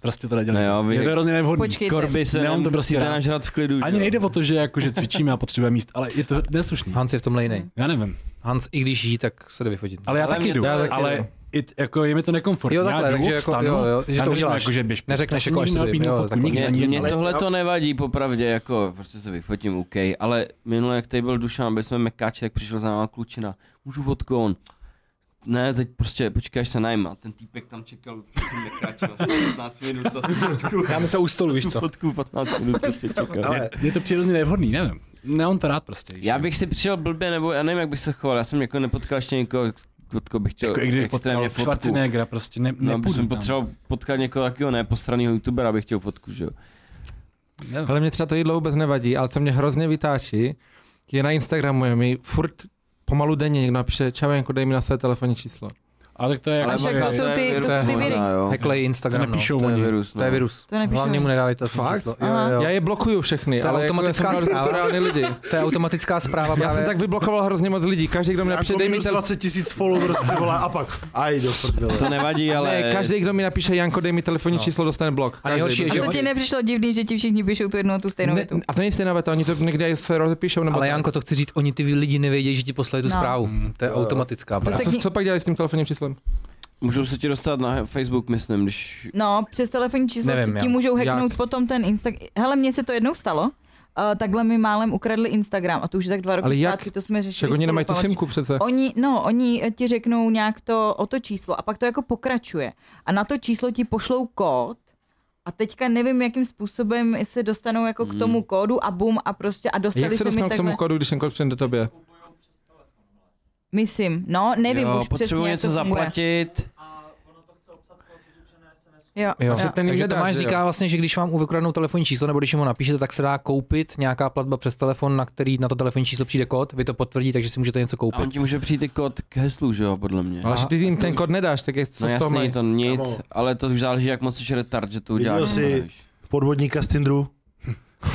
Speaker 6: Prostě to nedělejte.
Speaker 5: Ne, jo, vy-
Speaker 6: Je to hrozně nevhodný.
Speaker 3: počkejte.
Speaker 5: Korby se
Speaker 6: Nemám
Speaker 5: nem,
Speaker 6: to prostě
Speaker 5: chcete
Speaker 6: rád.
Speaker 5: nažrat v klidu.
Speaker 6: Ani nejde o to, že, jako, že cvičíme a potřebujeme míst, ale je to neslušný.
Speaker 1: Hans je v tomhle jiný.
Speaker 6: Já nevím.
Speaker 1: Hans, i když jí, tak se jde vyfotit.
Speaker 6: Ale já
Speaker 5: Ale
Speaker 6: taky
Speaker 5: mě
Speaker 6: jdu,
Speaker 5: to- já taky
Speaker 6: ale
Speaker 5: jdu.
Speaker 6: i, jako je mi to nekomfortní.
Speaker 1: Jo, takhle,
Speaker 6: já jdu,
Speaker 1: takže jako-
Speaker 6: vstanu,
Speaker 1: jo, jo, že
Speaker 6: já
Speaker 1: to
Speaker 6: neřeknu
Speaker 1: uděláš.
Speaker 6: Jako, že běž, pryč.
Speaker 1: Neřekneš
Speaker 6: Já
Speaker 1: jako, až
Speaker 6: jsem
Speaker 1: to
Speaker 6: nikdy
Speaker 1: jde,
Speaker 6: neodmítnul
Speaker 1: jo,
Speaker 6: fotku,
Speaker 1: takhle.
Speaker 6: nikdy
Speaker 5: Mě,
Speaker 6: ani
Speaker 5: mě
Speaker 6: jednou.
Speaker 5: tohle to nevadí, popravdě, jako prostě se vyfotím, OK, ale minule, jak tady byl Dušan, byli jsme mekáči, tak přišel za náma klučina, můžu fotku, on, ne, teď prostě počkáš se najma. Ten týpek tam čekal mekáči, 15 minut, to,
Speaker 1: Dáme se u stolu, víš co?
Speaker 5: fotku 15 minut prostě čekal.
Speaker 7: Ale
Speaker 6: Je to přirozně nevhodný, nevím. Nemám to rád prostě. víš,
Speaker 5: Já
Speaker 6: že?
Speaker 5: bych si přijel blbě, nebo já nevím, jak bych se choval, já jsem jako nepotkal ještě někoho, od koho bych chtěl
Speaker 6: jako, i kdyby
Speaker 5: extrémně
Speaker 6: potkal
Speaker 5: fotku.
Speaker 6: Schwarzeneggera, prostě ne,
Speaker 5: No,
Speaker 6: nepůjdu
Speaker 5: bych jsem
Speaker 6: tam.
Speaker 5: potřeboval potkat někoho takového nepostraného youtubera, abych chtěl fotku, že jo.
Speaker 6: Nevím.
Speaker 4: Ale mě třeba to jídlo vůbec nevadí, ale co mě hrozně vytáčí, je na Instagramu, je mi furt pomalu denně někdo napíše, čavenko, dej mi na své telefonní číslo.
Speaker 6: Ale tak to je
Speaker 3: Ale
Speaker 6: jako...
Speaker 3: však to jsou ty- to jsou ty viry.
Speaker 6: No,
Speaker 5: jo.
Speaker 1: Hacklej
Speaker 6: To
Speaker 1: Instagram.
Speaker 6: nepíšou
Speaker 5: To je
Speaker 6: oni.
Speaker 5: virus,
Speaker 1: No. To je
Speaker 5: no.
Speaker 1: virus.
Speaker 3: To nepíšou.
Speaker 1: Hlavně mu nedávejte
Speaker 4: Fakt?
Speaker 1: číslo.
Speaker 3: Aha.
Speaker 1: Jo,
Speaker 4: Já
Speaker 1: jo.
Speaker 4: je blokuju všechny,
Speaker 1: To je
Speaker 4: ale
Speaker 1: automatická
Speaker 4: jako, já jsem
Speaker 1: zpráva.
Speaker 4: reálný- reálný lidi.
Speaker 1: To je automatická zpráva
Speaker 4: Já jsem
Speaker 1: právě.
Speaker 4: tak vyblokoval hrozně moc lidí, každý, kdo mi
Speaker 7: Jako
Speaker 4: napíše, dej mi
Speaker 7: minus
Speaker 4: ten...
Speaker 7: 20 tisíc followers, ty vole, a pak, aj do prdele.
Speaker 5: To nevadí, ale...
Speaker 4: Ne, každý, kdo mi napíše, Janko, dej mi telefonní
Speaker 1: No.
Speaker 4: číslo, dostane blok. Každý,
Speaker 1: nejhorší je,
Speaker 3: a
Speaker 1: že
Speaker 3: to ti
Speaker 1: oni-
Speaker 3: nepřišlo divný, že ti všichni píšou tu jednu a tu stejnou
Speaker 4: Ne,
Speaker 3: větu.
Speaker 4: a to není stejná věta, oni to někde se rozepíšou, nebo
Speaker 1: Ale
Speaker 4: no, tak.
Speaker 1: Janko, to chci říct, oni ty lidi nevědějí, že ti poslali tu
Speaker 3: No.
Speaker 1: zprávu. To je automatická
Speaker 3: To
Speaker 1: právě.
Speaker 3: se
Speaker 4: Co,
Speaker 3: k ní-
Speaker 4: co pak dělají s tím telefonním číslem?
Speaker 5: Můžou se ti dostat na Facebook, myslím, když...
Speaker 3: No, přes telefonní číslo
Speaker 1: Nevím,
Speaker 3: si ti
Speaker 1: já.
Speaker 3: můžou
Speaker 4: Jak?
Speaker 3: hacknout potom ten Instagram. Hele, mně se to jednou stalo. Uh, takhle mi málem ukradli Instagram a to už je tak dva roky
Speaker 4: Ale jak?
Speaker 3: zpátky, to jsme řešili.
Speaker 4: Však oni
Speaker 3: spolu,
Speaker 4: nemají tu
Speaker 3: Pavlač.
Speaker 4: simku přece.
Speaker 3: Oni, no, oni eh, ti řeknou nějak to o to číslo a pak to jako pokračuje. A na to číslo ti pošlou kód a teďka nevím, jakým způsobem se dostanou jako
Speaker 5: Hmm.
Speaker 3: k tomu kódu a bum a prostě a
Speaker 4: Jak
Speaker 3: dostali
Speaker 4: se
Speaker 3: se mi
Speaker 4: dostanou k tomu
Speaker 3: takhle.
Speaker 4: kódu, když ten kód přijde do tobě?
Speaker 1: No
Speaker 3: Myslím, no, nevím
Speaker 5: jo,
Speaker 3: už přesně,
Speaker 5: potřebuji
Speaker 3: jak
Speaker 5: něco
Speaker 3: to funguje.
Speaker 5: zaplatit.
Speaker 3: Jo,
Speaker 1: Jo.
Speaker 3: jo.
Speaker 4: Takže ten jim
Speaker 1: Takže
Speaker 4: nedáš,
Speaker 1: Tomáš
Speaker 4: že jo?
Speaker 1: říká vlastně, že když vám ukradnou telefonní číslo nebo když jim ho napíšete, tak se dá koupit nějaká platba přes telefon, na který na to telefonní číslo přijde kód, vy to potvrdí, takže si můžete něco
Speaker 5: A
Speaker 1: koupit.
Speaker 5: on ti může přijít i kód k heslu, že jo, podle mě.
Speaker 4: Ale že ty jim ten kód nedáš, tak je co
Speaker 5: No
Speaker 4: z toho
Speaker 5: jasný,
Speaker 4: mají?
Speaker 5: to nic,
Speaker 7: Kamo.
Speaker 5: ale to už záleží, jak moc jsi retard, že to
Speaker 7: Viděl
Speaker 5: uděláš.
Speaker 7: jsi-
Speaker 5: nebo nevíš.
Speaker 7: Podvodníka z Tindru.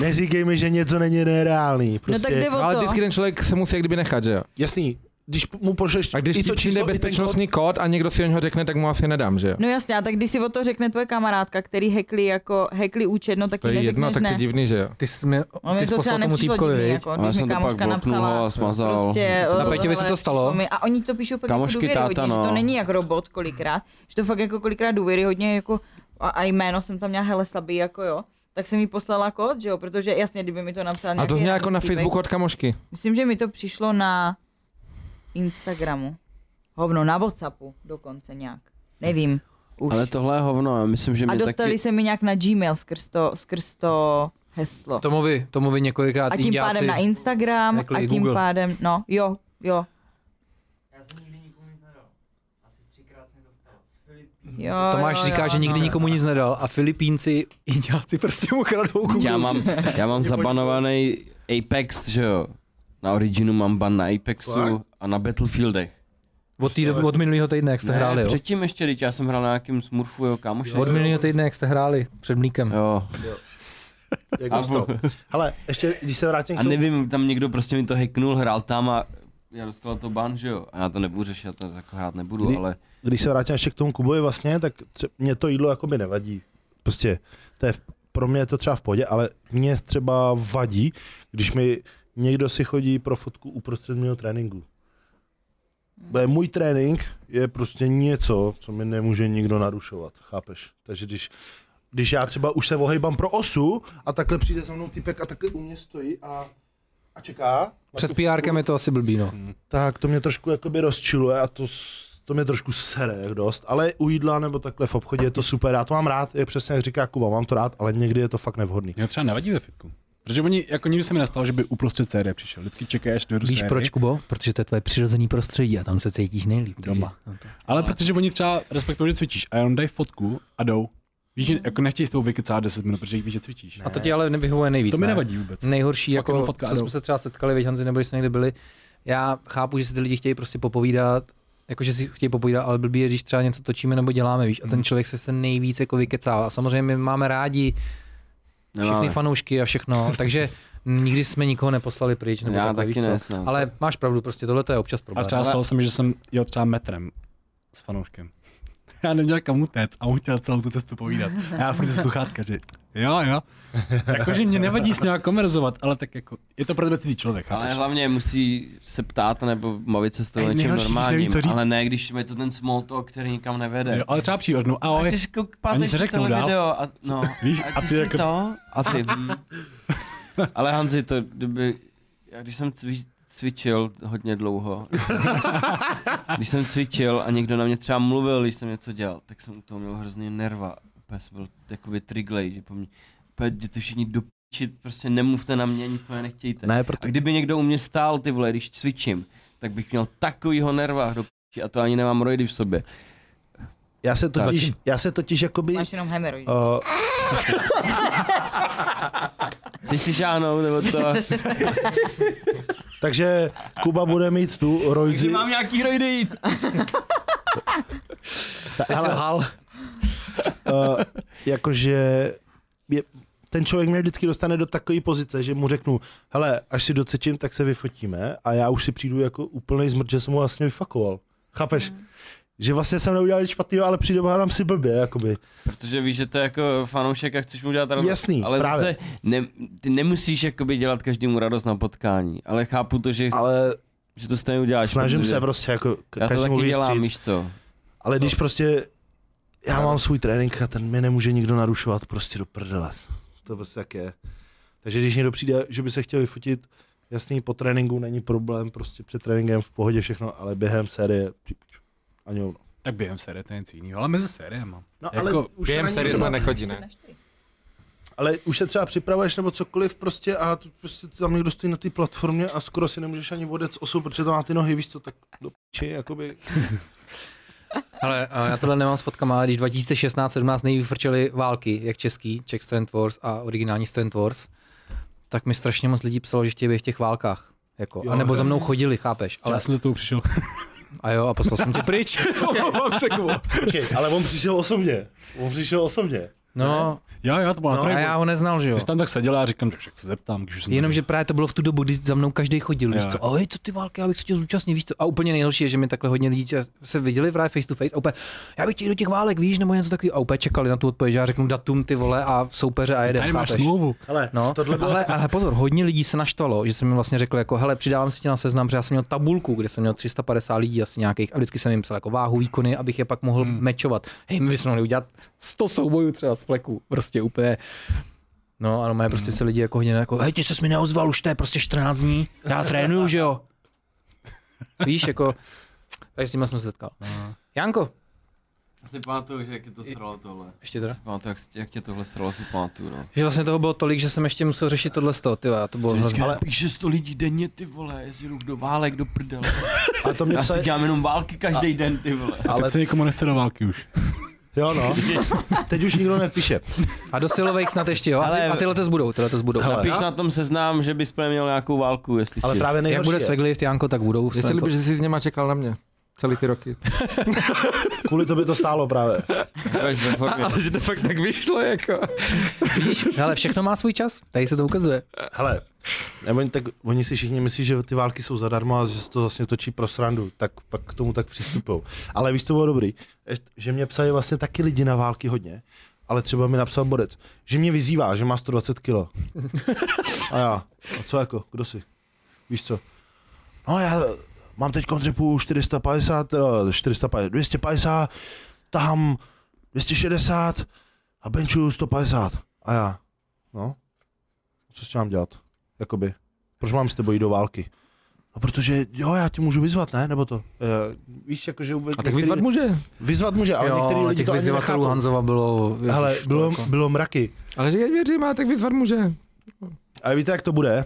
Speaker 7: Neříkej mi, že něco není nereálný.
Speaker 3: No
Speaker 7: Prostě,
Speaker 3: tak jde
Speaker 4: Ale
Speaker 3: o to.
Speaker 4: vždycky ten člověk se musí jak kdyby nechat, že jo?
Speaker 7: Jasný, když mu pošleš
Speaker 4: A když
Speaker 7: i
Speaker 4: ti
Speaker 7: to
Speaker 4: přijde
Speaker 7: číslo, i ten kód,
Speaker 4: bezpečnostní kód a někdo si o něho řekne, tak mu asi nedám, že jo?
Speaker 3: No jasně, a tak když si o to řekne tvoje kamarádka, který hekli jako hekli účet, no tak
Speaker 4: To
Speaker 3: jí
Speaker 4: je jedno,
Speaker 3: neřekneš
Speaker 4: tak to je
Speaker 3: ne.
Speaker 4: divný, že jo?
Speaker 1: Ty jsi, mě,
Speaker 3: No, mi
Speaker 1: ty jsi
Speaker 3: to třeba
Speaker 1: poslal tomu
Speaker 3: nepřišlo
Speaker 1: týpkovi,
Speaker 3: divný,
Speaker 1: viď?
Speaker 3: jako,
Speaker 5: Ale já
Speaker 3: když mi
Speaker 5: jsem to pak
Speaker 3: kámoška
Speaker 5: bloknul
Speaker 3: napsala.
Speaker 5: ho a smazal.
Speaker 3: Prostě,
Speaker 1: A
Speaker 3: eh,
Speaker 1: proti tobě se
Speaker 3: hele,
Speaker 1: to stalo?
Speaker 3: přišlo Mi. A oni to píšou fakt jako
Speaker 5: Kamošky,
Speaker 3: důvěryhodně,
Speaker 5: táta,
Speaker 3: že
Speaker 5: no.
Speaker 3: to není jak robot kolikrát, že to fakt jako kolikrát důvěryhodně jako a, a jméno jsem tam měla hele slabý, jako jo. Tak jsem jí poslala kód, že jo, protože jasně, kdyby mi to napsal
Speaker 4: A
Speaker 3: nějaký
Speaker 4: to měl
Speaker 3: random
Speaker 4: jako na
Speaker 3: týpek.
Speaker 4: Facebooku od kamošky.
Speaker 3: Myslím, že mi to přišlo na Instagramu. Hovno, na Whatsappu dokonce nějak. Nevím. Už.
Speaker 5: Ale tohle je hovno, já myslím, že
Speaker 3: a
Speaker 5: mě
Speaker 3: dostali
Speaker 5: taky...
Speaker 3: se mi nějak na Gmail skrz to, skrz to heslo.
Speaker 1: Tomovi, Tomovi několikrát
Speaker 3: A tím
Speaker 1: Indiáci-
Speaker 3: pádem na Instagram
Speaker 1: Hackli
Speaker 3: a tím
Speaker 1: Google.
Speaker 3: pádem, no, jo, jo. Já jsem nikdy nikomu nic nedal. Asi třikrát jsem to stalo.
Speaker 1: Tomáš
Speaker 3: jo,
Speaker 1: říká,
Speaker 3: jo,
Speaker 1: že nikdy
Speaker 3: no.
Speaker 1: nikomu nic nedal a Filipínci, Indiáci prostě mu kradou Google.
Speaker 5: Já mám, já mám zabanovaný Apex, že jo. Na Originu mám ban na Apexu a na Battlefieldech.
Speaker 1: Od, tý, od minulého týdne, jak jste
Speaker 5: Ne,
Speaker 1: hráli, jo?
Speaker 5: předtím ještě, teď já jsem hrál na nějakým smurfu, jo, kámoši.
Speaker 1: Od minulého týdne, jak jste hráli před mlíkem.
Speaker 5: Jo,
Speaker 2: Jak
Speaker 5: A-
Speaker 2: dostal. Hele, ještě, když se vrátím k
Speaker 5: a
Speaker 2: tomu,
Speaker 5: nevím, tam někdo prostě mi to hacknul, hrál tam a já dostal to ban, že jo. A já to nebudu řešit, já to jako hrát nebudu,
Speaker 2: Kdy-
Speaker 5: ale
Speaker 2: když se vrátím ještě k tomu Kubovi vlastně, tak tře- mě to jídlo jakoby nevadí. Prostě to je v, pro mě je to třeba v pohodě, ale mě třeba vadí, když mi někdo si chodí pro fotku uprostřed mého tréninku. Bude můj trénink je prostě něco, co mi nemůže nikdo narušovat, chápeš? Takže když když já třeba už se ohejbám pro osu a takhle přijde za mnou typek a takhle u mě stojí a, a čeká. na tu
Speaker 1: Před
Speaker 2: fotku,
Speaker 1: PRkem je to asi blbý, no.
Speaker 2: tak to mě trošku jakoby rozčiluje a to, s- to mě trošku sere jak dost, ale u jídla nebo takhle v obchodě je to super, já to mám rád, je přesně jak říká Kuba, mám to rád, ale někdy je to fakt nevhodný.
Speaker 6: Mě to třeba nevadí ve fitku. Protože oni, jako nikdy se mi nestalo, že by uprostřed CD přišel. Vždycky čekáš, až dojedu
Speaker 1: Víš
Speaker 6: sérii.
Speaker 1: proč, Kubo? Protože to je tvoje přirozený prostředí a tam se cítíš nejlíp. takže-
Speaker 6: Doma.
Speaker 1: No to-
Speaker 6: Ale protože oni třeba respektují, že cvičíš a jenom dají fotku a jdou. Víš, že jako nechtějí s tou vykecát 10 minut, protože víš, že cvičíš.
Speaker 1: A to ti ale nevyhovuje nejvíc,
Speaker 6: to mi
Speaker 1: ne?
Speaker 6: nevadí vůbec.
Speaker 1: Nejhorší,
Speaker 6: Fakt
Speaker 1: jako,
Speaker 6: jenom fotka no. a
Speaker 1: co
Speaker 6: jdou.
Speaker 1: jsme se třeba setkali, věď Hanzi, nebo když jsme někde byli, já chápu, že si ty lidi chtějí prostě popovídat, jakože si chtějí popovídat, ale blbý je, když třeba něco točíme nebo děláme, víš, a
Speaker 6: Mhm.
Speaker 1: ten člověk se se nejvíc jako vykecává. A samozřejmě my máme rádi všechny
Speaker 5: nemáme.
Speaker 1: fanoušky a všechno, takže nikdy jsme nikoho neposlali pryč, nebo
Speaker 5: Já
Speaker 1: takhle,
Speaker 5: taky
Speaker 1: víš co.
Speaker 5: ne, snad.
Speaker 1: Ale máš pravdu, prostě tohle to je občas
Speaker 6: A
Speaker 1: problém.
Speaker 6: třeba stalo se mi, že jsem jel třeba metrem s fanouškem. Já neměl kam utéct a on chtěl celou tu cestu povídat. A já furt ze sluchátka, že jo, jo. Jakože mě nevadí s ním komerzovat, ale tak jako, je to pro tebe cizí člověk,
Speaker 5: Ale
Speaker 6: chápeš?
Speaker 5: hlavně musí se ptát nebo bavit se s tou
Speaker 6: Ej,
Speaker 5: něčím
Speaker 6: nejhorší, když neví,
Speaker 5: normálním,
Speaker 6: co říct.
Speaker 5: ale ne, když je to ten small talk, který nikam nevede.
Speaker 6: Jo, ale třeba přihodnu, ahoj.
Speaker 5: A ty skouk,
Speaker 6: Ani
Speaker 5: páteš si
Speaker 6: se řeknou
Speaker 5: tohle
Speaker 6: dál.
Speaker 5: video a no.
Speaker 6: Víš,
Speaker 5: a ty, jako... to? A ty. hm. Ale Hanzi, to kdyby, já když jsem cvi, cvičil hodně dlouho, když jsem cvičil a někdo na mě třeba mluvil, když jsem něco dělal, tak jsem u toho měl hrozný nerva. Úplně jsem byl jakoby triglej, že po mně, úplně jděte všichni do pičit, prostě nemluvte na mě, ani to nechtějte.
Speaker 2: Ne,
Speaker 5: A
Speaker 2: protože
Speaker 5: kdyby někdo u mě stál, ty vole, když cvičím, tak bych měl takovýho nerva do p***, a to ani nemám rojdy v sobě.
Speaker 2: já se totiž, já se totiž jakoby,
Speaker 3: Máš jenom hemeroid.
Speaker 2: uh,
Speaker 5: Ty si žánou, nebo to.
Speaker 2: takže Kuba bude mít tu rojdzi,
Speaker 5: nějaký rojdy.
Speaker 2: ale,
Speaker 1: Hal.
Speaker 2: uh, jakože je, ten člověk mě vždycky dostane do takové pozice, že mu řeknu, hele, až si docečím, tak se vyfotíme a já už si přijdu jako úplnej zmrt, že jsem ho vlastně vyfakoval. Chápeš? Mm. Že vlastně jsem neudělal nic špatného, ale přidobádám si blbě, jakoby.
Speaker 5: Protože víš, že to je jako fanoušek a chceš mu dělat radost.
Speaker 2: Jasný,
Speaker 5: ale
Speaker 2: právě.
Speaker 5: zase ne, ty nemusíš jakoby dělat každému radost na potkání, ale chápu to, že,
Speaker 2: Ale
Speaker 5: že to stejně uděláš.
Speaker 2: snažím
Speaker 5: protože
Speaker 2: se prostě jako k-
Speaker 5: Já to
Speaker 2: každému
Speaker 5: taky dělám,
Speaker 2: vyjít
Speaker 5: víš co.
Speaker 2: Ale když prostě já mám svůj trénink a ten mi nemůže nikdo narušovat, prostě do prdele. To prostě tak je. Takže když někdo přijde, že by se chtěl vyfotit, jasný, po tréninku není problém, prostě před tréninkem v pohodě všechno, ale během série pič, ani ono.
Speaker 6: Tak během série to je něco jiného, ale mezi sériema.
Speaker 2: No,
Speaker 6: Jako
Speaker 2: ale, už se
Speaker 4: Během
Speaker 2: na něj
Speaker 4: série
Speaker 2: třeba,
Speaker 4: jsme nechodí, ne?
Speaker 2: ale už se třeba připravuješ nebo cokoliv prostě a tu, prostě tam někdo stojí na té platformě a skoro si nemůžeš ani odjet z osu, protože to má ty nohy, víš co, tak do piči, jakoby.
Speaker 1: Ale a já tohle nemám s fotkama, ale když 2016-17 nejvyfrčely války, jak český, Czech Strand Wars a originální Strand Wars, tak mi strašně moc lidí psalo, že chtějí být v těch válkách. Jako,
Speaker 2: Jo,
Speaker 1: a nebo
Speaker 2: jo.
Speaker 1: za mnou chodili, chápeš?
Speaker 6: Ale...
Speaker 1: Ale,
Speaker 6: Já jsem za tou přišel.
Speaker 1: a jo, a poslal jsem tě pryč.
Speaker 6: Omlouvám se, Kubo.
Speaker 2: Počkej, ale on přišel osobně, on přišel osobně.
Speaker 1: No,
Speaker 6: jo, jo, to bylo
Speaker 2: No,
Speaker 6: na
Speaker 1: a
Speaker 6: trojku.
Speaker 1: já ho neznal, že jo.
Speaker 6: Ty jsi tam tak seděl a já říkám, že však se zeptám, když už jsem
Speaker 1: Jenomže právě to bylo v tu dobu, kdy za mnou každý chodil, víš
Speaker 6: Jo.
Speaker 1: co? Ahoj, co ty války, já bych se chtěl zúčastnit, víš co? A úplně nejhorší je, že mi takhle hodně lidí čas- se viděli právě face to face a úplně, já bych chtěl do těch válek, víš, nebo něco takového. A úplně čekali na tu odpověď, já řeknu datum ty vole a soupeře a jedem,
Speaker 6: Tady máš
Speaker 1: chápeš?
Speaker 6: smlouvu.
Speaker 2: Ale
Speaker 1: No,
Speaker 2: tohle bylo
Speaker 1: ale, ale pozor, hodně lidí se naštvalo, že jsem jim vlastně řekl, jako, hele, přidávám si tě na seznam, protože já jsem měl tabulku, kde jsem měl 350 lidí asi nějakých a vždycky jsem jim psal jako váhu, výkony, abych je pak mohl hmm. mečovat. Hej, my bychom mohli udělat 100 soubojů třeba z fleku, prostě úplně. No, ano, mé prostě se lidi jako hodně jako, hej, ty se mi neozval, už to je prostě 14 dní, já trénuju, že jo. Víš, jako, takže s nimi jsem se setkal. Janko,
Speaker 5: Já si pamatuju, že jak tě to sralo tohle.
Speaker 1: ještě teda.
Speaker 5: Si pamatuju, jak, jak tě tohle sralo, si pamatuju, no.
Speaker 1: Že vlastně toho bylo tolik, že jsem ještě musel řešit tohle z toho, ty vole, to bylo hrozné.
Speaker 5: Vždycky ale... píše 100 lidí denně, ty vole, jestli jdu do válek, do prdele.
Speaker 2: a to mě
Speaker 5: Já si
Speaker 2: psali,
Speaker 5: dělám jenom války každý den, ty vole.
Speaker 6: Ale...
Speaker 2: ale
Speaker 6: Teď se nikomu nechce do války už.
Speaker 2: Jo no, teď už nikdo nepíše.
Speaker 1: A do silových snad ještě, jo? a, ty,
Speaker 5: Ale-
Speaker 1: a ty letos budou, ty letos budou.
Speaker 2: Hele,
Speaker 1: Hele,
Speaker 5: Napiš na tom seznám, že bys měl nějakou válku, jestli
Speaker 2: Ale
Speaker 5: chtějí.
Speaker 2: právě
Speaker 1: Jak
Speaker 2: nejhorší
Speaker 1: bude
Speaker 2: je,
Speaker 1: Sveglift, Janko, tak budou.
Speaker 4: Mně se líbí, že jsi s něma čekal na mě. Celý ty roky.
Speaker 2: kvůli to by to stálo právě.
Speaker 5: Budeš ve formě.
Speaker 4: že to fakt tak vyšlo, jako.
Speaker 1: Víš, hele, všechno má svůj čas, tady se to ukazuje.
Speaker 2: Hele, nebo oni, tak, oni si všichni myslí, že ty války jsou zadarmo a že se to vlastně točí pro srandu, tak pak k tomu tak přistupují. Ale víš, to bylo dobrý, eh, že mě psali vlastně taky lidi na války hodně, ale třeba mi napsal Borec, že mě vyzývá, že má 120 kilo. A já, a co jako, kdo jsi? Víš co? No já mám teď dřepu 450, teda 450, 250, tahám 260 a benchu 150. A já, no, co s tím mám dělat? Jakoby, proč mám s tebou jít do války? No protože, jo, já tě můžu vyzvat, ne? Nebo to? Uh, víš, jakože vůbec...
Speaker 4: A tak vyzvat může.
Speaker 2: Vyzvat může, ale
Speaker 1: jo,
Speaker 2: některý
Speaker 1: ale
Speaker 2: lidi
Speaker 1: těch
Speaker 2: to ani
Speaker 1: vyzývatelů
Speaker 2: nechápou.
Speaker 1: Hanzova bylo...
Speaker 2: Hele,
Speaker 1: Ježiš,
Speaker 2: bylo,
Speaker 1: to jako-
Speaker 2: bylo mraky.
Speaker 4: Ale že věřím, a tak vyzvat může.
Speaker 2: A víte, jak to bude?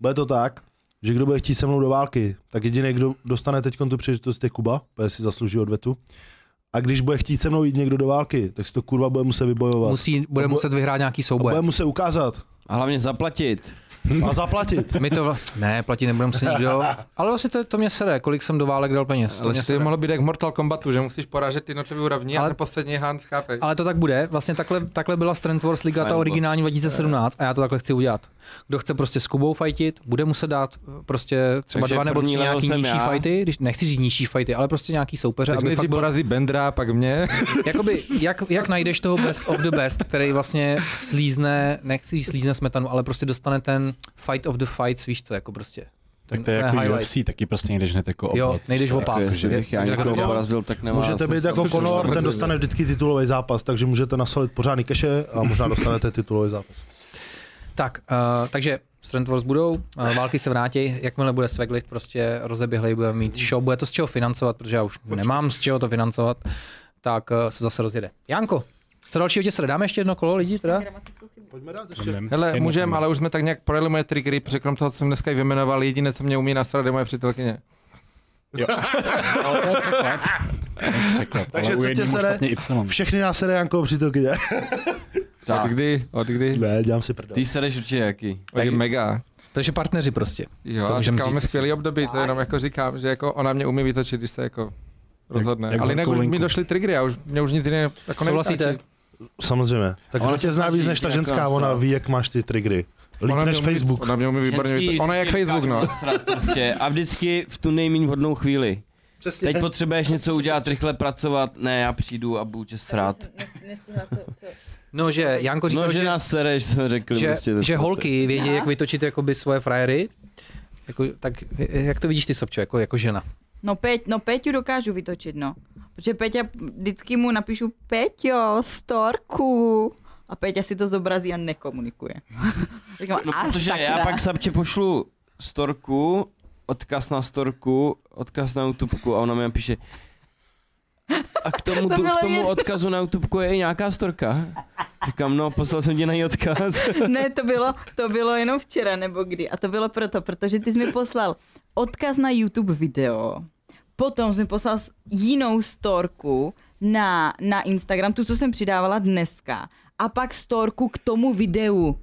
Speaker 2: Bude to tak, že kdo bude chtít se mnou do války, tak jediný, kdo dostane teď tu příležitost, je Kuba, protože si zaslouží odvetu. A když bude chtít se mnou jít někdo do války, tak si to kurva bude muset vybojovat.
Speaker 1: Musí, bude
Speaker 2: A bu-
Speaker 1: muset vyhrát nějaký
Speaker 2: a
Speaker 1: souboje.
Speaker 2: bude muset ukázat
Speaker 5: A hlavně zaplatit.
Speaker 2: a zaplatit.
Speaker 1: My to... vla- Ne, platit nebudeme se nikdo. Ale vlastně to, to mě sere, kolik jsem do válek dal peněz. Vlastně- To
Speaker 4: Ale
Speaker 1: mě
Speaker 4: že to je
Speaker 1: sere.
Speaker 4: mohlo být jak v Mortal Kombatu, že musíš porážet ty jednotlivé úrovně
Speaker 1: Ale-
Speaker 4: a ten poslední je Hans, chápeš?
Speaker 1: Ale to tak bude. Vlastně takhle, takhle byla Strand Wars Liga ta
Speaker 5: Final
Speaker 1: originální 2017 a já to takhle chci udělat. Kdo chce prostě s Kubou fightit, bude muset dát eh, prostě třeba
Speaker 5: Takže
Speaker 1: dva nebo
Speaker 5: první
Speaker 1: tři
Speaker 5: level
Speaker 1: nějaký
Speaker 5: jsem
Speaker 1: nižší
Speaker 5: já.
Speaker 1: fighty, když nechci říct nižší fighty, ale prostě nějaký soupeře,
Speaker 4: tak
Speaker 1: aby fakt
Speaker 4: nejdřív
Speaker 1: byl,
Speaker 4: porazí Bendra, pak mě.
Speaker 1: jakoby, jak, jak najdeš toho best of the best, který vlastně slízne, nechci říct slízne smetanu, ale prostě dostane ten fight of the fights, víš to, jako prostě.
Speaker 6: Tak to je
Speaker 1: Ten- ten
Speaker 6: jako
Speaker 1: highlight.
Speaker 6: UFC, taky prostě nejdeš hned jako
Speaker 1: Jo,
Speaker 6: obrat.
Speaker 1: nejdeš o pás.
Speaker 5: Jako, že bych já
Speaker 1: Takže
Speaker 5: někoho
Speaker 1: takhle-
Speaker 5: porazil, tak nemá.
Speaker 2: Můžete být
Speaker 5: smysl.
Speaker 2: jako Conor, ten dostane vždycky titulový zápas, takže můžete nasolit pořádný keše a možná dostanete titulový zápas.
Speaker 1: Tak, uh, takže Strand Wars budou, uh, války se vrátí, jakmile bude Sveglift prostě rozeběhlej, budeme mít show, bude to z čeho financovat, protože já už nemám z čeho to financovat, tak uh, se zase rozjede. Janko, co dalšího tě se dáme ještě jedno kolo lidí teda?
Speaker 2: Pojďme dát ještě.
Speaker 6: Jdem.
Speaker 4: Hele,
Speaker 6: Jedno
Speaker 4: můžem,
Speaker 6: kolo.
Speaker 4: ale už jsme tak nějak projeli moje triggery, protože krom toho, co jsem dneska i vyjmenoval, jediné, co mě umí nasrat, je moje přítelkyně.
Speaker 6: Překlep,
Speaker 2: Takže
Speaker 6: ale u
Speaker 2: co tě
Speaker 6: jednoho
Speaker 2: sere?
Speaker 6: špatně Y.
Speaker 2: Všechny nás jede Janko přítelkyně.
Speaker 4: Od
Speaker 5: Tak,
Speaker 4: kdy? Od kdy?
Speaker 2: Ne, dělám si prdel.
Speaker 5: ty sereš určitě jaký.
Speaker 4: Od je mega.
Speaker 1: Takže partneři prostě.
Speaker 4: Jo,
Speaker 1: To
Speaker 4: a
Speaker 1: můžeme
Speaker 4: teďka máme
Speaker 1: říct asi.
Speaker 4: skvělý období, to jenom jako říkám, že jako ona mě umí vytočit, když se jako rozhodne.
Speaker 6: jak
Speaker 4: ale jinak
Speaker 6: horkou
Speaker 4: už mi
Speaker 6: linku.
Speaker 4: došly triggery, já už, mě už nic jiného jako
Speaker 1: Souhlasíte?
Speaker 4: neutáčí.
Speaker 2: Samozřejmě. Tak
Speaker 5: Ona
Speaker 2: kdo
Speaker 5: se
Speaker 2: tě zná
Speaker 5: snaží
Speaker 2: víc než ta
Speaker 5: nějak
Speaker 2: ženská,
Speaker 5: nám
Speaker 2: ona
Speaker 5: se-
Speaker 2: ví, jak máš ty triggery. Líp
Speaker 4: Ona mě
Speaker 2: než
Speaker 4: umí-
Speaker 2: Facebook.
Speaker 4: Ona mě umí výborně
Speaker 5: Ženský
Speaker 4: vytočit. Ona je jak
Speaker 5: vždycky
Speaker 4: Facebook, no.
Speaker 5: dokážou nasrat Prostě. A vždycky v tu nejméně vhodnou chvíli.
Speaker 2: Přesně.
Speaker 5: Teď potřebuješ něco udělat, rychle pracovat. Ne, já přijdu a budu tě srát.
Speaker 3: Nestihla, co, co.
Speaker 1: No, že Janko říkal,
Speaker 5: No, že
Speaker 1: že,
Speaker 5: nás sereš, jsme řekli.
Speaker 1: že,
Speaker 5: prostě ve
Speaker 1: že
Speaker 5: školce.
Speaker 1: holky vědí, jak vytočit jakoby svoje frajery, jako, tak jak to vidíš ty, Sobče, jako, jako žena?
Speaker 3: No, Peť, no Peťu dokážu vytočit, no. Protože Peťa, vždycky mu napíšu Peťo, storku. A Peťa si to zobrazí a nekomunikuje. Říkám,
Speaker 5: No,
Speaker 3: a
Speaker 5: protože
Speaker 3: sakra.
Speaker 5: já pak Sabče pošlu storku, odkaz na storku, odkaz na YouTubeku a ona mi píše a k tomu,
Speaker 3: To
Speaker 5: tu,
Speaker 3: bylo
Speaker 5: k tomu
Speaker 3: jedno.
Speaker 5: odkazu na YouTubeku je i nějaká storka. Říkám, no, poslal jsem ti na její odkaz.
Speaker 3: Ne, to bylo, to bylo jenom včera nebo kdy. A to bylo proto, protože ty jsi mi poslal odkaz na YouTube video. Potom jsi mi poslal s- jinou storku na, na Instagram, tu, co jsem přidávala dneska. A pak storku k tomu videu.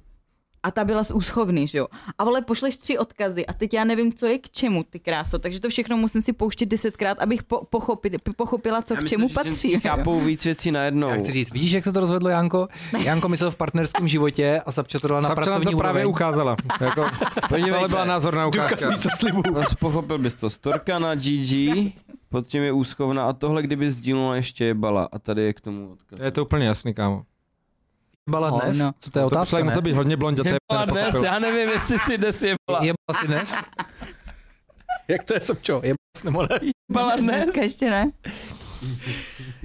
Speaker 3: A ta byla z úschovny, že jo? A vole, pošleš tři odkazy a teď já nevím, co je k čemu, ty kráso. Takže to všechno musím si pouštět desetkrát, abych po, pochopit, pochopila, co
Speaker 5: Já
Speaker 3: k
Speaker 5: myslím,
Speaker 3: čemu
Speaker 5: že
Speaker 3: patří.
Speaker 5: ženský
Speaker 3: jo.
Speaker 5: Chápou víc věcí najednou.
Speaker 1: Já chci říct, vidíš, jak se to rozvedlo, Janko? Janko myslel v partnerském životě a Sabče to dala na
Speaker 4: Chlapče nám
Speaker 1: pracovní
Speaker 4: to právě
Speaker 1: úroveň.
Speaker 4: ukázala. Jako,
Speaker 5: Podívejte.
Speaker 4: tohle byla názorná ukázka.
Speaker 1: slibu.
Speaker 5: Roz- Pochopil bys to. Storka na GG, pod tím je úschovna a tohle, kdyby sdílnula, ještě je bala. A tady je k tomu odkaz.
Speaker 4: Je to úplně jasný, kámo.
Speaker 1: Jebala
Speaker 3: No,
Speaker 1: dnes?
Speaker 3: no.
Speaker 1: Co to je
Speaker 4: to
Speaker 1: otázka,
Speaker 4: člověk
Speaker 1: ne?
Speaker 4: musel být hodně blondětý.
Speaker 5: Jebala
Speaker 4: aby to
Speaker 5: dnes,
Speaker 4: nepochopil.
Speaker 5: já nevím, jestli si dnes jebala.
Speaker 1: Jebala si dnes? Jak to je, Sobčo? Jebala jsi nebo ne?
Speaker 5: Jebala dnes.
Speaker 3: Dneska ještě ne.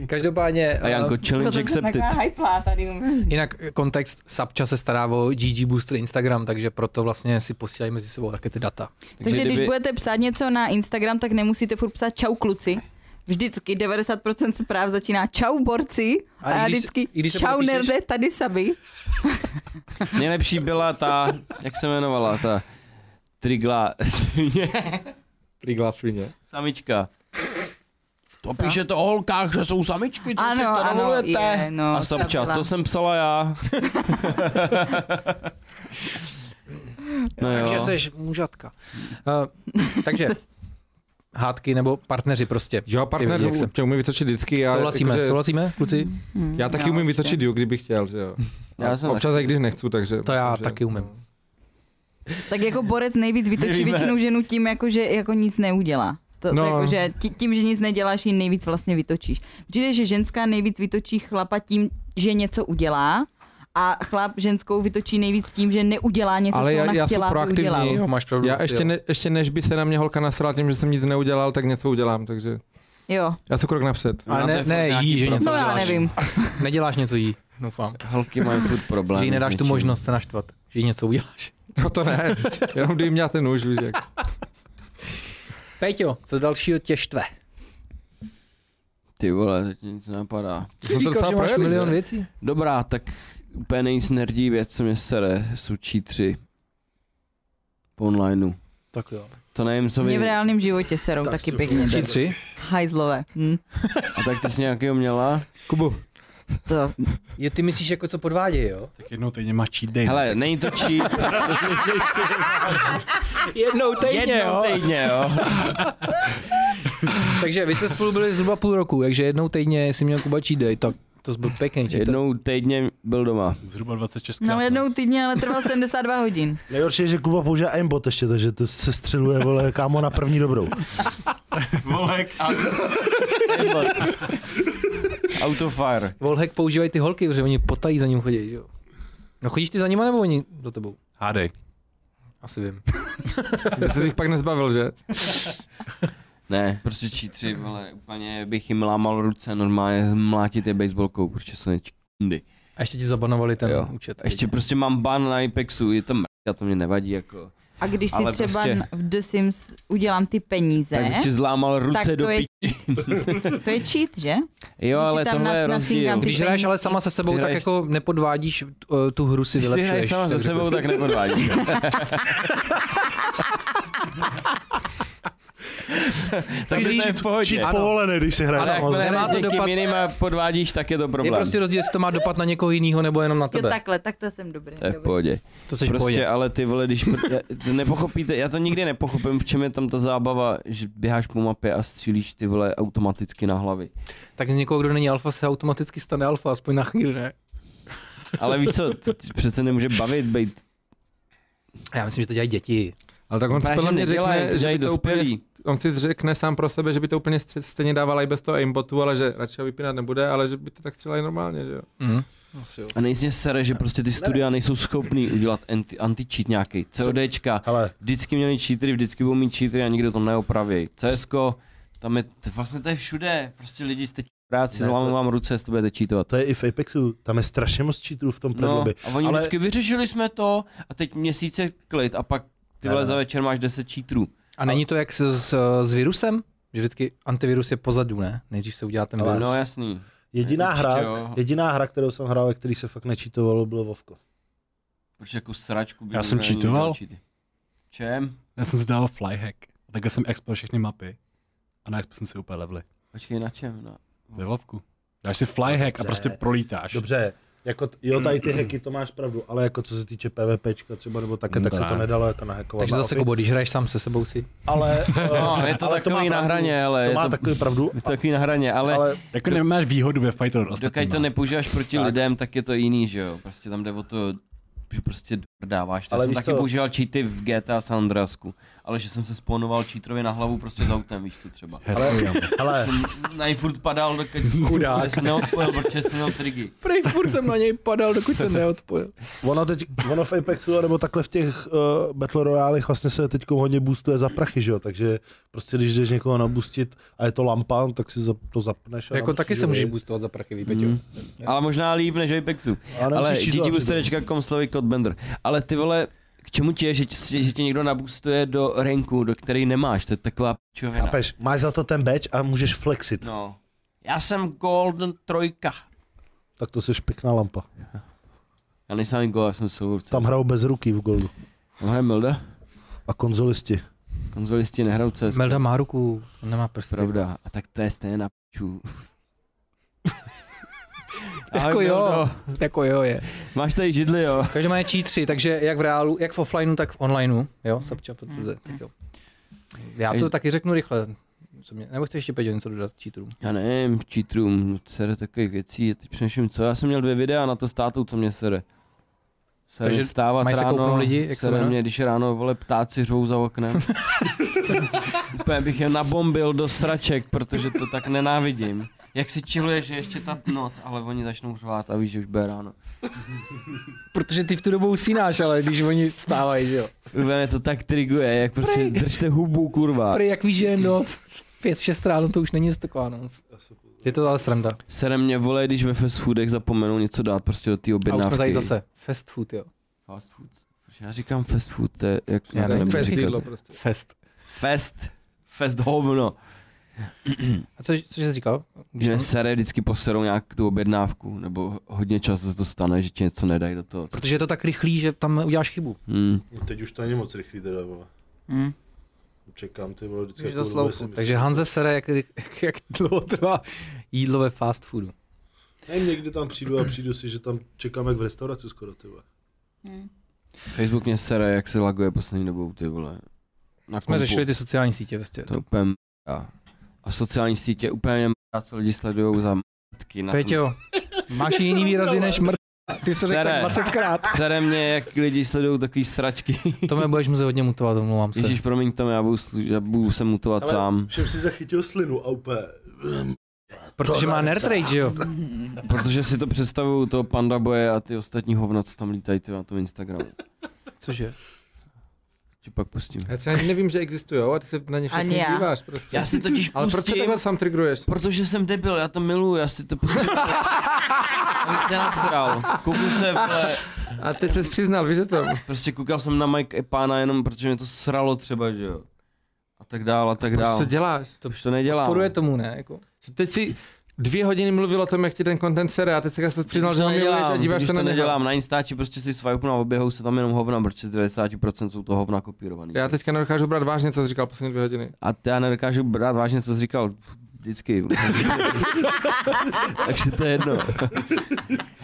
Speaker 1: Každopádně, eh,
Speaker 5: A Janko, challenge accepted.
Speaker 3: hyplá tady u mě.
Speaker 1: jinak kontext, Sabča se stará o GG Booster Instagram, takže proto vlastně si posílají mezi sebou také ty data.
Speaker 3: Takže když budete psát něco na Instagram, tak nemusíte furt psát čau kluci. Vždycky 90% zpráv začíná čau borci
Speaker 1: A
Speaker 3: a, já
Speaker 1: i když-
Speaker 3: vždycky
Speaker 1: i když se
Speaker 3: čau
Speaker 1: podepíšeš-
Speaker 3: nerde, tady saby.
Speaker 5: Nejlepší byla ta, jak se jmenovala, ta trigla,
Speaker 4: Prigla svině.
Speaker 5: samička. To píše to o holkách, že jsou samičky, co
Speaker 3: Ano,
Speaker 5: si to
Speaker 3: ano,
Speaker 5: domluvujete.
Speaker 3: je, no,
Speaker 5: a
Speaker 3: to
Speaker 5: Sabča,
Speaker 3: byla.
Speaker 5: to jsem psala já. no
Speaker 1: Takže
Speaker 5: jo.
Speaker 1: jsi mužatka. Uh, takže hádky nebo partneři prostě.
Speaker 4: Jo, partner,
Speaker 1: Ty, jak se-
Speaker 4: tě umí vytočit vždycky. Já,
Speaker 1: souhlasíme,
Speaker 4: jakože-
Speaker 1: souhlasíme, kluci?
Speaker 4: Já taky
Speaker 3: Jo,
Speaker 4: umím
Speaker 3: určitě.
Speaker 4: vytočit ju, kdybych chtěl, že jo.
Speaker 5: Já jsem
Speaker 4: Občas, i když nechci, takže...
Speaker 1: To já
Speaker 4: takže-
Speaker 1: taky umím.
Speaker 3: Tak jako borec nejvíc vytočí
Speaker 5: víme.
Speaker 3: většinou ženu tím, jako, že jako nic neudělá. To, to
Speaker 4: No.
Speaker 3: jako, že ti- tím, že nic neděláš, ji nejvíc vlastně vytočíš. Přijde, že ženská nejvíc vytočí chlapa tím, že něco udělá a chlap ženskou vytočí nejvíc tím, že neudělá něco,
Speaker 4: Ale
Speaker 3: co
Speaker 4: já-
Speaker 3: ona
Speaker 4: já jsem
Speaker 3: chtěla, aby
Speaker 4: proaktivní,
Speaker 3: udělal.
Speaker 1: Jo, máš pravdu.
Speaker 4: Já
Speaker 1: asi,
Speaker 4: ještě,
Speaker 1: jo.
Speaker 4: ne, ještě než by se na mě holka nasrala tím, že jsem nic neudělal, tak něco udělám, takže
Speaker 3: Jo,
Speaker 4: já jsem krok napřed.
Speaker 1: Ale
Speaker 5: No, to
Speaker 1: ne,
Speaker 5: je
Speaker 1: ne
Speaker 5: fakt nějaký
Speaker 1: jí, že
Speaker 5: problém.
Speaker 1: něco
Speaker 3: no já
Speaker 1: uděláš.
Speaker 3: nevím.
Speaker 1: Neděláš něco jí, doufám.
Speaker 5: Holky mají furt problém.
Speaker 1: Že jí
Speaker 5: s
Speaker 1: nedáš tu
Speaker 5: něčím.
Speaker 1: možnost se naštvat, že jí něco uděláš.
Speaker 4: No to ne, jenom kdyby měla ten nůž, víš jak.
Speaker 1: Peťo, co dalšího tě štve?
Speaker 5: Ty vole, teď mě nic napadá.
Speaker 1: Ty
Speaker 4: To jsem to
Speaker 1: říkal,
Speaker 4: docela
Speaker 1: že máš
Speaker 4: projeli,
Speaker 1: milion
Speaker 4: že?
Speaker 1: věcí.
Speaker 5: Dobrá, tak úplně nejvíc nerdí věc, co mě sere, jsou tři. Po onlineu.
Speaker 1: Tak jo.
Speaker 5: To nevím, co mi...
Speaker 3: Mě v reálném životě serou
Speaker 7: Tak
Speaker 3: taky
Speaker 7: si-
Speaker 3: pěkně.
Speaker 1: Čí tři?
Speaker 3: Hajzlové. Hm,
Speaker 5: A tak ty jsi nějakého měla?
Speaker 4: Kubu,
Speaker 3: to
Speaker 1: Je, ty myslíš jako co podvádějí, jo?
Speaker 6: Tak jednou týdně máš cheat day.
Speaker 5: Hele, není to cheat.
Speaker 1: Jednou týdně,
Speaker 5: Jednou
Speaker 1: jo?
Speaker 5: týdně, jo.
Speaker 1: Takže vy jste spolu byli zhruba půl roku, takže jednou týdně jsi měl Kuba cheat day, tak to byl pěkný cheat.
Speaker 5: Jednou týdně byl doma.
Speaker 6: Zhruba 26
Speaker 3: no jednou týdně, ale trval 72 hodin.
Speaker 7: Nejhorší je, že Kuba používá aimbot ještě, takže to se střeluje, vole, kámo, na první dobrou.
Speaker 5: Volek a... Autofire.
Speaker 1: Volhek používají ty holky, protože oni potají za ním chodí, že jo? No chodíš ty za nima nebo oni do tebou?
Speaker 6: Hádej.
Speaker 1: Asi vím.
Speaker 4: já se jich pak nezbavil, že?
Speaker 5: Ne, prostě čítři, vole, úplně bych jim lámal ruce, normálně mlátit je baseballkou, prostě protože jsou nečkundy.
Speaker 1: A ještě ti zabanovali ten
Speaker 5: Jo.
Speaker 1: účet.
Speaker 5: Ještě prostě mám ban na Apexu, je to mrka, to mě nevadí, jako.
Speaker 3: A když si
Speaker 5: Ale
Speaker 3: třeba
Speaker 5: prostě-
Speaker 3: n- v The Sims udělám ty peníze,
Speaker 5: Tak bych ti zlámal ruce
Speaker 3: Tak
Speaker 5: do
Speaker 3: to je-
Speaker 5: pí...
Speaker 3: to je cheat, že?
Speaker 5: Jo,
Speaker 3: když si
Speaker 5: ale
Speaker 3: tam
Speaker 5: tohle je
Speaker 3: na-
Speaker 5: rozdíl.
Speaker 3: nacinkám ty
Speaker 1: Když hraješ ale sama se sebou,
Speaker 5: Ty
Speaker 1: tak
Speaker 5: hraješ-
Speaker 1: jako nepodvádíš eh, tu hru si
Speaker 5: Když si
Speaker 1: vylepšuješ.
Speaker 5: hraješ sama se
Speaker 1: takže-
Speaker 5: sebou, tak nepodvádíš. tak
Speaker 1: Chci
Speaker 5: to je
Speaker 1: říct,
Speaker 5: v pohodě.
Speaker 7: Čít
Speaker 1: Ano.
Speaker 7: povolený, když si hraje
Speaker 5: Ale jako
Speaker 7: sama
Speaker 5: jakmile
Speaker 1: Hraješ
Speaker 5: má
Speaker 1: to
Speaker 5: to
Speaker 1: dopad-
Speaker 5: dopad... jiným a podvádíš, tak je to
Speaker 1: Je
Speaker 5: problém.
Speaker 1: prostě rozdíl, jestli to má dopad na někoho jiného nebo jenom na
Speaker 3: Jo,
Speaker 1: tebe.
Speaker 3: takhle, tak to jsem dobrý.
Speaker 5: To je v
Speaker 3: dobrý.
Speaker 5: pohodě.
Speaker 1: To seš
Speaker 5: prostě,
Speaker 1: prostě...
Speaker 5: ale ty vole, když pr- já- to nepochopíte, já to nikdy nepochopím, v čem je tam ta zábava, že běháš po mapě a střílíš ty vole automaticky na hlavy.
Speaker 1: Tak z někoho, kdo není alfa, se automaticky stane alfa, aspoň na chvíli, ne?
Speaker 5: Ale víš co, to tě přece nemůže bavit být.
Speaker 1: Já myslím, že to dělají děti.
Speaker 4: Ale tak on si
Speaker 5: Právě,
Speaker 4: podle
Speaker 5: že
Speaker 4: mě
Speaker 5: nedělají,
Speaker 4: řekne,
Speaker 5: to
Speaker 4: že by
Speaker 5: dělají
Speaker 4: to úplně,
Speaker 5: dospělí.
Speaker 4: on si řekne sám pro sebe, že by to úplně stře- stejně dávala i bez toho aimbotu, ale že radši ho vypínat nebude, ale že by to tak střelali normálně, že jo.
Speaker 1: Mm.
Speaker 5: A nejsně sere, že prostě ty studia nejsou schopný udělat anti- anti-cheat nějaký. CODčka,
Speaker 7: Hele,
Speaker 5: vždycky měli cheatery, vždycky budou mít cheatery a nikdo to neopraví. CSko, tam je, t- vlastně to je všude, prostě lidi jste práci,
Speaker 7: Ne, to-
Speaker 5: zlámou vám ruce, jestli to budete cheatovat.
Speaker 7: to je i v Apexu, tam je strašně moc cheaterů v tom
Speaker 5: No,
Speaker 7: predlobby.
Speaker 5: a oni ale...
Speaker 7: Ale-
Speaker 5: vždycky vyřešili jsme to a teď měsíce klid a pak ty
Speaker 7: Ne,
Speaker 5: vole
Speaker 7: ne.
Speaker 5: za večer máš 10 cheaterů.
Speaker 1: A není to jak s, s, s virusem? Že vždycky antivirus je pozadu, ne? Nejdřív se udělá ten
Speaker 7: Ale-
Speaker 1: virus.
Speaker 5: No jasný.
Speaker 7: Jediná
Speaker 5: Určitě
Speaker 7: hra,
Speaker 5: jo.
Speaker 7: jediná hra, kterou jsem hrál, ve který se fakt nečítovalo, bylo Vovko.
Speaker 5: Proč jako sračku by
Speaker 6: Já
Speaker 5: nikdo
Speaker 6: jsem
Speaker 5: neměl
Speaker 6: cheatoval.
Speaker 5: dělat cheaty. Čem?
Speaker 6: Já jsem si dával flyhack. A takhle jsem exploil všechny mapy. A na expo jsem si úplně levely.
Speaker 5: Počkej na čem? No.
Speaker 6: Ve Vovku. Dáš si flyhack a
Speaker 7: Dobře.
Speaker 6: prostě prolítáš.
Speaker 7: Dobře, jako, t- jo, tady ty heky, to máš pravdu, ale jako co se týče PvPčka třeba nebo také,
Speaker 6: No
Speaker 7: tak se
Speaker 6: tak.
Speaker 7: to nedalo jako nahackovat.
Speaker 1: Takže
Speaker 7: na
Speaker 1: zase,
Speaker 7: ofi-
Speaker 1: Kubo, když hraješ sám se sebou si.
Speaker 7: Ale,
Speaker 5: No,
Speaker 7: eh,
Speaker 5: je to
Speaker 7: ale
Speaker 5: takový
Speaker 7: má
Speaker 5: na
Speaker 7: pravdu.
Speaker 5: hraně, ale
Speaker 7: To
Speaker 5: je
Speaker 7: má
Speaker 5: to,
Speaker 7: takový pravdu,
Speaker 5: je to takový na hraně, ale, ale
Speaker 7: ale
Speaker 6: Jako nemáš výhodu ve fightu od ostatních.
Speaker 5: dokud to nepoužíváš proti
Speaker 7: Tak.
Speaker 5: tak. lidem, tak je to jiný, že jo? Prostě tam jde o to, že prostě dáváš. Já
Speaker 7: Ale
Speaker 5: jsem
Speaker 7: víš
Speaker 5: taky
Speaker 7: co?
Speaker 5: používal cheaty v GTA San Andreasku, ale že jsem se spawnoval cheaterovi na hlavu prostě s autem, víš co třeba.
Speaker 6: ale...
Speaker 7: ale
Speaker 5: Na ní furt padal, dokud Chudák. jsem neodpojil, protože jsem měl trigy.
Speaker 1: Prej furt jsem na něj padal, dokud jsem neodpojil.
Speaker 7: ono teď, ono v Apexu nebo takhle v těch uh, Battle Royalech vlastně se teď hodně boostuje za prachy, že jo, takže prostě když jdeš někoho nabustit a je to lampa, no tak si za, to zapneš. a
Speaker 1: Jako
Speaker 7: namusíš
Speaker 1: taky se
Speaker 7: ho
Speaker 1: můžeš
Speaker 7: vyjet.
Speaker 1: boostovat za prachy, vípeťo.
Speaker 5: Mm. Ale možná líp než Apexu.
Speaker 7: A nemusíš
Speaker 5: Ale
Speaker 7: cheatovat přitom.
Speaker 5: ttboosterečka.com slovy kodbender. Ale ty vole, k čemu ti je, že, ti- že tě někdo nabustuje do ranku, do který nemáš? To je taková pičovina.
Speaker 7: Chápeš, máš za to ten badge a můžeš flexit.
Speaker 5: No. Já jsem golden trojka.
Speaker 7: Tak to jsi pěkná lampa.
Speaker 5: Já nejsem ani gol, já jsem silver.
Speaker 7: Tam hrajou bez ruky v goldu.
Speaker 5: Tam hraje Milda?
Speaker 7: A konzolisti.
Speaker 5: Konzolisti nehrajou CS.
Speaker 1: Melda má ruku, on nemá prsty.
Speaker 5: Pravda. A tak to je stejně na piču. Ahoj,
Speaker 1: Jako jo,
Speaker 5: Mildo.
Speaker 1: jako jo je.
Speaker 5: Máš tady židli, jo.
Speaker 1: Každopádně čítři, takže jak v reálu, jak v offlineu, tak v onlineu, jo, Sapča, protože, tak jo. Já to
Speaker 5: Takže-
Speaker 1: taky řeknu rychle, co mě, nebo chceš ještě Peťo něco dodat cheaterům?
Speaker 5: Já nevím, cheaterům, sere takových věcí, já teď přemýšlím, co, já jsem měl dvě videa na to s tátou, co mě sere. Sere
Speaker 1: Takže
Speaker 5: mě stávat
Speaker 1: mají se koupnout
Speaker 5: ráno,
Speaker 1: lidi, jak se
Speaker 5: sere
Speaker 1: jmenuje?
Speaker 5: mě, když ráno, vole, ptáci řvou za oknem. Úplně bych je nabombil do sraček, protože to tak nenávidím. Jak si čiluje, že ještě ta noc, ale oni začnou řvát a víš, že už bude ráno.
Speaker 1: Protože ty v tu dobu usínáš, ale když oni stávají, že jo.
Speaker 5: Úplně mě to tak triguje, jak prostě držte hubu, kurva.
Speaker 1: Prý, jak víš, že je noc, pět, šest ráno, to už není nic taková noc. Je to ale sranda.
Speaker 5: Sere mě, vole, když ve fast foodech zapomenou něco dát prostě do té
Speaker 1: A
Speaker 5: objednávky.
Speaker 1: už jsme tady zase. Fast food, jo.
Speaker 5: Fast food. Proč Já říkám fast food, to je jak...
Speaker 1: Já
Speaker 5: to
Speaker 1: nevím,
Speaker 5: nemůžu
Speaker 1: fast
Speaker 5: říkat.
Speaker 1: jídlo prostě. Fest.
Speaker 5: Fest. Fest hovno.
Speaker 1: A co, co jsi říkal? Když
Speaker 5: no. Že
Speaker 1: tam-
Speaker 5: sere vždycky poserou nějak tu objednávku, nebo hodně často se to stane, že ti něco nedají do toho.
Speaker 1: Protože je to tak rychlý, že tam uděláš chybu.
Speaker 5: Hmm.
Speaker 7: No Teď už to není moc rychlý teda, vole.
Speaker 3: Hmm.
Speaker 7: Čekám ty vole vždycky. jako
Speaker 3: Už je to
Speaker 7: jakou dobu,
Speaker 3: slouchu,
Speaker 7: jestli myslím-
Speaker 1: Takže Hanze sere, jak, jak, jak dlouho trvá jídlo ve fast foodu.
Speaker 7: Nevím, někdy tam přijdu a přijdu si, že tam čekám jak v restauraci skoro, ty vole.
Speaker 5: Facebook mě sere, jak se laguje poslední dobou, ty vole. Na
Speaker 1: Jsme
Speaker 5: kompu.
Speaker 1: řešili ty sociální sítě vlastně.
Speaker 5: To je úplně m***a. A sociální sítě úplně m***a, co lidi sledují za mrtky.
Speaker 1: Peťo, máš jiný výrazy než mrt. Ty jsi řekl
Speaker 5: Sere.
Speaker 1: 20 krát.
Speaker 5: Sere mě, jak lidi sledují takový sračky.
Speaker 1: To mě budeš muset hodně mutovat, omlouvám se.
Speaker 5: Ježíš, promiň to, já budu, slu- já budu se mutovat
Speaker 7: Ale-
Speaker 5: sám.
Speaker 7: Všem si zachytil slinu a úplně... mm,
Speaker 1: Protože má nerd rage, že jo?
Speaker 5: Protože si to představuju toho panda boje a ty ostatní hovna, co tam lítají ty na tom Instagramu.
Speaker 1: Cože?
Speaker 5: Ti pak pustím.
Speaker 4: Já třeba ani nevím, že existují, a ty se na ně
Speaker 3: Ani
Speaker 4: všechny
Speaker 3: já.
Speaker 4: díváš prostě.
Speaker 5: Já si totiž
Speaker 4: Ale proč se
Speaker 5: pustím,
Speaker 4: takhle sám trigruješ?
Speaker 5: protože jsem debil, já to miluju, já si to pustím. Abych se nasral. Kouknu se, vole,
Speaker 4: A ty jsi přiznal, víš, že to?
Speaker 5: prostě koukal jsem na Mike Epána jenom protože mě to sralo třeba, že jo. A tak dál, a tak
Speaker 4: Proč
Speaker 5: dál.
Speaker 4: to děláš?
Speaker 5: To už to nedělám.
Speaker 1: Poruje tomu, ne? Jako.
Speaker 4: Teď si dvě hodiny mluvil o tom, jak ti ten content sere a teď se se přiznal, že ho miluješ a díváš
Speaker 5: když
Speaker 4: se
Speaker 5: to
Speaker 4: na něj.
Speaker 5: nedělám, na Instači prostě si swipe a oběhou se tam jenom hovna, protože z 90% jsou to hovna kopírovaný.
Speaker 4: Já teďka nedokážu brát vážně, co jsi říkal poslední dvě hodiny.
Speaker 5: A t- já nedokážu brát vážně, co jsi říkal. Vždycky. Takže to je jedno.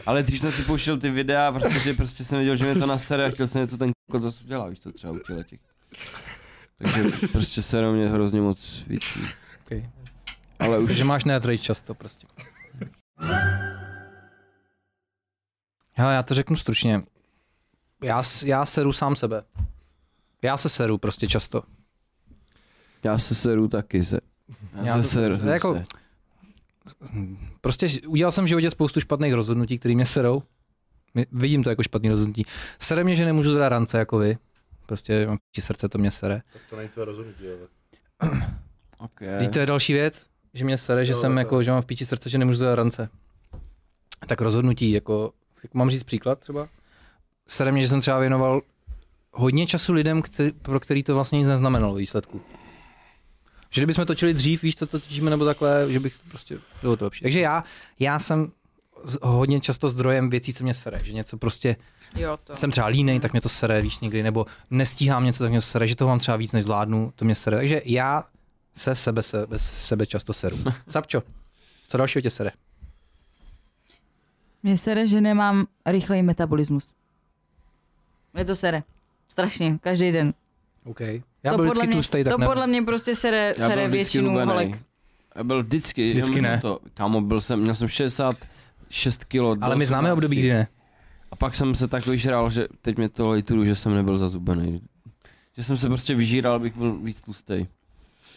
Speaker 5: Ale když jsem si pouštěl ty videa, protože prostě jsem věděl, že mě to nasere a chtěl jsem něco ten kokot zase udělá, víš to třeba u těle těch. Takže prostě se na mě hrozně moc věcí.
Speaker 1: Okay.
Speaker 5: Ale už
Speaker 1: Protože máš nerd rage často prostě. Hele, já to řeknu stručně. Já, s- já seru sám sebe. Já se seru prostě často.
Speaker 5: já se seru taky se. Já,
Speaker 1: Já
Speaker 5: se
Speaker 1: to-
Speaker 5: seru.
Speaker 1: to je jako-
Speaker 5: se.
Speaker 1: Prostě ž- udělal jsem v životě spoustu špatných rozhodnutí, které mě serou. My- Vidím to jako špatný rozhodnutí. Sere mě, že nemůžu zadat rance jako vy. Prostě mám píči srdce, to mě sere.
Speaker 7: Tak to není tvé rozhodnutí, ale.
Speaker 5: Okay.
Speaker 1: Teď to je další věc, že mě sere, že
Speaker 7: Jo,
Speaker 1: jsem
Speaker 7: takhle.
Speaker 1: jako, že mám v píči srdce, že nemůžu zadat rance. Tak rozhodnutí, jako, jak mám říct příklad třeba? Sere mě, že jsem třeba věnoval hodně času lidem, kte- pro který to vlastně nic neznamenalo ve výsledku. Že kdybychom točili dřív, víš, co to točíme, nebo takhle, že bych to prostě bylo to lepší. Takže já, já jsem z- hodně často zdrojem věcí, co mě sere, že něco prostě
Speaker 3: Jo, to.
Speaker 1: jsem třeba línej, tak mě to sere, víš, někdy, nebo nestíhám něco, tak mě to sere, že toho mám třeba víc, než zvládnu, to mě sere. Takže já se sebe, se, bez sebe často seru. Sapčo, co dalšího tě sere?
Speaker 3: Mě sere, že nemám rychlej metabolismus. Mě to sere. Strašně, každý den.
Speaker 1: OK. Já byl vždycky
Speaker 3: mě,
Speaker 1: tlustej, tak
Speaker 3: to
Speaker 1: ne.
Speaker 3: podle mě prostě sere,
Speaker 5: Já
Speaker 3: sere
Speaker 5: byl vždycky
Speaker 3: většinu
Speaker 5: hubenej.
Speaker 3: holek.
Speaker 5: Já byl vždycky,
Speaker 1: Vždycky
Speaker 5: jenom
Speaker 1: ne.
Speaker 5: To, kámo, byl jsem, měl jsem 66 kg.
Speaker 1: Ale my známe období, kdy ne.
Speaker 5: A pak jsem se tak vyžral, že teď mě to lejturu, že jsem nebyl zazubený. Že jsem se prostě vyžíral, abych byl víc tlustej.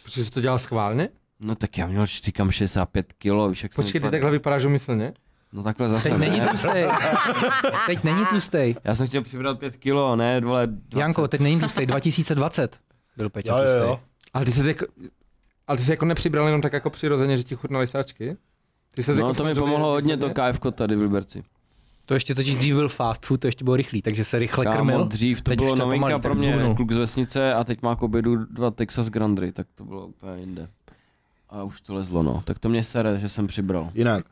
Speaker 4: Protože jsi to dělal schválně?
Speaker 5: No tak já měl, říkám, 65 kg, víš, jak
Speaker 4: Počkej,
Speaker 5: jsem
Speaker 4: ty
Speaker 5: vypadal.
Speaker 4: takhle vypadáš umyslně?
Speaker 5: No takhle zase
Speaker 1: Teď
Speaker 5: ne.
Speaker 1: není tlustej. Teď není tlustej.
Speaker 5: Já jsem chtěl přibrat 5 kg, ne, vole, 20.
Speaker 1: Janko, teď není tlustej. 2020 byl Peťa
Speaker 7: Jo, jo,
Speaker 1: tlustej.
Speaker 7: jo.
Speaker 4: Ale ty jsi jako, ale ty jsi jako nepřibral jenom tak jako přirozeně, že ti chutnaly sáčky? Ty jsi
Speaker 5: No
Speaker 4: jako
Speaker 5: to mi
Speaker 4: samozřejmě-
Speaker 5: pomohlo hodně to KFko tady v Liberci.
Speaker 1: To ještě totiž dřív byl fast food, to ještě bylo rychlý, takže se rychle
Speaker 5: Kámo,
Speaker 1: krmil.
Speaker 5: dřív to
Speaker 1: Teď už
Speaker 5: bylo
Speaker 1: to je
Speaker 5: novinka
Speaker 1: pomalý,
Speaker 5: pro
Speaker 1: tak
Speaker 5: mě,
Speaker 1: zhubnul.
Speaker 5: kluk z vesnice a teď má k obědu dva Texas Grandry, tak to bylo úplně jinde. A už to lezlo, no. Tak to mě sere, že jsem přibral.
Speaker 7: Jinak,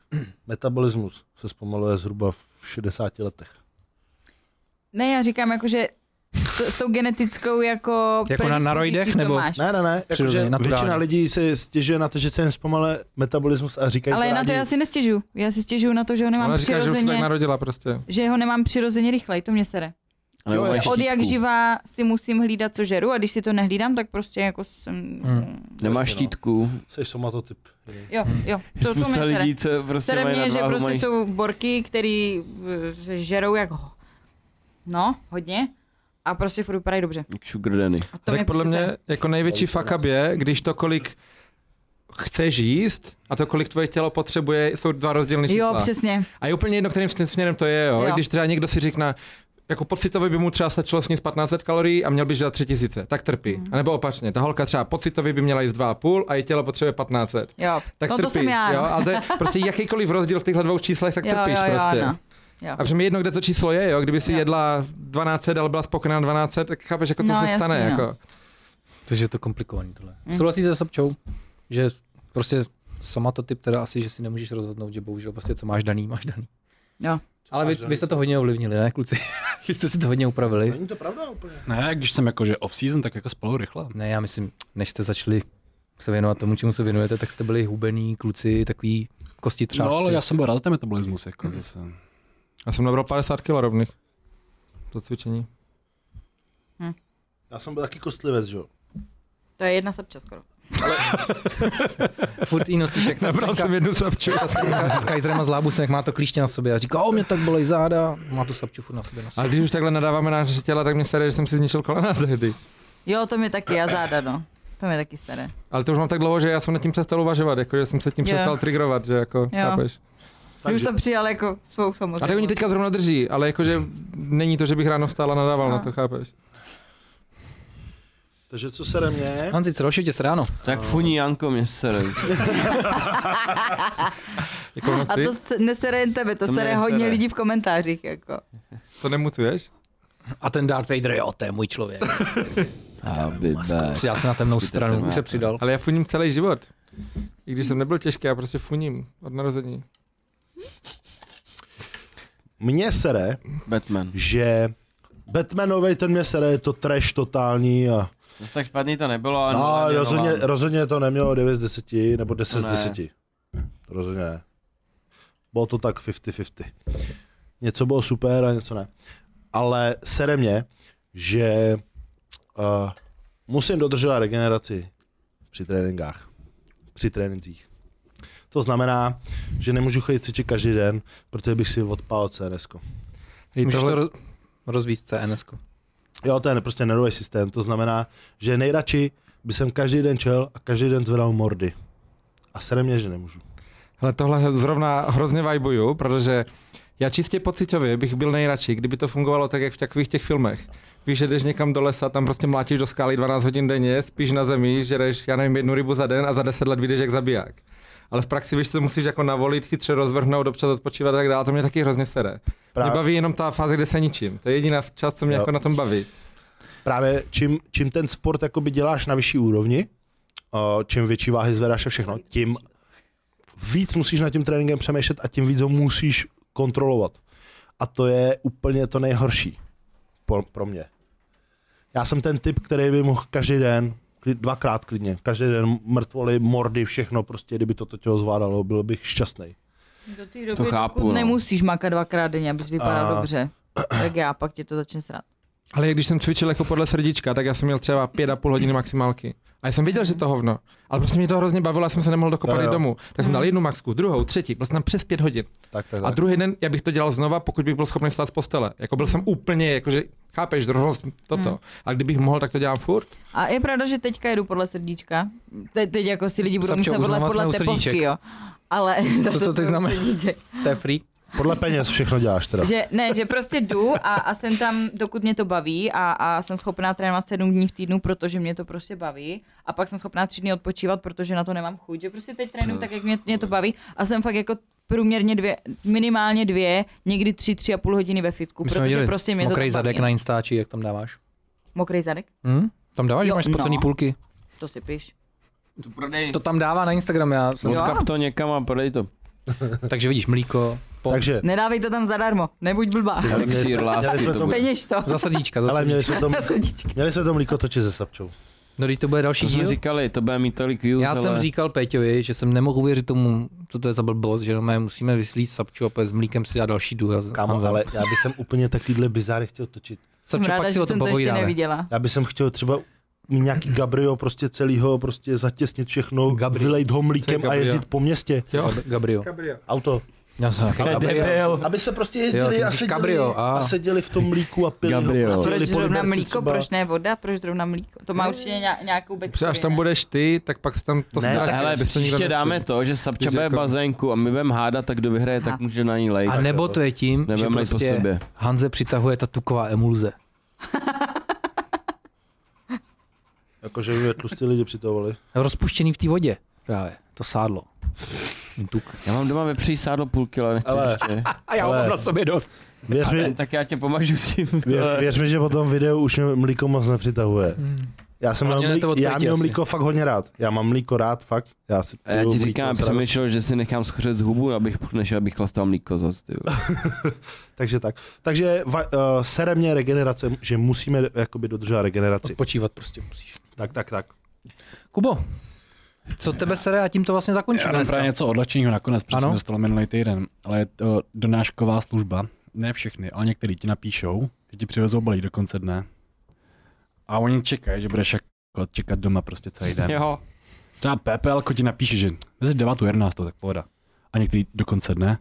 Speaker 7: metabolismus se zpomaluje zhruba v 60 letech.
Speaker 3: Ne, já říkám jako, že to, s tou genetickou jako...
Speaker 1: Jako na- na rojdech,
Speaker 3: predispozicí, co
Speaker 1: nebo-
Speaker 3: Máš.
Speaker 2: Ne, ne, ne.
Speaker 1: Přirozeně,
Speaker 2: Jakože
Speaker 1: naturálně.
Speaker 2: většina lidí si stěžuje na to, že se jim zpomale metabolismus a říkají
Speaker 3: Ale
Speaker 2: to
Speaker 3: na to
Speaker 2: rádi.
Speaker 3: já si nestěžu. Já si stěžuju na to, že ho nemám
Speaker 4: Ona říká, že už se tak
Speaker 3: přirozeně,
Speaker 4: narodila prostě.
Speaker 3: že ho nemám přirozeně rychleji, to mě sere.
Speaker 5: Ale
Speaker 2: Jo,
Speaker 5: u
Speaker 2: jo.
Speaker 5: vaštítků.
Speaker 3: Od jak živá si musím hlídat, co žeru a když si to nehlídám, tak prostě jako jsem...
Speaker 1: Hmm.
Speaker 5: Nemá
Speaker 2: Jasně, no.
Speaker 5: štítku.
Speaker 2: Jsi somatotyp. jiný.
Speaker 3: Jo,
Speaker 4: Hmm.
Speaker 3: jo, to, to mě
Speaker 5: Spousta
Speaker 3: sere.
Speaker 5: lidí, co prostě
Speaker 3: Sere
Speaker 5: mají
Speaker 3: mě, že
Speaker 5: nadváhu,
Speaker 3: prostě
Speaker 5: mají...
Speaker 3: jsou borky, který eh, se žerou jako... No, hodně. A prostě furt vypadají dobře.
Speaker 5: jak sugar daddy.
Speaker 3: A to mě
Speaker 4: Tak podle
Speaker 3: přesere.
Speaker 4: mě jako největší fuck up je, když to kolik chceš jíst a to, kolik tvoje tělo potřebuje, jsou dva rozdílné
Speaker 3: Jo,
Speaker 4: čísla.
Speaker 3: přesně.
Speaker 4: A je úplně jedno, kterým směr- směrem to je, jo.
Speaker 3: Jo.
Speaker 4: jo. Když třeba někdo si řekne, jako pocitově by mu třeba stačilo sníst 1500 kalorií a měl by žrat 3000, tak trpí.
Speaker 3: Mhm.
Speaker 4: Mm. A nebo opačně, ta holka třeba pocitově by měla jíst 2,5 a její tělo potřebuje 1500.
Speaker 3: Jo,
Speaker 4: Tak
Speaker 3: no
Speaker 4: trpí,
Speaker 3: to jsem já.
Speaker 4: jo.
Speaker 3: no.
Speaker 4: A to je prostě jakýkoliv rozdíl v těchto dvou číslech, tak
Speaker 3: jo,
Speaker 4: trpíš
Speaker 3: jo,
Speaker 4: prostě.
Speaker 3: Jo, no. jo.
Speaker 4: A protože mi jedno, kde to číslo je, jo. Kdyby si
Speaker 3: Jo.
Speaker 4: jedla 1200, ale byla spokojená 1200, tak chápeš, jako co
Speaker 3: No,
Speaker 4: se
Speaker 3: jasně,
Speaker 4: stane,
Speaker 3: no.
Speaker 4: jako.
Speaker 1: Takže je to komplikovaný tohle.
Speaker 3: Mm.
Speaker 1: Mm. Souhlasíte s Sobčou, že prostě somatotyp teda asi, že si nemůžeš rozhodnout, že bohužel prostě co máš daný, máš daný.
Speaker 3: Jo.
Speaker 1: Ale vy, vy jste to hodně ovlivnili, ne kluci? vy jste si to hodně upravili.
Speaker 2: Není to pravda úplně.
Speaker 6: Ne, když jsem jakože off-season, tak jako spalu rychle.
Speaker 1: Ne, já myslím, než jste začali se věnovat tomu, čemu se věnujete, tak jste byli hubený kluci, takový kosti
Speaker 6: No, ale
Speaker 1: třásci.
Speaker 6: já jsem byl rád za ten metabolismus, jako zase.
Speaker 4: Já jsem nabral 50 kg rovných. To cvičení.
Speaker 2: Já jsem byl taky kostlivec, že jo.
Speaker 3: To je jedna sapča skoro.
Speaker 1: Furt jí nosíš jak ta
Speaker 4: Nabral
Speaker 1: scénka,
Speaker 4: jsem jednu sapču.
Speaker 1: ta scénka s Kaiserem a s Lábusem, jak má to klíště na sobě a říká, o, mě tak bolej záda, má tu sapču furt na sobě. Na sobě.
Speaker 4: Ale když už takhle nadáváme na těla, tak mě sere, že jsem si zničil kolena tehdy.
Speaker 3: Jo, to mi taky, já záda, no. To mi taky sere.
Speaker 4: Ale to už mám tak dlouho, že já jsem nad tím přestal uvažovat, jako, že jsem se tím
Speaker 3: Jo.
Speaker 4: přestal triggerovat, že jako, chápeš.
Speaker 3: Ty už to přijal jako svou
Speaker 4: A tak oni
Speaker 3: samozřejmě.
Speaker 4: teďka zrovna drží, ale jakože není to, že bych ráno vstal a nadával
Speaker 3: Aha.
Speaker 4: na to, chápeš.
Speaker 2: Takže co sere mě?
Speaker 1: Hanzi, co dalšího tě se ráno?
Speaker 5: Tak funí Janko mě sere. už.
Speaker 4: Jako v
Speaker 3: A
Speaker 4: noci,
Speaker 3: to se- nesere jen tebe, to,
Speaker 5: To
Speaker 3: to
Speaker 5: mě
Speaker 3: sere
Speaker 5: nesere.
Speaker 3: hodně lidí v komentářích. Jako.
Speaker 4: to nemutuješ?
Speaker 1: A ten Darth Vader, jo, to je můj člověk.
Speaker 5: I'll be back.
Speaker 1: Přidal se na temnou stranu, už se přidal.
Speaker 4: Ale já funím celý život. I když jsem nebyl těžký, já prostě funím od narození.
Speaker 2: Mě sere,
Speaker 5: Batman.
Speaker 2: že Batmanovej ten mě sere, je to trash totální a
Speaker 5: Zase tak špatný to nebylo, ale
Speaker 2: No,
Speaker 5: Nolan je
Speaker 2: rozhodně,
Speaker 5: Nolan.
Speaker 2: rozhodně to nemělo 9 z 10, nebo 10
Speaker 5: To
Speaker 2: z
Speaker 5: ne.
Speaker 2: 10. Rozhodně ne. Bylo to tak 50-50. Něco bylo super a něco ne. Ale sere mě, že uh, musím dodržovat regeneraci při tréninkách. Při trénincích. To znamená, že nemůžu chodit cvičit každý den, protože bych si odpál CNS. ko.
Speaker 4: Hej,
Speaker 1: Můžeš
Speaker 4: tohle,
Speaker 1: to roz- rozvíjet CNS. ko.
Speaker 2: Jo, to je prostě nervový systém. To znamená, že nejradši by jsem každý den čel a každý den zvedal mordy. A sere mě, že nemůžu.
Speaker 4: hele, tohle zrovna hrozně vajbuju, protože já čistě pocitově bych byl nejradši, kdyby to fungovalo tak, jak v takových těch filmech. Víš, že jdeš někam do lesa, tam prostě mlátíš do skály 12 hodin denně, spíš na zemi, žereš, já nevím, jednu rybu za den a za 10 let vyjdeš jak zabiják. Ale v praxi víš, co musíš jako navolit, chytře rozvrhnout, občas odpočívat a tak dále, to mě taky hrozně sere. Mě
Speaker 2: Právě.
Speaker 4: baví jenom ta fáze, kde se ničím. To je jediná část, co mě
Speaker 2: Jo.
Speaker 4: jako na tom baví.
Speaker 2: Právě čím, čím ten sport jakoby děláš na vyšší úrovni, o, čím větší váhy zvedáš a všechno, tím víc musíš nad tím tréninkem přemýšlet a tím víc ho musíš kontrolovat. A to je úplně to nejhorší pro, pro mě. Já jsem ten typ, který by mohl každý den, kli- dvakrát klidně, každý den mrtvoly, mordy, všechno, prostě kdyby toto tělo zvládalo, byl bych šťastný.
Speaker 3: Do té
Speaker 5: To chápu, dokud no.
Speaker 3: nemusíš makat dvakrát denně, abys vypadal
Speaker 2: A-
Speaker 3: dobře. Tak já, pak tě to začne srát.
Speaker 4: Ale jak když jsem cvičil jako podle srdíčka, tak já jsem měl třeba pět a půl hodiny maximálky. A já jsem viděl, že to hovno. Ale prostě mě to hrozně bavilo, já jsem se nemohl dokopat
Speaker 2: Jo,
Speaker 4: i
Speaker 2: jo.
Speaker 4: domů. Tak jsem dal jednu maxku, druhou, třetí, byl jsem tam přes pět hodin.
Speaker 2: Tak, tak,
Speaker 4: A
Speaker 2: tak.
Speaker 4: druhý den, já bych to dělal znova, pokud bych byl schopný vstát z postele. Jako byl jsem úplně, jakože, chápeš, zrovna jsem toto. A kdybych mohl, tak to dělám furt.
Speaker 3: A je pravda, že teďka jedu podle srdíčka. Te, teď jako si lidi budou
Speaker 1: Sapčo,
Speaker 3: myslet podle,
Speaker 1: uznává, jsme u
Speaker 3: podle tepovky,
Speaker 1: srdíček.
Speaker 3: jo. Ale
Speaker 1: to
Speaker 3: jsou
Speaker 1: teď znamená?
Speaker 3: srdíček.
Speaker 1: To je free.
Speaker 2: Podle peněz všechno děláš teda.
Speaker 3: Že, ne, že prostě jdu a, a jsem tam, dokud mě to baví a, a jsem schopná trénovat sedm dní v týdnu, protože mě to prostě baví. A pak jsem schopná tři dny odpočívat, protože na to nemám chuť. Že prostě teď trénuju tak, jak mě, mě to baví. A jsem fakt jako průměrně dvě, minimálně dvě, někdy tři, tři a půl hodiny ve fitku,
Speaker 1: My jsme
Speaker 3: protože
Speaker 1: viděli
Speaker 3: prostě mě to
Speaker 1: mokrý
Speaker 3: tak
Speaker 1: zadek
Speaker 3: baví.
Speaker 1: na Instači, jak tam dáváš.
Speaker 3: Mokrý zadek?
Speaker 1: Hm? Tam dáváš, že
Speaker 3: Jo,
Speaker 1: máš spocený
Speaker 3: no.
Speaker 1: půlky.
Speaker 3: To si píš.
Speaker 5: Tu prodej.
Speaker 1: To tam dává na Instagram, já jsem...
Speaker 3: Jo.
Speaker 5: Odkap to někam a prodej to.
Speaker 1: Takže vidíš mlíko, pop, Takže...
Speaker 2: Takže,
Speaker 3: Nedávej to tam zadarmo, nebuď blbá.
Speaker 5: Elixír
Speaker 2: měli
Speaker 5: lásky.
Speaker 2: jsme
Speaker 5: to
Speaker 2: to-
Speaker 5: bude.
Speaker 3: Peněž to.
Speaker 1: za srdíčka, za
Speaker 2: ale měli
Speaker 1: srdíčka.
Speaker 2: jsme tam,
Speaker 3: Na srdíčky.
Speaker 2: měli jsme tam mlíko točit se Sapčou.
Speaker 1: No, teď to bude další
Speaker 5: To jsme
Speaker 1: díl.
Speaker 5: říkali, to bude mít tolik views,
Speaker 1: Já
Speaker 5: ale...
Speaker 1: jsem říkal Péťovi, že jsem nemohl uvěřit tomu, co to je za blbost, že no, musíme vyslít Sapču a pojď s mlíkem si dát další důraz.
Speaker 2: Kámo, ale já bych jsem úplně takovýhle bizáry chtěl točit.
Speaker 3: Jsem
Speaker 1: Sapču,
Speaker 3: ráda,
Speaker 1: pak si
Speaker 3: že
Speaker 1: o tom
Speaker 3: jsem to ještě
Speaker 1: popovídáme.
Speaker 3: neviděla.
Speaker 2: Já bych jsem chtěl třeba mít nějaký Gabrio prostě celýho, prostě zatěsnit všechno,
Speaker 1: Gabri-
Speaker 2: vylejt ho mlíkem
Speaker 4: Co je
Speaker 2: a
Speaker 4: Gabria?
Speaker 2: jezdit po městě.
Speaker 4: Jo.
Speaker 1: Gab- Gabrio.
Speaker 2: Auto.
Speaker 1: Já jsem
Speaker 2: Hele,
Speaker 1: Gabrio.
Speaker 2: debil. Aby jsme prostě jezdili
Speaker 1: Jo,
Speaker 2: a,
Speaker 1: ty jsi
Speaker 2: seděli,
Speaker 1: Cabrio, a.
Speaker 2: a... seděli v tom mlíku a pili
Speaker 5: Gabriel.
Speaker 2: ho. Prostě
Speaker 3: Proč
Speaker 2: jeli po
Speaker 3: zrovna
Speaker 2: Liberci
Speaker 3: mlíko,
Speaker 2: třeba.
Speaker 3: proč ne voda, proč zrovna mlíko? To má určitě nějak- nějakou
Speaker 4: Protože
Speaker 3: backstory.
Speaker 4: až tam
Speaker 3: ne?
Speaker 4: budeš ty, tak pak tam to
Speaker 2: Ne,
Speaker 4: ztrátíš,
Speaker 2: tak
Speaker 5: Hele,
Speaker 4: aby to nikdo
Speaker 5: příště dáme
Speaker 4: nevšiml.
Speaker 5: to, že Sapča
Speaker 4: Takže
Speaker 5: bude v
Speaker 4: jako-
Speaker 5: bazénku a my budeme hádat, tak kdo vyhraje, tak
Speaker 3: Aha.
Speaker 5: může na ní lejt.
Speaker 1: A nebo to je tím, že
Speaker 5: Nebudeme prostě... po
Speaker 1: prostě
Speaker 5: sobě.
Speaker 1: Hanze přitahuje ta tuková emulze.
Speaker 2: Jakože by mě tlustí lidi přitahovali.
Speaker 1: Rozpuštěný v té vodě právě, to sádlo. Ten Tuk.
Speaker 5: Já mám doma vepří sádlo půl kila, nechci
Speaker 2: Ale-
Speaker 5: ještě.
Speaker 1: A já
Speaker 2: Ale-
Speaker 1: mám na sobě dost.
Speaker 2: Věř mi,
Speaker 5: Tak já tě pomažu s tím.
Speaker 2: věř, věř mi, že po tom videu už mě mlíko moc nepřitahuje. Já jsem
Speaker 1: Ale
Speaker 2: měl,
Speaker 1: měli to
Speaker 2: mlíko,
Speaker 1: odpětí
Speaker 2: já měl
Speaker 1: asi.
Speaker 2: mlíko fakt hodně rád. Já mám mlíko rád, fakt. Já si
Speaker 5: A já
Speaker 2: piju
Speaker 5: ti
Speaker 2: mlíko
Speaker 5: říkám,
Speaker 2: s radostí.
Speaker 5: přemýšlel, že si nechám schořet z hubu, abych, než abych chlastal mlíko zas, ty vole.
Speaker 2: Takže tak. Takže va, uh, sere mě regenerace, že musíme eh, jakoby dodržovat regeneraci.
Speaker 1: Odpočívat prostě musíš.
Speaker 2: Tak, tak, tak.
Speaker 1: Kubo, co tebe sere a tím to vlastně zakončíme
Speaker 6: Já mám
Speaker 1: dneska.
Speaker 6: právě něco odlačeného nakonec, protože
Speaker 1: Ano.
Speaker 6: jsem dostal minulý týden, ale je to donášková služba. Ne všechny, ale některý ti napíšou, že ti přivezou balík do konce dne. A oni čekají, že budeš jako čekat doma prostě celý den.
Speaker 5: Jo.
Speaker 6: Třeba PPL ti napíše, že mezi 9 a 11, tak pohoda. A některý do konce dne.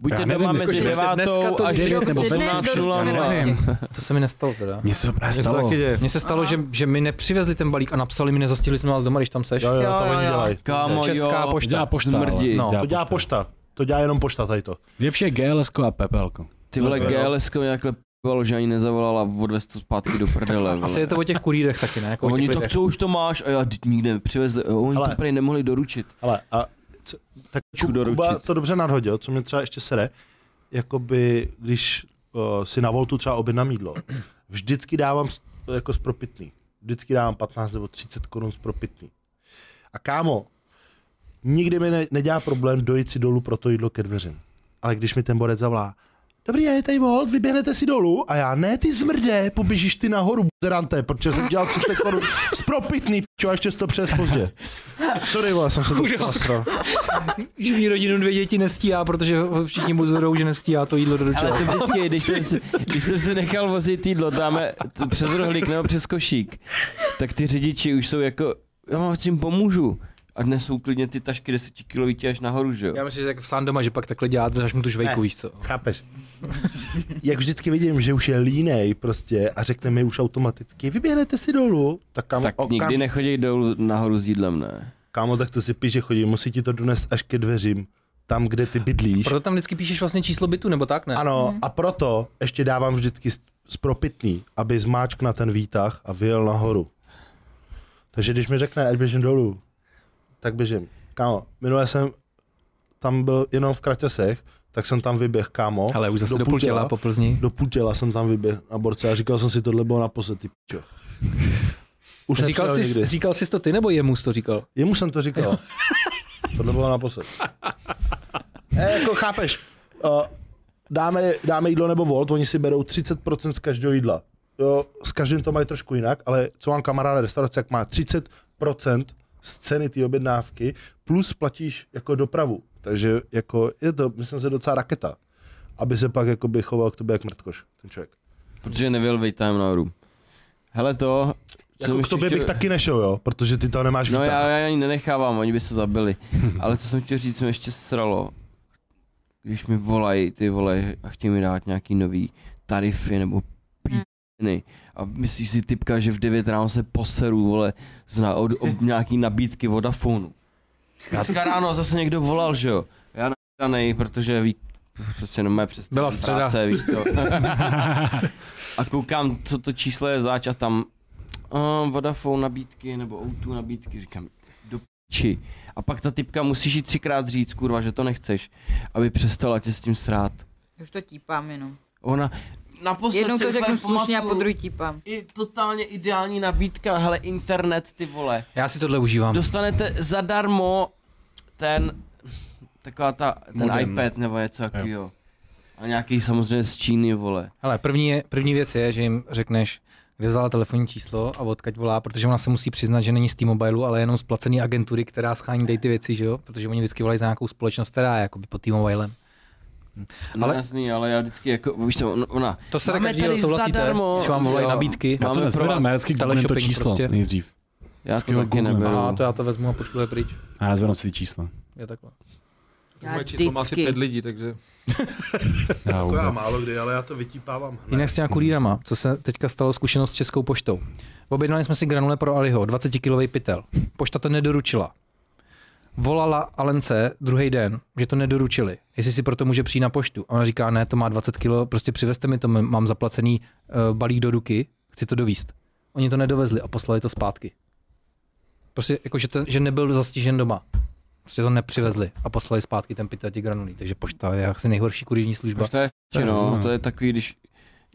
Speaker 5: Buďte
Speaker 6: Já nevím,
Speaker 5: doma
Speaker 6: jako,
Speaker 5: mezi
Speaker 6: že
Speaker 1: dneska
Speaker 5: devátou
Speaker 1: to
Speaker 5: až
Speaker 1: vyjde,
Speaker 3: nebo
Speaker 5: do
Speaker 3: dnes do
Speaker 5: 18.00.
Speaker 3: čtvrtého.
Speaker 1: Nevím, to se mi nestalo teda.
Speaker 6: Mně se to právě
Speaker 4: Mně se to
Speaker 6: stalo.
Speaker 4: taky děje.
Speaker 1: Mně se stalo, že, že mi nepřivezli ten balík a napsali mi, nezastihli jsme vás doma, když tam seš.
Speaker 2: Jo, jo,
Speaker 3: Jo,
Speaker 2: jo
Speaker 3: jo,
Speaker 2: to oni
Speaker 3: jo.
Speaker 2: dělají.
Speaker 5: Kámo,
Speaker 1: Česká
Speaker 5: jo.
Speaker 1: pošta.
Speaker 6: Dělá pošta, ale.
Speaker 5: Smrdí.
Speaker 1: No.
Speaker 2: To dělá pošta. To dělá jenom pošta tady to.
Speaker 6: Nejlepší je GLS a PPL.
Speaker 5: Ty vole,
Speaker 2: No, jo.
Speaker 5: GLS mě takhle p***valo, že ani nezavolala a odvez to zpátky do prdele, vole.
Speaker 1: Asi je to o těch kurýrech taky, ne? Jako o
Speaker 5: Oni
Speaker 1: těch
Speaker 5: to,
Speaker 1: lidech.
Speaker 5: co už to máš? A já teď nikde nepřivezli, jo, oni to
Speaker 2: Ale-
Speaker 5: prej nemohli doručit.
Speaker 2: Ale a co, tak
Speaker 5: Ču
Speaker 2: Kuba
Speaker 5: doručit.
Speaker 2: to dobře nadhodil, co mě třeba ještě sere, jakoby když uh, si na Voltu třeba objednám jídlo, vždycky dávám s- jako spropitný. Vždycky dávám 15 nebo 30 korun spropitný. A kámo, nikdy mi ne, nedělá problém dojít si dolů pro to jídlo ke dveřím. Ale když mi ten borec zavlá, dobrý, je tady Volt, vyběhnete si dolů a já, ne, ty zmrde, poběžíš ty nahoru, terante, protože jsem dělal 30 korun spropitný, čo, a ještě jsi to přes pozdě. Sorry, vole, jsem se to nasral.
Speaker 1: Živí rodinu dvě děti nestíhá, protože ho všichni mu zhodou, že nestíhá to jídlo
Speaker 5: Ale
Speaker 1: doručovat.
Speaker 5: to vždycky, když jsem, si, když jsem si nechal vozit jídlo, dáme t- přes rohlík nebo přes košík, tak ty řidiči už jsou jako, já vám tím pomůžu. A nesou klidně ty tašky 10 kilový až nahoru, že jo?
Speaker 1: Já myslím, že jak v sám doma, že pak takhle dělá, dáš mu tu žvejku,
Speaker 2: Ne.
Speaker 1: víš co.
Speaker 2: Chápeš? Jak vždycky vidím, že už je línej prostě a řekne mi už automaticky, vyběhnete si dolů, tak kámo,
Speaker 5: Tak
Speaker 2: o,
Speaker 5: nikdy
Speaker 2: kam-
Speaker 5: nechodí dolů nahoru s jídlem, ne?
Speaker 2: kámo, tak to si píše chodí, musí ti to donést až ke dveřím, tam, kde ty bydlíš.
Speaker 1: Proto tam vždycky píšeš vlastně číslo bytu, nebo tak, ne?
Speaker 2: Ano, a proto ještě dávám vždycky s- spropitný, aby zmáčk na ten výtah a vyjel nahoru. Takže když mi řekne, ať běžím dolů, tak běžím. Kámo, minule jsem tam byl jenom v Kraťasech, tak jsem tam vyběh, kámo.
Speaker 1: Ale už zase do
Speaker 2: půl
Speaker 1: půl těla po Plzni.
Speaker 2: do půl těla jsem tam vyběhl na borce a říkal jsem si, tohle bylo naposled, ty pičo. Už
Speaker 1: Říkal
Speaker 2: nepřijel
Speaker 1: jsi,
Speaker 2: nikdy.
Speaker 1: říkal jsi to ty, nebo jemu jsi to říkal?
Speaker 2: Jemu jsem to říkal. tohle bylo naposled. E, jako chápeš, uh, dáme, dáme jídlo nebo volt, oni si berou 30% z každého jídla. Jo, s každým to mají trošku jinak, ale co mám kamarád restaurace, jak má 30% z ceny té objednávky, plus platíš jako dopravu. Takže jako je to, myslím se, docela raketa. Aby se pak jakoby choval k tobě jak mrtkoš, ten člověk.
Speaker 5: Protože nevěl vejtajem nahoru. Hele to, co jsem
Speaker 2: Jako k
Speaker 5: ještě
Speaker 2: tobě
Speaker 5: chtěl-
Speaker 2: bych taky nešel, jo, protože ty to nemáš
Speaker 5: No
Speaker 2: výtah.
Speaker 5: já, já je ani nenechávám, oni by se zabili. Ale co jsem chtěl říct, co mě ještě sralo. Když mi volají ty vole a chtějí mi dát nějaký nový tarify nebo píny. A myslíš si typka, že v 9 ráno se poseru vole z na, od, od nějaký nabídky Vodafonu. Dneska ráno zase někdo volal, že jo. Já nej, protože ví, prostě jenom mé přes
Speaker 1: Byla středa.
Speaker 5: Práce, víš co. a koukám, co to číslo je zač a tam uh, Vodafone nabídky nebo O2 nabídky, říkám, do piči. A pak ta typka musíš jí třikrát říct, kurva, že to nechceš, aby přestala tě s tím srát.
Speaker 3: Už to típám jenom.
Speaker 5: Ona, naposled
Speaker 3: Jednou
Speaker 5: si
Speaker 3: to
Speaker 5: úplně
Speaker 3: řeknu slušně a
Speaker 5: pamatuju,
Speaker 3: podruhý típám.
Speaker 5: i totálně ideální nabídka, hele, internet, ty vole.
Speaker 1: Já si tohle užívám.
Speaker 5: Dostanete zadarmo ten, taková ta, ten
Speaker 6: Modem.
Speaker 5: iPad nebo něco takového. A nějaký samozřejmě z Číny, vole.
Speaker 1: Ale první, je, první věc je, že jim řekneš, kde vzala telefonní číslo a odkaď volá, protože ona se musí přiznat, že není z T-Mobilu, ale jenom z placený agentury, která schání dej ty věci, že jo? Protože oni vždycky volají za nějakou společnost, která je jakoby pod T-Mobilem.
Speaker 5: No,
Speaker 1: Ale-
Speaker 5: ale... jasný, ale já vždycky jako, víš co, on- ona,
Speaker 1: To se
Speaker 5: Máme
Speaker 1: tak každýho
Speaker 5: tady
Speaker 1: souhlasíte,
Speaker 5: zadarmo,
Speaker 1: když vám volají
Speaker 5: jo.
Speaker 1: nabídky.
Speaker 6: Já to
Speaker 5: Máme pro
Speaker 6: nezvedám,
Speaker 5: vás
Speaker 6: já vždycky googlím to
Speaker 1: teleshopping
Speaker 6: číslo
Speaker 1: prostě.
Speaker 6: prostě. nejdřív.
Speaker 5: já
Speaker 6: Vždycky
Speaker 5: to
Speaker 6: ho
Speaker 5: taky
Speaker 6: googlím.
Speaker 5: neberu.
Speaker 1: A to já to vezmu a pošlu je pryč.
Speaker 6: Já nezvedám si ty čísla.
Speaker 1: Je takhle.
Speaker 3: Já
Speaker 4: Moje číslo má asi
Speaker 3: vždycky.
Speaker 4: pět lidí, takže
Speaker 6: Já
Speaker 2: Jako já
Speaker 6: vůbec.
Speaker 2: málo kdy, ale já to vytípávám hned.
Speaker 1: Jinak s těma kurýrama, co se teďka stalo zkušenost s Českou poštou. Objednali jsme si granule pro Aliho, 20-kilový pytel. Pošta to nedoručila. Volala Alence druhý den, že to nedoručili, jestli si proto může přijít na poštu. A ona říká, ne, to má 20 kilo, prostě přivezte mi to, m- mám zaplacený uh, balík do ruky, chci to dovíst. Oni to nedovezli a poslali to zpátky. Prostě jako, že, ten, že nebyl zastižen doma. Prostě to nepřivezli a poslali zpátky ten pytel těch granulí. Takže pošta je asi nejhorší kurýrní služba.
Speaker 5: Proč to je,
Speaker 6: To je
Speaker 5: no,
Speaker 6: rozumím.
Speaker 5: to je takový, když,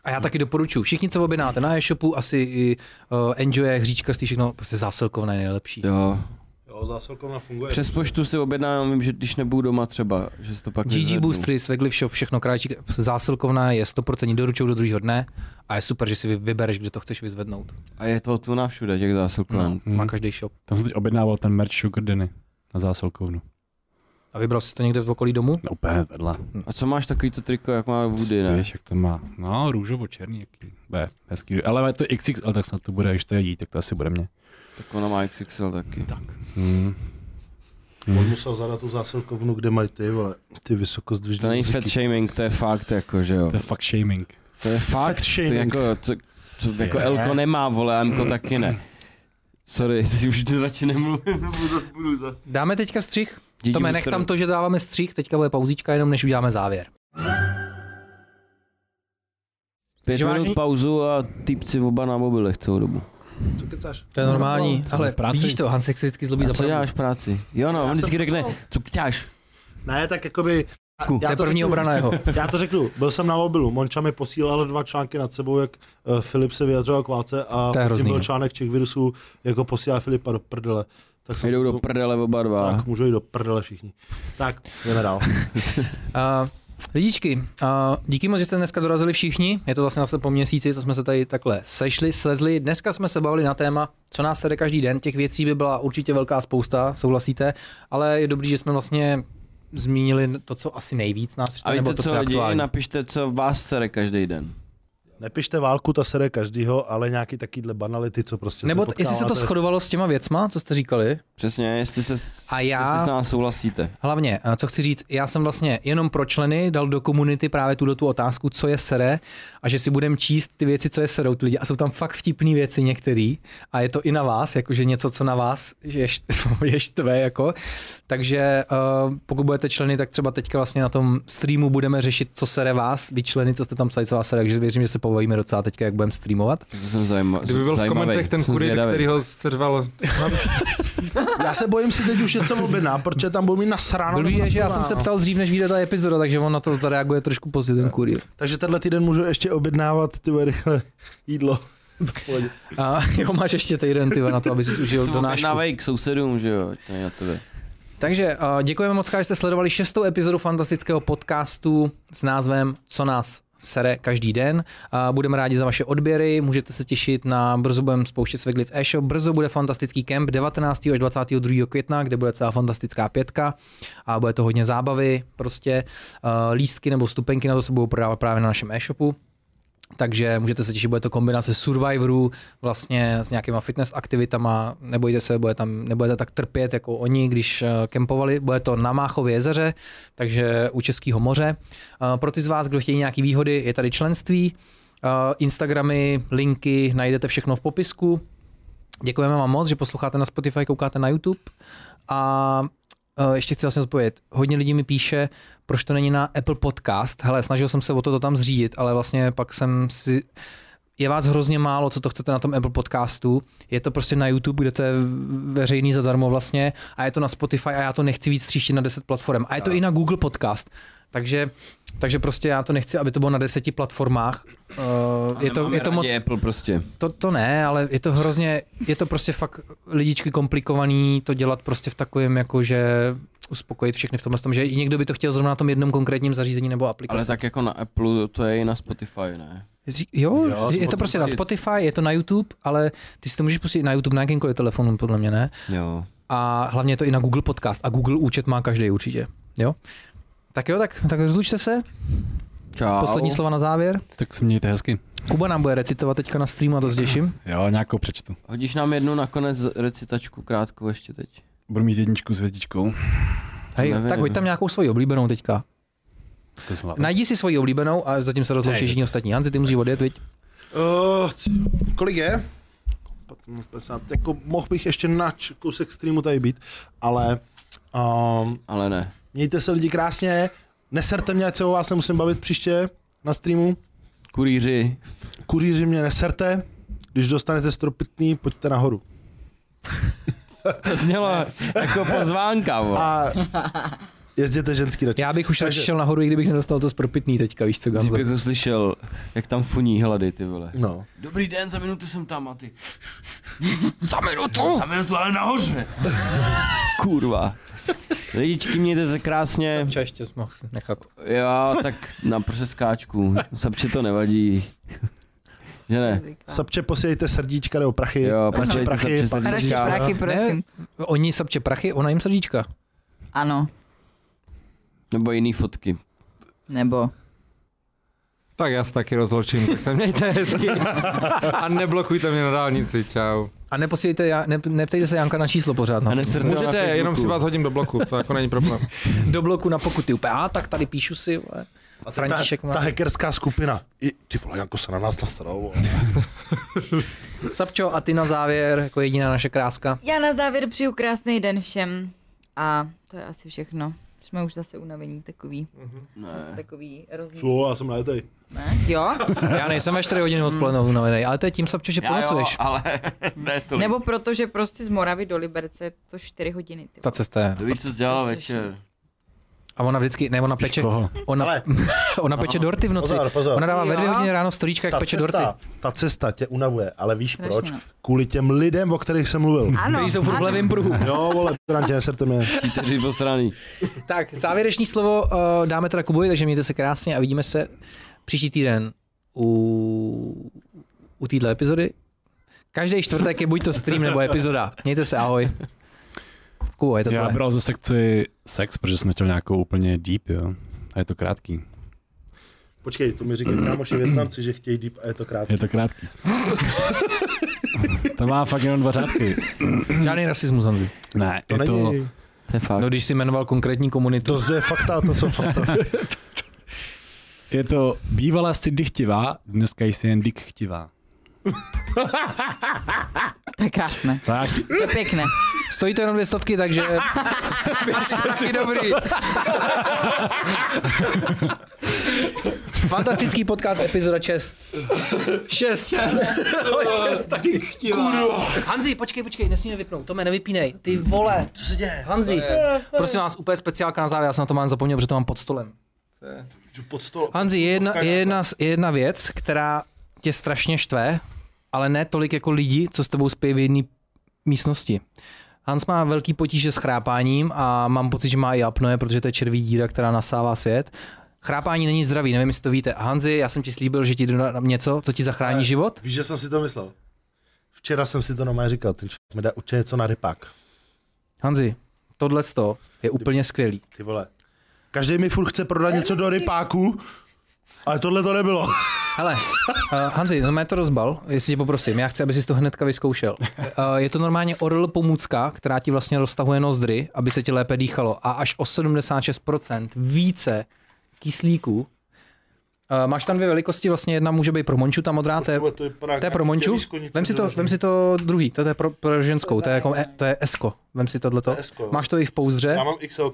Speaker 1: A já taky doporučuji. Všichni, co objednáte na e-shopu, asi i uh, enjoy, hříčkařství, všechno, prostě zásilkovna je nejlepší.
Speaker 5: jo,
Speaker 2: Jo, zásilkovna funguje.
Speaker 5: přes poštu si objednám, vím, že když nebudu doma třeba, že si to pak
Speaker 1: GG
Speaker 5: nezvednu.
Speaker 1: Boostry, Svegliv Shop, všechno kráčí, zásilkovna je 100% doručou do druhého dne a je super, že si vy- vybereš, kde to chceš vyzvednout.
Speaker 5: A je to tu na všude, těch zásilků.
Speaker 1: No, má každý shop.
Speaker 6: Tam jsem teď objednával ten merch Sugar Denny na zásilkovnu.
Speaker 1: A vybral jsi to někde v okolí domu?
Speaker 6: No, úplně vedle.
Speaker 5: A co máš takový to triko, jak má Woody, ne?
Speaker 6: Víš, jak to má. No, růžovo-černý, jaký. Bude hezký. Ale je to XX, ale tak snad to bude, když to je dítě, tak to asi bude mě.
Speaker 5: Tak ona má XXL taky. Tak.
Speaker 6: Hmm.
Speaker 2: On musel zadat tu zásilkovnu, kde mají ty, vole, ty vysokozdvižné
Speaker 5: To není fat shaming, to je fakt, jako, že jo.
Speaker 6: To je fakt shaming.
Speaker 5: To je fakt,
Speaker 2: Fat
Speaker 5: to je
Speaker 2: shaming.
Speaker 5: jako, to, to jako Elko nemá, vole, a Mko taky ne. Sorry, teď už to radši nemluvím, nebo zas budu za...
Speaker 1: Dáme teďka střih?
Speaker 5: GG
Speaker 1: Tome, nech
Speaker 5: Booster.
Speaker 1: tam to, že dáváme střih, teďka bude pauzíčka, jenom než uděláme závěr.
Speaker 5: Pět
Speaker 1: Že vážně-
Speaker 5: minut pauzu a týpci oba na mobilech celou dobu.
Speaker 2: Co kecáš?
Speaker 1: To je normální,
Speaker 6: co
Speaker 1: ale
Speaker 6: v práci?
Speaker 1: vidíš to, Hansek se vždycky zlobí
Speaker 5: A co
Speaker 1: za
Speaker 5: děláš v práci? Jo no, on vždycky řekne, co děláš?
Speaker 2: Ne, tak jakoby... a-
Speaker 1: To je
Speaker 2: to
Speaker 1: první
Speaker 2: řeknu-
Speaker 1: obrana jeho.
Speaker 2: Já to řeknu, byl jsem na mobilu, Monča mi posílal dva články nad sebou, jak eh, Filip se vyjadřoval k válce a
Speaker 1: To je
Speaker 2: tím
Speaker 1: hrozný,
Speaker 2: byl
Speaker 1: no.
Speaker 2: článek těch virusů, jako posílá Filipa do prdele. Tak jsem
Speaker 5: Jdou
Speaker 2: si
Speaker 5: do
Speaker 2: to-
Speaker 5: prdele oba dva.
Speaker 2: Tak, můžou jít do prdele všichni. Tak, jdeme dál.
Speaker 1: Uh, lidičky, uh, díky moc, že jste dneska dorazili všichni. Je to vlastně zase po měsíci, co jsme se tady takhle sešli, slezli. Dneska jsme se bavili na téma, co nás sede každý den. Těch věcí by byla určitě velká spousta, souhlasíte, ale je dobrý, že jsme vlastně zmínili to, co asi nejvíc nás
Speaker 5: A
Speaker 1: řve, nebo
Speaker 5: víte
Speaker 1: to, co
Speaker 5: co
Speaker 1: je
Speaker 5: lidi,
Speaker 1: aktuální.
Speaker 5: napište, co vás sere každý den.
Speaker 2: Nepište válku, ta sere každýho, ale nějaký takýhle banality, co prostě
Speaker 1: Nebo
Speaker 2: se
Speaker 1: t- jestli se to
Speaker 2: potkáváte.
Speaker 1: shodovalo s těma věcma, co jste říkali,
Speaker 5: Přesně, jestli se s-
Speaker 1: A já-
Speaker 5: jestli s námi souhlasíte.
Speaker 1: Hlavně, eh, co chci říct, já jsem vlastně jenom pro členy dal do komunity právě tuto tu otázku, co je sere a že si budeme číst ty věci, co je serou ty lidi. A jsou tam fakt vtipné věci některý a je to i na vás, jakože něco, co na vás je, št- je štve, jako. Takže uh, pokud budete členy, tak třeba teďka vlastně na tom streamu budeme řešit, co sere vás, vy členy, co jste tam psali, co vás sere, takže věřím, že se pobavíme docela teďka, jak budeme streamovat.
Speaker 5: To jsem zajímavý.
Speaker 4: kdyby byl v komentech ten kurýr, který ho seřval,
Speaker 2: Já se bojím si teď už něco objednám, protože tam budu mít nasráno.
Speaker 1: Blbý
Speaker 2: nebo
Speaker 1: je, že já jsem
Speaker 2: nasráno.
Speaker 1: se ptal dřív, než vyjde ta epizoda, takže on na to zareaguje trošku později, ten kurýr.
Speaker 2: Takže tenhle týden můžu ještě objednávat ty vole, rychle jídlo.
Speaker 1: A jo, máš ještě týden ty vole, na to, aby si užil
Speaker 5: to
Speaker 1: do nášku.
Speaker 5: náš k sousedům, že jo, to je na tebe.
Speaker 1: Takže uh, děkujeme moc, že jste sledovali šestou epizodu fantastického podcastu s názvem Co nás sere každý den. Uh, budeme rádi za vaše odběry, můžete se těšit na brzo budeme spouštět Svegli v e-shop, brzo bude fantastický kemp 19. až 22. května, kde bude celá fantastická pětka a bude to hodně zábavy, prostě uh, lístky nebo stupenky na to se budou prodávat právě na našem e-shopu. Takže můžete se těšit, bude to kombinace survivorů vlastně s nějakýma fitness aktivitama, nebojte se, bude tam, nebudete tak trpět jako oni, když eh, kempovali, bude to na Máchově jezeře, takže u Českého moře. Eh, Pro ty z vás, kdo chtějí nějaké výhody, je tady členství, Eh, Instagramy, linky, najdete všechno v popisku. Děkujeme vám moc, že posloucháte na Spotify, koukáte na YouTube a eh, ještě chci vlastně odpovědět. Hodně lidí mi píše, proč to není na Apple Podcast. Hele, snažil jsem se o to tam zřídit, ale vlastně pak jsem si... Je vás hrozně málo, co to chcete na tom Apple Podcastu. Je to prostě na YouTube, kde to je veřejný zadarmo vlastně a je to na Spotify a já to nechci víc tříštit na 10 platform. A je to i na Google Podcast. Takže, takže prostě já to nechci, aby to bylo na deseti platformách. Eh, je to, je to moc...
Speaker 5: No, Apple prostě.
Speaker 1: To, to ne, ale je to hrozně, je to prostě fakt lidičky komplikovaný to dělat prostě v takovém jako, že uspokojit všechny v tomhle tom, že i někdo by to chtěl zrovna na tom jednom konkrétním zařízení nebo aplikaci.
Speaker 5: Ale tak jako na Apple, to je i na Spotify, ne?
Speaker 1: Ří- Jo,
Speaker 2: Jo,
Speaker 1: jo je to prostě na Spotify, je to na YouTube, ale ty si to můžeš pustit na YouTube na jakýmkoliv telefonu, podle mě ne.
Speaker 5: Jo.
Speaker 1: A hlavně je to i na Google Podcast. A Google účet má každý určitě. Jo? Tak jo, tak, tak rozlučte se.
Speaker 5: Čau.
Speaker 1: Poslední slova na závěr.
Speaker 6: Tak se mějte hezky.
Speaker 1: Kuba nám bude recitovat teďka na streamu a to zděším.
Speaker 6: Jo, nějakou přečtu.
Speaker 5: Hodíš nám jednu nakonec recitačku krátkou ještě teď.
Speaker 6: Budu mít jedničku s hvězdičkou.
Speaker 1: Hej,
Speaker 5: nevím.
Speaker 1: tak hoď tam nějakou svoji oblíbenou teďka.
Speaker 6: To jsem hlavně.
Speaker 1: Najdi si svoji oblíbenou a zatím se rozloučí
Speaker 6: Hej,
Speaker 1: všichni
Speaker 6: to-
Speaker 1: ostatní. Hanzi, ty musíš odjet, viď?
Speaker 2: Uh, kolik je? 50. Jako mohl bych ještě na č- kousek streamu tady být, ale um,
Speaker 5: Ale ne.
Speaker 2: mějte se lidi krásně, neserte mě, ať se o vás nemusím bavit příště na streamu.
Speaker 5: Kurýři.
Speaker 2: Kuříři mě neserte, když dostanete stropitný, pojďte nahoru.
Speaker 5: To znělo jako pozvánka, vole.
Speaker 2: A jezděte ženský radši.
Speaker 1: Já bych už
Speaker 2: Takže-
Speaker 1: radši šel nahoru, i kdybych nedostal to spropitný teďka, víš co,
Speaker 5: Když
Speaker 1: Ganzo.
Speaker 5: bych ho slyšel, jak tam funí hlady, ty vole.
Speaker 2: No.
Speaker 5: Dobrý den, za minutu jsem tam a ty. za minutu? Za minutu, ale nahoře. Kurva. Lidičky, mějte se krásně.
Speaker 1: Ča ještě mohl nechat.
Speaker 5: Já tak na přeskáčku. Sapče to nevadí. Že ne?
Speaker 2: Sapče, posílejte srdíčka nebo prachy.
Speaker 5: Jo,
Speaker 2: Radši
Speaker 5: posílejte
Speaker 2: pak-
Speaker 5: sapče, srdíčka.
Speaker 3: Radši
Speaker 5: Říká-
Speaker 3: práky, prosím.
Speaker 1: Oni sapče prachy, ona jim srdíčka.
Speaker 3: Ano,
Speaker 5: Nebo jiný fotky.
Speaker 3: nebo.
Speaker 4: Tak já se taky rozločím, tak se mějte hezky. A neblokujte mě na dálnici, čau.
Speaker 1: A neposílejte, já- ne, neptejte se Janka na číslo pořád.
Speaker 5: A
Speaker 1: No.
Speaker 5: nesrte ho na
Speaker 4: Můžete,
Speaker 5: Facebooku.
Speaker 4: jenom si vás hodím do bloku, to jako není problém.
Speaker 1: Do bloku na pokuty. Úplně, a tak tady píšu si. Vole.
Speaker 2: A ta,
Speaker 1: František má-
Speaker 2: ta, hackerská skupina. I, ty vole, Janko se na nás nastaral. vole.
Speaker 1: Sapčo, a ty na závěr, jako jediná naše kráska.
Speaker 3: Já na závěr přeju krásný den všem. A to je asi všechno. Jsme už zase unavení takový,
Speaker 5: Ne.
Speaker 3: takový rozdíl.
Speaker 2: Co, já jsem letej.
Speaker 3: Ne? Jo?
Speaker 1: Já nejsem až 4 hodiny odpoledne unavený, ale to je tím, Sapčo, že ponocuješ.
Speaker 5: ale ne tolik.
Speaker 3: Nebo protože prostě z Moravy do Liberce je to 4 hodiny. Ty.
Speaker 1: Ta cesta je.
Speaker 5: To víš, co jsi dělala
Speaker 3: To je strašný.
Speaker 5: večer.
Speaker 1: A ona vždycky, ne, ona peče,
Speaker 6: Koho?
Speaker 1: ona,
Speaker 2: Ale-
Speaker 1: ona peče dorty v noci.
Speaker 2: Pozor, pozor.
Speaker 1: Ona dává ve dvě
Speaker 3: Jo.
Speaker 1: hodiny ráno storíčka, jak
Speaker 2: Ta
Speaker 1: peče dorty.
Speaker 2: cesta, ta cesta tě unavuje, ale víš
Speaker 3: Strašně,
Speaker 2: proč?
Speaker 3: no.
Speaker 2: Kvůli těm lidem, o kterých jsem mluvil.
Speaker 3: Ano,
Speaker 1: Který jsou furt v
Speaker 3: ano.
Speaker 1: levém pruhu.
Speaker 2: Jo, vole, tě neserte mě.
Speaker 5: Čtyři postraný.
Speaker 1: Tak, závěrečný slovo uh, dáme teda Kubovi, takže mějte se krásně a vidíme se příští týden u, u téhle epizody. Každý čtvrtek je buď to stream nebo epizoda. Mějte se, ahoj. Kubo, je to
Speaker 6: Já
Speaker 1: tvoje.
Speaker 6: bral ze sekci sex, protože jsem chtěl nějakou úplně deep, jo. A je to krátký.
Speaker 2: Počkej, to mi říkají kámoši Větnamci, že chtějí deep a je to krátký.
Speaker 6: Je to krátký. to má fakt jenom dva řádky.
Speaker 1: Žádný rasismus, Honzi.
Speaker 6: Ne,
Speaker 2: To
Speaker 6: je to...
Speaker 2: není,
Speaker 5: To je fakt.
Speaker 1: No, když si jmenoval konkrétní komunitu.
Speaker 2: to je fakta, to jsou fakta.
Speaker 6: Je to bývala jsi dychtivá, dneska jsi jen dyk chtivá.
Speaker 3: To je krásné,
Speaker 6: Tak,
Speaker 3: to je pěkné.
Speaker 1: Stojí to jenom dvě stovky, takže
Speaker 4: Jsi dobrý.
Speaker 1: fantastický podcast, epizoda 6. 6. 6 taky chtivá. Hanzi, počkej, počkej, nesmíme vypnout. Tome, nevypínej. Ty vole. Co se děje? Hanzi, prosím vás, úplně speciálka na závěr, já jsem na to mám zapomněl, protože to mám pod stolem.
Speaker 2: Pod stol.
Speaker 1: Hanzi, je jedna, je jedna, je jedna věc, která tě strašně štve, ale ne tolik jako lidi, co s tebou spějí v jedné místnosti. Hans má velký potíže s chrápáním a mám pocit, že má i apnoe, protože to je červí díra, která nasává svět. Chrápání není zdravý, nevím, jestli to víte. Hanzi, já jsem ti slíbil, že ti dodám něco, co ti zachrání
Speaker 2: Ne.
Speaker 1: život.
Speaker 2: Víš, že jsem si to myslel? Včera jsem si to normálně říkal, ten člověk mi dá určitě něco na rypák.
Speaker 1: Hanzi, tohle je úplně skvělý.
Speaker 2: Ty vole. Každý mi furt chce prodat něco do rypáku, ale tohle to nebylo.
Speaker 1: Hele, uh, Hanzi, normálně to rozbal, jestli tě poprosím, já chci, aby jsi to hnedka vyzkoušel. Uh, je to normálně orl pomůcka, která ti vlastně roztahuje nozdry, aby se ti lépe dýchalo a až o 76% více kyslíku. Uh, máš tam dvě velikosti, vlastně jedna může být pro monču, ta modrá, to je,
Speaker 2: Tohle to vypadá
Speaker 1: to je
Speaker 2: jak
Speaker 1: pro monču.
Speaker 2: tělísko, nic
Speaker 1: Vem si, to,
Speaker 2: nedožný.
Speaker 1: vem si to druhý, to je pro, pro ženskou, to je, jako, e, to je esko. Vem si tohleto.
Speaker 2: je esko, jo.
Speaker 1: Máš to i v pouzdře.
Speaker 2: Já mám XL,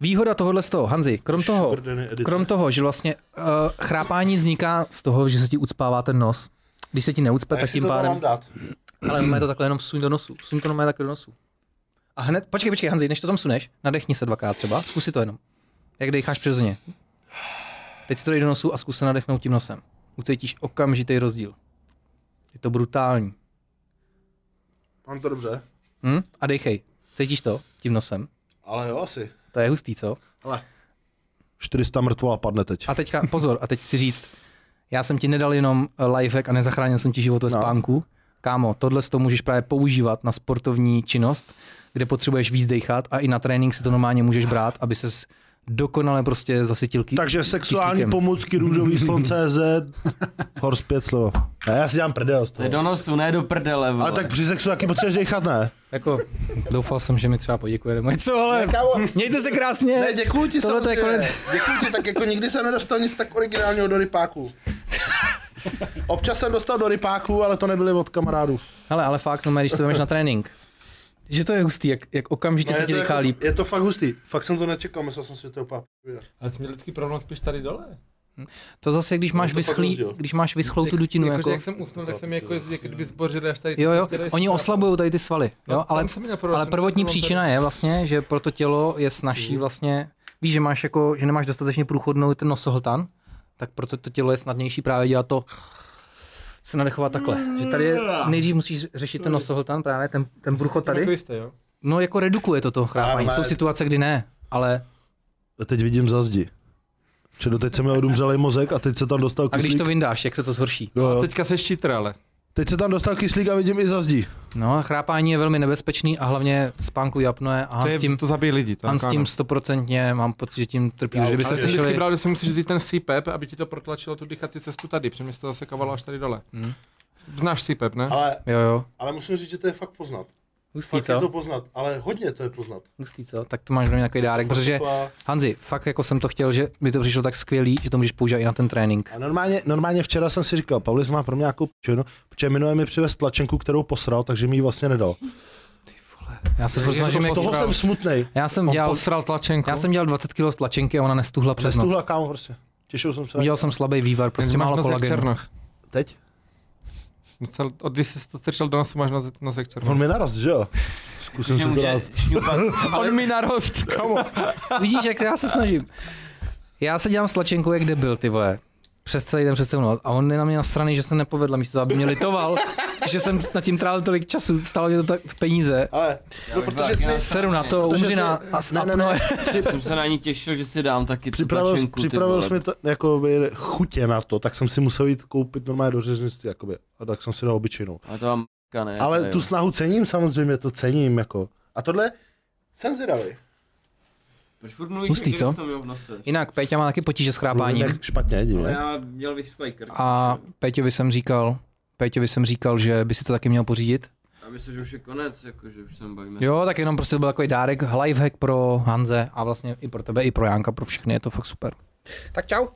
Speaker 1: Výhoda tohohle z toho, Hanzi, krom toho,
Speaker 2: škrdeny edice.
Speaker 1: krom toho, že vlastně uh, chrápání vzniká z toho, že se ti ucpává ten nos. Když se ti neucpe, tak tím pádem,
Speaker 2: dát?
Speaker 1: ale má to takhle jenom suň do nosu, suň to normálně takhle do nosu. A hned, počkej, počkej, Hanzi, než to tam suneš, nadechni se dvakrát třeba, zkus si to jenom. Jak dejcháš přirozeně. Teď si to dej do nosu a zkus se nadechnout tím nosem. Ucítíš okamžitý rozdíl. Je to brutální.
Speaker 2: Mám to dobře.
Speaker 1: Hm? A dejchej. Cítíš to tím nosem?
Speaker 2: Ale jo, asi.
Speaker 1: To je hustý, co?
Speaker 2: 400 mrtvol a padne teď.
Speaker 1: A teďka, pozor, a teď chci říct, já jsem ti nedal jenom eh, lifehack a nezachránil jsem ti
Speaker 2: No.
Speaker 1: život ve spánku. Kámo, tohle to můžeš právě používat na sportovní činnost, kde potřebuješ víc dejchat a i na trénink si to normálně můžeš brát, aby ses dokonale prostě zasytil ký,
Speaker 2: Takže sexuální
Speaker 1: kyslíkem.
Speaker 2: pomůcky růžový slon CZ, hors pět slova. Ne, já si dělám prdel z
Speaker 5: To je
Speaker 2: toho.
Speaker 1: no.
Speaker 5: do nosu, ne do prdele, vole.
Speaker 2: Ale tak při sexu taky potřebuješ dechat, ne?
Speaker 1: Jako, doufal jsem, že mi třeba poděkuje nebo něco, ale mějte se krásně.
Speaker 2: Ne, děkuji ti
Speaker 1: Tohle to je
Speaker 2: samozřejmě.
Speaker 1: konec.
Speaker 2: Děkuji ti, tak jako nikdy jsem nedostal nic tak originálního do rypáku. Občas jsem dostal do rypáku, ale to nebyly od kamarádů.
Speaker 1: Hele, ale fakt, no, když to jdeš na trénink, že to je hustý, jak, jak okamžitě se ti dechá líp.
Speaker 2: No, je to jako fakt hustý. Fakt jsem to nečekal, myslel jsem si, že to je opá.
Speaker 4: Ale jsi měl vždycky problém spíš tady dole.
Speaker 1: To zase, když máš,
Speaker 2: No, to pak
Speaker 1: vyschlý,
Speaker 2: rozdíl.
Speaker 1: když máš vyschlou tu
Speaker 4: Jak-
Speaker 1: dutinu,
Speaker 4: jako,
Speaker 1: jako,
Speaker 4: že jak jsem usnul, tak jsem jako, jak kdyby zbořil až tady.
Speaker 1: Jo, jo,
Speaker 4: prostě tady
Speaker 1: oni
Speaker 4: spát.
Speaker 1: oslabují tady ty svaly,
Speaker 4: No,
Speaker 1: jo,
Speaker 4: tam
Speaker 1: ale,
Speaker 4: jsem měl problém,
Speaker 1: ale
Speaker 4: jsem
Speaker 1: prvotní
Speaker 4: měl problém
Speaker 1: příčina je vlastně, že pro to tělo je
Speaker 4: Mhm.
Speaker 1: snažší vlastně, víš, že máš jako, že nemáš dostatečně průchodnou ten nosohltan, tak proto to tělo je snadnější právě dělat to, se nadechovat takhle, že tady je,
Speaker 4: Mm.
Speaker 1: nejdřív musíš řešit ten nosohltan, právě ten, ten průchod
Speaker 4: Jako
Speaker 1: tady,
Speaker 4: jste, jo?
Speaker 1: no jako redukuje to to chrápání,
Speaker 2: Ale-
Speaker 1: jsou situace, kdy ne, ale
Speaker 2: Teď vidím za zdi. Če doteď jsem měl odumřelý mozek a teď se tam dostal
Speaker 1: a když
Speaker 2: kyslík.
Speaker 1: to vyndáš, jak se to zhorší.
Speaker 2: Jo, jo.
Speaker 4: No, Teďka se štítra, ale.
Speaker 2: Teď se tam dostal kyslík a vidím i za zdi.
Speaker 1: No a chrápání je velmi nebezpečný a hlavně spánku apnoe a
Speaker 4: To,
Speaker 1: Han s
Speaker 4: je,
Speaker 1: tím,
Speaker 4: to zabije lidi. To
Speaker 1: Han s
Speaker 4: jako
Speaker 1: tím
Speaker 4: ano.
Speaker 1: stoprocentně mám pocit, že tím trpí, že kdybyste
Speaker 4: Ale jsem
Speaker 1: slyšeli.
Speaker 4: vždycky bral, že si musíš vzít ten CPAP, aby ti to protlačilo tu dýchací cestu tady, protože mě se to zase kavalo až tady dole.
Speaker 1: Hmm.
Speaker 4: Znáš CPAP, ne?
Speaker 2: Ale,
Speaker 1: Jo, jo.
Speaker 2: ale musím říct, že to je fakt poznat.
Speaker 1: Hustý, co?
Speaker 2: poznat, ale hodně to je poznat.
Speaker 1: Hustý, co? Tak to máš do mě takový dárek, protože
Speaker 2: jako-
Speaker 1: Hanzi, fakt jako jsem to chtěl, že mi to přišlo tak skvělý, že to můžeš používat i na ten trénink.
Speaker 2: A normálně, normálně včera jsem si říkal, Pavlis má pro mě jako nějakou pičovinu, no, protože minule mi přivez tlačenku, kterou posral, takže mi ji vlastně nedal.
Speaker 1: Já se furt snažím, jak...
Speaker 2: Z toho jsem smutnej.
Speaker 1: Já jsem
Speaker 4: On
Speaker 1: dělal,
Speaker 4: posral tlačenku.
Speaker 1: já jsem dělal 20 kg tlačenky a ona nestuhla přes noc.
Speaker 2: Nestuhla, kámo, prostě. Těšil jsem se.
Speaker 1: Udělal jsem slabý vývar, prostě
Speaker 4: máš
Speaker 1: málo
Speaker 4: nos jak
Speaker 1: kolagenu.
Speaker 4: Černoch.
Speaker 2: Teď?
Speaker 4: Musel- Od když jsi to strčil do nosu, máš nos- nos jak černoch.
Speaker 2: On mi narost, že jo? Zkusím si to
Speaker 5: Nemůže
Speaker 2: dát.
Speaker 5: šňupat.
Speaker 4: On mi narost, kamo.
Speaker 1: Vidíš, jak já se snažím. Já se dělám s tlačenkou, jak debil, ty vole. Přes celý den, přes celou noc. A on je na mě nasraný, že se nepovedla, místo toho, aby mě litoval, že jsem nad tím trávil tolik času, stálo mě to tak peníze.
Speaker 2: Ale, no, protože jsi mi...
Speaker 1: Seru na to,
Speaker 2: Protože
Speaker 1: umři na... no.
Speaker 2: jsi mi- ne, ne, ne.
Speaker 5: jsem se na ní těšil, že si dám taky tu
Speaker 2: Připravil,
Speaker 5: tlačenku. ty
Speaker 2: připravil
Speaker 5: vole.
Speaker 2: jsi mi to, jako by, chutě na to, tak jsem si musel jít koupit normálně do řeznictví, jakoby. A tak jsem si dal obyčejnou.
Speaker 5: Ale to vám m***ka, ne?
Speaker 2: Ale
Speaker 5: to
Speaker 2: tu
Speaker 5: jo.
Speaker 2: snahu cením samozřejmě, to cením, jako. A tohle jsem zvědavý.
Speaker 5: Proč furt mluvíš,
Speaker 1: Hustý,
Speaker 5: jak
Speaker 1: co?
Speaker 5: kdybys to měl v nose?
Speaker 1: Jinak, Péťa má taky potíže s
Speaker 2: Mluvím
Speaker 1: chrápáním.
Speaker 2: jak špatně,
Speaker 5: Ale
Speaker 2: dívej.
Speaker 5: Já měl bych sklej krk.
Speaker 1: A Péťovi jsem říkal, Péťovi jsem říkal, že by si to taky měl pořídit.
Speaker 5: Já myslím, že už je konec, jakože už se bavíme.
Speaker 1: Jo, tak jenom prostě to byl takový dárek, lifehack pro Hanze a vlastně i pro tebe, i pro Jánka, pro všechny, je to fakt super. Tak čau.